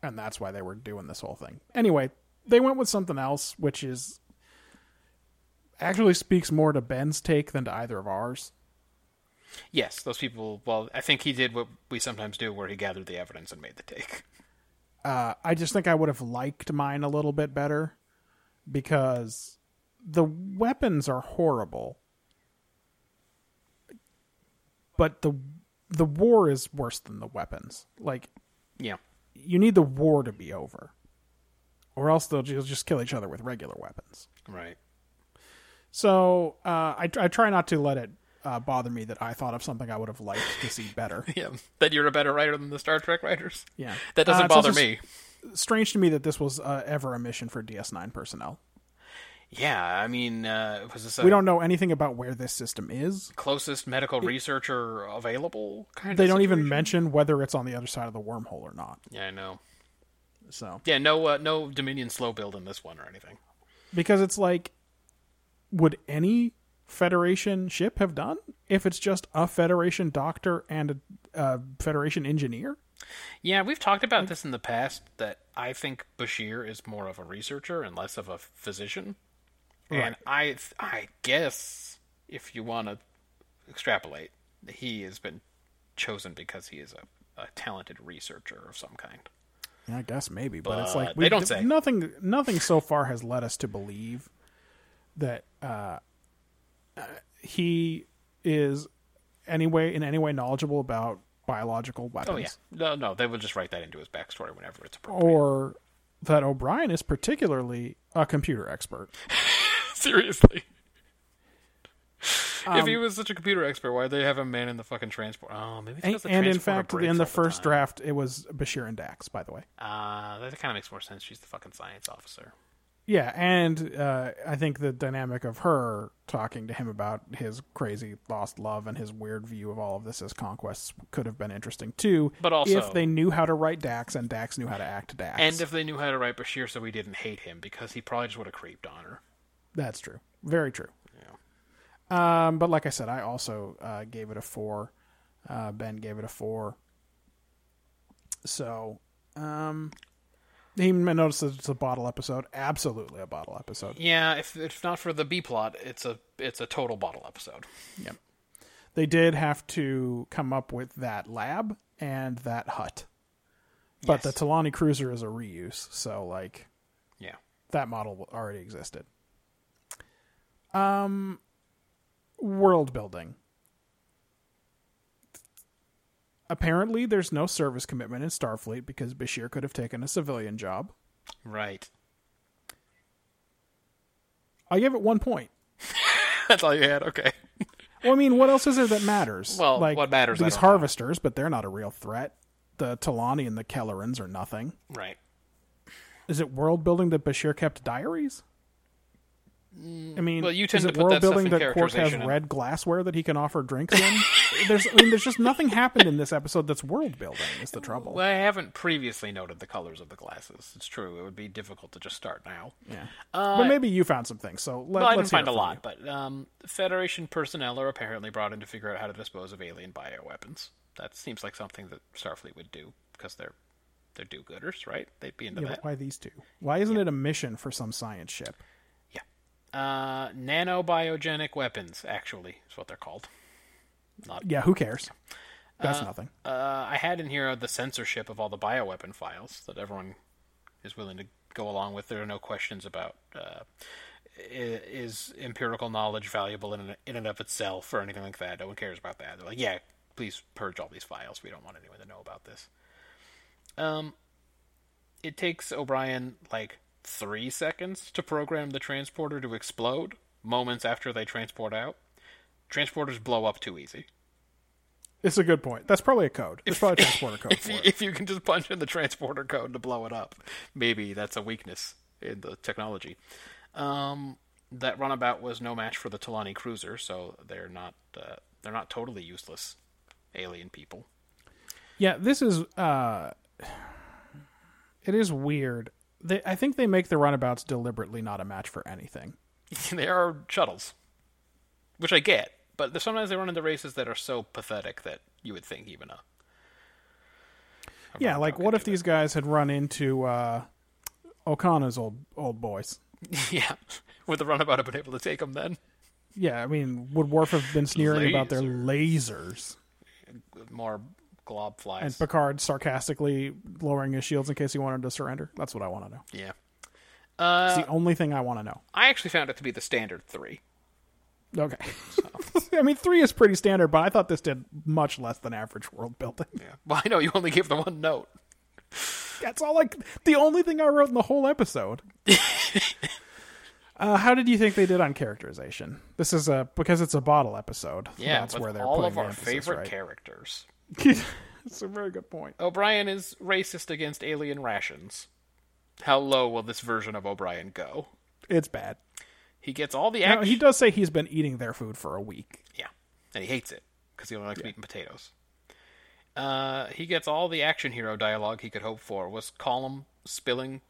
Speaker 3: and that's why they were doing this whole thing anyway they went with something else which is actually speaks more to ben's take than to either of ours
Speaker 2: Yes, those people. Well, I think he did what we sometimes do, where he gathered the evidence and made the take.
Speaker 3: uh, i just think i would have liked mine a little bit better because the weapons are horrible but the the war is worse than the weapons like
Speaker 2: Yeah.
Speaker 3: you need the war to be over, or else they'll ju- just kill each other with regular weapons.
Speaker 2: Right.
Speaker 3: So uh, I, tr- I try not to let it uh, bother me that I thought of something I would have liked to see better. (laughs)
Speaker 2: Yeah. That you're a better writer than the Star Trek writers.
Speaker 3: Yeah.
Speaker 2: That doesn't
Speaker 3: Uh, it's also
Speaker 2: bother
Speaker 3: s-
Speaker 2: me.
Speaker 3: Strange to me that this was uh, ever a mission for DS9 personnel.
Speaker 2: Yeah. I mean, uh, was this a
Speaker 3: We don't know anything about where this system is.
Speaker 2: closest medical researcher available? Kind
Speaker 3: They
Speaker 2: of
Speaker 3: don't even
Speaker 2: situation?
Speaker 3: mention whether it's on the other side of the wormhole or not.
Speaker 2: Yeah, I know.
Speaker 3: So
Speaker 2: Yeah, no, uh, no Dominion slow build in this one or anything.
Speaker 3: because it's like, would any Federation ship have done if it's just a Federation doctor and a, a Federation engineer?
Speaker 2: Yeah, we've talked about this in the past that I think Bashir is more of a researcher and less of a physician. And I th- I guess if you want to extrapolate, he has been chosen because he is a, a talented researcher of some kind.
Speaker 3: Yeah, I guess maybe, but, it's
Speaker 2: But
Speaker 3: like
Speaker 2: they don't say.
Speaker 3: nothing. Nothing so far has led us to believe that uh, uh, he is anyway in any way knowledgeable about biological weapons,
Speaker 2: Oh yeah. No, no, they will just write that into his backstory whenever it's appropriate.
Speaker 3: or that O'Brien is particularly a computer expert.
Speaker 2: (laughs) Seriously. if
Speaker 3: Um,
Speaker 2: he was such a computer expert, why'd they have a man in the fucking transport? Oh, maybe it's
Speaker 3: And,
Speaker 2: 'cause the
Speaker 3: and in
Speaker 2: transporter
Speaker 3: fact,
Speaker 2: breaks
Speaker 3: in the
Speaker 2: all
Speaker 3: first
Speaker 2: time.
Speaker 3: draft, it was Bashir and Dax. By the way,
Speaker 2: Uh, that kind of makes more sense. She's the fucking science officer.
Speaker 3: yeah, and uh, I think the dynamic of her talking to him about his crazy lost love and his weird view of all of this as conquests could have been interesting too.
Speaker 2: But also-
Speaker 3: if they knew how to write Dax and Dax knew how to act Dax,
Speaker 2: And if they knew how to write Bashir so we didn't hate him, because he probably just would have creeped on her.
Speaker 3: that's true, very true. Um, but like I said, I also uh, gave it a four. Uh, ben gave it a four. So, um, he noticed that it's a bottle episode. Absolutely a bottle episode.
Speaker 2: Yeah, if if not for the B plot, it's a it's a total bottle episode.
Speaker 3: Yep. They did have to come up with that lab and that hut. But
Speaker 2: Yes.
Speaker 3: the Talani cruiser is a reuse, so like
Speaker 2: Yeah.
Speaker 3: that model already existed. Um world building. Apparently there's no service commitment in Starfleet because Bashir could have taken a civilian job.
Speaker 2: Right. (laughs)
Speaker 3: I give it 1 point.
Speaker 2: That's all you had. Okay.
Speaker 3: Well, I mean, what else is there that matters?
Speaker 2: Well, what matters, I
Speaker 3: These
Speaker 2: don't know.
Speaker 3: harvesters, but they're not a real threat. The Talani and the Kellerans are nothing.
Speaker 2: Right.
Speaker 3: Is it world building that Bashir kept diaries? I mean,
Speaker 2: Well, you tend
Speaker 3: is
Speaker 2: to
Speaker 3: it
Speaker 2: put
Speaker 3: world
Speaker 2: that stuff in
Speaker 3: building that Quark has
Speaker 2: characterization and-
Speaker 3: red glassware that he can offer drinks in? (laughs) there's, I mean, there's just nothing happened in this episode that's world building. Is the trouble?
Speaker 2: Well, I haven't previously noted the colors of the glasses. It's true; it would be difficult to just start now. Yeah.
Speaker 3: but maybe you found some things. So let,
Speaker 2: Well, I
Speaker 3: let's
Speaker 2: didn't
Speaker 3: hear
Speaker 2: find
Speaker 3: it
Speaker 2: a
Speaker 3: from
Speaker 2: lot, but um, Federation personnel are apparently brought in to figure out how to dispose of alien bioweapons. That seems like something that Starfleet would do because they're they're do-gooders, right? They'd be into
Speaker 3: you. Yeah,
Speaker 2: that.
Speaker 3: but why these two? Why isn't it a mission for some science ship?
Speaker 2: Yeah. Uh, nanobiogenic weapons, actually, is what they're called.
Speaker 3: Yeah, who cares? That's nothing.
Speaker 2: Uh, I had in here the censorship of all the bioweapon files that everyone is willing to go along with. There are no questions about uh, i- is empirical knowledge valuable in, in and of itself or anything like that. No one cares about that. They're like, yeah, please purge all these files. We don't want anyone to know about this. Um, it takes O'Brien like three seconds to program the transporter to explode moments after they transport out. Transporters blow up too easy.
Speaker 3: It's a good point. That's probably a code. There's probably a transporter
Speaker 2: (laughs)
Speaker 3: code
Speaker 2: if
Speaker 3: for
Speaker 2: you,
Speaker 3: it.
Speaker 2: if you can just punch in the transporter code to blow it up, maybe that's a weakness in the technology. Um, that runabout was no match for the Talani cruiser, so they're not uh, they're not totally useless alien people. (laughs)
Speaker 3: Yeah, this is. uh It is weird. They, I think they make the runabouts deliberately not a match for anything.
Speaker 2: they are shuttles, which I get, but there's- sometimes they run into races that are so pathetic that you would think even a Oh,
Speaker 3: Yeah, like what if these guys had run into uh Okana's old old boys?
Speaker 2: (laughs) yeah would the runabout have been able to take them then
Speaker 3: Yeah, I mean, would Worf have been sneering about their lasers?
Speaker 2: more glob
Speaker 3: And
Speaker 2: flies
Speaker 3: Picard sarcastically lowering his shields in case he wanted to surrender. That's what I want to know.
Speaker 2: yeah
Speaker 3: It's the only thing I want to know.
Speaker 2: I actually found it to be the standard three.
Speaker 3: Okay. (laughs) I mean, three is pretty standard, but I thought this did much less than average world building.
Speaker 2: Yeah. (laughs) Well, I know you only gave the one note.
Speaker 3: That's all like the only thing I wrote in the whole episode.
Speaker 2: (laughs)
Speaker 3: uh, how did you think they did on characterization? This is a because it's a bottle episode.
Speaker 2: Yeah,
Speaker 3: that's
Speaker 2: with
Speaker 3: where they're
Speaker 2: all
Speaker 3: putting
Speaker 2: of
Speaker 3: the
Speaker 2: our
Speaker 3: emphasis,
Speaker 2: favorite
Speaker 3: right?
Speaker 2: characters.
Speaker 3: (laughs) It's a very good point.
Speaker 2: O'Brien is racist against alien rations. How low will this version of O'Brien go?
Speaker 3: It's bad.
Speaker 2: He gets all the
Speaker 3: Now,
Speaker 2: action.
Speaker 3: he does say he's been eating their food for a week.
Speaker 2: Yeah, and he hates it because he only likes meat and potatoes. Uh, he gets all the action hero dialogue he could hope for. Was Column spilling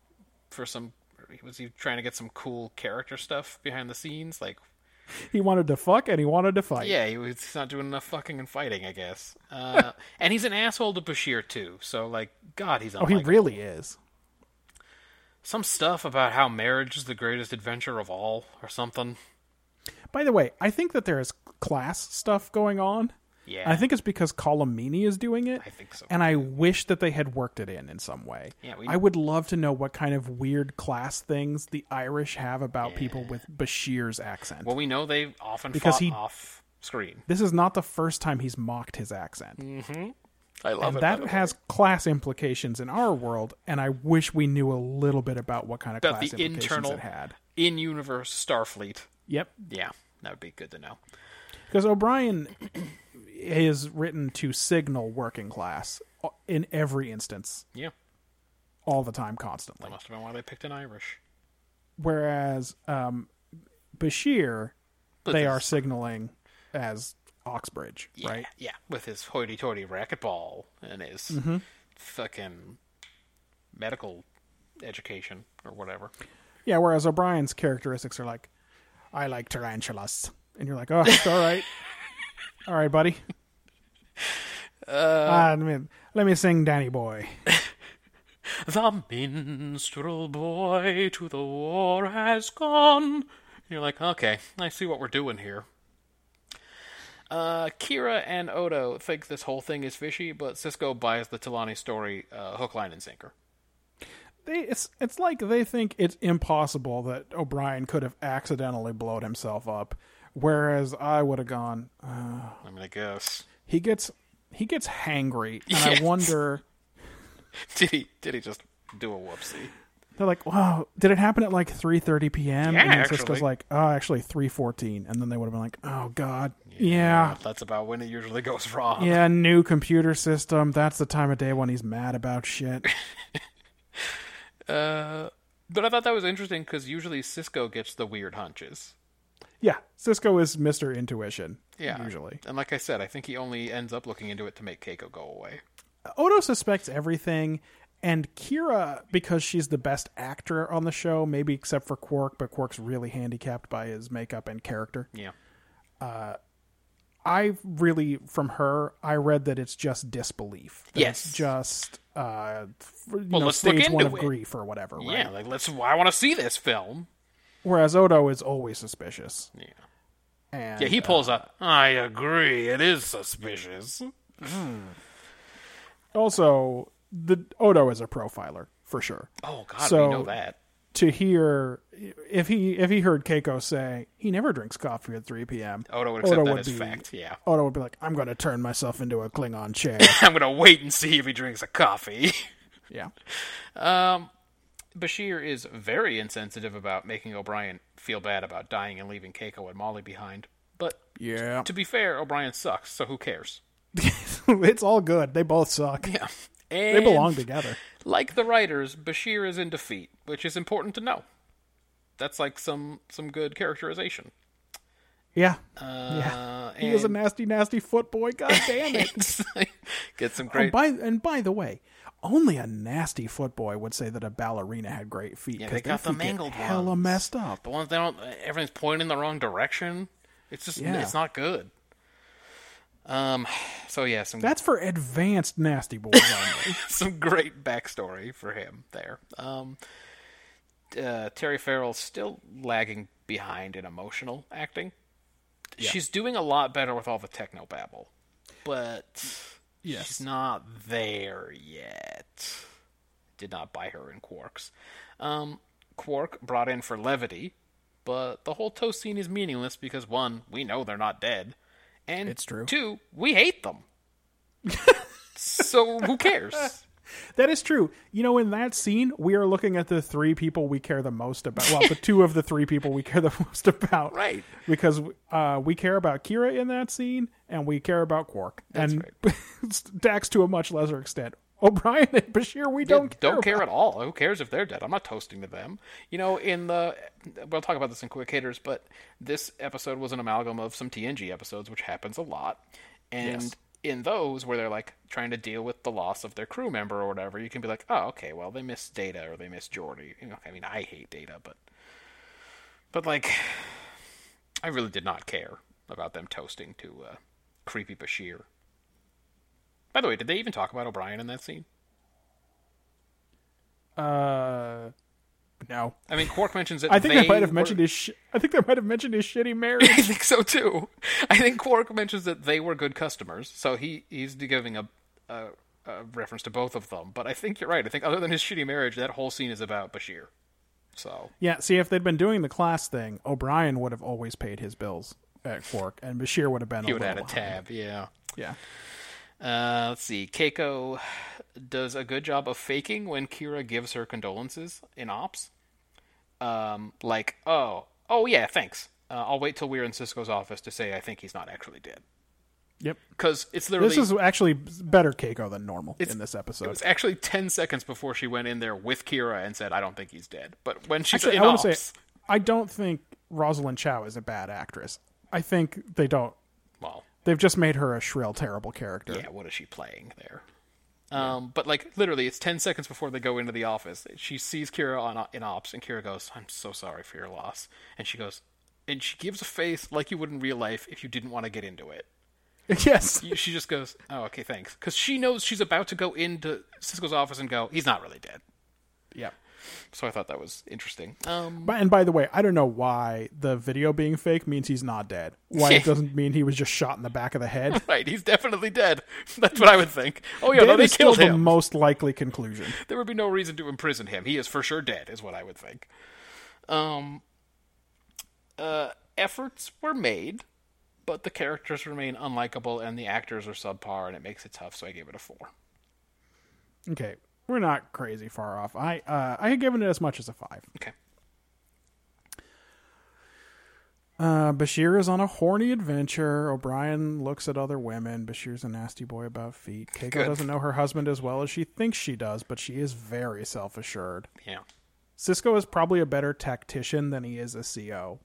Speaker 2: for some? Was he trying to get some cool character stuff behind the scenes? Like,
Speaker 3: He wanted to fuck and he wanted to fight.
Speaker 2: Yeah, he was, he's not doing enough fucking and fighting, I guess. Uh,
Speaker 3: (laughs)
Speaker 2: and he's an asshole to Bashir too. So like, God, he's
Speaker 3: oh, he
Speaker 2: unlikable.
Speaker 3: really is.
Speaker 2: some stuff about how marriage is the greatest adventure of all, or something.
Speaker 3: By the way, I think that there is class stuff going on.
Speaker 2: Yeah,
Speaker 3: And I think it's because Colomini is doing it.
Speaker 2: I think so.
Speaker 3: And I wish that they had worked it in in some way.
Speaker 2: Yeah, we-
Speaker 3: I would love to know what kind of weird class things the Irish have about people with Bashir's accent.
Speaker 2: well, we know they often
Speaker 3: Because
Speaker 2: fought
Speaker 3: he-
Speaker 2: off screen.
Speaker 3: this is not the first time he's mocked his accent.
Speaker 2: I love
Speaker 3: and
Speaker 2: it. Mm. by
Speaker 3: that
Speaker 2: the way.
Speaker 3: has class implications in our world, and I wish we knew a little bit about what kind of
Speaker 2: About
Speaker 3: class
Speaker 2: the
Speaker 3: implications
Speaker 2: internal-
Speaker 3: it had.
Speaker 2: in-universe Starfleet.
Speaker 3: Yep.
Speaker 2: Yeah, that would be good to know.
Speaker 3: Because O'Brien is written to signal working class in every instance,
Speaker 2: Yeah,
Speaker 3: all the time, constantly.
Speaker 2: that must have been why they picked an Irish.
Speaker 3: whereas um, Bashir, they
Speaker 2: this-
Speaker 3: are signaling as Oxbridge,
Speaker 2: Yeah,
Speaker 3: right?
Speaker 2: Yeah, with his hoity-toity racquetball and his
Speaker 3: Mm-hmm.
Speaker 2: fucking medical education or whatever.
Speaker 3: Yeah. Whereas O'Brien's characteristics are like, I like tarantulas, and you're like, oh, it's all right, all right, buddy. Uh, let me let me sing Danny Boy.
Speaker 2: The minstrel boy to the war has gone. And you're like, okay, I see what we're doing here. Uh, Kira and Odo think this whole thing is fishy, but Cisco buys the Talani story uh, hook, line, and sinker.
Speaker 3: They, it's it's like they think it's impossible that O'Brien could have accidentally blowed himself up, whereas I would have gone,
Speaker 2: I mean, I guess (laughs)
Speaker 3: he gets he gets hangry and
Speaker 2: Yes.
Speaker 3: i wonder
Speaker 2: did he did he just do a whoopsie?
Speaker 3: they're like wow did it happen at like 3.30 p.m and
Speaker 2: Yeah,
Speaker 3: then cisco's
Speaker 2: actually.
Speaker 3: like oh actually 3.14 and then they would have been like oh god
Speaker 2: Uh,
Speaker 3: yeah
Speaker 2: That's about when it usually goes wrong. (laughs)
Speaker 3: yeah, new computer system that's the time of day when he's mad about shit
Speaker 2: Uh, But I thought that was interesting because usually Cisco gets the weird hunches.
Speaker 3: Yeah, Cisco is Mister Intuition.
Speaker 2: Yeah.
Speaker 3: usually
Speaker 2: And like I said, I think he only ends up looking into it to make Keiko go away.
Speaker 3: Odo suspects everything, and Kira, because she's the best actor on the show, maybe except for Quark, but Quark's really handicapped by his makeup and character.
Speaker 2: Yeah.
Speaker 3: I really, from her, I read that it's just disbelief. That
Speaker 2: Yes.
Speaker 3: it's just uh, f- you know,
Speaker 2: let's look
Speaker 3: stage one of
Speaker 2: into it.
Speaker 3: grief or whatever. Right?
Speaker 2: Yeah, like let's I want to see this film.
Speaker 3: Whereas Odo is always suspicious.
Speaker 2: Yeah.
Speaker 3: And,
Speaker 2: Yeah, he pulls up. I agree. It is suspicious.
Speaker 3: also the Odo is a profiler for sure.
Speaker 2: Oh god,
Speaker 3: So-
Speaker 2: we know that.
Speaker 3: To hear if he if he heard Keiko say he never drinks coffee at three p.m.
Speaker 2: Odo would accept that as
Speaker 3: be,
Speaker 2: fact. Yeah.
Speaker 3: Odo would be like, I'm going to turn myself into a
Speaker 2: (laughs)
Speaker 3: Klingon chair.
Speaker 2: (laughs) I'm going to wait and see if he drinks a coffee. (laughs)
Speaker 3: yeah, (laughs)
Speaker 2: Um, Bashir is very insensitive about making O'Brien feel bad about dying and leaving Keiko and Molly behind. But
Speaker 3: yeah.
Speaker 2: to be fair, O'Brien sucks, so who cares?
Speaker 3: it's all good. They both suck.
Speaker 2: Yeah.
Speaker 3: They belong together.
Speaker 2: Like the writers, Bashir is in defeat, which is important to know. That's like some some good characterization. (laughs)
Speaker 3: Yeah, yeah. He is
Speaker 2: uh,
Speaker 3: a
Speaker 2: and-
Speaker 3: nasty, nasty
Speaker 2: (laughs)
Speaker 3: foot boy. God damn it.
Speaker 2: Get some
Speaker 3: And
Speaker 2: great.
Speaker 3: by and by the way, only a nasty foot boy would say that a ballerina had great feet
Speaker 2: Yeah,
Speaker 3: because
Speaker 2: they got the
Speaker 3: feet get
Speaker 2: mangled
Speaker 3: hella
Speaker 2: ones.
Speaker 3: messed up.
Speaker 2: The ones they don't. Everything's pointing in the wrong direction. It's just
Speaker 3: Yeah.
Speaker 2: it's not good. Um. So yeah, some
Speaker 3: That's for advanced nasty boys. Only.
Speaker 2: (laughs) some great backstory for him there. Um, uh, Terry Farrell's still lagging behind in emotional acting. She's doing a lot better with all the techno babble, but she's not there yet. Did not buy her in Quarks. Um, Quark brought in for levity, but the whole toast scene is meaningless because one, we know they're not dead, and
Speaker 3: It's true.
Speaker 2: Two, we hate
Speaker 3: (laughs)
Speaker 2: them. so who cares?
Speaker 3: that is true. You know, in that scene, we are looking at the three people we care the most about. Well, the two of the three people we care the (laughs) most about.
Speaker 2: Right.
Speaker 3: Because uh, we care about Kira in that scene, and we care about Quark. and (laughs) Dax to a much lesser extent. O'Brien and Bashir, we don't care.
Speaker 2: don't care
Speaker 3: about.
Speaker 2: at all. Who cares if they're dead? I'm not toasting to them. You know, in the we'll talk about this in quick hitters, but this episode was an amalgam of some TNG episodes, which happens a lot. And in those where they're like trying to deal with the loss of their crew member or whatever, you can be like, oh, okay, well they missed Data or they missed Geordi. You know, I mean, I hate Data, but but like, I really did not care about them toasting to uh, creepy Bashir. By the way, did they even talk about O'Brien in that scene?
Speaker 3: Uh, no.
Speaker 2: I mean, Quark mentions that
Speaker 3: I think they might have
Speaker 2: were-
Speaker 3: mentioned his. Sh- I think they might have mentioned his shitty marriage.
Speaker 2: (laughs) I think so too. I think Quark mentions that they were good customers, so he he's giving a, a a reference to both of them. But I think you're right. I think other than his shitty marriage, that whole scene is about Bashir. So
Speaker 3: yeah. See, if they'd been doing the class thing, O'Brien would have always paid his bills at Quark, and Bashir would have been.
Speaker 2: he
Speaker 3: a
Speaker 2: would add a
Speaker 3: little
Speaker 2: tab. Yeah.
Speaker 3: Yeah.
Speaker 2: Uh, let's see. Keiko does a good job of faking when Kira gives her condolences in Ops. Um, like, oh, oh yeah, thanks. Uh, I'll wait till we're in Cisco's office to say I think he's not actually dead.
Speaker 3: Yep.
Speaker 2: Because it's literally
Speaker 3: This is actually better Keiko than normal in this
Speaker 2: It
Speaker 3: episode.
Speaker 2: was actually 10 seconds before she went in there with Kira and said, I don't think he's dead. But when she's
Speaker 3: Actually,
Speaker 2: in
Speaker 3: I want
Speaker 2: ops,
Speaker 3: to say I don't think Rosalind Chow is a bad actress. I think they don't.
Speaker 2: well,
Speaker 3: They've just made her a shrill, terrible character.
Speaker 2: yeah, what is she playing there? Um, but like literally, it's 10 seconds before they go into the office. She sees Kira on, in ops and Kira goes, I'm so sorry for your loss. And she goes, and she gives a face like you would in real life if you didn't want to get into it.
Speaker 3: (laughs) yes.
Speaker 2: She just goes, oh, okay, thanks. Because she knows she's about to go into Cisco's office and go, he's not really dead.
Speaker 3: Yeah.
Speaker 2: So I thought that was interesting. Um,
Speaker 3: But, and by the way, I don't know why the video being fake means he's not dead.
Speaker 2: (laughs)
Speaker 3: Why it doesn't mean he was just shot in the back of the head.
Speaker 2: right, he's definitely dead. (laughs) That's what I would think. Oh, yeah, (laughs) no,
Speaker 3: That
Speaker 2: they
Speaker 3: is still
Speaker 2: killed
Speaker 3: the
Speaker 2: him.
Speaker 3: most likely conclusion.
Speaker 2: there would be no reason to imprison him. He is for sure dead, is what I would think. Um, uh, efforts were made, but the characters remain unlikable and the actors are subpar, and it makes it tough. So I gave it a four.
Speaker 3: Okay, we're not crazy far off. I uh, I had given it as much as a five.
Speaker 2: Okay.
Speaker 3: Uh, Bashir is on a horny adventure. O'Brien looks at other women. Bashir's a nasty boy about feet. Keiko
Speaker 2: Good.
Speaker 3: doesn't know her husband as well as she thinks she does, but she is very self assured.
Speaker 2: Yeah.
Speaker 3: Cisco is probably a better tactician than he is a CO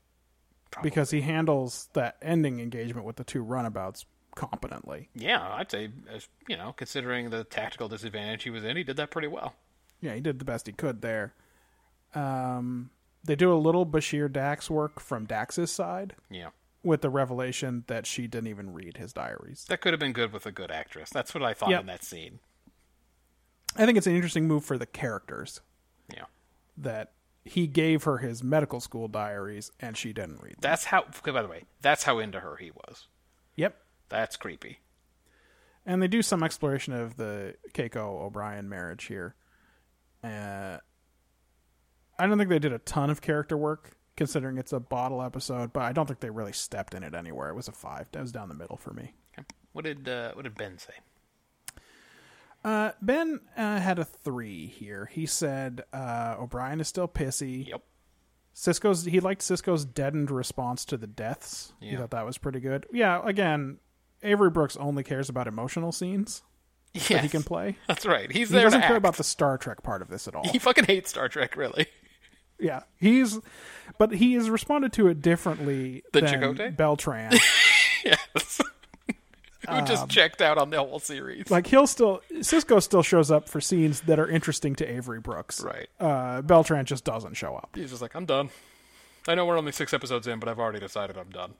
Speaker 3: because he handles that ending engagement with the two runabouts competently.
Speaker 2: Yeah, I'd say, as- you know, considering the tactical disadvantage he was in, he did that pretty well.
Speaker 3: Yeah, he did the best he could there. Um, they do a little Bashir Dax work from Dax's side
Speaker 2: Yeah.
Speaker 3: with the revelation that she didn't even read his diaries.
Speaker 2: That could have been good with a good actress. That's what I thought
Speaker 3: Yep.
Speaker 2: in that scene.
Speaker 3: I think it's an interesting move for the characters
Speaker 2: Yeah.
Speaker 3: that he gave her his medical school diaries and she didn't read them.
Speaker 2: That's how, by the way, that's how into her he was.
Speaker 3: Yep.
Speaker 2: That's creepy.
Speaker 3: And they do some exploration of the Keiko O'Brien marriage here. Uh, I don't think they did a ton of character work considering it's a bottle episode, but I don't think they really stepped in it anywhere. It was a five. That was down the middle for me.
Speaker 2: Okay. What did uh, what did Ben say?
Speaker 3: Uh, ben uh, had a three here. He said uh, O'Brien is still pissy.
Speaker 2: Yep.
Speaker 3: Cisco's he liked Cisco's deadened response to the deaths. He
Speaker 2: Yeah.
Speaker 3: thought that was pretty good. Yeah, again, Avery Brooks only cares about emotional scenes that he
Speaker 2: Yes.
Speaker 3: can play.
Speaker 2: That's right. He's
Speaker 3: He
Speaker 2: there
Speaker 3: doesn't
Speaker 2: to
Speaker 3: care
Speaker 2: act.
Speaker 3: about the Star Trek part of this at all.
Speaker 2: (laughs) He fucking hates Star Trek, really. (laughs)
Speaker 3: yeah, he's but he has responded to it differently
Speaker 2: Than
Speaker 3: than
Speaker 2: Chakotay? (laughs)
Speaker 3: Beltran.
Speaker 2: Yes. (laughs) Who just checked out on the whole series?
Speaker 3: Um, like he'll still Cisco still shows up for scenes that are interesting to Avery Brooks.
Speaker 2: right.
Speaker 3: Uh, Beltran just doesn't show up.
Speaker 2: He's just like, I'm done. I know we're only six episodes in, but I've already decided I'm done.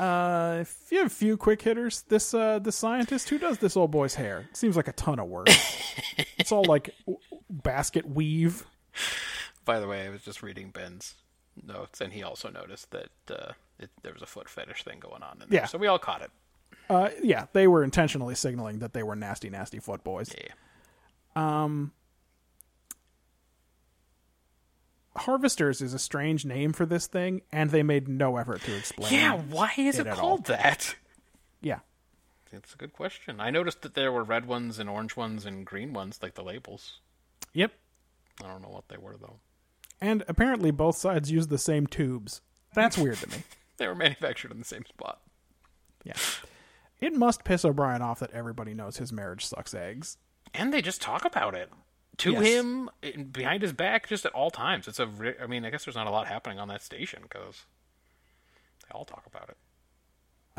Speaker 3: Uh, if you have a few quick hitters, this uh, the scientist who does this old boy's hair it seems like a ton of
Speaker 2: (laughs)
Speaker 3: work. it's all like w- basket weave.
Speaker 2: By the way, I was just reading Ben's notes, and he also noticed that uh, it, there was a foot fetish thing going on in there.
Speaker 3: Yeah.
Speaker 2: So we all caught it.
Speaker 3: Uh, yeah, they were intentionally signaling that they were nasty, nasty foot boys.
Speaker 2: Yeah.
Speaker 3: Harvesters is a strange name for this thing, and they made no effort to explain.
Speaker 2: Yeah, why is it
Speaker 3: at
Speaker 2: called that?
Speaker 3: yeah.
Speaker 2: That's a good question. I noticed that there were red ones and orange ones and green ones, like the labels.
Speaker 3: Yep.
Speaker 2: I don't know what they were, though.
Speaker 3: And apparently, both sides use the same tubes. That's weird to me.
Speaker 2: They were (laughs) manufactured in the same spot.
Speaker 3: Yeah. It must piss O'Brien off that everybody knows his marriage sucks eggs.
Speaker 2: and they just talk about it to
Speaker 3: Yes.
Speaker 2: him in- behind his back just at all times it's a ri- i mean i guess there's not a lot happening on that station because they all talk about it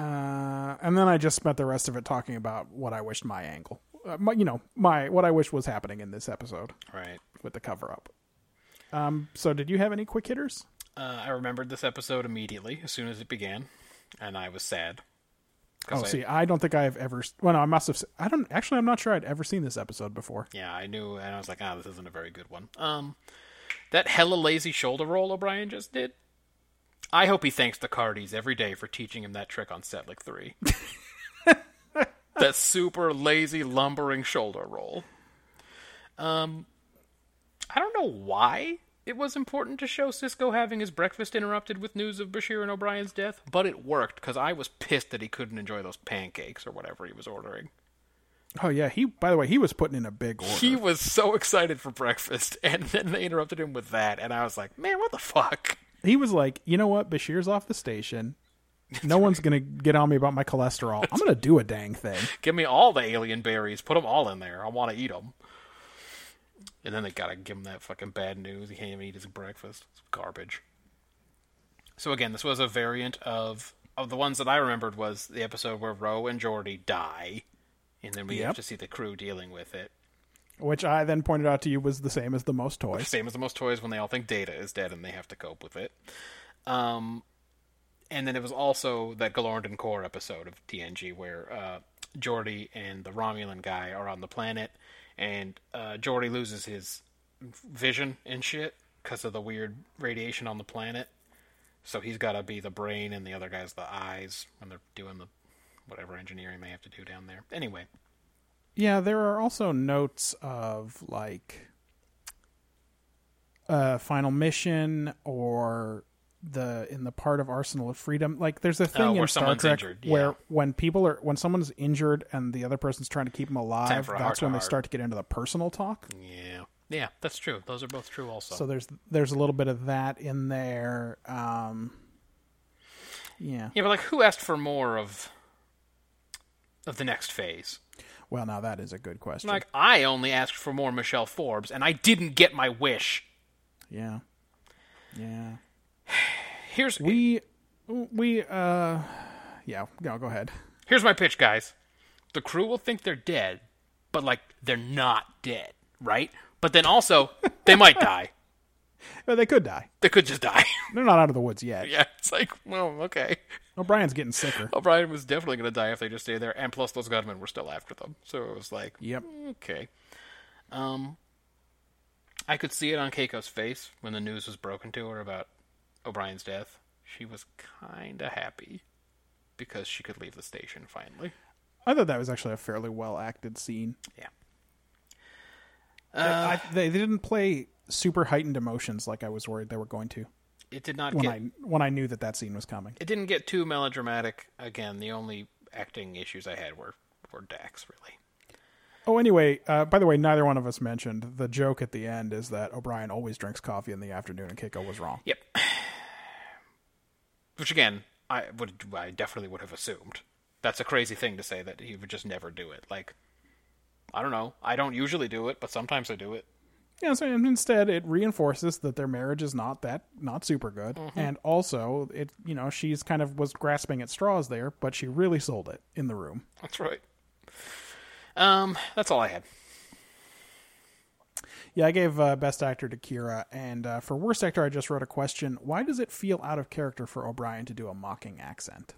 Speaker 3: Uh, and then I just spent the rest of it talking about what I wished my angle, uh, my, you know, my what I wish was happening in this episode
Speaker 2: right
Speaker 3: with the cover up. Um, so did you have any quick hitters?
Speaker 2: uh, i remembered this episode immediately as soon as it began and i was sad 'Cause
Speaker 3: Oh,
Speaker 2: I-
Speaker 3: see, I don't think I've ever. Well, no, I must have. s- I don't actually. I'm not sure I'd ever seen this episode before.
Speaker 2: yeah i knew and i was like ah this isn't a very good one um that hella lazy shoulder roll o'brien just did i hope he thanks the cardis every day for teaching him that trick on set like three that super lazy lumbering shoulder roll Um, I don't know why it was important to show Cisco having his breakfast interrupted with news of Bashir and O'Brien's death, but it worked because I was pissed that he couldn't enjoy those pancakes or whatever he was ordering.
Speaker 3: Oh yeah, he. By the way, he was putting in a big order.
Speaker 2: He was so excited for breakfast, (laughs) and then they interrupted him with that, and I was like, man, what the fuck?
Speaker 3: he was like, you know what? Bashir's off the station. No one's gonna get on me about my cholesterol. I'm gonna do a dang thing. (laughs)
Speaker 2: Give me all the alien berries, put them all in there. I want to eat them. And then they gotta give him that fucking bad news. He can't even eat his breakfast. It's garbage. So again, this was a variant of of the ones that I remembered was the episode where Roe and Jordy die, and then we
Speaker 3: Yep.
Speaker 2: have to see the crew dealing with it.
Speaker 3: Which I then pointed out to you was the same as the most toys.
Speaker 2: Same as the most toys when they all think Data is dead and they have to cope with it. Um, and then it was also that Galorndon Core episode of TNG where uh, Geordi and the Romulan guy are on the planet, and uh, Geordi loses his vision and shit because of the weird radiation on the planet. So he's got to be the brain, and the other guy's the eyes when they're doing the whatever engineering they have to do down there. Anyway,
Speaker 3: Yeah, there are also notes of like uh final mission or the in the part of Arsenal of Freedom. Like there's a thing
Speaker 2: Oh, where
Speaker 3: in Star
Speaker 2: someone's
Speaker 3: Trek
Speaker 2: injured, yeah.
Speaker 3: where when people are when someone's injured and the other person's trying to keep them alive,
Speaker 2: for a
Speaker 3: that's when they
Speaker 2: heart-to-heart.
Speaker 3: start to get into the personal talk.
Speaker 2: Mm. yeah, yeah, that's true. Those are both true also.
Speaker 3: So there's there's a little bit of that in there. Um Yeah.
Speaker 2: Yeah, but like, who asked for more of of the next phase?
Speaker 3: Well, now that is a good question.
Speaker 2: Like, I only asked for more Michelle Forbes, and I didn't get my wish.
Speaker 3: yeah. Yeah.
Speaker 2: Here's
Speaker 3: We we uh yeah, no, go ahead.
Speaker 2: here's my pitch, guys. The crew will think they're dead, but like they're not dead, right? But then also they might die.
Speaker 3: But they could die.
Speaker 2: They could just die. (laughs)
Speaker 3: They're not out of the woods yet.
Speaker 2: yeah, it's like, well, okay.
Speaker 3: O'Brien's getting sicker.
Speaker 2: O'Brien was definitely going to die if they just stayed there, and plus those gunmen were still after them. So it was like,
Speaker 3: Yep.
Speaker 2: okay. Um, I could see it on Keiko's face when the news was broken to her about O'Brien's death. She was kind of happy because she could leave the station finally.
Speaker 3: I thought that was actually a fairly well acted scene.
Speaker 2: Yeah.
Speaker 3: I, they they didn't play super heightened emotions like I was worried they were going to
Speaker 2: It did not
Speaker 3: when
Speaker 2: get
Speaker 3: I when I knew that that scene was coming.
Speaker 2: it didn't get too melodramatic. Again, the only acting issues I had were were Dax really.
Speaker 3: Oh, anyway, uh, by the way, neither one of us mentioned the joke at the end is that O'Brien always drinks coffee in the afternoon, and Keiko was wrong.
Speaker 2: Yep. (sighs) Which again, I would I definitely would have assumed. That's a crazy thing to say that he would just never do it. Like I don't know. I don't usually do it, but sometimes I do it.
Speaker 3: Yeah, so and instead it reinforces that their marriage is not that not super good, and also it you know she's kind of was grasping at straws there, but she really sold it in the room.
Speaker 2: That's right. Um, that's all I had.
Speaker 3: Yeah, I gave uh, best actor to Kira, and uh, for worst actor I just wrote a question: Why does it feel out of character for O'Brien to do a mocking accent?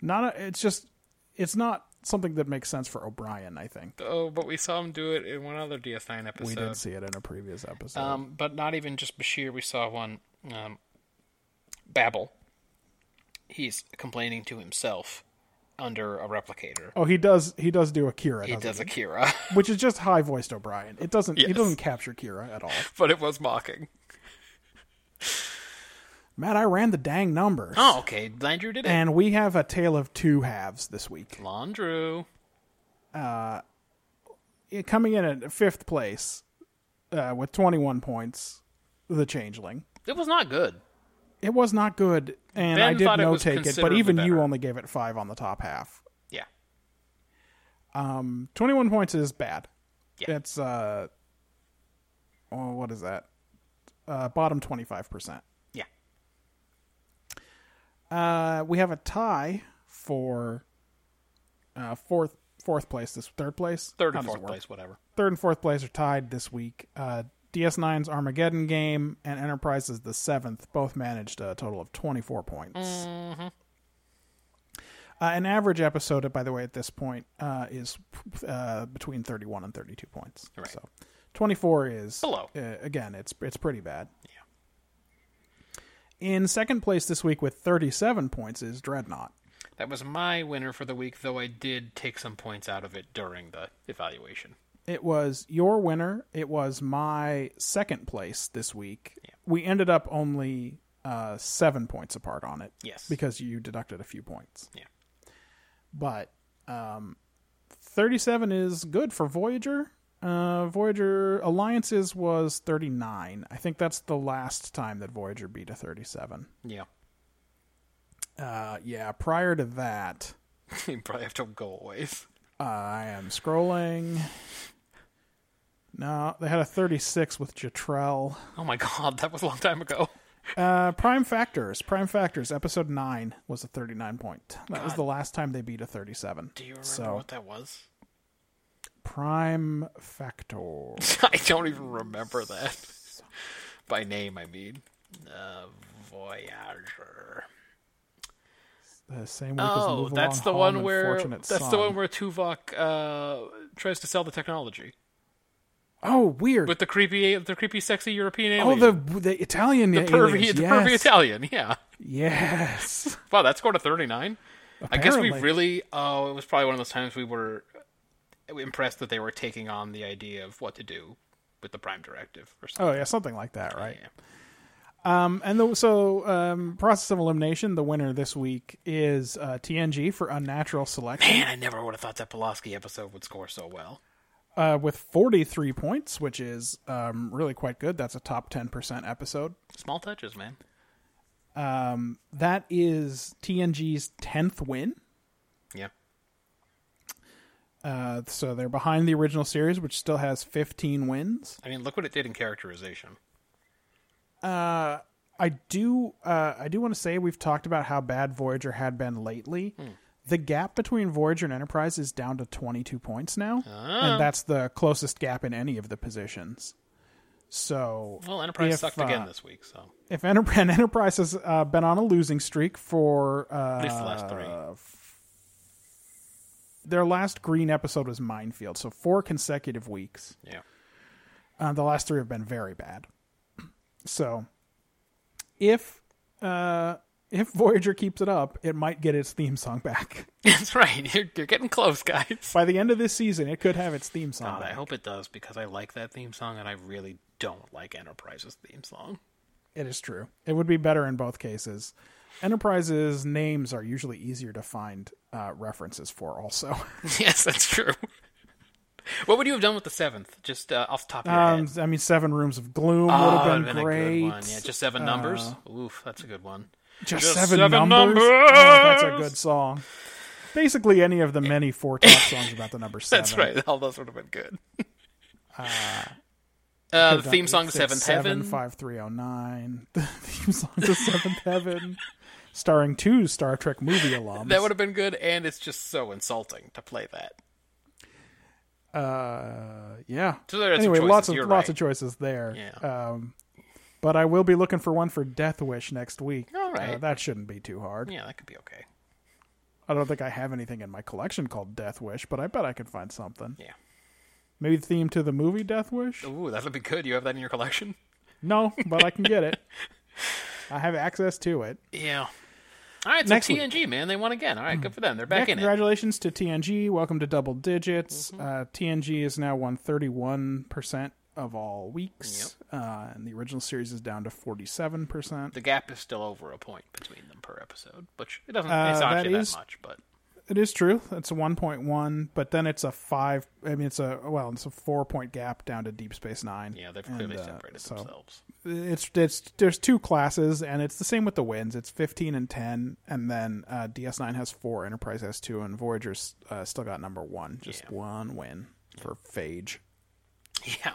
Speaker 3: Not a, it's just it's not something that makes sense for O'Brien. I think
Speaker 2: Oh, but we saw him do it in one other DS9 episode.
Speaker 3: we did see it in a previous episode.
Speaker 2: Um, but not even just Bashir. We saw one, um, Babel. He's complaining to himself under a replicator.
Speaker 3: oh, he does he does do a Kira,
Speaker 2: Oh, he
Speaker 3: doesn't
Speaker 2: does Akira, (laughs)
Speaker 3: which is just high voiced O'Brien. It doesn't he
Speaker 2: Yes.
Speaker 3: doesn't capture Kira at all.
Speaker 2: but it was mocking.
Speaker 3: Matt, I ran the dang numbers.
Speaker 2: Oh, okay. Landrew did it.
Speaker 3: And we have a tale of two halves this week.
Speaker 2: Landrew.
Speaker 3: Yeah, Coming in at fifth place uh, with 21 points, the Changeling.
Speaker 2: It was not good.
Speaker 3: It was not good, and
Speaker 2: Ben
Speaker 3: I did
Speaker 2: thought it
Speaker 3: no
Speaker 2: was
Speaker 3: take it, but
Speaker 2: considerably
Speaker 3: even you
Speaker 2: better.
Speaker 3: only gave it five on the top half.
Speaker 2: Yeah.
Speaker 3: 21 points is bad.
Speaker 2: Yeah.
Speaker 3: It's, uh, oh, what is that? Uh, bottom 25%.
Speaker 2: Yeah.
Speaker 3: Uh, we have a tie for uh, fourth fourth place, this third place?
Speaker 2: Third
Speaker 3: How
Speaker 2: and
Speaker 3: does it
Speaker 2: fourth
Speaker 3: work?
Speaker 2: place, whatever.
Speaker 3: third and fourth place are tied this week. Uh, DS9's Armageddon game and Enterprise is the seventh. Both managed a total of 24 points.
Speaker 2: Mm-hmm.
Speaker 3: Uh, an average episode, by the way, at this point uh, is uh, between 31 and 32 points.
Speaker 2: Right.
Speaker 3: So 24 is
Speaker 2: Below.
Speaker 3: Uh, again, it's it's pretty bad. Yeah. In second place this week with 37 points is Dreadnought.
Speaker 2: That was my winner for the week, though I did take some points out of it during the evaluation.
Speaker 3: It was your winner. It was my second place this week. We ended up only uh, seven points apart on it.
Speaker 2: Yes.
Speaker 3: Because you deducted a few points.
Speaker 2: Yeah.
Speaker 3: But um, 37 is good for Voyager. Uh, Voyager Alliances was 39. I think that's the last time that Voyager beat a 37.
Speaker 2: Yeah. (laughs)
Speaker 3: Uh, yeah, prior to that, uh,
Speaker 2: you probably have to go away.
Speaker 3: I am scrolling. No, they had a 36 with Jatrell.
Speaker 2: Oh my god, that was a long time ago.
Speaker 3: Uh, Prime Factors. Prime Factors. Episode nine was a thirty-nine point. That was the last time they beat a thirty-seven.
Speaker 2: Do you remember
Speaker 3: so
Speaker 2: what that was? (laughs)
Speaker 3: Prime Factors.
Speaker 2: I don't even remember that. By name, I mean. Uh, Voyager.
Speaker 3: The same week as
Speaker 2: Oh,
Speaker 3: Move
Speaker 2: that's
Speaker 3: Along
Speaker 2: the
Speaker 3: Home
Speaker 2: one
Speaker 3: and
Speaker 2: where
Speaker 3: Fortunate
Speaker 2: that's the
Speaker 3: Son.
Speaker 2: one where Tuvok uh, tries to sell the technology
Speaker 3: Oh, weird.
Speaker 2: with the creepy, the creepy, sexy European
Speaker 3: oh,
Speaker 2: alien.
Speaker 3: the the Italian.
Speaker 2: the pervy,
Speaker 3: aliens.
Speaker 2: the
Speaker 3: yes.
Speaker 2: pervy Italian. Yeah.
Speaker 3: Yes.
Speaker 2: Wow, that scored a thirty-nine. (laughs) I guess we
Speaker 3: Apparently.
Speaker 2: really. Oh, it was probably one of those times we were impressed that they were taking on the idea of what to do with the Prime Directive or something.
Speaker 3: Oh, yeah, something like that, right?
Speaker 2: Yeah.
Speaker 3: Um, and the, so um, process of elimination. The winner this week is uh, TNG for unnatural selection.
Speaker 2: Man, I never would have thought that Pulaski episode would score so well.
Speaker 3: uh, with 43 points, which is um, really quite good. That's a top 10% episode.
Speaker 2: Small touches, man.
Speaker 3: Um, that is TNG's 10th win.
Speaker 2: Yeah.
Speaker 3: Uh, so they're behind the original series, which still has 15 wins.
Speaker 2: I mean, look what it did in characterization.
Speaker 3: I do uh, I do want to say we've talked about how bad Voyager had been lately.
Speaker 2: Hmm.
Speaker 3: The gap between Voyager and Enterprise is down to 22 points now,
Speaker 2: Ah.
Speaker 3: and that's the closest gap in any of the positions. So,
Speaker 2: Well, Enterprise
Speaker 3: if,
Speaker 2: sucked
Speaker 3: uh,
Speaker 2: again this week, so
Speaker 3: If Enter- (laughs) and Enterprise has uh, been on a losing streak for uh,
Speaker 2: at least the last three.
Speaker 3: their last green episode was Minefield, so four consecutive weeks.
Speaker 2: Yeah. (laughs)
Speaker 3: Uh, the last three have been very bad. So, if uh, if Voyager keeps it up, it might get its theme song back (laughs)
Speaker 2: That's right. You're, you're getting close, guys.
Speaker 3: by the end of this season. It could have its theme song.
Speaker 2: God, I
Speaker 3: back.
Speaker 2: hope it does because I like that theme song and I really don't like Enterprise's theme song. (laughs)
Speaker 3: It is true. It would be better in both cases. Enterprises' names are usually easier to find uh, references for. Also, (laughs)
Speaker 2: yes, that's true. what would you have done with the seventh? Just uh, off the top of your
Speaker 3: um,
Speaker 2: head.
Speaker 3: I mean, Seven Rooms of Gloom would
Speaker 2: Oh,
Speaker 3: have
Speaker 2: that'd
Speaker 3: been,
Speaker 2: a
Speaker 3: great.
Speaker 2: good one. Yeah, just seven numbers. Oof, that's a good one.
Speaker 3: Just,
Speaker 2: Just
Speaker 3: seven,
Speaker 2: seven
Speaker 3: numbers. Oh, that's a
Speaker 2: numbers.
Speaker 3: good song. Basically, any of the many four top songs about the number
Speaker 2: (laughs)
Speaker 3: seven.
Speaker 2: (laughs) That's right. All those would have been (laughs) good. (laughs) uh, the theme song to
Speaker 3: It's
Speaker 2: Seventh Heaven.
Speaker 3: Five three oh nine. (laughs) The theme song to Seventh Heaven, starring two Star Trek movie alums.
Speaker 2: (laughs) That would have been good, and it's just so insulting to play that.
Speaker 3: uh, yeah.
Speaker 2: So there are some
Speaker 3: anyway,
Speaker 2: choices,
Speaker 3: lots of
Speaker 2: you're
Speaker 3: lots
Speaker 2: right.
Speaker 3: of choices there.
Speaker 2: Yeah.
Speaker 3: Um, but I will be looking for one for Death Wish next week.
Speaker 2: All
Speaker 3: Uh,
Speaker 2: right.
Speaker 3: that shouldn't be too hard.
Speaker 2: Yeah, that could be okay.
Speaker 3: I don't think I have anything in my collection called Death Wish, but I bet I could find something.
Speaker 2: Yeah.
Speaker 3: Maybe the theme to the movie Death Wish?
Speaker 2: Ooh, that would be good. You have that in your collection?
Speaker 3: No, but I can get it. I have access to
Speaker 2: (laughs)
Speaker 3: it.
Speaker 2: Yeah. All right, so
Speaker 3: Next week.
Speaker 2: TNG, man, they won again. All right, good for them. They're back
Speaker 3: Yeah,
Speaker 2: in it. Mm-hmm.
Speaker 3: congratulations to TNG. Welcome to double digits. Uh, TNG is now won 31% of all weeks, uh, and the original series is down to 47%.
Speaker 2: The gap is still over a point between them per episode, which it doesn't.
Speaker 3: Uh,
Speaker 2: it's not
Speaker 3: that
Speaker 2: actually
Speaker 3: is-
Speaker 2: that much, but
Speaker 3: It is true. It's a 1.1, but then it's a 5. I mean, it's a, well, it's a four point gap down to Deep Space Nine.
Speaker 2: yeah, they've
Speaker 3: And,
Speaker 2: clearly
Speaker 3: uh,
Speaker 2: separated
Speaker 3: so
Speaker 2: themselves.
Speaker 3: It's, it's, there's two classes, and it's the same with the wins. It's 15 and 10, and then uh, DS9 has four, Enterprise has two, and Voyager's uh, still got number one. Just
Speaker 2: Yeah.
Speaker 3: one win for Phage.
Speaker 2: (laughs) Yeah,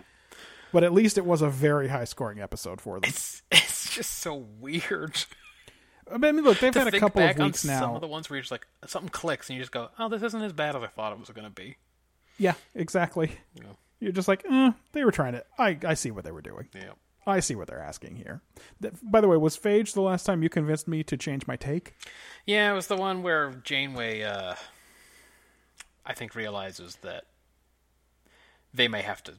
Speaker 3: But at least it was a very high scoring episode
Speaker 2: (laughs)
Speaker 3: for them.
Speaker 2: it's, it's just so weird. (laughs)
Speaker 3: I mean, look, they've
Speaker 2: to
Speaker 3: had a
Speaker 2: think
Speaker 3: couple of
Speaker 2: back
Speaker 3: weeks
Speaker 2: on some
Speaker 3: now.
Speaker 2: of the ones where you're just like something clicks and you just go, "Oh, this isn't as bad as I thought it was going to be."
Speaker 3: Yeah, exactly.
Speaker 2: You know?
Speaker 3: You're just like, eh, they were trying to. I, I see what they were doing.
Speaker 2: Yeah.
Speaker 3: I see what they're asking here. That, by the way, was Phage the last time you convinced me to change my take?
Speaker 2: Yeah, it was the one where Janeway, uh, I think, realizes that they may have to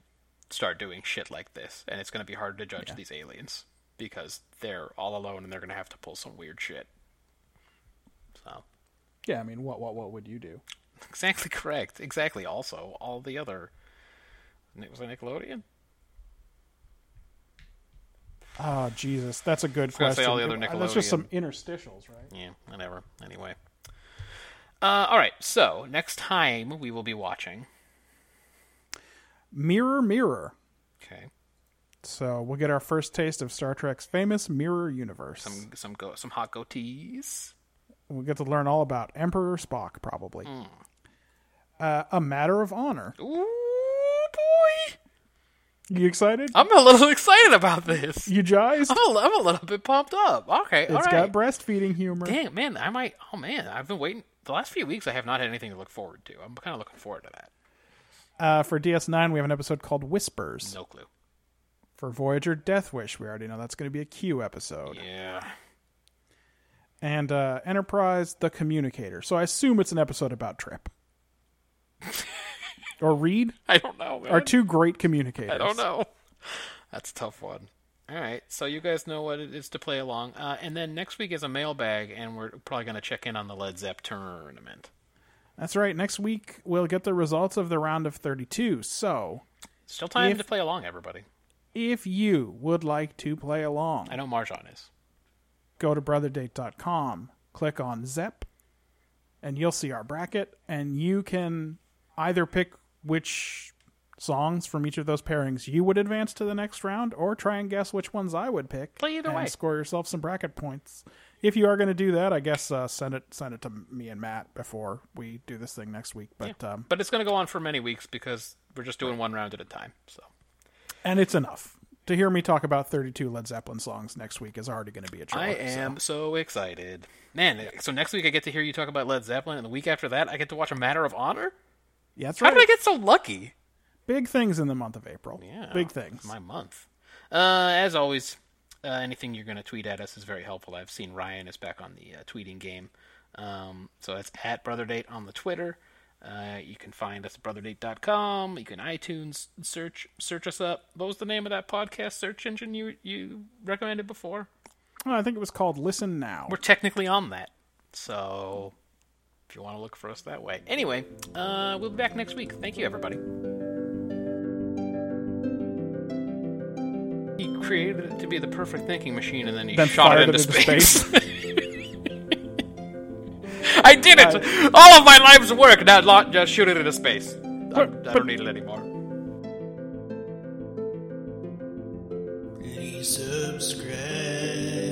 Speaker 2: start doing shit like this, and it's going to be hard to judge these aliens because they're all alone and they're going to have to pull some weird shit. So (laughs)
Speaker 3: Yeah, I mean, what what what would you do?
Speaker 2: exactly correct. Exactly. Also, all the other was it Nickelodeon?
Speaker 3: Oh Jesus, that's a good
Speaker 2: gonna
Speaker 3: question.
Speaker 2: say all the other
Speaker 3: Uh, That's just
Speaker 2: Nickelodeon.
Speaker 3: some interstitials, right?
Speaker 2: Yeah, whatever. Anyway. Uh, all right. So next time we will be watching.
Speaker 3: Mirror, mirror.
Speaker 2: Okay.
Speaker 3: So we'll get our first taste of Star Trek's famous mirror universe.
Speaker 2: Some go some hot goatees.
Speaker 3: We'll get to learn all about Emperor Spock, probably.
Speaker 2: Hmm.
Speaker 3: Uh, a matter of honor.
Speaker 2: Ooh boy.
Speaker 3: You excited?
Speaker 2: I'm a little (laughs) excited about this.
Speaker 3: You jized?
Speaker 2: I'm a, I'm a little bit pumped up. Okay, Oh, all
Speaker 3: It's
Speaker 2: right.
Speaker 3: got breastfeeding humor.
Speaker 2: Dang, man, I might. Oh man, I've been waiting. The last few weeks, I have not had anything to look forward to. I'm kind of looking forward to that.
Speaker 3: Uh, for DS9, we have an episode called Whispers.
Speaker 2: No clue.
Speaker 3: For Voyager Death Wish, we already know that's going to be a Q episode.
Speaker 2: Yeah. (laughs)
Speaker 3: And uh, Enterprise, The Communicator. So I assume it's an episode
Speaker 2: (laughs)
Speaker 3: about Trip. or Reed
Speaker 2: I don't know, man.
Speaker 3: are two great communicators.
Speaker 2: I don't know. (laughs) That's a tough one. All right, so you guys know what it is to play along. Uh, and then next week is a mailbag, and we're probably going to check in on the Led Zepp tournament.
Speaker 3: That's right. Next week, we'll get the results of the round of 32. So
Speaker 2: Still time
Speaker 3: If-
Speaker 2: to play along, everybody.
Speaker 3: if you would like to play along,
Speaker 2: I know Marjan is.
Speaker 3: go to brotherdate.com, click on Zep, and you'll see our bracket, and you can either pick which songs from each of those pairings, you would advance to the next round or try and guess which ones I would pick.
Speaker 2: Play either
Speaker 3: and
Speaker 2: way.
Speaker 3: Score yourself some bracket points. If you are going to do that, I guess uh, send it send it to me and Matt before we do this thing next week. But um,
Speaker 2: But it's going to go on for many weeks because we're just doing one round at a time. So
Speaker 3: and it's enough to hear me talk about 32 Led Zeppelin songs next week is already going to be a chore.
Speaker 2: I
Speaker 3: so.
Speaker 2: am so excited, man! So next week I get to hear you talk about Led Zeppelin, and the week after that I get to watch A Matter of Honor.
Speaker 3: Yeah, that's
Speaker 2: How
Speaker 3: right.
Speaker 2: did I get so lucky?
Speaker 3: Big things in the month of April.
Speaker 2: Yeah,
Speaker 3: Big things.
Speaker 2: My month. Uh, as always, uh, anything you're going to tweet at us is very helpful. I've seen Ryan is back on the uh, tweeting game, um, so that's at Brother Date on the Twitter. Uh, you can find us at brotherdate.com. You can iTunes search search us up. What was the name of that podcast search engine you you recommended before?
Speaker 3: Oh, I think it was called Listen Now.
Speaker 2: we're technically on that. So if you want to look for us that way. Anyway, uh, we'll be back next week. Thank you, everybody. He created it to be the perfect thinking machine, and then he
Speaker 3: Then
Speaker 2: shot it into
Speaker 3: fired it into
Speaker 2: space. (laughs) I did it! All of my life's work. Now lo- just shoot it into space. I, I don't need it anymore.
Speaker 1: Please subscribe.